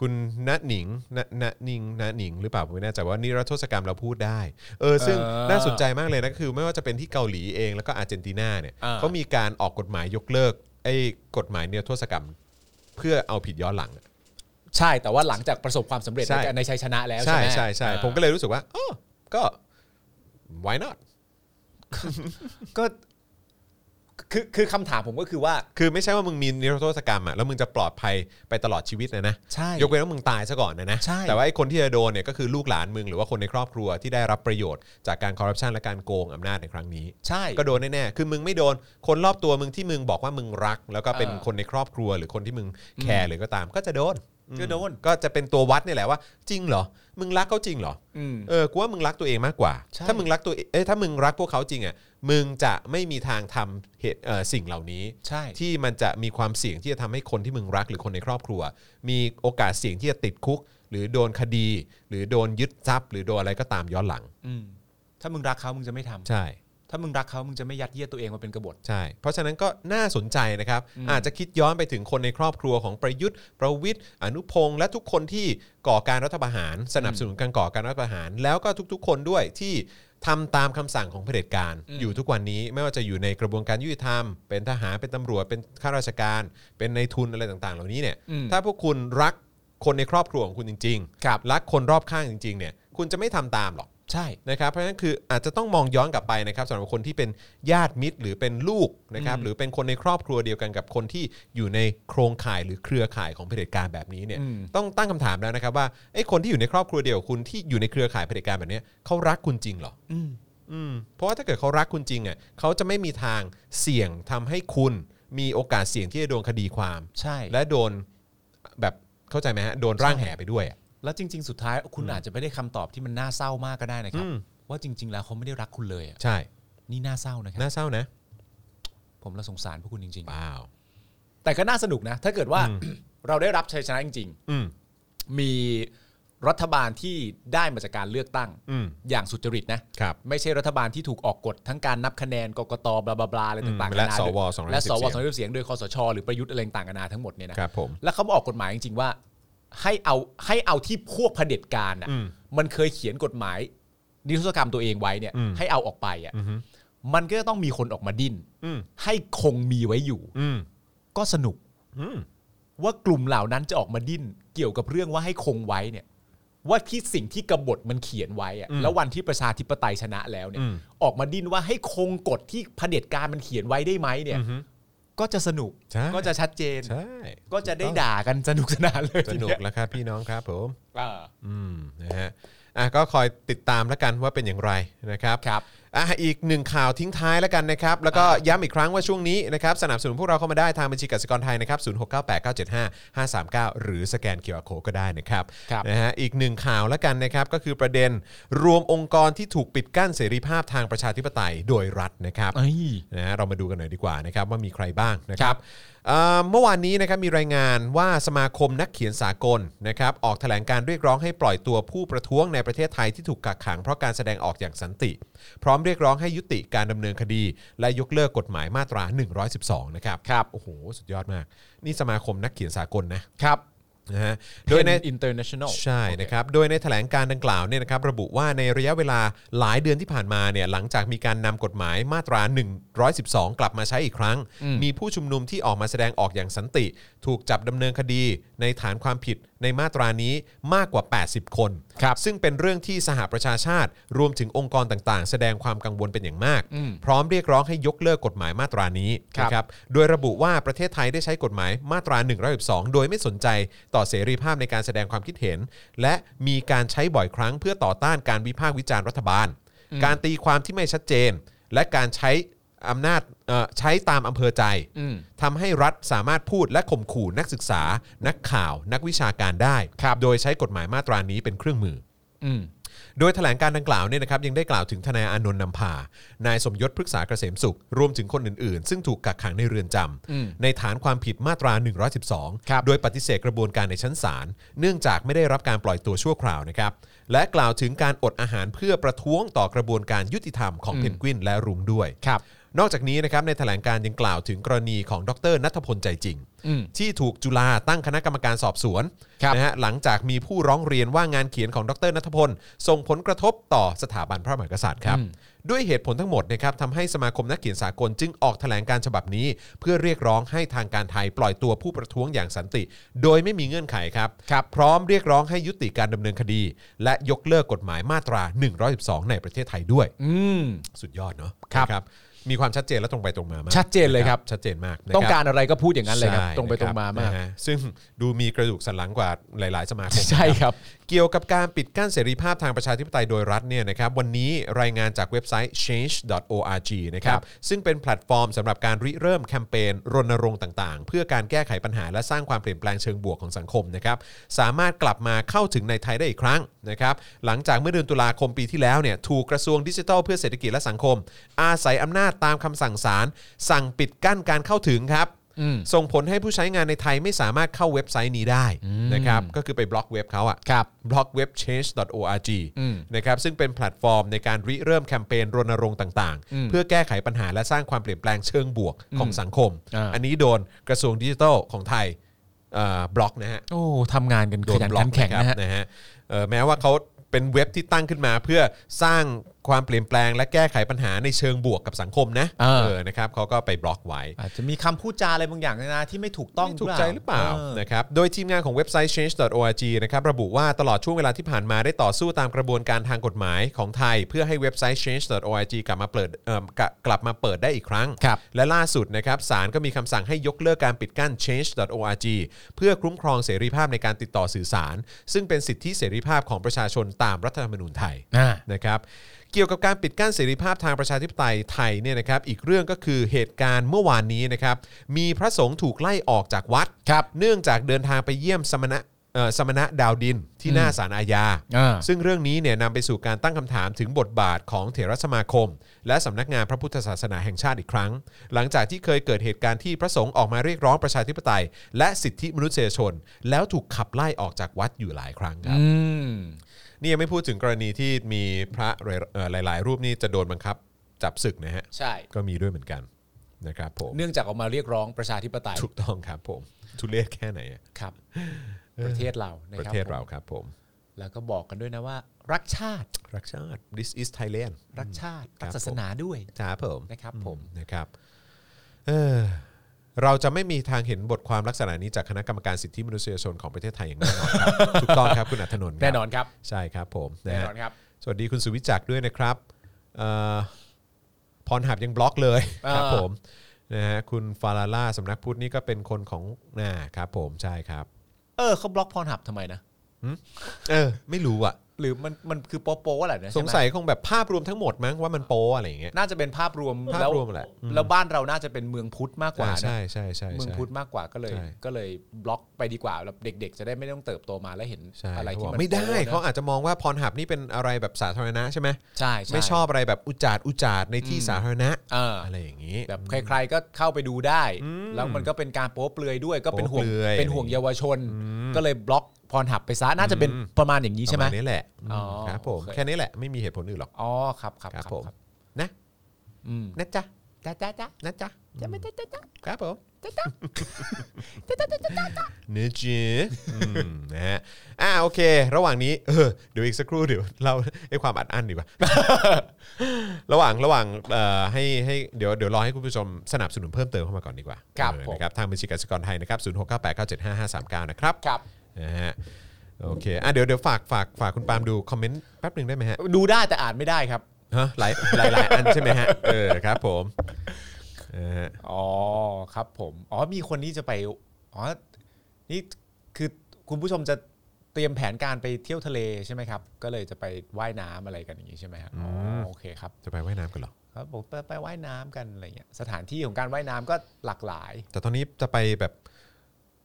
Speaker 2: คุณณหนิงณณนิงณหนิง หรือเปล่าผมไม่แน่ใจว่านิรโทษกรรมเราพูดได้เออซึ่ง
Speaker 4: เออ
Speaker 2: น่าสนใจมากเลยนะคือ ไม่ว่าจะเป็นที่เกาหลีเองแล้วก็อาร์เจนตินาเนี่ย
Speaker 4: อ่า
Speaker 2: เขามีการออกกฎหมายยกเลิกไอ้กฎหมายนิรโทษกรรม เพื่อเอาผิดย้อนหลังอะ
Speaker 4: ใช่แต่ว่าหลังจากประสบความสำเร็จ
Speaker 2: ใช่
Speaker 4: ในชัยชนะแล้ว
Speaker 2: ใช่
Speaker 4: ใช่ไหม
Speaker 2: ใช่ใช่
Speaker 4: อ่า
Speaker 2: ผมก็เลยรู้สึกว่าอ๋อก็ why not
Speaker 4: ก็คือคือคำถามผมก็คือว่า
Speaker 2: คือไม่ใช่ว่ามึงมีนิรโทษกรรมอะแล้วมึงจะปลอดภัยไปตลอดชีวิตนะนะ
Speaker 4: ใช่
Speaker 2: ยกเว้นว่ามึงตายซะก่อนนะนะ
Speaker 4: ใช่
Speaker 2: แต่ว่าไอ้คนที่จะโดนเนี่ยก็คือลูกหลานมึงหรือว่าคนในครอบครัวที่ได้รับประโยชน์จากการคอร์รัปชันและการโกงอำนาจในครั้งนี้
Speaker 4: ใช่
Speaker 2: ก็โดนแน่ๆ คือมึงไม่โดน คนรอบตัวมึงที่มึงบอกว่ามึงรัก แล้วก็เป็น
Speaker 4: เออ
Speaker 2: คนในครอบครัวหรือคนที่มึงแคร์หรือก็ตาม ก็จะโดนอืม
Speaker 4: ก็โดน
Speaker 2: ก็จะเป็นตัววัดเนี่ยแหละว่า จริงเหรอ มึงรักเขาจริงเหรอ
Speaker 4: อืม
Speaker 2: เออ กูว่ามึงรักตัวเองมากกว่า
Speaker 4: ใช่
Speaker 2: ถ้ามึงรักตัวเองเอ้ยถ้ามึงรักพวกเขาจริงอ่ะ มึงจะไม่มีทางทำเหตุเอ่อสิ่งเหล่านี้
Speaker 4: ใช่
Speaker 2: ที่มันจะมีความเสี่ยงที่จะทำให้คนที่มึงรักหรือคนในครอบครัว มีโอกาสเสี่ยงที่จะติดคุก หรือโดนคดี หรือโดนยึดทรัพย์ หรือโดนอะไรก็ตามย้อนหลัง
Speaker 4: อืมถ้ามึงรักเขามึงจะไม่ทำ
Speaker 2: ใช่
Speaker 4: ถ้ามึงรักเขามึงจะไม่ยัดเยียดตัวเองมาเป็นกบฏ
Speaker 2: ใช่ เพราะฉะนั้นก็น่าสนใจนะครับ
Speaker 4: อืม
Speaker 2: อาจจะคิดย้อนไปถึงคนในครอบครัวของประยุทธ์ ประวิทย์อนุพงษ์และทุกคนที่ก่อการรัฐประหาร สนับสนุนการก่อการรัฐประหาร แล้วก็ทุกๆ คนด้วยที่ทำตามคำสั่งของเผด็จการ
Speaker 4: อืม
Speaker 2: อยู่ทุกวันนี้ไม่ว่าจะอยู่ในกระบวนการยุติธรรม เป็นทหารเป็นตำรวจเป็นข้าราชการ เป็นในายทุนอะไรต่าง ๆ เหล่านี้เนี่ย
Speaker 4: ถ้า
Speaker 2: ถ้าพวกคุณรักคนในครอบครัวของคุณจริง
Speaker 4: ครับ
Speaker 2: รักคนรอบข้างจริงๆเนี่ยคุณจะไม่ทำตามหรอก
Speaker 4: ใช่
Speaker 2: นะครับเพราะฉะนั้นคืออาจจะต้องมองย้อนกลับไปนะครับสำหรับคนที่เป็นญาติมิตรหรือเป็นลูกนะครับ
Speaker 4: อืม
Speaker 2: หรือเป็นคนในครอบครัวเดียวกันกับคนที่อยู่ในโครงข่ายหรือเครือข่ายของเผด็จการแบบนี้เนี่ย
Speaker 4: อืม
Speaker 2: ต้องตั้งคำถามแล้วนะครับว่าไอ้คนที่อยู่ในครอบครัวเดียวกับคุณที่อยู่ในเครือข่ายเผด็จการแบบเนี้ยเขารักคุณจริงเหรอ
Speaker 4: อืม
Speaker 2: อืมเพราะว่าถ้าเกิดเขารักคุณจริงอ่ะเขาจะไม่มีทางเสี่ยงทำให้คุณมีโอกาสเสี่ยงที่จะโดนคดีความ
Speaker 4: ใช่และ
Speaker 2: และโดนแบบเข้าใจไหมฮะโดนร่างแห่ไปด้วยอะ
Speaker 4: แล้วจริง ๆ สุดท้ายคุณอาจจะไม่ได้คำตอบที่มันน่าเศร้ามากก็ได้นะครับ
Speaker 2: อืม
Speaker 4: ว่าจริง ๆ แล้วเขาไม่ได้รักคุณเลยอะ
Speaker 2: ใช่
Speaker 4: นี่น่าเศร้านะครับ
Speaker 2: น่าเศร้านะ
Speaker 4: ผมละสงสารพวกคุณจริง
Speaker 2: ว้าว
Speaker 4: ๆ แต่ก็น่าสนุกนะ ถ้าเกิดว่าเราได้รับชัยชนะจริง
Speaker 2: อืม
Speaker 4: ๆ มีรัฐบาลที่ได้มาจากการเลือกตั้ง
Speaker 2: อืม
Speaker 4: อย่างสุจริตนะ
Speaker 2: ครับ
Speaker 4: ไม่ใช่รัฐบาลที่ถูกออกกฎทั้งการนับคะแนนกกตบลาบลาบลาอะไรต่าง
Speaker 2: อื
Speaker 4: ๆ
Speaker 2: มและ
Speaker 4: นาน
Speaker 2: สว
Speaker 4: ด้วยและสว
Speaker 2: 250
Speaker 4: สองร้อยเสียงโดยคอสช หรือประยุทธ์อะไรต่างๆนานาทั้งหมดเนี่ยนะครับ
Speaker 2: ผม
Speaker 4: แล้วเขามาออกกฎหมายจริงๆว่า ให้เอาให้เอาที่พวกเผด็จการอ่ะ
Speaker 2: อืม
Speaker 4: มันเคยเขียนกฎหมายนิรโทษกรรมตัวเองไว้เนี่ย
Speaker 2: อืม
Speaker 4: ให้เอาออกไปอ่ะ
Speaker 2: อืม
Speaker 4: มันก็จะต้องมีคนออกมาดิ้น
Speaker 2: อืม
Speaker 4: ให้คงมีไว้อยู่
Speaker 2: อืม
Speaker 4: ก็สนุก
Speaker 2: อืม
Speaker 4: ว่ากลุ่มเหล่านั้นจะออกมาดิ้นเกี่ยวกับเรื่องว่าให้คงไว้เนี่ยว่าที่สิ่งที่กบฏมันเขียนไว้อะแล้ววันที่ประชาธิปไตยชนะแล้วเนี่ย
Speaker 2: อืม
Speaker 4: ออกมาดิ้นว่าให้คงกฎที่เผด็จการมันเขียนไว้ได้ไหมเนี่ย
Speaker 2: อืม
Speaker 4: ก็จะสนุก
Speaker 2: ใช่
Speaker 4: ก็จะชัดเจน
Speaker 2: ใช่
Speaker 4: ก็จะได้ด่ากันสนุกสนานเลย
Speaker 2: ส
Speaker 4: ที
Speaker 2: นุก
Speaker 4: เย
Speaker 2: แล้วครับพี่น้องครับผม
Speaker 4: อ่า
Speaker 2: อืมนะฮะอ่ะก็คอยติดตามแล้วกันว่าเป็นอย่างไรนะครับ
Speaker 4: ครับ
Speaker 2: อ่ะอีกหนึ่งข่าวทิ้งท้ายแล้วกันนะครับ แล้วก็ย้ำอีกครั้งว่าช่วงนี้นะครับสนับสนุนพวกเราเข้ามาได้ทางบัญชีกสิกรไทยนะครับศูนย์หกเก้าแปดเก้าเจ็ดห้าห้าสามเก้าหรือสแกนเคอร์โคก็ได้นะครับ
Speaker 4: ครับ
Speaker 2: นะฮะอีกหนึ่งข่าวแล้วกันนะครับก็คือประเด็นรวมองค์กรที่ถูกปิดกั้นเสรีภาพทางประชาธิปไตยโดยรัฐนะครับ
Speaker 4: เอ้ย
Speaker 2: นะฮะเรามาดูกันหน่อยดีกว่านะครับว่ามีใครบ้างนะค
Speaker 4: ครั
Speaker 2: รับบ เอ่อเมื่อวานนี้นะครับมีรายงานว่าสมาคมนักเขียนสากลนะครับออกแถลงการเรียกร้องให้ปล่อยตัวผู้ประท้วงในประเทศไทยที่ถูกกักขังเพราะการแสดงออกอย่างสันติ พร้อมเรียกร้องให้ยุติการดำเนินคดี และยกเลิกกฎหมายมาตรา 112 นะครับครับโอ้โห สุดยอดมาก นี่สมาคมนักเขียนสากลนะครับ นะฮะ
Speaker 4: โด
Speaker 2: โดย
Speaker 4: ยใน
Speaker 2: ใน
Speaker 4: international
Speaker 2: ใช่นะครับ โดยในแถลงการดังกล่าวเนี่ยนะครับระบุว่าในระยะเวลาหลายเดือนที่ผ่านมาเนี่ยหลังจากมีการนำกฎหมายมาตรา 112 กลับมาใช้อีกครั้ง มีผู้ชุมนุมที่ออกมาแสดงออกอย่างสันติ ถูกจับดำเนินคดีในฐานความผิดในมาตรานี้มากกว่า 80 คน
Speaker 4: ครับ
Speaker 2: ซึ่งเป็นเรื่องที่สหประชาชาติ รวมถึงองค์กรต่างๆ แสดงความกังวลเป็นอย่างมาก
Speaker 4: อืม
Speaker 2: พร้อมเรียกร้องให้ยกเลิกกฎหมายมาตรานี้
Speaker 4: ครับ
Speaker 2: นะ นะครับโดยระบุว่าประเทศไทยได้ใช้กฎหมายมาตรา 112 โดยไม่สนใจต่อเสรีภาพในการแสดงความคิดเห็น และมีการใช้บ่อยครั้งเพื่อต่อต้านการวิพากษ์วิจารณ์รัฐบาล การตีความที่ไม่ชัดเจน และการใช้อำนาจเอ่อใช้ตามอำเภอใจ
Speaker 4: อืม
Speaker 2: ทำให้รัฐสามารถพูดและข่มขู่นักศึกษา นักข่าว นักวิชาการได้ โดยใช้กฎหมายมาตรานี้เป็นเครื่องมือ
Speaker 4: อืม
Speaker 2: โดยแถลงการดังกล่าวเนี่ยนะครับยังได้กล่าวถึงทนายอานนท์นำพา นายสมยศพฤกษาเกษมสุข รวมถึงคนอื่นๆ ซึ่งถูกกักขังในเรือนจำ
Speaker 4: อืม
Speaker 2: ในฐานความผิดมาตรา
Speaker 4: ครับ
Speaker 2: 112 โดยปฏิเสธกระบวนการในชั้นศาลเนื่องจากไม่ได้รับการปล่อยตัวชั่วคราวนะครับและกล่าวถึงการอดอาหารเพื่อประท้วงต่อกระบวนการยุติธรรมของเพนกวินและรุ้งด้วย
Speaker 4: ครับ
Speaker 2: นอกจากนี้นะครับในแถลงการยังกล่าวถึงกรณีของดรนัทพลใจจริง
Speaker 4: อืม
Speaker 2: ที่ถูกจุฬาตั้งคณะกรรมการสอบสวน
Speaker 4: ครับ
Speaker 2: นะฮะหลังจากมีผู้ร้องเรียนว่างานเขียนของดรนัทพลส่งผลกระทบต่อสถาบันพระมหากษัตริย์ครับ
Speaker 4: อืม
Speaker 2: ด้วยเหตุผลทั้งหมดนะครับทำให้สมาคมนักเขียนสากลจึงออกแถลงการฉบับนี้ เพื่อเรียกร้องให้ทางการไทยปล่อยตัวผู้ประท้วงอย่างสันติ โดยไม่มีเงื่อนไขครับ
Speaker 4: ครับ
Speaker 2: พร้อมเรียกร้องให้ยุติการดำเนินคดี และยกเลิกกฎหมายมาตรา 112 ในประเทศไทยด้วย
Speaker 4: อืม
Speaker 2: สุดยอดเนาะ
Speaker 4: ครับ
Speaker 2: นะมีความชัดเจนและตรงไปตรงมามาก
Speaker 4: ชัดเจนเลยครับ
Speaker 2: ะชัดเจนมากนะคบ
Speaker 4: ต้องการอะไรก็พูดอย่างนั้นเลยครับ
Speaker 2: ใช่
Speaker 4: ตรงไป
Speaker 2: นะค
Speaker 4: ต
Speaker 2: บ
Speaker 4: รงมามาก
Speaker 2: นะฮะซึ่งดูมีกระดูกสันหลังกว่าหลาย ๆ สมาคม
Speaker 4: ใช่ครับ
Speaker 2: เกี่ยวกับการปิดกั้นเสรีภาพทางประชาธิปไตยโดยรัฐเนี่ยนะครับวันนี้รายงานจากเว็บไซต์ change.org นะครับซึ่งเป็นแพลตฟอร์มสำหรับการริเริ่มแคมเปญรณรงค์ต่าง ๆ เพื่อการแก้ไขปัญหาและสร้างความเปลี่ยนแปลงเชิงบวกของสังคมนะครับสามารถกลับมาเข้าถึงในไทยได้อีกครั้งนะครับหลังจากเมื่อเดือนตุลาคมปีที่แล้วเนี่ยถูกกระทรวงดิจิทัลเพื่อเศรษฐกิจและสังคม อาศัยอำนาจตามคำสั่งศาลสั่งปิดกั้นการเข้าถึงครับ
Speaker 4: อืม
Speaker 2: ส่งผลให้ผู้ใช้งานในไทยไม่สามารถเข้าเว็บไซต์นี้ได้นะครับก็คือไปบล็อกเว็บเขาอะ
Speaker 4: ครับ
Speaker 2: b l o g w e b c h a n g e o r g
Speaker 4: อืม
Speaker 2: นะครับซึ่งเป็นแพลตฟอร์มในการริเริ่มแคมเปญรณรงค์ต่าง
Speaker 4: อืม
Speaker 2: ๆ เพื่อแก้ไขปัญหาและสร้างความเปลี่ยนแปลงเชิงบวกของสังคม
Speaker 4: อ่า
Speaker 2: อันนี้โดนกระทรวงดิจิทัลของไทยเอ่อบล็อกนะฮะ
Speaker 4: โอ้ทำงานกัน
Speaker 2: โด
Speaker 4: ข
Speaker 2: น
Speaker 4: ยัน
Speaker 2: บล็อ
Speaker 4: ขั
Speaker 2: ก
Speaker 4: นแข็ง
Speaker 2: นะครับ
Speaker 4: นะฮะ
Speaker 2: นะฮะเอ่อแม้ว่าเขาเป็นเว็บที่ตั้งขึ้นมา เพื่อสร้างความเปลี่ยนแปลง และแก้ไขปัญหาในเชิงบวกกับสังคมนะ
Speaker 4: อ่า
Speaker 2: เออนะครับเขาก็ไปบล็อกไว้
Speaker 4: อาจจะมีคำพูดจาอะไรบางอย่างนะที่ไม่ถูกต้อง
Speaker 2: ไม่ถูกใจหรือเปล่า
Speaker 4: ออ
Speaker 2: นะครับ โดยทีมงานของเว็บไซต์ change.org นะครับระบุว่าตลอดช่วงเวลาที่ผ่านมาได้ต่อสู้ตามกระบวนการทางกฎหมายของไทย เพื่อให้เว็บไซต์ change.org กลับมาเปิดเอิ่มกะกลับมาเปิดได้อีกครั้ง
Speaker 4: ครับ
Speaker 2: และล่าสุดนะครับศาลก็มีคำสั่งให้ยกเลิกการปิดกั้น change.org เพื่อคุ้มครองเสรีภาพในการติดต่อสื่อสาร ซึ่งเป็นสิทธิเสรีภาพของประชาชนตามรัฐธรรมนูญไทย
Speaker 4: อ่า
Speaker 2: นะครับเกี่ยวกับการปิดกั้นเสรีภาพทางประชาธิปไตยไทยเนี่ยนะครับอีกเรื่องก็คือเหตุการณ์เมื่อวานนี้นะครับมีพระสงฆ์ถูกไล่ออกจากวัด
Speaker 4: ครับ
Speaker 2: เนื่องจากเดินทางไปเยี่ยมสมณะเอ่อสมณะดาวดินที่หน้าศาลอาญา
Speaker 4: อ่า
Speaker 2: ซึ่งเรื่องนี้เนี่ยนำไปสู่การตั้งคำถามถึงบทบาทของเถรสมาคม และสำนักงานพระพุทธศาสนาแห่งชาติอีกครั้ง หลังจากที่เคยเกิดเหตุการณ์ที่พระสงฆ์ออกมาเรียกร้องประชาธิปไตย และสิทธิมนุษยชน แล้วถูกขับไล่ออกจากวัดอยู่หลายครั้งครับ
Speaker 4: อืม
Speaker 2: นี่ยังไม่พูดถึงกรณีที่มีพระหลายเอ่อหลาย ๆ รูปนี่จะโดนบังคับจับศึกนะฮะ
Speaker 4: ใช่
Speaker 2: ก็มีด้วยเหมือนกันนะครับผม
Speaker 4: เนื่องจากออกมาเรียกร้องประชาธิปไตย
Speaker 2: ถูกต้องครับผม ทุเรศแค่ไหนอะ
Speaker 4: ครับ ประเทศเรานะ
Speaker 2: ป
Speaker 4: ค
Speaker 2: ระ
Speaker 4: รับ
Speaker 2: เทศเรา
Speaker 4: ผม
Speaker 2: ครับผม
Speaker 4: แล้วก็บอกกันด้วยนะว่า รักชาติ
Speaker 2: รักชาติ this is Thailand
Speaker 4: รักชาติ
Speaker 2: ครั
Speaker 4: รับ กศาสนาด้วย
Speaker 2: ครับผม
Speaker 4: นะครับผม
Speaker 2: นะครับเอ่อเราจะไม่มีทางเห็นบทความลักษณะนี้จากคณะกรรมการสิทธิมนุษยชนของประเทศไทยอย่างแน่นอนครับ ถูกต้องครับคุณอัธนนท์ครับ
Speaker 4: แน่นอนครับ
Speaker 2: ใช่ครับผมะ
Speaker 4: แน่
Speaker 2: ฮะ
Speaker 4: นอนครับ
Speaker 2: สวัสดีคุณสุวิจักรด้วยนะครับเอ่อพรหับยังบล็อกเลย
Speaker 4: อ่า
Speaker 2: ครับผมนะฮะคุณฟาลาล่าสำนักพุทธนี่ก็เป็นคนของน่าครับผมใช่ครับ
Speaker 4: เออเขาบล็อกพรหับทำไมนะ
Speaker 2: เออไม่รู้อ่ะ
Speaker 4: หรือมันมันคือโป๊ะโป๊ะอะไรนะ
Speaker 2: ส
Speaker 4: ใช่
Speaker 2: ง
Speaker 4: ไหม
Speaker 2: สัยคงแบบภาพรวมทั้งหมดมั้งว่ามันโป๊อะไรอย่างเงี้ย
Speaker 4: น่าจะเป็นภาพรวม
Speaker 2: ภาพ
Speaker 4: แล้
Speaker 2: รวมแหละอืม
Speaker 4: แล้วบ้านเราน่าจะเป็นเมืองพุทธมากกว่า
Speaker 2: อ่า
Speaker 4: นะ
Speaker 2: ใช่ใช่ใช่ใช่
Speaker 4: เมืองพุทธมากกว่าก็เลย
Speaker 2: ใช่
Speaker 4: ก็เลยบล็อกไปดีกว่าแล้วเด็ก ๆ จะได้ไม่ต้องเติบโตมาแล้วเห็น
Speaker 2: ใช่
Speaker 4: อะไรที่มัน
Speaker 2: ไม่ได้
Speaker 4: โป๊ะนะ
Speaker 2: เขาอาจจะมองว่าพรหับนี่เป็นอะไรแบบสาธารณะใช่ไหม
Speaker 4: ใช่ใช่
Speaker 2: ไม่ชอบอะไรแบบอุจจาดอุจจาดในที่
Speaker 4: อืม
Speaker 2: สาธารณะ
Speaker 4: เออ
Speaker 2: อะไรอย่างนี้
Speaker 4: แบบใครๆก็เข้าไปดูได้
Speaker 2: อืม
Speaker 4: แล้วมันก็เป็นการโป๊เปลือยด้วยก็เป็นห่วง
Speaker 2: โป๊เปลือย
Speaker 4: เป็นห่วงเยาวชน
Speaker 2: อืม
Speaker 4: ก็เลยบล็อกพรหับไปซะน่าจะเป็น
Speaker 2: อืม
Speaker 4: ประมาณอย่างนี้ใช่ไหม
Speaker 2: ประาณนี้แหละอืม
Speaker 4: อ๋อ
Speaker 2: ครับผม
Speaker 4: โอเค
Speaker 2: แค่นี้แหละไม่มีเหตุผลอื่นหรอก
Speaker 4: อ๋อครับครับ
Speaker 2: ครับผม
Speaker 4: ครับ
Speaker 2: นะ
Speaker 4: อืม
Speaker 2: นะจ๊ะ
Speaker 4: จ้าจ้าจ้า
Speaker 2: นะจ๊ะ
Speaker 4: จ้าไม่จ้าจ้า
Speaker 2: ครับผม เนื้อจีนะฮะอ่าโอเค ระหว่างนี้เออเดี๋ยวอีกสักครู่เดี๋ยวเราไอ้ความอัดอั้นดีกว่า ระหว่างระหว่างเอ่อให้ให้เดี๋ยวเดี๋ยวรอให้คุณผู้ชมสนับสนุนเพิ่มเติมเข้ามาก่อนดีกว่า
Speaker 4: ครับ
Speaker 2: เออ
Speaker 4: ผม
Speaker 2: นะครับทางบัญชีกสิกรไทยนะครับศูนย์หกเก้าแปดเก้าเจ็ดห้าห้าสามเก้านะครับ
Speaker 4: ครับ
Speaker 2: นะฮะโอเคอ่ะเดี๋ยวเดี๋ยวฝากฝากฝากคุณปาล์มดูคอมเมนต์แป๊บหนึ่งได้ไหมฮะ
Speaker 4: ดูได้แต่อ่านไม่ได้ครับ
Speaker 2: ฮะหลายหลายหลายอันใช่ไหมฮะเออครับผมเออ
Speaker 4: อ๋อครับผม อ๋อมีคนที่จะไป อ๋อ นี่คือคุณผู้ชมจะเตรียมแผนการไปเที่ยวทะเลใช่ไหมครับ ก็เลยจะไปว่ายน้ำอะไรกันอย่างนี้ใช่ไหมฮะอ๋อ
Speaker 2: ม
Speaker 4: โอเคครับ
Speaker 2: จะไปว่ายน้ำกันเหรอ
Speaker 4: ครับผมไปไปว่ายน้ำกันอะไรเงี้ยสถานที่ของการว่ายน้ำก็หลากหลาย
Speaker 2: แต่ตอนนี้จะไปแบบ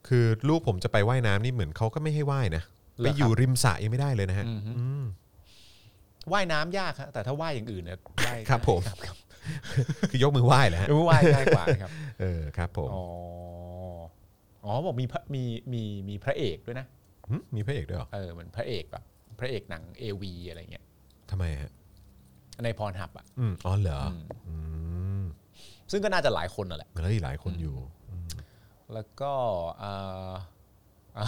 Speaker 2: คือลูกผมจะไปว่ายน้ำนี่เหมือนเขาก็ไม่ให้ว่ายนะ
Speaker 4: เห
Speaker 2: ไป
Speaker 4: รอครับ
Speaker 2: อยู่ริมสระยังไม่ได้เลยนะฮะ
Speaker 4: อือฮึ
Speaker 2: อืม
Speaker 4: ว่ายน้ำยากฮะแต่ถ้าว่ายอย่างอื่นเนี่ยว่าย
Speaker 2: ครับผม
Speaker 4: ครับ
Speaker 2: คือยกมือไหว้แหละฮะ
Speaker 4: เออว่ายง่ายกว่านะครับ
Speaker 2: เออครับผม
Speaker 4: อ๋ออ๋อบอกมีพระมีมีมีพระเอกด้วยนะ
Speaker 2: หึมีพระเอกด้วยเหรอ
Speaker 4: เออเหมือนพระเอกแบบพระเอกหนังเอวีอะไรเงี้ย
Speaker 2: ทำไมฮะ
Speaker 4: ในพรหับอ่ะ
Speaker 2: อืมอ๋อเหรอ
Speaker 4: อืม
Speaker 2: อืม
Speaker 4: ซึ่งก็น่าจะหลายคนนั่นแหละ
Speaker 2: แล้วอีกหลายคนอยู่
Speaker 4: แล้วก็เอ่ออ่ะ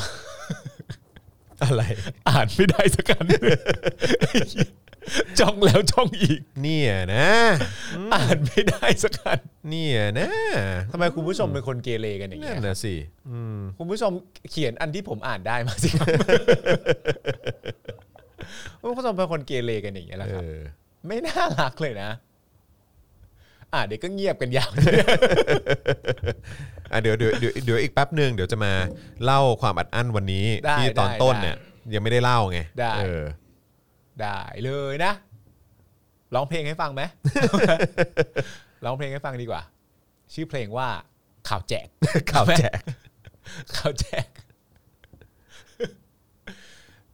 Speaker 2: อะไร
Speaker 4: อ่านไม่ได้สักอัน จ้องแล้วจ้องอีก
Speaker 2: เนี่ยนะ
Speaker 4: อ่านไม่ได้สักอัน
Speaker 2: เนี่ยนะ
Speaker 4: ทำไมคุณผู้ชมเป็นคนเกเรกันอย่างเงี้
Speaker 2: นั่
Speaker 4: ย
Speaker 2: นนะสิอืม
Speaker 4: คุณผู้ชมเขียนอันที่ผมอ่านได้มาสิครับ คุณผู้ชมเป็นคนเกเรกันอย่างเงี้ยแหละ
Speaker 2: เอ
Speaker 4: ครับ
Speaker 2: อ
Speaker 4: ไม่น่ารักเลยนะ อ่าเดี๋ยวก็เงียบกันยาว
Speaker 2: อ่ะเดี๋ยวเดี๋ยวเดี๋ยวเดี๋ยวอีกแป๊บหนึ่งเดี๋ยวจะมาเล่าความอัดอั้นวันนี้
Speaker 4: ได้
Speaker 2: ที่ตอน
Speaker 4: ได้
Speaker 2: ต้น
Speaker 4: ได้
Speaker 2: เนี่ย ยังไม่ได้เล่าไง
Speaker 4: ได้
Speaker 2: เออ
Speaker 4: ได้เลยนะ ร้องเพลงให้ฟังไหม ร้องเพลงให้ฟังดีกว่า ชื่อเพลงว่า ข่าวแจก ข่าวแจก ข่าวแจก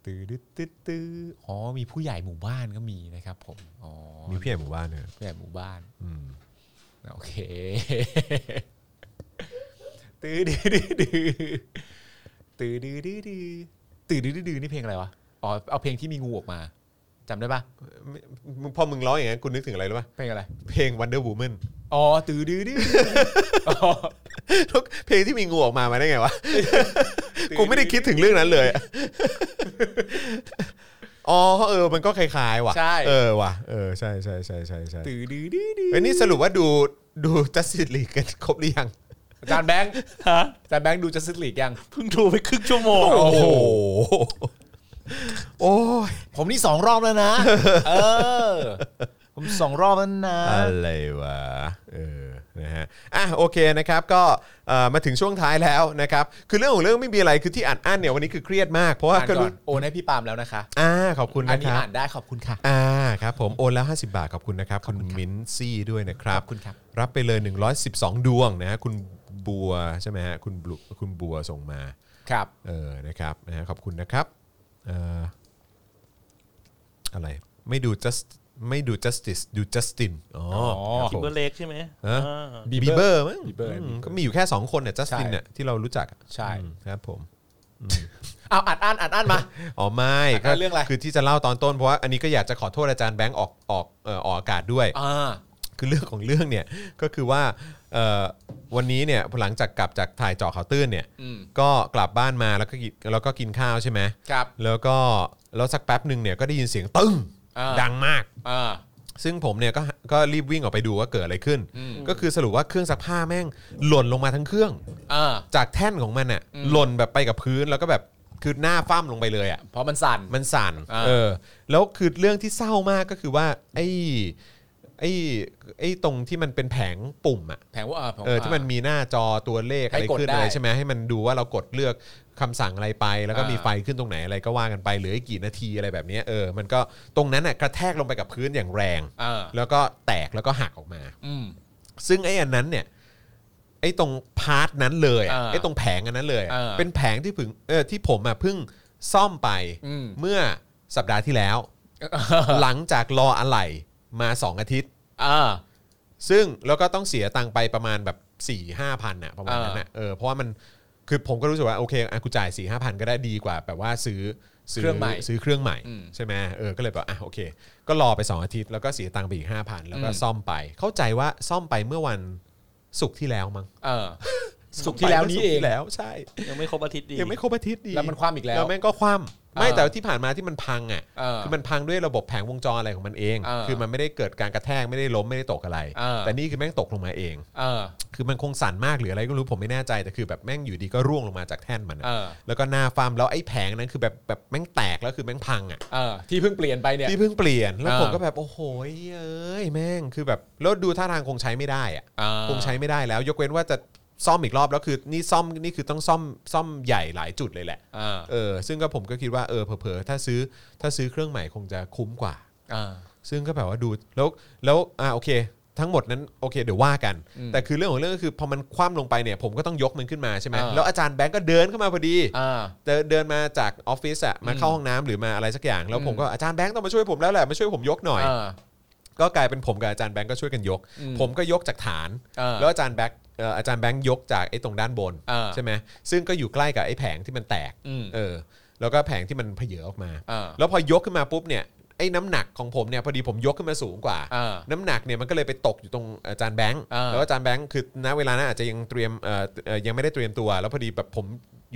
Speaker 4: ตือดึ๊ดตึ๊ดตืออ๋อ มีผู้ใหญ่หมู่บ้านก็มีนะครับผม อ๋อ
Speaker 2: มีพี่ใหญ่หมู่บ้านเนี่ย
Speaker 4: ผู้ใหญ่หมู่บ้าน
Speaker 2: อืม
Speaker 4: โอเค ตือดือดือดือตือดือดือดือตือดือดือดือนี่เพลงอะไรวะ อ๋อ เอาเพลงที่มีงูออกมาจำได้ปะ
Speaker 2: ไม่มึงพอมึงร้องอย่างนั้นกูนึกถึงอะไรรู้ป่ะ
Speaker 4: เพลงอะไร
Speaker 2: เพลง Wonder Woman
Speaker 4: อ๋อตื่อดื้อดื้ออ๋อ
Speaker 2: แล้วเพลงที่มีงูออกมามาได้ไงวะ กูไม่ได้คิดถึงเรื่องนั้นเลยอะอ๋อเออ มันก็คล้ายๆว่ะ
Speaker 4: ใช่
Speaker 2: เออว่ะเออใช่ใช่ใช่ใช่ใช่
Speaker 4: ตื่อดื้อดื้อดื้อ
Speaker 2: ไอ้ยนี่สรุปว่าดูดูจัสติสลีกกันครบหรือยัง
Speaker 4: อาจารย์แบงค์
Speaker 3: ฮะ
Speaker 4: อาจารย์แบงค์ดูจัสติสลีกยัง
Speaker 3: เพิ่งดูไปครึ่งชั่วโมง
Speaker 2: โอ้โห โอ้ย
Speaker 4: ผมนี่สองรอบแล้วนะ เออ ผมสองรอบแล้วนะ
Speaker 2: อะไรวะเออนะฮะอ่ะโอเคนะครับ ก็เอ่อมาถึงช่วงท้ายแล้วนะครับ คือเรื่องของเรื่องไม่มีอะไรคือที่อัดอั้นเนี่ยวันนี้คือเครีย ดมากเพราะว่า
Speaker 4: อ่าน
Speaker 2: ก็
Speaker 4: ก่อ
Speaker 2: รู้
Speaker 4: นโอนให้พี่ปาล์มแล้วนะคะ
Speaker 2: อ่าขอบคุณ
Speaker 4: อัน
Speaker 2: นะ
Speaker 4: นี้
Speaker 2: ครับ
Speaker 4: อ่านได้ขอบคุณค่ะ
Speaker 2: อ่าครับผมโอนแล้ว 50 บาท ขอบคุณนะครับ คุณมิ้นซี่ด้วยนะครับ
Speaker 4: ขอบคุณครับ
Speaker 2: รับไปเลย 112 ดวงนะฮะคุณบัวใช่ไหมฮะคุณบุคุณบัวส่งมา
Speaker 4: ครับ
Speaker 2: เออนะครับนะฮะขอบคุณนะครับเอ่ออะไรไม่ดู just ไม่ดู justice ดู justin อ๋อ
Speaker 4: อ๋อ
Speaker 2: ค
Speaker 3: คิม
Speaker 2: บ
Speaker 3: เบ
Speaker 2: ผม
Speaker 3: อร์เล็กใช่ไหม
Speaker 2: ฮะ
Speaker 3: อ่า
Speaker 2: บีเบอร์มั้ง
Speaker 4: Bieber
Speaker 2: อืม
Speaker 4: Bieber
Speaker 2: ก็มีอยู่แค่ 2 คนเนี่ย justin
Speaker 4: ใช่
Speaker 2: เนี่ยที่เรารู้จักอะ
Speaker 4: ใช่
Speaker 2: อืมครับผม
Speaker 4: เอาอัดอั้นอัดอั้นมา
Speaker 2: อ๋อไม่
Speaker 4: อ่ะ
Speaker 2: ก็
Speaker 4: เรื่องอะไร
Speaker 2: คือที่จะเล่าตอนต้นเพราะว่าอันนี้ก็อยากจะขอโทษอาจารย์แบงค์ออกออกเอ่อออกอากาศด้วย
Speaker 4: อ่า
Speaker 2: คือเรื่องของเรื่องเนี่ยก็คือว่าเอ่อวันนี้เนี่ยหลังจากกลับจากถ่ายเจอข่าวตื้นเนี่ย
Speaker 4: อืม
Speaker 2: ก็กลับบ้านมาแล้วก็กินแล้วก็กินข้าวใช่ไหม
Speaker 4: ครับ
Speaker 2: แล้วก็แล้วสักแป๊บหนึ่งเนี่ยก็ได้ยินเสียงตึ้ง
Speaker 4: อ่า
Speaker 2: ดังมาก
Speaker 4: อ่า
Speaker 2: ซึ่งผมเนี่ยก็ก็รีบวิ่งออกไปดูว่าเกิดอะไรขึ้น
Speaker 4: อืม
Speaker 2: ก็คือสรุปว่าเครื่องซักผ้าแม่งหล่นลงมาทั้งเครื่อง
Speaker 4: อ่า
Speaker 2: จากแท่นของมันอ่ะ
Speaker 4: อืม
Speaker 2: หล่นแบบไปกับพื้นแล้วก็แบบคือหน้าฟ้ามลงไปเลยอ่ะ
Speaker 4: เพราะมันสั่น
Speaker 2: มันสั่น
Speaker 4: อ่า
Speaker 2: เออ แล้วคือเรื่องที่เศร้ามากก็คือว่า ไอ้ ไอ้ ไอ้ตรงที่มันเป็นแผงปุ่มอะ
Speaker 4: แผงว่าาผง
Speaker 2: เออ ที่มันมีหน้าจอตัวเลข
Speaker 4: ให้
Speaker 2: อะไร
Speaker 4: กด
Speaker 2: ขึ้น
Speaker 4: ได้
Speaker 2: อะไรใช่ไหมให้มันดูว่าเรากดเลือกคำสั่งอะไรไป แล้วก็
Speaker 4: อ่ามี
Speaker 2: มีไฟขึ้นตรงไหนอะไรก็ว่ากันไป เหลืออีกกี่นาทีอะไรแบบเนี้ยเออ มันก็ตรงนั้นน่ะกระแทกลงไปกับพื้นอย่างแรง
Speaker 4: อ่า
Speaker 2: แล้วก็แตกแล้วก็หักออกมา
Speaker 4: อืม
Speaker 2: ซึ่งไอ้อันนั้นเนี่ย ไอ้ตรงพาร์ทนั้นเลยอะ
Speaker 4: อ่า
Speaker 2: ไอ้ตรงแผงอันนั้นเลยอะ
Speaker 4: อ่า
Speaker 2: เป็นแผงที่ผึงเออที่ผมอะเพิ่งซ่อมไป
Speaker 4: อืม
Speaker 2: เมื่อสัปดาห์ที่แล้ว หลังจากรออะไหล่มา 2 อาทิตย์
Speaker 4: อ่า
Speaker 2: ซึ่งแล้วก็ต้องเสียตังค์ไปประมาณแบบ4ี่ห้าพันอะประมาณนั้นอะเออเพราะว่ามันคือผมก็รู้สึกว่าโอเคอะกูจ่าย4ี่ห้าพันก็ได้ดีกว่าแบบว่าซื้อซื้
Speaker 4: เครื่องใหม่
Speaker 2: ซื้อเครื่องใหม่
Speaker 4: อืม
Speaker 2: ใช่ไหมเออก็เลยแบบอ่ะโอเค ก็รอไป 2 อาทิตย์แล้วก็เสียตังค์ไปอีก 5 0 0พันแล้วก็
Speaker 4: อืม
Speaker 2: ซ่อมไป เข้าใจว่าซ่อมไปเมื่อวันศุกร์ที่แล้วมั้ง
Speaker 4: เออ ศุกร์ที่แล้วนี้เอง
Speaker 2: ศุกร์ที่แล้วใช่
Speaker 3: ยังไม่ครบอาทิตย์ดี
Speaker 2: ยังไม่ครบอาทิตย์ดี
Speaker 4: แล้วมันคว่ำอีกแล้ว
Speaker 2: แล้วแม่งก็คว่ำไม่
Speaker 4: เออ
Speaker 2: แต่ที่ผ่านมาที่มันพังอ่ะ
Speaker 4: เออ
Speaker 2: คือมันพังด้วยระบบแผงวงจรอะไรของมันเอง
Speaker 4: เออ
Speaker 2: คือมันไม่ได้เกิดการกระแทกไม่ได้ล้มไม่ได้ตกอะไร
Speaker 4: เออ
Speaker 2: แต่นี่คือแม่งตกลงมาเอง
Speaker 4: เออ
Speaker 2: คือมันคงสั่นมากหรืออะไรก็ไม่รู้ผมไม่แน่ใจแต่คือแบบแม่งอยู่ดีก็ร่วงลงมาจากแท่นมันอะ
Speaker 4: เออ
Speaker 2: แล้วก็หน้าฟาร์มแล้วไอ้แผงนั้นคือแบบแบบแม่งแตกแล้วคือแม่งพังอ่ะ
Speaker 4: เออที่เพิ่งเปลี่ยนไปเนี่ย
Speaker 2: ที่เพิ่งเปลี่ยนแล้ว
Speaker 4: เออ
Speaker 2: ผมก็แบบโอ้โหเอ้ยแม่งคือแบบแล้วดูท่าทางคงใช้ไม่ได้อ่ะ
Speaker 4: อ่า
Speaker 2: คงใช้ไม่ได้แล้วยกเว้นว่าจะซ่อมอีกรอบแล้วคือนี่ซ่อมนี่คือต้องซ่อมซ่อมใหญ่หลายจุดเลยแหละ
Speaker 4: อ่า
Speaker 2: เออ ซึ่งก็ผมก็คิดว่าเออเผลอๆถ้าซื้อถ้าซื้อเครื่องใหม่คงจะคุ้มกว่า
Speaker 4: อ่า
Speaker 2: ซึ่งก็แบบว่าดูแล้วแล้วอ่าโอเค ทั้งหมดนั้นโอเคเดี๋ยวว่ากัน
Speaker 4: อืม
Speaker 2: แต่คือเรื่องของเรื่องก็คือพอมันคว่ำลงไปเนี่ยผมก็ต้องยกมันขึ้นมาใช่ไหม
Speaker 4: อ่า
Speaker 2: แล้วอาจารย์แบงก์ก็เดินเข้ามาพอดี
Speaker 4: อ่า
Speaker 2: เดินเดินมาจากออฟฟิศอะมาเข้าห้องน้ำหรือมาอะไรสักอย่าง แล้วผมก็อาจารย์แบงค์ต้องมาช่วยผมแล้วแหละมาช่วยผมยกหน่อย
Speaker 4: อ่า
Speaker 2: ก็กลายเป็นผมกับอาจารย์แบงค์ก็ช่วยกันยก
Speaker 4: อืม
Speaker 2: ผมก็ยกจากฐาน
Speaker 4: เออ
Speaker 2: แล้วอาจารย์แบงค์เอ่ออาจารย์แบงค์ยกจากไอ้ตรงด้านบน
Speaker 4: เออ
Speaker 2: ใช่ไหมซึ่งก็อยู่ใกล้กับไอ้แผงที่มันแตก
Speaker 4: อืม
Speaker 2: เออ แล้วก็แผงที่มันเพเยอออกมา
Speaker 4: อ่า
Speaker 2: แล้วพอยกขึ้นมาปุ๊บเนี่ยไอ้น้ำหนักของผมเนี่ยพอดีผมยกขึ้นมาสูงกว่า
Speaker 4: อ่า
Speaker 2: น้ำหนักเนี่ยมันก็เลยไปตกอยู่ตรงอาจารย์แบงค์
Speaker 4: เออ
Speaker 2: แล้วอาจารย์แบงค์คือณเวลานั้นอาจจะยังเตรียมเอ่อเอ่อยังไม่ได้เตรียมตัว แล้วพอดีแบบผม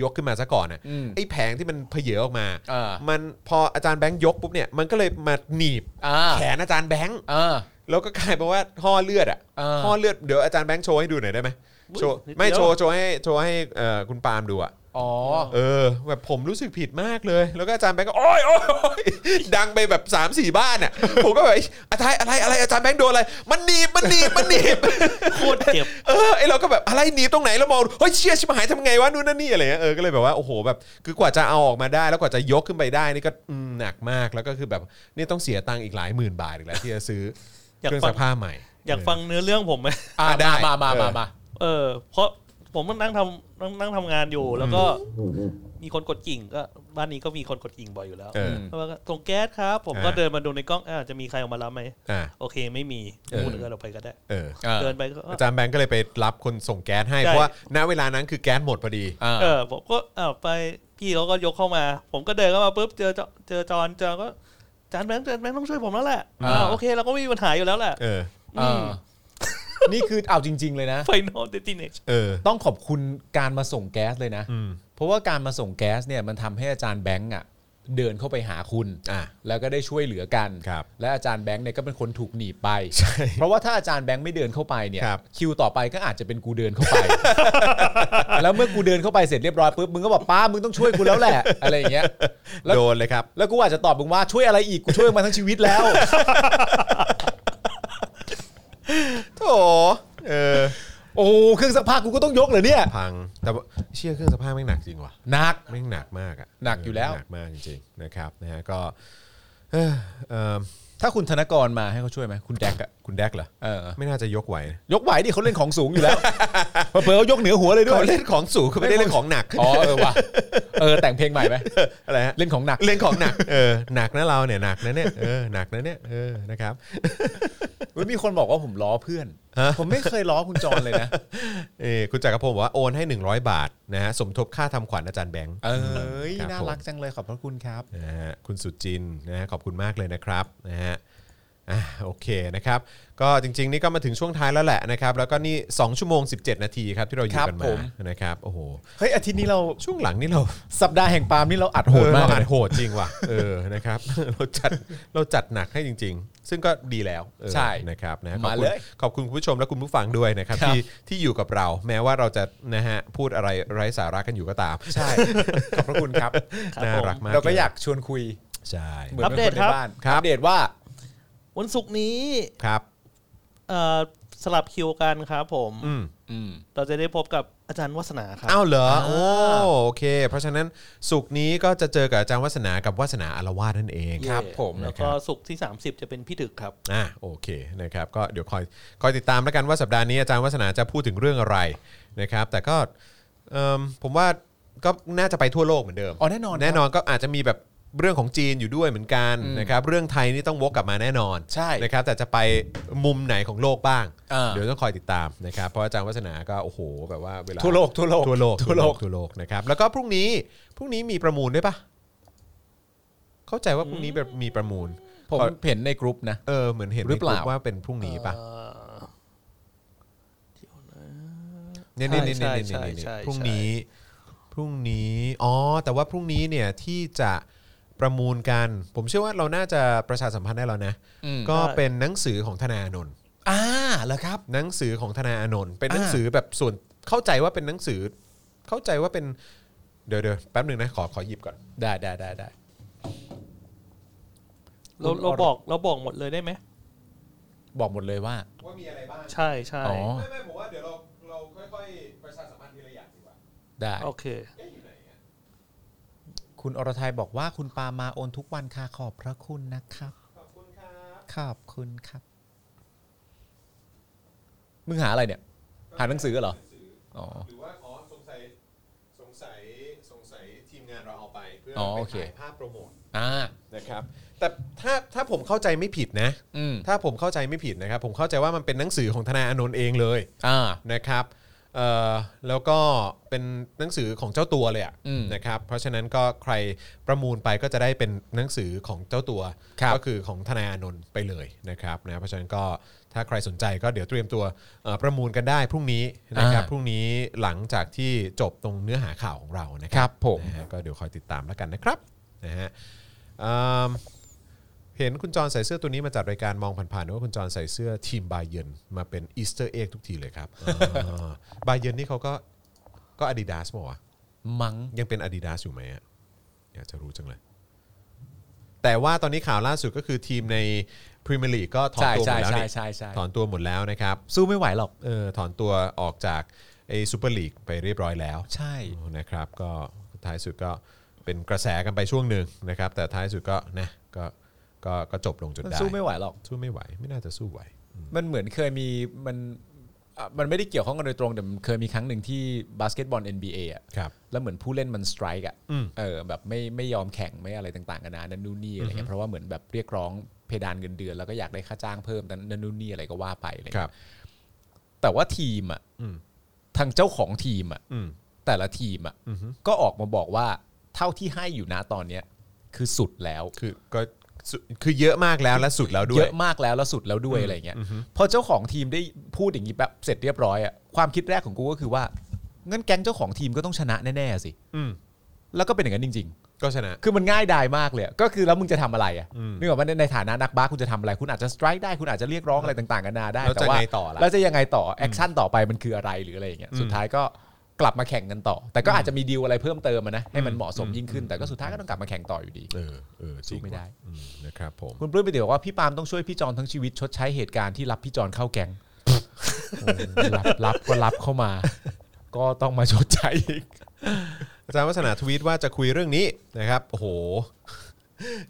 Speaker 2: ยกขึ้นมาซะก่อนอ่ะ
Speaker 4: อืม
Speaker 2: ไอ้แผงที่มันเพเยอออกมา
Speaker 4: เออ
Speaker 2: มันพออาจารย์แบงค์ยกปุ๊บเนี่ยมันก็เลยมาหนีบ
Speaker 4: อ่า
Speaker 2: แขนอาจารย์แบงค์
Speaker 4: อ่า
Speaker 2: แล้วก็กลายเป็นว่าห่อเลือดอ่ะ
Speaker 4: อ่า
Speaker 2: ห่อเลือดเดี๋ยวอาจารย์แบงค์โชว์ให้ดูหน่อยได้ไหม
Speaker 3: อุ๊ย
Speaker 2: โชว์
Speaker 3: นิดเดียว
Speaker 2: ไม่โชว์โชว์ให้โชว์ให้เอ่อคุณปาล์มดูอ่ะ
Speaker 4: อ๋อ
Speaker 2: เออ แบบผมรู้สึกผิดมากเลย แล้วก็อาจารย์แบงค์ก็โอ๊ยโอ๊ยโอ๊ย ดังไปแบบ3ามสี่บ้านอ่ะ ผมก็แบบอาจารย์อะไรอะไรอาจารย์แบงค์โดนอะไร มันหนีบมันหนีบมันหนีบ
Speaker 3: โคตรเจ็บ
Speaker 2: เออไอเราก็แบบอะไรหนีบตรงไหนแล้วมองเฮ้ยเชี่ยชิบหายทำไงวะนู่นนั่นนี่อะไรเงี้ยเออก็เลยแบบว่าโอ้โหแบบคือกว่าจะเอาออกมาได้แล้วกว่าจะยกขึ้นไปได้นี่ก็อืมหนักมากแล้วก็คือแบบนี่ต้องเสียตังค์อีกหลายหมื่นบาทอีกแล้วที่จะซื้อ
Speaker 3: อยาก
Speaker 2: เครื่อง
Speaker 3: ฟั
Speaker 2: ซั
Speaker 3: ง
Speaker 2: กผ้าใหม่
Speaker 3: อยากฟังเนื้อเรื่องผมไหม
Speaker 4: อ่า
Speaker 2: ได้
Speaker 4: ได้มามามามา
Speaker 3: เออ เพราะผมก็นั่งทำนั่งนั่งทำงานอยู่ แล้วก็มีคนกดกิ่งก็บ้านนี้ก็มีคนกดกิ่งบ่อยอยู่แล้ว
Speaker 2: เออ
Speaker 3: แล้วก็ส่งแก๊สครับ ผมก็เดินมาดูในกล้องอ่าจะมีใครออกมารับไหม
Speaker 2: อ่า
Speaker 3: โอเคไม่มี
Speaker 2: เออ
Speaker 3: พูดเดินออกไปก็ได้
Speaker 2: เออ
Speaker 4: เออ
Speaker 3: เดินไปก็
Speaker 2: อาจารย์แบงค์ก็เลยไปรับคนส่งแก๊สให้
Speaker 3: ใช่
Speaker 2: เพราะว่าณเวลานั้นคือแก๊สหมดพอดี
Speaker 4: อ่า
Speaker 3: เออผมก็อ้าวไปพี่เขาก็ยกเข้ามา ผมก็เดินเข้ามาปุ๊บเจอจอเจอจอนเจอก็จานแบงค์จานแบงค์ต้องช่วยผมแล้วแหละ
Speaker 4: อ่า
Speaker 3: อ่าโอเคเราก็ไม่มีปัญหาอยู่แล้วแหละ
Speaker 2: เออ
Speaker 4: อ่านี่คือเอาจริง ๆ เลยนะ
Speaker 3: ไฟนอลเดติเนช
Speaker 2: เออ
Speaker 4: ต้องขอบคุณการมาส่งแก๊สเลยนะ
Speaker 2: อืม
Speaker 4: เพราะว่าการมาส่งแก๊สเนี่ยมันทำให้อาจารย์แบงค์อ่ะเดินเข้าไปหาคุณ
Speaker 2: อ่ะ
Speaker 4: แล้วก็ได้ช่วยเหลือกัน
Speaker 2: ครับ
Speaker 4: และอาจารย์แบงค์เนี่ยก็เป็นคนถูกหนีบไป เพราะว่าถ้าอาจารย์แบงค์ไม่เดินเข้าไปเนี่ย
Speaker 2: ครับ
Speaker 4: คิวต่อไปก็อาจจะเป็นกูเดินเข้าไป แล้วเมื่อกูเดินเข้าไปเสร็จเรียบร้อยปุ๊บมึงก็บอกป้ามึงต้องช่วยกูแล้วแหละอะไรอย่างเงี้ย แล้ว
Speaker 2: โดนเลยครับ
Speaker 4: แล้วกูอาจจะตอบมึงว่าช่วยอะไรอีกกูช่วยมาทั้งชีวิตแล้ว
Speaker 2: โถเออ
Speaker 4: โอ้เครื่องซักผ้ากูก็ต้องยกเหรอเนี่ย
Speaker 2: พังแต่ว่าเชี่ยเครื่องซักผ้าแม่งหนักจริงว่ะ
Speaker 4: หนัก
Speaker 2: แม่งหนักมากอะ
Speaker 4: หนักอยู่แล้ว
Speaker 2: หนักมากจริงๆนะครับนะฮะก็เอ่อเอิ่ม
Speaker 4: ถ้าคุณธนกรมาให้เขาช่วยไหมคุณแดกอะ
Speaker 2: คุณแดกเหรอ
Speaker 4: เออ
Speaker 2: ไม่น่าจะยกไหวนะ
Speaker 4: ยกไหวดิเขาเล่นของสูงอยู่แล้ว เผลอๆเขายกเหนือหัวเลยด้ว
Speaker 2: เขา
Speaker 4: ย
Speaker 2: เล่นของสูงเขาไม่ได้เล่นของหนัก
Speaker 4: อ๋อเออว่ะเออแต่งเพลงใหม่ไหม
Speaker 2: อะไรฮะ
Speaker 4: เล่นของหนัก
Speaker 2: เล่นของหนักเออหนักนะเราเนี่ยหนักนะเนี่ยเออหนักนะเนี่ยเออนะครับ
Speaker 4: เว้ยมีคนบอกว่าผมล้อเพื่อน
Speaker 2: ฮะ
Speaker 4: ผมไม่เคยล้อคุณจรเลยนะ
Speaker 2: เออคุณจักรพงศ์บอกว่าโอนให้ 100 บาทนะฮะสมทบค่าทำขวัญอาจารย์แบงค์
Speaker 4: เอ้ย
Speaker 2: คบ
Speaker 4: น่ารัก
Speaker 2: ผม
Speaker 4: จังเลยขอบพระคุณครับ
Speaker 2: นะฮะคุณสุจินนะฮะขอบคุณมากเลยนะครับนะฮะอ่ะโอเคนะครับ ก็จริง ๆ นี่ก็มาถึงช่วงท้ายแล้วแหละนะครับแล้วก็นี่2ชั่วโมง 17 นาทีครับที่เราอยู่กัน
Speaker 4: ครับผม
Speaker 2: าม นะครับโอ้โห
Speaker 4: เฮ้ยอาทิตย์นี้เรา
Speaker 2: ช่วงหลังนี่เรา
Speaker 4: สัปดาห์แห่งปาล์มนี่เราอัดโหด
Speaker 2: เอ
Speaker 4: มาก
Speaker 2: อเร
Speaker 4: เล
Speaker 2: อั
Speaker 4: ย
Speaker 2: ดโหดจริงว่ะ เออนะครับ เราจัดเราจัดหนักให้จริง ๆ ซึ่งก็ดีแล้วเออ
Speaker 4: ใช่
Speaker 2: นะครับนะขอบ
Speaker 4: มา
Speaker 2: คุณ
Speaker 4: เลย
Speaker 2: ขอบคุณคุณผู้ชมและคุณผู้ฟังด้วยนะครับ
Speaker 4: ครับ
Speaker 2: ที่ที่อยู่กับเรา แม้ว่าเราจะนะฮะพูดอะไรไร้สาระกันอยู่ก็ตาม
Speaker 4: ใช่ ขอบพระคุณครับ
Speaker 3: ครับ
Speaker 2: น่า
Speaker 3: ผม
Speaker 2: รักมาก
Speaker 4: เราก็
Speaker 2: ล
Speaker 4: อยากชวนคุย
Speaker 2: ใช่
Speaker 4: เหมือน
Speaker 3: อัปเดต
Speaker 4: เป็นคน
Speaker 3: ค
Speaker 4: ใน
Speaker 3: รับ
Speaker 4: บ้านอัปเดตว่า
Speaker 3: วันศุกร์นี้
Speaker 2: ครับ
Speaker 3: เอ่อสลับคิวกันครับผม
Speaker 2: อืม
Speaker 4: อืม
Speaker 3: เราจะได้พบกับอาจารย์วัฒนาครับ
Speaker 2: อ้าวเหรอโอ้
Speaker 4: อ่า
Speaker 2: โอเค เพราะฉะนั้นสุกร์นี้ก็จะเจอกับอาจารย์วัฒนากับวัฒนาอารวาสนั่นเอง
Speaker 3: เย่
Speaker 4: ครับผม
Speaker 3: แล้วก็ศุกร์ที่ 30 จะเป็นพี่ถึกครับ
Speaker 2: อ่าโอเคนะครับก็เดี๋ยวคอยคอยติดตามแล้วกันว่าสัปดาห์นี้อาจารย์วัฒนาจะพูดถึงเรื่องอะไรนะครับ แต่ก็เอิ่มผมว่าก็น่าจะไปทั่วโลกเหมือนเดิม
Speaker 4: อ๋อแน่นอนครับ
Speaker 2: แน่นอนก็อาจจะมีแบบเรื่องของจีนอยู่ด้วยเหมือนกันนะครับเรื่องไทยนี่ต้องวกกลับมาแน่นอน
Speaker 4: ใช่
Speaker 2: นะครับแต่จะไปมุมไหนของโลกบ้าง
Speaker 4: อ่า
Speaker 2: เดี๋ยวต้องคอยติดตามนะครับเพราะอาจารย์วัฒนาก็โอ้โหแบบว่าเวลา
Speaker 4: ทั่วโลกทั่วโลก
Speaker 2: ทั่วโลก
Speaker 4: ทั่วโลก
Speaker 2: ทั่วโลกนะครับแล้วก็พรุ่งนี้พรุ่งนี้มีประมูลด้วยปะเข้าใจว่าพรุ่งนี้แบบมีประมูล
Speaker 4: ผมเห็นในกรุ๊ปนะ
Speaker 2: เออเหมือนเห็น
Speaker 4: หรือเปล่า
Speaker 2: ในกมว่าเป็นพรุ่งนี้ปะ
Speaker 3: เอ่อ
Speaker 2: เนี่ยเนี่ยเนี่ย
Speaker 3: ใช่
Speaker 2: เนี่ย
Speaker 3: ใช่
Speaker 2: เนี่ยเนี่ย
Speaker 3: ใช่ใช่
Speaker 2: พรุ่งนี้พรุ่งนี้อ๋อแต่ว่าพรุ่งนี้เนี่ยที่จะประมูลกัน ผมเชื่อว่าเราน่าจะประชาสัมพันธ์ได้แล้วนะ
Speaker 4: อืม
Speaker 2: ก็เป็นหนังสือของธนาอานนท์
Speaker 4: อ่าเหรอครับ
Speaker 2: หนังสือของธนาอานนท์เป็นหนัง
Speaker 4: อ่า
Speaker 2: สือแบบส่วนเข้าใจว่าเป็นหนังสือ เข้าใจว่าเป็นเดี๋ยวเดี๋ยวแป๊บหนึ่งนะขอขอหยิบก่อน
Speaker 4: ได้ได้ได้ได้
Speaker 3: เราเราบอกเราบอกหมดเลยได้ไหม
Speaker 4: บอกหมดเลยว่า
Speaker 2: ว่ามีอะไรบ้าง
Speaker 3: ใช่ใช่
Speaker 4: อ๋อ
Speaker 2: ไม่ไม่ผมว่าเดี๋ยวเราเราค่อยๆประชาสัมพันธ์ทีละอย่างดีกว่า
Speaker 4: ได้
Speaker 3: โอเค
Speaker 4: คุณอรทัยบอกว่าคุณปามาโอนทุกวันค่ะขอบพระคุณนะครับ
Speaker 2: ขอบคุณครับ
Speaker 4: ขอบคุณครับ มึงหาอะไรเนี่ย หาหนังสือเหรอ อ๋อ
Speaker 2: หรือว่าอ๋อสงสัยสงสัยสงสัยทีมงานเราเอาไป เพื่อ
Speaker 4: อ๋อ
Speaker 2: ไป
Speaker 4: โอเค
Speaker 2: ถ่ายภาพโปรโมท
Speaker 4: อ่า
Speaker 2: นะครับ แต่ถ้าถ้าผมเข้าใจไม่ผิดนะ
Speaker 4: อืม
Speaker 2: ถ้าผมเข้าใจไม่ผิดนะครับ ผมเข้าใจว่ามันเป็นหนังสือของธนาอานนท์เองเลย
Speaker 4: อ่า
Speaker 2: นะครับเอ่อแล้วก็เป็นหนังสือของเจ้าตัวเลยอะ
Speaker 4: อืม
Speaker 2: นะครับ เพราะฉะนั้นก็ใครประมูลไปก็จะได้เป็นหนังสือของเจ้าตัว
Speaker 4: ครับ
Speaker 2: ก็คือของธนาอานนท์ไปเลยนะครับนะเพราะฉะนั้นก็ถ้าใครสนใจก็เดี๋ยวเตรียมตัวเอ่อประมูลกันได้พรุ่งนี้นะครับ
Speaker 4: อ่า
Speaker 2: พรุ่งนี้หลังจากที่จบตรงเนื้อหาข่าวของเรานะค
Speaker 4: ค
Speaker 2: รั
Speaker 4: รับ บผม
Speaker 2: นะฮะก็เดี๋ยวคอยติดตามแล้วกันนะครับนะฮะเอิ่มเห็นคุณจรใส่เสื้อตัวนี้มาจัดรายการมองผ่านๆนึกว่าคุณจรใส่เสื้อทีมบาเยร์นมาเป็นอีสเตอร์เอ็กทุกทีเลยครับอ่าบาเยร์นนี่เขาก็ก็อาดิดาสมั้งวะ
Speaker 4: มัง
Speaker 2: ยังเป็นอาดิดาสอยู่ไหมอะอยากจะรู้จังเลย แต่ว่าตอนนี้ข่าวล่าสุดก็คือทีมในพรีเมียร์ลีกก็ถอน
Speaker 4: ใช่
Speaker 2: ตัวหมด
Speaker 4: ใช่
Speaker 2: แล้ว
Speaker 4: ใช่
Speaker 2: นี่
Speaker 4: ใช่ใช่
Speaker 2: ถอนตัวหมดแล้วนะครับ
Speaker 4: สู้ไม่ไหวหรอก
Speaker 2: เออถอนตัวออกจากไอ้ซูเปอร์ลีกไปเรียบร้อยแล้ว
Speaker 4: ใช่
Speaker 2: นะครับก็ท้ายสุดก็เป็นกระแสกันไปช่วงหนึ่งนะครับ แต่ท้ายสุดก็นะก็ก็ก็จบลงจน
Speaker 4: มัน
Speaker 2: ได้
Speaker 4: สู้ไม่ไหวหรอก
Speaker 2: สู้ไม่ไหว ไม่น่าจะสู้ไหว
Speaker 4: มันเหมือนเคยมีมันอ่ะมันไม่ได้เกี่ยวข้องกันโดยตรงแต่มันเคยมีครั้งหนึ่งที่บาสเกตบอล NBA อ่ะ
Speaker 2: ครับ
Speaker 4: แล้วเหมือนผู้เล่นมันสไตร์กอ่ะ
Speaker 2: อืม
Speaker 4: เออแบบไม่ไม่ยอมแข่งไม่อะไรต่างๆกันานานั่นนู่นนี่อะไรเงี้ยเพราะว่าเหมือนแบบเรียกร้องเพดานเงินเดือนแล้วก็อยากได้ค่าจ้างเพิ่มแต่นั่นนู่นนี่อะไรก็ว่าไปอะไรเงี้ย
Speaker 2: ครับ
Speaker 4: แต่ว่าทีมอ่ะ
Speaker 2: อืม
Speaker 4: ทางเจ้าของทีมอ่ะ
Speaker 2: อืม
Speaker 4: แต่ละทีมอ่ะ
Speaker 2: อือฮึ
Speaker 4: ก็ออกมาบอกว่าเท่าที่ให้อยู่นะตอนเนี้ยคือสุดแล้ว
Speaker 2: คือก็สุคือเยอะมากแล้วและสุดแล้วด้
Speaker 4: เยว อะมากแล้วแล้วสุดแล้วด้วยอะไรเงี้ยพอเจ้าของทีมได้พูดอย่างนี้แป๊บเสร็จเรียบร้อยอ่ะความคิดแรกของกูก็คือว่างั้นแก๊งเจ้าของทีมก็ต้องชนะแน่ๆสิ
Speaker 2: อืม
Speaker 4: แล้วก็เป็นอย่างนั้นจริง ๆ
Speaker 2: ก็ชนะ
Speaker 4: คือมันง่ายดายมากเลยอะก็คือแล้วมึงจะทำอะไรอ่ะ
Speaker 2: อืม
Speaker 4: นึกออกว่าในฐานะนักบาสคุณจะทำอะไร คุณอาจจะสไตร์ได้คุณอาจจะเรียกร้องอะไรต่างๆกันานาได้
Speaker 2: แล้วจะ
Speaker 4: ว่า
Speaker 2: ไงต่อล่ะ
Speaker 4: แล้วจะยังไงต่อแอคชั่นต่อไปมันคืออะไรหรืออะไรอย่างเงี้ย
Speaker 2: อืม
Speaker 4: สุดท้ายก็กลับมาแข่งกันต่อ แต่ก็อาจจะมีดีลอะไรเพิ่มเติมอะนะให้มันเหมาะสม
Speaker 2: อืม
Speaker 4: ยิ่งขึ้นแต่ก็สุดท้ายก็ต้องกลับมาแข่งต่ออยู่ดี
Speaker 2: เออเออจริง
Speaker 4: สู้ไม่ได้
Speaker 2: อืมนะครับผม
Speaker 4: คุณปลื้มไปเดี๋ยวบอกว่าพี่ปาล์มต้องช่วยพี่จอนทั้งชีวิตชดใช้เหตุการณ์ที่รับพี่จอนเข้าแก๊ง รับรับก็รับเข้ามา ก็ต้องมาชดใช้อีก
Speaker 2: อาจารย์วัฒนาทวีตว่าจะคุยเรื่องนี้นะครับโอ้โห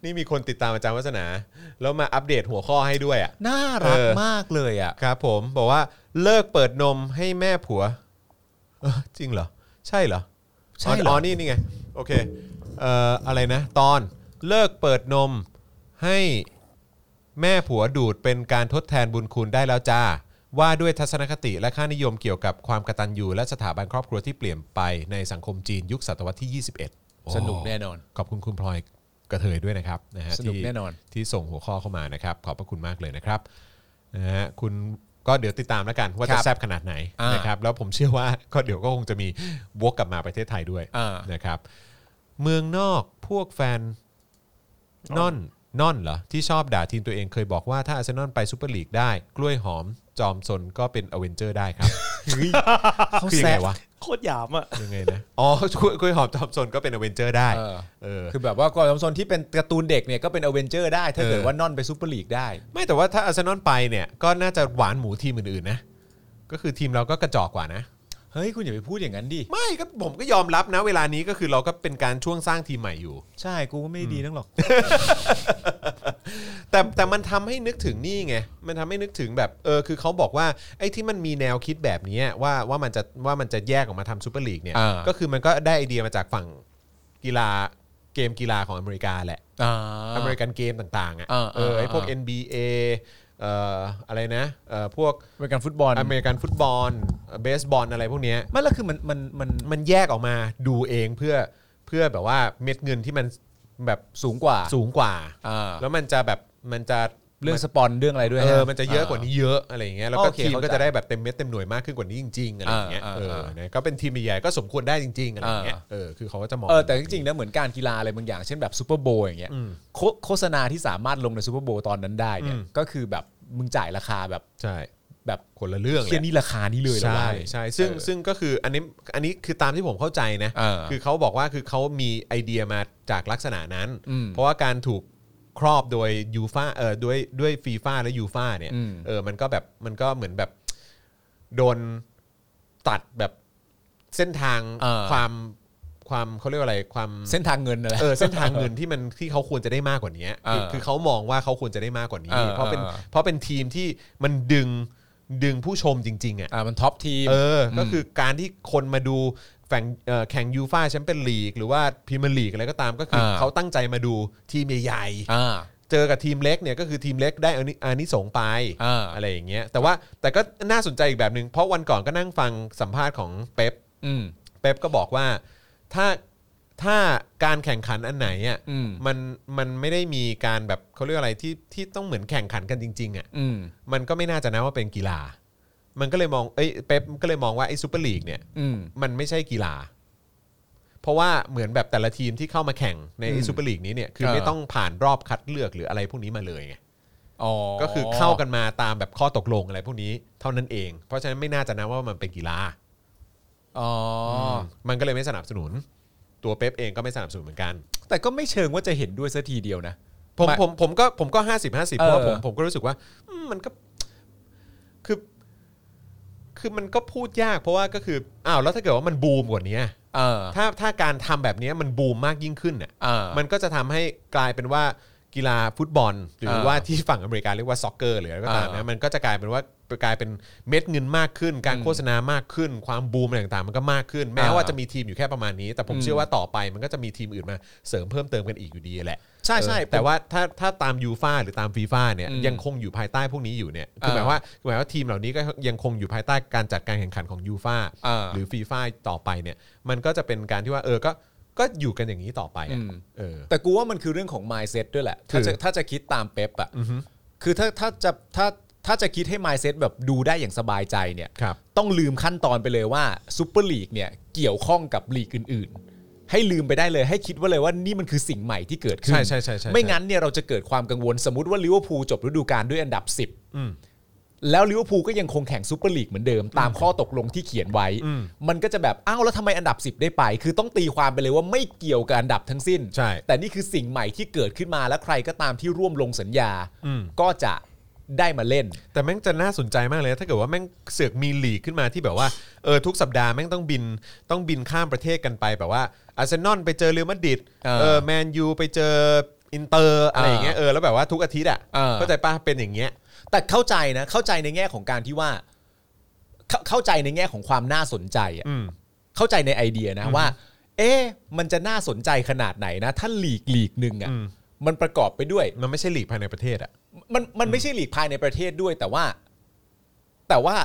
Speaker 2: นี่มีคนติดตามอาจารย์วัฒนาแล้วมาอัปเดตหัวข้อให้ด้วยอ่ะ
Speaker 4: น่ารั
Speaker 2: เอก อ
Speaker 4: มากเลยอ่ะ
Speaker 2: ครับผมบอกว่าเลิกเปิดนมให้แม่ผัวเออจริงเหรอ ใช่เหรอ
Speaker 4: ใช่เหรอ
Speaker 2: อนี่นี่ไง โอเคเอ่ออะไรนะ ตอนเลิกเปิดนมให้แม่ผัวดูดเป็นการทดแทนบุญคุณได้แล้วจ้า ว่าด้วยทัศนคติและค่านิยมเกี่ยวกับความกตัญญูและสถาบันครอบครัวที่เปลี่ยนไปในสังคมจีนยุคศตวรรษที่ 21
Speaker 4: สนุกแน่นอน
Speaker 2: ขอบคุณคุณพลอยกระเทยด้วยนะครับนะฮะ
Speaker 4: สนุก
Speaker 2: ที่
Speaker 4: แน่นอน
Speaker 2: ที่ส่งหัวข้อเข้ามานะครับ ขอบพระคุณมากเลยนะครับนะฮะคุณก็เดี๋ยวติดตามแล้วกันว่า
Speaker 4: ครั
Speaker 2: จะ
Speaker 4: บ
Speaker 2: แซบขนาดไหน
Speaker 4: อ่าน
Speaker 2: นะครับแล้วผมเชื่อว่า ก็เดี๋ยวก็คงจะมีวกกลับมาประเทศไทยด้วย
Speaker 4: อ่าน
Speaker 2: นะครับ เมืองนอกพวกแฟนนอนนอนเหรอ ที่ชอบด่าทีมตัวเองเคยบอกว่าถ้าอาร์เซนอลไปซูเปอร์ลีกได้ กล้วยหอมจอมซนก็เป็นอเวนเจอร์ได้ครับ
Speaker 4: เขา
Speaker 2: คือยัง
Speaker 4: แซะ
Speaker 2: ไงวะ
Speaker 3: โคตรหยามอ่ะ
Speaker 2: ยังไงนะอ๋อกล้วยหอมจอมซนก็เป็นอเวนเจอร์ได้
Speaker 4: เออ
Speaker 2: เออ
Speaker 4: คือแบบว่ากอร์ดอมซอนที่เป็นการ์ตูนเด็กเนี่ยก็เป็นอเวนเจอร์ได้ ถ้าเกิด
Speaker 2: เออ
Speaker 4: ว่านอนไปซูเปอร์ลีกได้
Speaker 2: ไม่แต่ว่าถ้าอาร์เซนอลไปเนี่ยก็น่าจะหวานหมูทีมอื่นๆนะ ก็คือทีมเราก็กระจอกกว่านะ
Speaker 4: เฮ้ย คุณอย่าไปพูดอย่างนั้นดิ
Speaker 2: ไม่ก็ผมก็ยอมรับนะ เวลานี้ก็คือเราก็เป็นการช่วงสร้างทีมใหม่อยู่
Speaker 4: ใช่กูก็ไม่ดีนักหรอก
Speaker 2: แต่แต่มันทำให้นึกถึงนี่ไง มันทำให้นึกถึงแบบเออคือเขาบอกว่าไอ้ที่มันมีแนวคิดแบบนี้ว่าว่ามันจะว่ามันจะแยกออกมาทำซูเปอร์ลีกเนี่ย
Speaker 4: อ่า
Speaker 2: ก็คือมันก็ได้ไอเดียมาจากฝั่งกีฬาเกมกีฬาของอเมริกาแหละ
Speaker 4: อ่า
Speaker 2: อเมริกันเกมต่างๆอ่ะ
Speaker 4: อ่า
Speaker 2: เออไอพวก
Speaker 4: อ่า
Speaker 2: NBA เอ่ออะไรนะเอ่อพวก
Speaker 4: อเมริกันฟุตบอล
Speaker 2: อเมริกันฟุตบอลเบสบอลอะไรพวกเนี้ย
Speaker 4: ไม่และคือมันมันมัน
Speaker 2: มันแยกออกมาดูเองเพื่อเพื่อแบบว่าเม็ดเงินที่มันแบบ
Speaker 4: สูงกว่า
Speaker 2: สูงกว่า
Speaker 4: อ่า
Speaker 2: แล้วมันจะแบบมันจะ
Speaker 4: เรื่องสปอนเรื่องอะไรด้วย
Speaker 2: เออ
Speaker 4: ฮ
Speaker 2: มันจะเยอะกว่านี้เยอะอะไรอย่างเงี้ยแล้วก็
Speaker 4: โอเค
Speaker 2: ทีมก็
Speaker 4: เข้าใจ
Speaker 2: จะได้แบบเต็มเม็ดเต็มหน่วยมากขึ้นกว่านี้จริงๆอะไรอย่างเงี้ย
Speaker 4: อ่า
Speaker 2: เอ
Speaker 4: อ่า
Speaker 2: อ
Speaker 4: อ่า
Speaker 2: นะก็เป็นทีมใหญ่ๆก็สมควรได้จริงๆอะไรอย่างเงี้ย
Speaker 4: อ่า
Speaker 2: เออคือเขาก็จะมอง
Speaker 4: เออแต่จริงๆนะเหมือนการกีฬาอะไรบางอย่างเช่นแบบซูเปอร์โบว์อย่างเงี้ย
Speaker 2: อืม
Speaker 4: โฆโฆษณาที่สามารถลงในซูเปอร์โบว์ตอนนั้นได้เนี่ย
Speaker 2: อืม
Speaker 4: ก็คือแบบมึงจ่ายราคาแบบ
Speaker 2: ใช่
Speaker 4: แบบ
Speaker 2: คนละเรื่องเล
Speaker 4: เทีย
Speaker 2: ย
Speaker 4: นี่ราคานี้เลยเหรอ
Speaker 2: ใช่
Speaker 4: วะ
Speaker 2: ใช่ซึ่งซึ่งก็คืออันนี้อันนี้คือตามที่ผมเข้าใจนะ
Speaker 4: เออ
Speaker 2: คือเขาบอกว่าคือเขามีไอเดียมาจากลักษณะนั้น
Speaker 4: อืม
Speaker 2: เพราะว่าการถูกครอบโดยยูฟาเออด้วยด้วยฟีฟ่าและยูฟาเนี่ย
Speaker 4: อืม
Speaker 2: เออมันก็แบบมันก็เหมือนแบบโดนตัดแบบเส้นทาง
Speaker 4: เออ
Speaker 2: ความความเขาเรียกว่าอะไรความ
Speaker 4: เส้นทางเงินอะไร
Speaker 2: เออเส้นทางเงินที่มันที่เขาควรจะได้มากกว่านี้คือ
Speaker 4: เออ
Speaker 2: คือเขามองว่าเขาควรจะได้มากกว่านี้
Speaker 4: เออ
Speaker 2: เพราะเป็น
Speaker 4: เออ
Speaker 2: เพราะเป็นทีมที่มันดึงดึงผู้ชมจริงๆอ่ะ
Speaker 4: อ่ามันท็อปทีม
Speaker 2: เออ ก็
Speaker 4: อืม
Speaker 2: คือการที่คนมาดูแข่งเอ่อแข่งยูฟาแชมเปี้ยนลีกหรือว่าพรีเมียร์ลีกอะไรก็ตามก็คืออา เขาตั้งใจมาดูทีมใหญ่ๆ
Speaker 4: อ่า
Speaker 2: เจอกับทีมเล็กเนี่ยก็คือทีมเล็กได้อานิอานิสงส์ไป
Speaker 4: อ่า
Speaker 2: ไรอย่างเงี้ย แต่ว่าแต่ก็น่าสนใจอีกแบบหนึ่งเพราะวันก่อนก็นั่งฟังสัมภาษณ์ของเป๊ป
Speaker 4: ืม
Speaker 2: เป๊ปก็บอกว่าถ้าถ้าการแข่งขันอันไหนอ่ะ
Speaker 4: อืม
Speaker 2: มันมันไม่ได้มีการแบบเขาเรียกอะไรที่ที่ต้องเหมือนแข่งขันกันจริงๆอ่ะ
Speaker 4: อืม
Speaker 2: มันก็ไม่น่าจะนับว่าเป็นกีฬา มันก็เลยมอง เอ้ย เป๊ปก็เลยมองว่าไอ้ซูเปอร์ลีกเนี่ย
Speaker 4: อืม
Speaker 2: มันไม่ใช่กีฬา เพราะว่าเหมือนแบบแต่ละทีมที่เข้ามาแข่งใน
Speaker 4: อืม
Speaker 2: ซูเปอร์ลีกนี้เนี่ย คือ
Speaker 4: เออ
Speaker 2: ไม่ต้องผ่านรอบคัดเลือกหรืออะไรพวกนี้มาเลยไง
Speaker 4: อ๋อ
Speaker 2: ก็คือเข้ากันมาตามแบบข้อตกลงอะไรพวกนี้เท่านั้นเอง เพราะฉะนั้นไม่น่าจะนับว่ามันเป็นกีฬา
Speaker 4: อ๋ออ
Speaker 2: มมันก็เลยไม่สนับสนุน ตัวเป๊ปเองก็ไม่สนับสนุนเหมือนกัน
Speaker 4: แต่ก็ไม่เชิงว่าจะเห็นด้วยซะทีเดียวนะ
Speaker 2: ผม
Speaker 4: ไม่
Speaker 2: ผมผมก็ผมก็ห้าสิบห้าสิบเพราะว่า
Speaker 4: เออ
Speaker 2: ผมผมก็รู้สึกว่าอืมมันก็คือ คือมันก็พูดยากเพราะว่าก็คืออ้าวแล้วถ้าเกิดว่ามันบูมกว่านี้อะ
Speaker 4: เออ
Speaker 2: ถ้าถ้าการทำแบบนี้มันบูมมากยิ่งขึ้นเนี่ย
Speaker 4: เออ
Speaker 2: มันก็จะทำให้กลายเป็นว่ากีฬาฟุตบอล หรือ
Speaker 4: เออ
Speaker 2: ว่าที่ฝั่งอเมริกาเรียกว่าซ็อกเกอร์หรืออะไรก็ตาม
Speaker 4: เออ
Speaker 2: นะมันก็จะกลายเป็นว่ากลายเป็นเม็ดเงินมากขึ้น การ
Speaker 4: อืม
Speaker 2: โฆษณามากขึ้น ความบูมอะไรต่างๆ มันก็มากขึ้น แม้
Speaker 4: เออ
Speaker 2: ว่าจะมีทีมอยู่แค่ประมาณนี้ แต่ผม
Speaker 4: อืม
Speaker 2: เชื่อว่าต่อไปมันก็จะมีทีมอื่นมาเสริมเพิ่มเติมกันอีกอยู่ดีแหละ
Speaker 4: ใช่ใช่
Speaker 2: เออ
Speaker 4: แต่
Speaker 2: แต่
Speaker 4: ว่า
Speaker 2: ว่าถ้าถ้าตามยูฟาหรือตามฟีฟาเนี่ย
Speaker 4: อืม
Speaker 2: ยังคงอยู่ภายใต้พวกนี้อยู่เนี่ยคือ
Speaker 4: เออ
Speaker 2: หมายว่าคือหมายว่าทีมเหล่านี้ก็ยังคงอยู่ภายใต้การจัดการแข่งขันของยูฟา
Speaker 4: เออ
Speaker 2: หรือฟีฟาต่อไปเนี่ยมันก็จะเป็นการที่ว่าเออก็ก็อยู่กันอย่างนี้ต่อไปอะ
Speaker 4: อืม
Speaker 2: เออ
Speaker 4: แต่กูว่ามันคือเรื่องของ mindset ด้วยแหละ
Speaker 2: คือ
Speaker 4: ถ้าจะถ้าจะคิดตามเป๊ปอ่ะคือถ้าถ้าจะถ้าถ้าจะคิดให้ mindset แบบดูได้อย่างสบายใจเนี่ย
Speaker 2: ครับ
Speaker 4: ต้องลืมขั้นตอนไปเลยว่าซูเปอร์ลีกเนี่ยเกี่ยวข้องกับลีกอื่น ๆ ให้ลืมไปได้เลยให้คิดไว่าเลยว่านี่มันคือสิ่งใหม่ที่เกิดขึ้น
Speaker 2: ใช่ใช่ใช่ใช่
Speaker 4: ไม่งั้นเนี่ยเราจะเกิดความกังวลสมมติว่าลิเวอร์พูลจบฤดูกาลด้วยอันดับ 10
Speaker 2: อืม
Speaker 4: แล้วลิเวอร์พูลก็ยังคงแข่งซูเปอร์ลีกเหมือนเดิม ตามข้อตกลงที่เขียนไว้
Speaker 2: อืม
Speaker 4: มันก็จะแบบอ้าวแล้วทำไมอันดับ 10 ได้ไป คือต้องตีความไปเลยว่าไม่เกี่ยวกับอันดับทั้งสิ้น
Speaker 2: ใช่
Speaker 4: แต่นี่คือสิ่งใหม่ที่เกิดขึ้นมาและใครก็ตามที่ร่วมลงสัญญา
Speaker 2: อืม
Speaker 4: ก็จะได้มาเล่น
Speaker 2: แต่แม่งจะน่าสนใจมากเลยนะถ้าเกิดว่าแม่งเสือกมีลีกขึ้นมาที่แบบว่าเออทุกสัปดาห์แม่งต้องบินต้องบินข้ามประเทศกันไปแบบว่าอาร์เซนอลไปเจอเรอัลมาดริด
Speaker 4: เออ
Speaker 2: เออแมนยูไปเจออินเตอร์อะไรอย่างเงี้ยเออแล้วแบบว่าทุกอาทิตย์อ่ะ
Speaker 4: เออ
Speaker 2: เข้าใจป่ะเป็นอย่างเงี้ย
Speaker 4: แต่เข้าใจนะเข้าใจในแง่ของการที่ว่าเข้าเข้าใจในแง่ของความน่าสนใจอะ
Speaker 2: อืม
Speaker 4: เข้าใจในไอเดียนะว่า เอ๊ะมันจะน่าสนใจขนาดไหนนะ ถ้าหลีกหลีกหนึ่งอะ
Speaker 2: อืม
Speaker 4: มันประกอบไปด้วย
Speaker 2: มันไม่ใช่หลีกภายในประเทศอ่ะ
Speaker 4: มันมันไม่ใช่หลีกภายในประเทศด้วย แต่ว่า แต่ว่า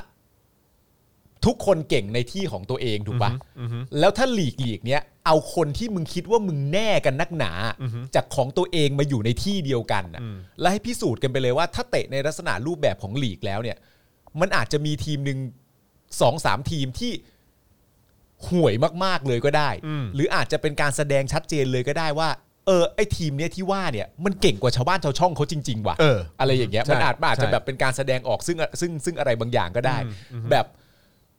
Speaker 4: ทุกคนเก่งในที่ของตัวเองถูกปะ
Speaker 2: อือฮึอือฮึ
Speaker 4: แล้วถ้าหลีกหลีกเนี้ยเอาคนที่มึงคิดว่ามึงแน่กันนักหนา
Speaker 2: อือฮึ
Speaker 4: จากของตัวเองมาอยู่ในที่เดียวกันน่ะ
Speaker 2: อืม
Speaker 4: แล้วให้พิสูจน์กันไปเลยว่า ถ้าเตะในลักษณะรูปแบบของหลีกแล้วเนี่ย มันอาจจะมีทีมหนึ่งสองสามทีมที่ห่วยมากๆเลยก็ได้
Speaker 2: อืม
Speaker 4: หรืออาจจะเป็นการแสดงชัดเจนเลยก็ได้ว่า เออไอทีมเนี้ยที่ว่าเนี่ยมันเก่งกว่าชาวบ้านชาวช่องเขาจริง ๆ ว่ะ
Speaker 2: เออ
Speaker 4: อะไรอย่างเงี้ย
Speaker 2: ใช่
Speaker 4: มันอาจมันอาจ
Speaker 2: ใช่
Speaker 4: จะแบบเป็นการแสดงออกซึ่งซึ่งซึ่งอะไรบางอย่างก็ได้
Speaker 2: อืมอืม
Speaker 4: แบบ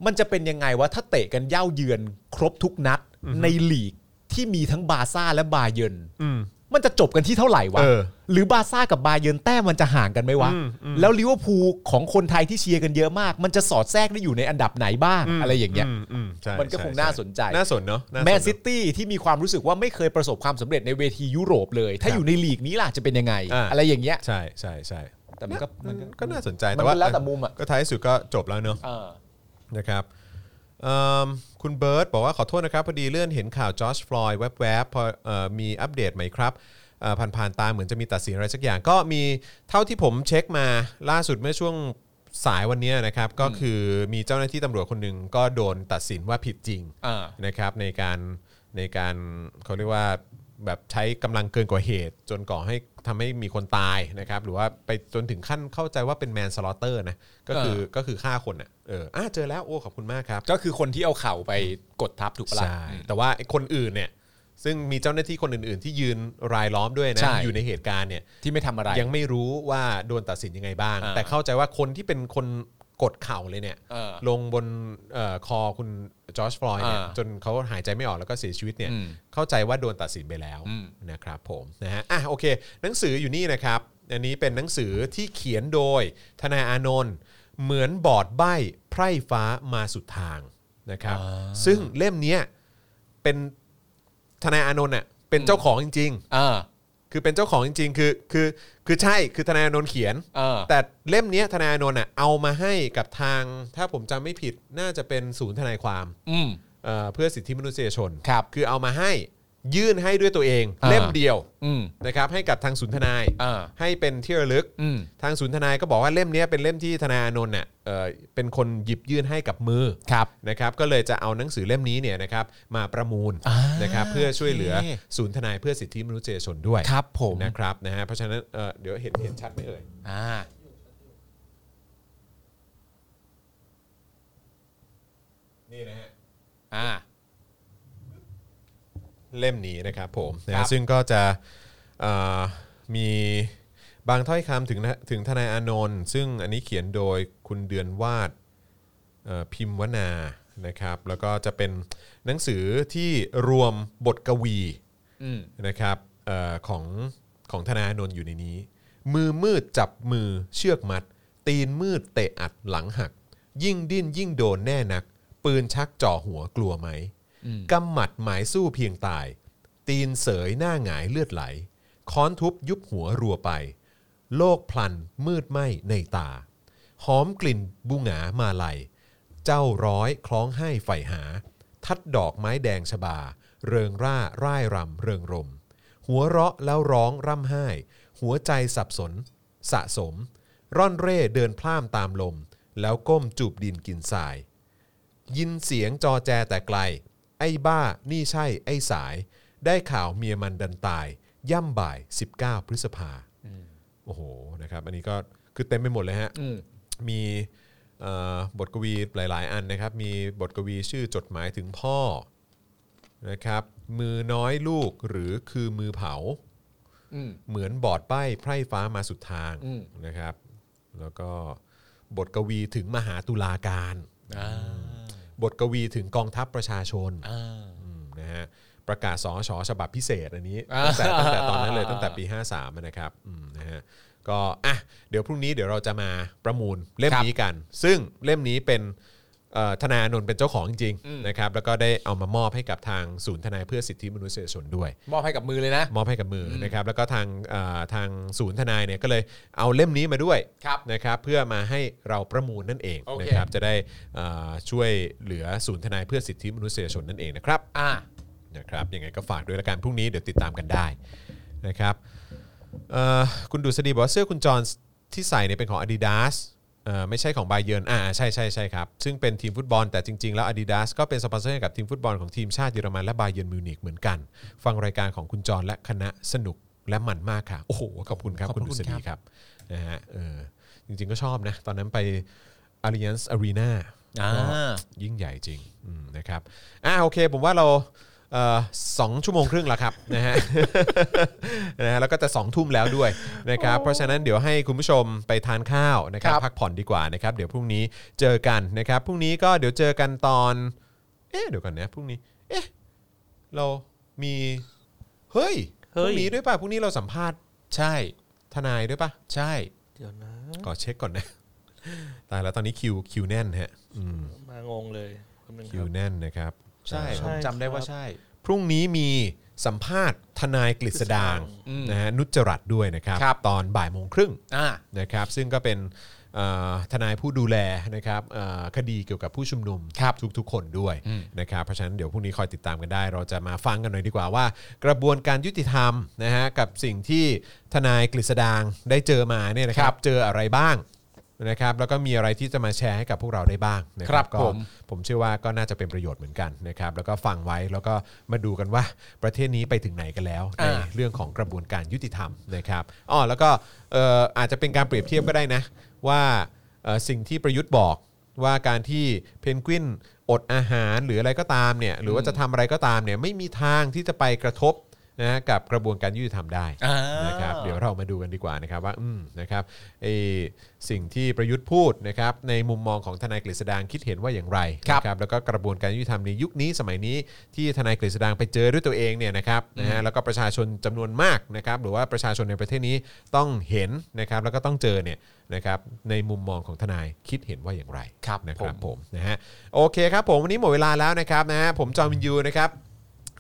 Speaker 4: มันจะเป็นยังไงวะถ้าเตะกันเย่าเยือนครบทุกนัด
Speaker 2: อือฮึ
Speaker 4: ในลีกที่มีทั้งบาร์ซ่าและบาเยิร์น
Speaker 2: อืม
Speaker 4: มันจะจบกันที่เท่าไหร่วะ
Speaker 2: เออ
Speaker 4: หรือบาร์ซ่ากับบาเยิร์นแต้มมันจะห่างกันไหมวะ
Speaker 2: อืมอืม
Speaker 4: แล้วลิเวอร์พูลของคนไทยที่เชียร์กันเยอะมาก มันจะสอดแทรกได้อยู่ในอันดับไหนบ้าง อะไรอย่างเงี้ย
Speaker 2: มอืมใช่
Speaker 4: มันก็คง
Speaker 2: ใช่
Speaker 4: น่าสนใจ
Speaker 2: น่าสนเนาะน่าสน
Speaker 4: แม
Speaker 2: เน
Speaker 4: น
Speaker 2: อะ
Speaker 4: ซิตี้ที่มีความรู้สึกว่าไม่เคยประสบความสำเร็จในเวทียุโรปเลย ถ้า
Speaker 2: ครับ
Speaker 4: อยู่ในลีกนี้ล่ะจะเป็นยังไง
Speaker 2: อ่า
Speaker 4: อะไรอย่างเงี้ย
Speaker 2: ใช่ใช่ใช่
Speaker 4: แต่มันก็มันก็
Speaker 2: ก็น่าสนใจ
Speaker 4: มันก็แล้วแต่มุมอะ
Speaker 2: ก็ท้ายสุดก็จบแล้วเนาะ
Speaker 4: เออ
Speaker 2: นะครับเอิ่มคุณเบิร์ตบอกว่าขอโทษนะครับ พอดีเลื่อนเห็นข่าวจอร์จฟลอยด์แวบๆพอเอ่อมีอัปเดตไหมครับเอ่อผ่านๆตาเหมือนจะมีตัดสินอะไรสักอย่าง ก็มีเท่าที่ผมเช็คมาล่าสุดเมื่อช่วงสายวันเนี้ยนะครับก็คือมีเจ้าหน้าที่ตำรวจคนหนึ่งก็โดนตัดสินว่าผิดจริง
Speaker 4: อ่า
Speaker 2: นะครับในการในการเขาเรียกว่า แบบใช้กำลังเกินกว่าเหตุ จนก่อให้ทำให้มีคนตายนะครับ หรือว่าไปจนถึงขั้นเข้าใจว่าเป็นแมนสลอเตอร์นะก็คือก็คือฆ่าคนอ่ะเอออ่ะเจอแล้วโอ้ขอบคุณมากครับ
Speaker 4: ก็คือคนที่เอาเข่าไปกดทับถูกปะล่ะ
Speaker 2: ใช่แต่ว่าไอ้คนอื่นเนี่ยซึ่งมีเจ้าหน้าที่คนอื่น ๆ ที่ยืนรายล้อมด้วยนะ
Speaker 4: ใช่
Speaker 2: อยู่ในเหตุการณ์เนี่ย
Speaker 4: ที่ไม่ทำอะไร
Speaker 2: ยังไม่รู้ว่าโดนตัดสินยังไงบ้าง
Speaker 4: อ่า
Speaker 2: แต่เข้าใจว่าคนที่เป็นคนกดเข่าเลยเนี่ย
Speaker 4: เออ
Speaker 2: ลงบนเออคอคุณจอร์จฟลอยด์เนี่ย
Speaker 4: อ่า
Speaker 2: จนเขาหายใจไม่ออกแล้วก็เสียชีวิตเนี่ย
Speaker 4: อืม
Speaker 2: เข้าใจว่าโดนตัดสินไปแล้ว
Speaker 4: อืม
Speaker 2: นะครับผมนะฮะอ่ะโอเค หนังสืออยู่นี่นะครับ อันนี้เป็นหนังสือที่เขียนโดยทนายอานนท์เหมือนบอดใบ้ไพร่ฟ้ามาสุดทางนะครับ ซึ่งเล่มเนี้ย เป็นทนายอานนท์น่ะเป็นเจ้าของจริง
Speaker 4: เออ
Speaker 2: ๆ คือเป็นเจ้าของจริง ๆ คือคือคือใช่คือทนายอานนท์เขียน
Speaker 4: เออ
Speaker 2: แต่เล่มเนี้ยทนายอานนท์น่ะเอามาให้กับทาง ถ้าผมจำไม่ผิดน่าจะเป็นศูนย์ทนายความ
Speaker 4: อืม
Speaker 2: เอ่อเพื่อสิทธิมนุษยชน
Speaker 4: ครับ
Speaker 2: คือเอามาให้ยื่นให้ด้วยตัวเอง
Speaker 4: อ่า
Speaker 2: เล่มเดียว
Speaker 4: อืม
Speaker 2: นะครับให้กับทางศูนย์ทนาย
Speaker 4: อ่า
Speaker 2: ให้เป็นที่ระลึก
Speaker 4: อืม
Speaker 2: ทางศูนย์ทนายก็บอกว่าเล่มเนี้ยเป็นเล่มที่ทนายอานนท์เนี่ยเอ่อเป็นคนหยิบยื่นให้กับมือ
Speaker 4: ครับ
Speaker 2: นะครับก็เลยจะเอาหนังสือเล่มนี้เนี่ยนะครับมาประมูล
Speaker 4: อ่า
Speaker 2: นะครับเพื่อช่วยเหลือ
Speaker 4: โอเค
Speaker 2: ศูนย์ทนายเพื่อสิทธิมนุษยชนด้วย
Speaker 4: ครับผม
Speaker 2: นะครับนะฮะเพราะฉะนั้นเอ่อเดี๋ยวเห็นเห็นชัดไหมเอ่ย
Speaker 4: อ่า
Speaker 2: นี่นะฮะ
Speaker 4: อ่า
Speaker 2: เล่มนี้นะครับผมนะ
Speaker 4: ครั
Speaker 2: ฮะ
Speaker 4: บ
Speaker 2: ซึ่งก็จะเอ่อมีบางถ้อยคำถึงนะถึงทนายอานนท์ซึ่งอันนี้เขียนโดยคุณเดือนวาด เอ่อพิมพ์วนานะครับ แล้วก็จะเป็นหนังสือที่รวมบทกวี
Speaker 4: อืม
Speaker 2: นะครับเออของของธนาโนนท์อยู่ในนี้ มือมืดจับมือเชือกมัด ตีนมืดเตะอัดหลังหัก ยิ่งดิ้นยิ่งโดนแน่นัก ปืนชักจ่อหัวกลัวไหม
Speaker 4: อืม
Speaker 2: กำหมัดหมายสู้เพียงตาย ตีนเสยหน้าหงายเลือดไหล ค้อนทุบยุบหัวรัวไป โลกพลันมืดไหมในตา หอมกลิ่นบุหงามาลัย เจ้าร้อยคล้องให้ใฝ่หา ทัดดอกไม้แดงชบา เริงร่าร่ายรำเริงรม หัวเราะแล้วร้องร่ำไห้ หัวใจสับสน สะสม ร่อนเร่เดินพล่ามตามลม แล้วก้มจูบดินกินทราย ยินเสียงจอแจแต่ไกล ไอ้บ้านี่ใช่ไอ้สาย ได้ข่าวเมียมันดันตาย ย่ำบ่าย 19 พฤษภาโอ้โหนะครับ อันนี้ก็คือเต็มไปหมดเลยฮะ
Speaker 4: อืม
Speaker 2: มีเอ่อบทกวีหลาย ๆ อันนะครับ มีบทกวีชื่อจดหมายถึงพ่อนะครับ มือน้อยลูกหรือคือมือเผา
Speaker 4: อืม
Speaker 2: เหมือนบอดใบ้ไพร่ฟ้ามาสุดทาง
Speaker 4: อืม
Speaker 2: นะครับ แล้วก็บทกวีถึงมหาตุลาการ
Speaker 4: อ่า
Speaker 2: บทกวีถึงกองทัพประชาชน
Speaker 4: อ่า
Speaker 2: อืมนะฮะประกาศสอชอฉบับพิเศษอันนี้
Speaker 4: อ่า
Speaker 2: ตั้งแต่ตั้งแต่ตอนนั้นเลยตั้งแต่ปี 53อะนะครับอืมนะฮะก็อ่ะเดี๋ยวพรุ่งนี้เดี๋ยวเราจะมาประมูลเล่มนี้กัน ซึ่งเล่มนี้เป็นเอ่อธนายอานนท์เป็นเจ้าของจริงๆนะครับแล้วก็ได้เอามามอบให้กับทางศูนย์ทนายเพื่อสิทธิมนุษยชนด้วย
Speaker 4: มอบให้กับมือเลยนะ
Speaker 2: มอบให้กับมืออนะครับแล้วก็ทางเอ่อทางศูนย์ทนายเนี่ยก็เลยเอาเล่มนี้มาด้วย
Speaker 4: ครับ
Speaker 2: นะครับเพื่อมาให้เราประมูลนั่นเอง
Speaker 4: โอเค
Speaker 2: นะครับจะได้เอ่อช่วยเหลือศูนย์ทนายเพื่อสิทธิมนุษยชนนั่นเองนะครับ
Speaker 4: อ่า
Speaker 2: นะครับยังไงก็ฝากด้วยละกันพรุ่งนี้เดี๋ยวติดตามกันได้นะครับเอ่อคุณดุษฎีบอกว่าเสื้อคุณจรที่ใส่เนี่ยเป็นของ Adidas เอ่อไม่ใช่ของบาเยิร์นอ่าใช่ใช่ใช่ครับซึ่งเป็นทีมฟุตบอลแต่จริง ๆ แล้ว Adidas ก็เป็นสปอนเซอร์ให้กับทีมฟุตบอลของทีมชาติเยอรมันและบาเยิร์นมิวนิกเหมือนกัน ฟังรายการของคุณจรและคณะสนุกและมันมากค่ะ โอ้โห ขอบคุณครับ
Speaker 4: ขอบ
Speaker 2: คุ
Speaker 4: คุณณ
Speaker 2: ดุษ
Speaker 4: ค
Speaker 2: ฎี
Speaker 4: รับ
Speaker 2: ครับนะฮะเออจริง ๆ ก็ชอบนะ ตอนนั้นไป Allianz Arena
Speaker 4: อ่า
Speaker 2: ก็ยิ่งใหญ่จริงอืมนะครับอ่าโอเคผมว่าเราเอ่อสองชั่วโมงครึ่งแล้วครับ นะฮะ นะฮะแล้วก็จะ2องทุ่มแล้วด้วยนะครับเพราะฉะนั้นเดี๋ยวให้คุณผู้ชมไปทานข้าวนะครับ
Speaker 4: ครับ
Speaker 2: พักผ่อนดีกว่านะครับเดี๋ยวพรุ่งนี้เจอกันนะครับพรุ่งนี้ก็เดี๋ยวเจอกันตอน เอ๊ะเดี๋ยวก่อนนะพรุ่งนี้เอ๊ะเรามีเฮ้ยพ
Speaker 3: เฮ้ย
Speaker 2: รุ่งนี้ด้วยป่ะพรุ่งนี้เราสัมภาษณ์
Speaker 4: ใช่
Speaker 2: ทนายด้วยป่ะ
Speaker 4: ใช่
Speaker 3: เดี๋ยวนะ
Speaker 2: ก่อเช็คก่อนนะตายแล้วตอนนี้คิวคิวแน่นฮะอืม
Speaker 3: มางงเลยแป๊บนึงค
Speaker 2: คิ
Speaker 3: รั
Speaker 2: ว
Speaker 3: บ
Speaker 2: แน่นนะครับ
Speaker 4: ใช่
Speaker 3: ใช่
Speaker 4: ผมจำได้
Speaker 3: ครับ
Speaker 4: ว่าใช่
Speaker 2: พรุ่งนี้มีสัมภาษณ์ทนายกฤษดาง
Speaker 4: อืม
Speaker 2: นะฮะนุจจรัตน์ด้วยนะครับ
Speaker 4: ครับ
Speaker 2: ตอนบ่ายโมงครึ่ง
Speaker 4: อ่า
Speaker 2: นะครับซึ่งก็เป็นเอ่อทนายผู้ดูแลนะครับเอ่อคดีเกี่ยวกับผู้ชุมนุมทุกๆ คนด้วย
Speaker 4: อืม
Speaker 2: นะครับเพราะฉะนั้นเดี๋ยวพรุ่งนี้คอยติดตามกันได้ เราจะมาฟังกันหน่อยดีกว่าว่า กระบวนการยุติธรรมนะฮะกับสิ่งที่ทนายกฤษดางได้เจอมาเนี่ยนะค
Speaker 4: ค
Speaker 2: รั
Speaker 4: รั
Speaker 2: บบ เจออะไรบ้าง นะครับแล้วก็มีอะไรที่จะมาแชร์ให้กับพวกเราได้บ้างนะค
Speaker 4: ครั
Speaker 2: รับบ ก็
Speaker 4: ผม
Speaker 2: ผมเชื่อว่าก็น่าจะเป็นประโยชน์เหมือนกันนะครับแล้วก็ฟังไว้แล้วก็มาดูกันว่าประเทศนี้ไปถึงไหนกันแล้วใน
Speaker 4: อ่า
Speaker 2: เรื่องของกระบวนการยุติธรรมนะครับอ๋อแล้วก็เอ่ออาจจะเป็นการเปรียบเทียบก็ได้นะว่าเอ่อสิ่งที่ประยุทธ์บอกว่าการที่เพนกวินอดอาหารหรืออะไรก็ตามเนี่ยหรือว่าจะทำอะไรก็ตามเนี่ยไม่มีทางที่จะไปกระทบนะฮะกับกระบวนการยุติธรรมได้
Speaker 4: อ่า
Speaker 2: นะครับเดี๋ยวเรามาดูกันดีกว่านะครับว่าอืมนะครับไอสิ่งที่ประยุทธ์พูดนะครับในมุมมองของทนายกฤษดางคิดเห็นว่าอย่างไร
Speaker 4: ครับ
Speaker 2: นะครับแล้วก็กระบวนการยุติธรรมในยุคนี้สมัยนี้ที่ทนายกฤษดางไปเจอด้วยตัวเองเนี่ยนะครับนะฮะแล้วก็ประชาชนจำนวนมากนะครับหรือว่าประชาชนในประเทศนี้ต้องเห็นนะครับแล้วก็ต้องเจอเนี่ยนะครับในมุมมองของทนายคิดเห็นว่าอย่างไร
Speaker 4: ครับ
Speaker 2: นะครับ
Speaker 4: ผม
Speaker 2: ผมนะฮะโอเคครับผมวันนี้หมดเวลาแล้วนะครับนะฮะผมจอมวินยูนะครับ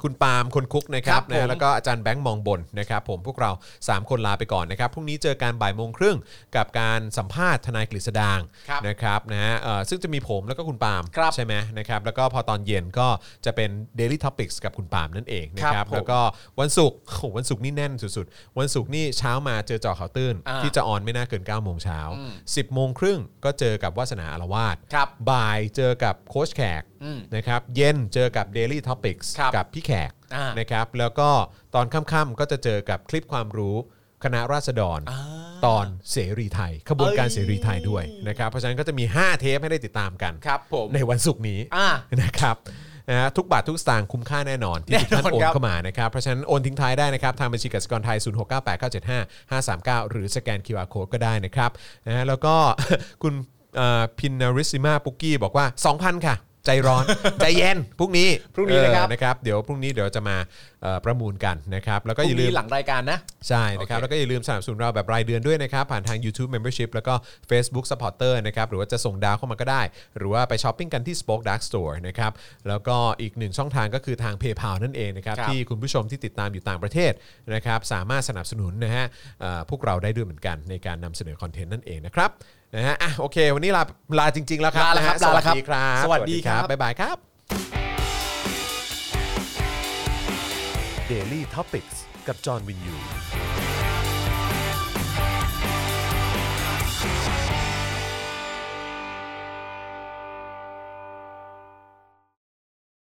Speaker 2: คุณปาล์มคนคุกนะครั
Speaker 4: ครับ บผม
Speaker 2: นะฮะแล้ว แล้วก็อาจารย์แบงค์มองบนนะครับผมพวกเรา 3 คนลาไปก่อนนะครับพรุ่งนี้เจอกันบ่ายโมงครึ่งกับการสัมภาษณ์ทนายกฤษดาง
Speaker 4: ครับ
Speaker 2: นะครับนะฮะเอ่อซึ่งจะมีผมแล้วก็คุณปาล์ม
Speaker 4: ครับ
Speaker 2: ใช่ไหมนะครับแล้วก็พอตอนเย็นก็จะเป็น Daily Topics กับคุณปาล์มนั่นเองนะค
Speaker 4: ค
Speaker 2: รั
Speaker 4: รั
Speaker 2: บบ
Speaker 4: ผม
Speaker 2: แล้วก็วันศุกร์โอ้ โหวันศุกร์นี่แน่นสุดๆ วันศุกร์นี่เช้ามาเจอเจอข่าวตื้น
Speaker 4: อ่า
Speaker 2: ที่จะออนไม่น่าเกิน9ก้าโมงเช้า
Speaker 4: อืม
Speaker 2: สิบโมงครึ่งก็เจอกับวาสนาอารวาส
Speaker 4: ครับ
Speaker 2: บ่ายเจอกับโค้ชแขก
Speaker 4: อืม
Speaker 2: นะครับเย็นเจอกับ Daily Topics
Speaker 4: ครับ
Speaker 2: กับพี่แขก
Speaker 4: อ่าน
Speaker 2: นะครับแล้วก็ตอนค่ำๆก็จะเจอกับคลิปความรู้คณะราษฎร
Speaker 4: อ่า
Speaker 2: ตอนเสรีไทย ขบวนการ
Speaker 4: เอ้ย
Speaker 2: เสรีไทยด้วยนะครับเพราะฉะนั้นก็จะมี 5 เทปให้ได้ติดตามกัน
Speaker 4: ครับผม
Speaker 2: ในวันศุกร์นี้
Speaker 4: อ่า
Speaker 2: นะครับนะฮะทุกบาททุกสตางค์คุ้มค่าแน่นอน ที่
Speaker 4: แน่
Speaker 2: ทุก
Speaker 4: นอน
Speaker 2: ท่านโอน
Speaker 4: ครับ
Speaker 2: เข้ามานะครับเพราะฉะนั้นโอนทิ้งท้ายได้นะครับ ทางบัญชีกสิกรไทย 0698975539 หรือสแกน QR Code ก็ได้นะครับนะฮะแล้วก็ คุณเอ่อพินนาริซิมาปุกกี้บอกว่า 2,000 ค่ะ ใจร้ อน ใจเย็นพรุ่งนี้
Speaker 4: พรุ่งนี้นะครับ
Speaker 2: เออนะครับ เดี๋ยวพรุ่งนี้เดี๋ยวจะมาเอ่อประมูลกันนะครับแล้วก็
Speaker 4: ก็อย่
Speaker 2: อา
Speaker 4: ย่า
Speaker 2: ลืม
Speaker 4: ลืมหลังรายการนะ
Speaker 2: ใช่นะครับ
Speaker 4: โอเค
Speaker 2: แล้วก็อย่าลืมสนับสนุนเราแบบรายเดือนด้วยนะครับ ผ่านทาง YouTube Membership แล้วก็ Facebook Supporter นะครับหรือว่าจะส่งดาวเข้ามาก็ได้ หรือว่าไปช้อปปิ้งกันที่ Spoke Dark Store นะครับแล้วก็อีกหนึ่งช่องทางก็คือทาง PayPal นั่นเองนะครับ
Speaker 4: ครับ
Speaker 2: ที่คุณผู้ชมที่ติดตามอยู่ต่างประเทศนะครับสามารถสนับสนุนนะฮะเอ่อพวกเราได้ด้วยเหมือนกันในการนำเสนอคอนเทนต์นั่นเองนะครับนะฮะอ่ะโอเค วันนี้ลาลาจริง ๆ แล้วครับ
Speaker 4: ลาแล้วครับ
Speaker 2: นะฮะส
Speaker 4: ลา
Speaker 2: วัส
Speaker 4: แล้วครับ
Speaker 2: ดีครับ
Speaker 4: สวัสดีครับ
Speaker 2: บ๊ายบายครับ
Speaker 1: Daily t o p i c กกับจอห์นวินยู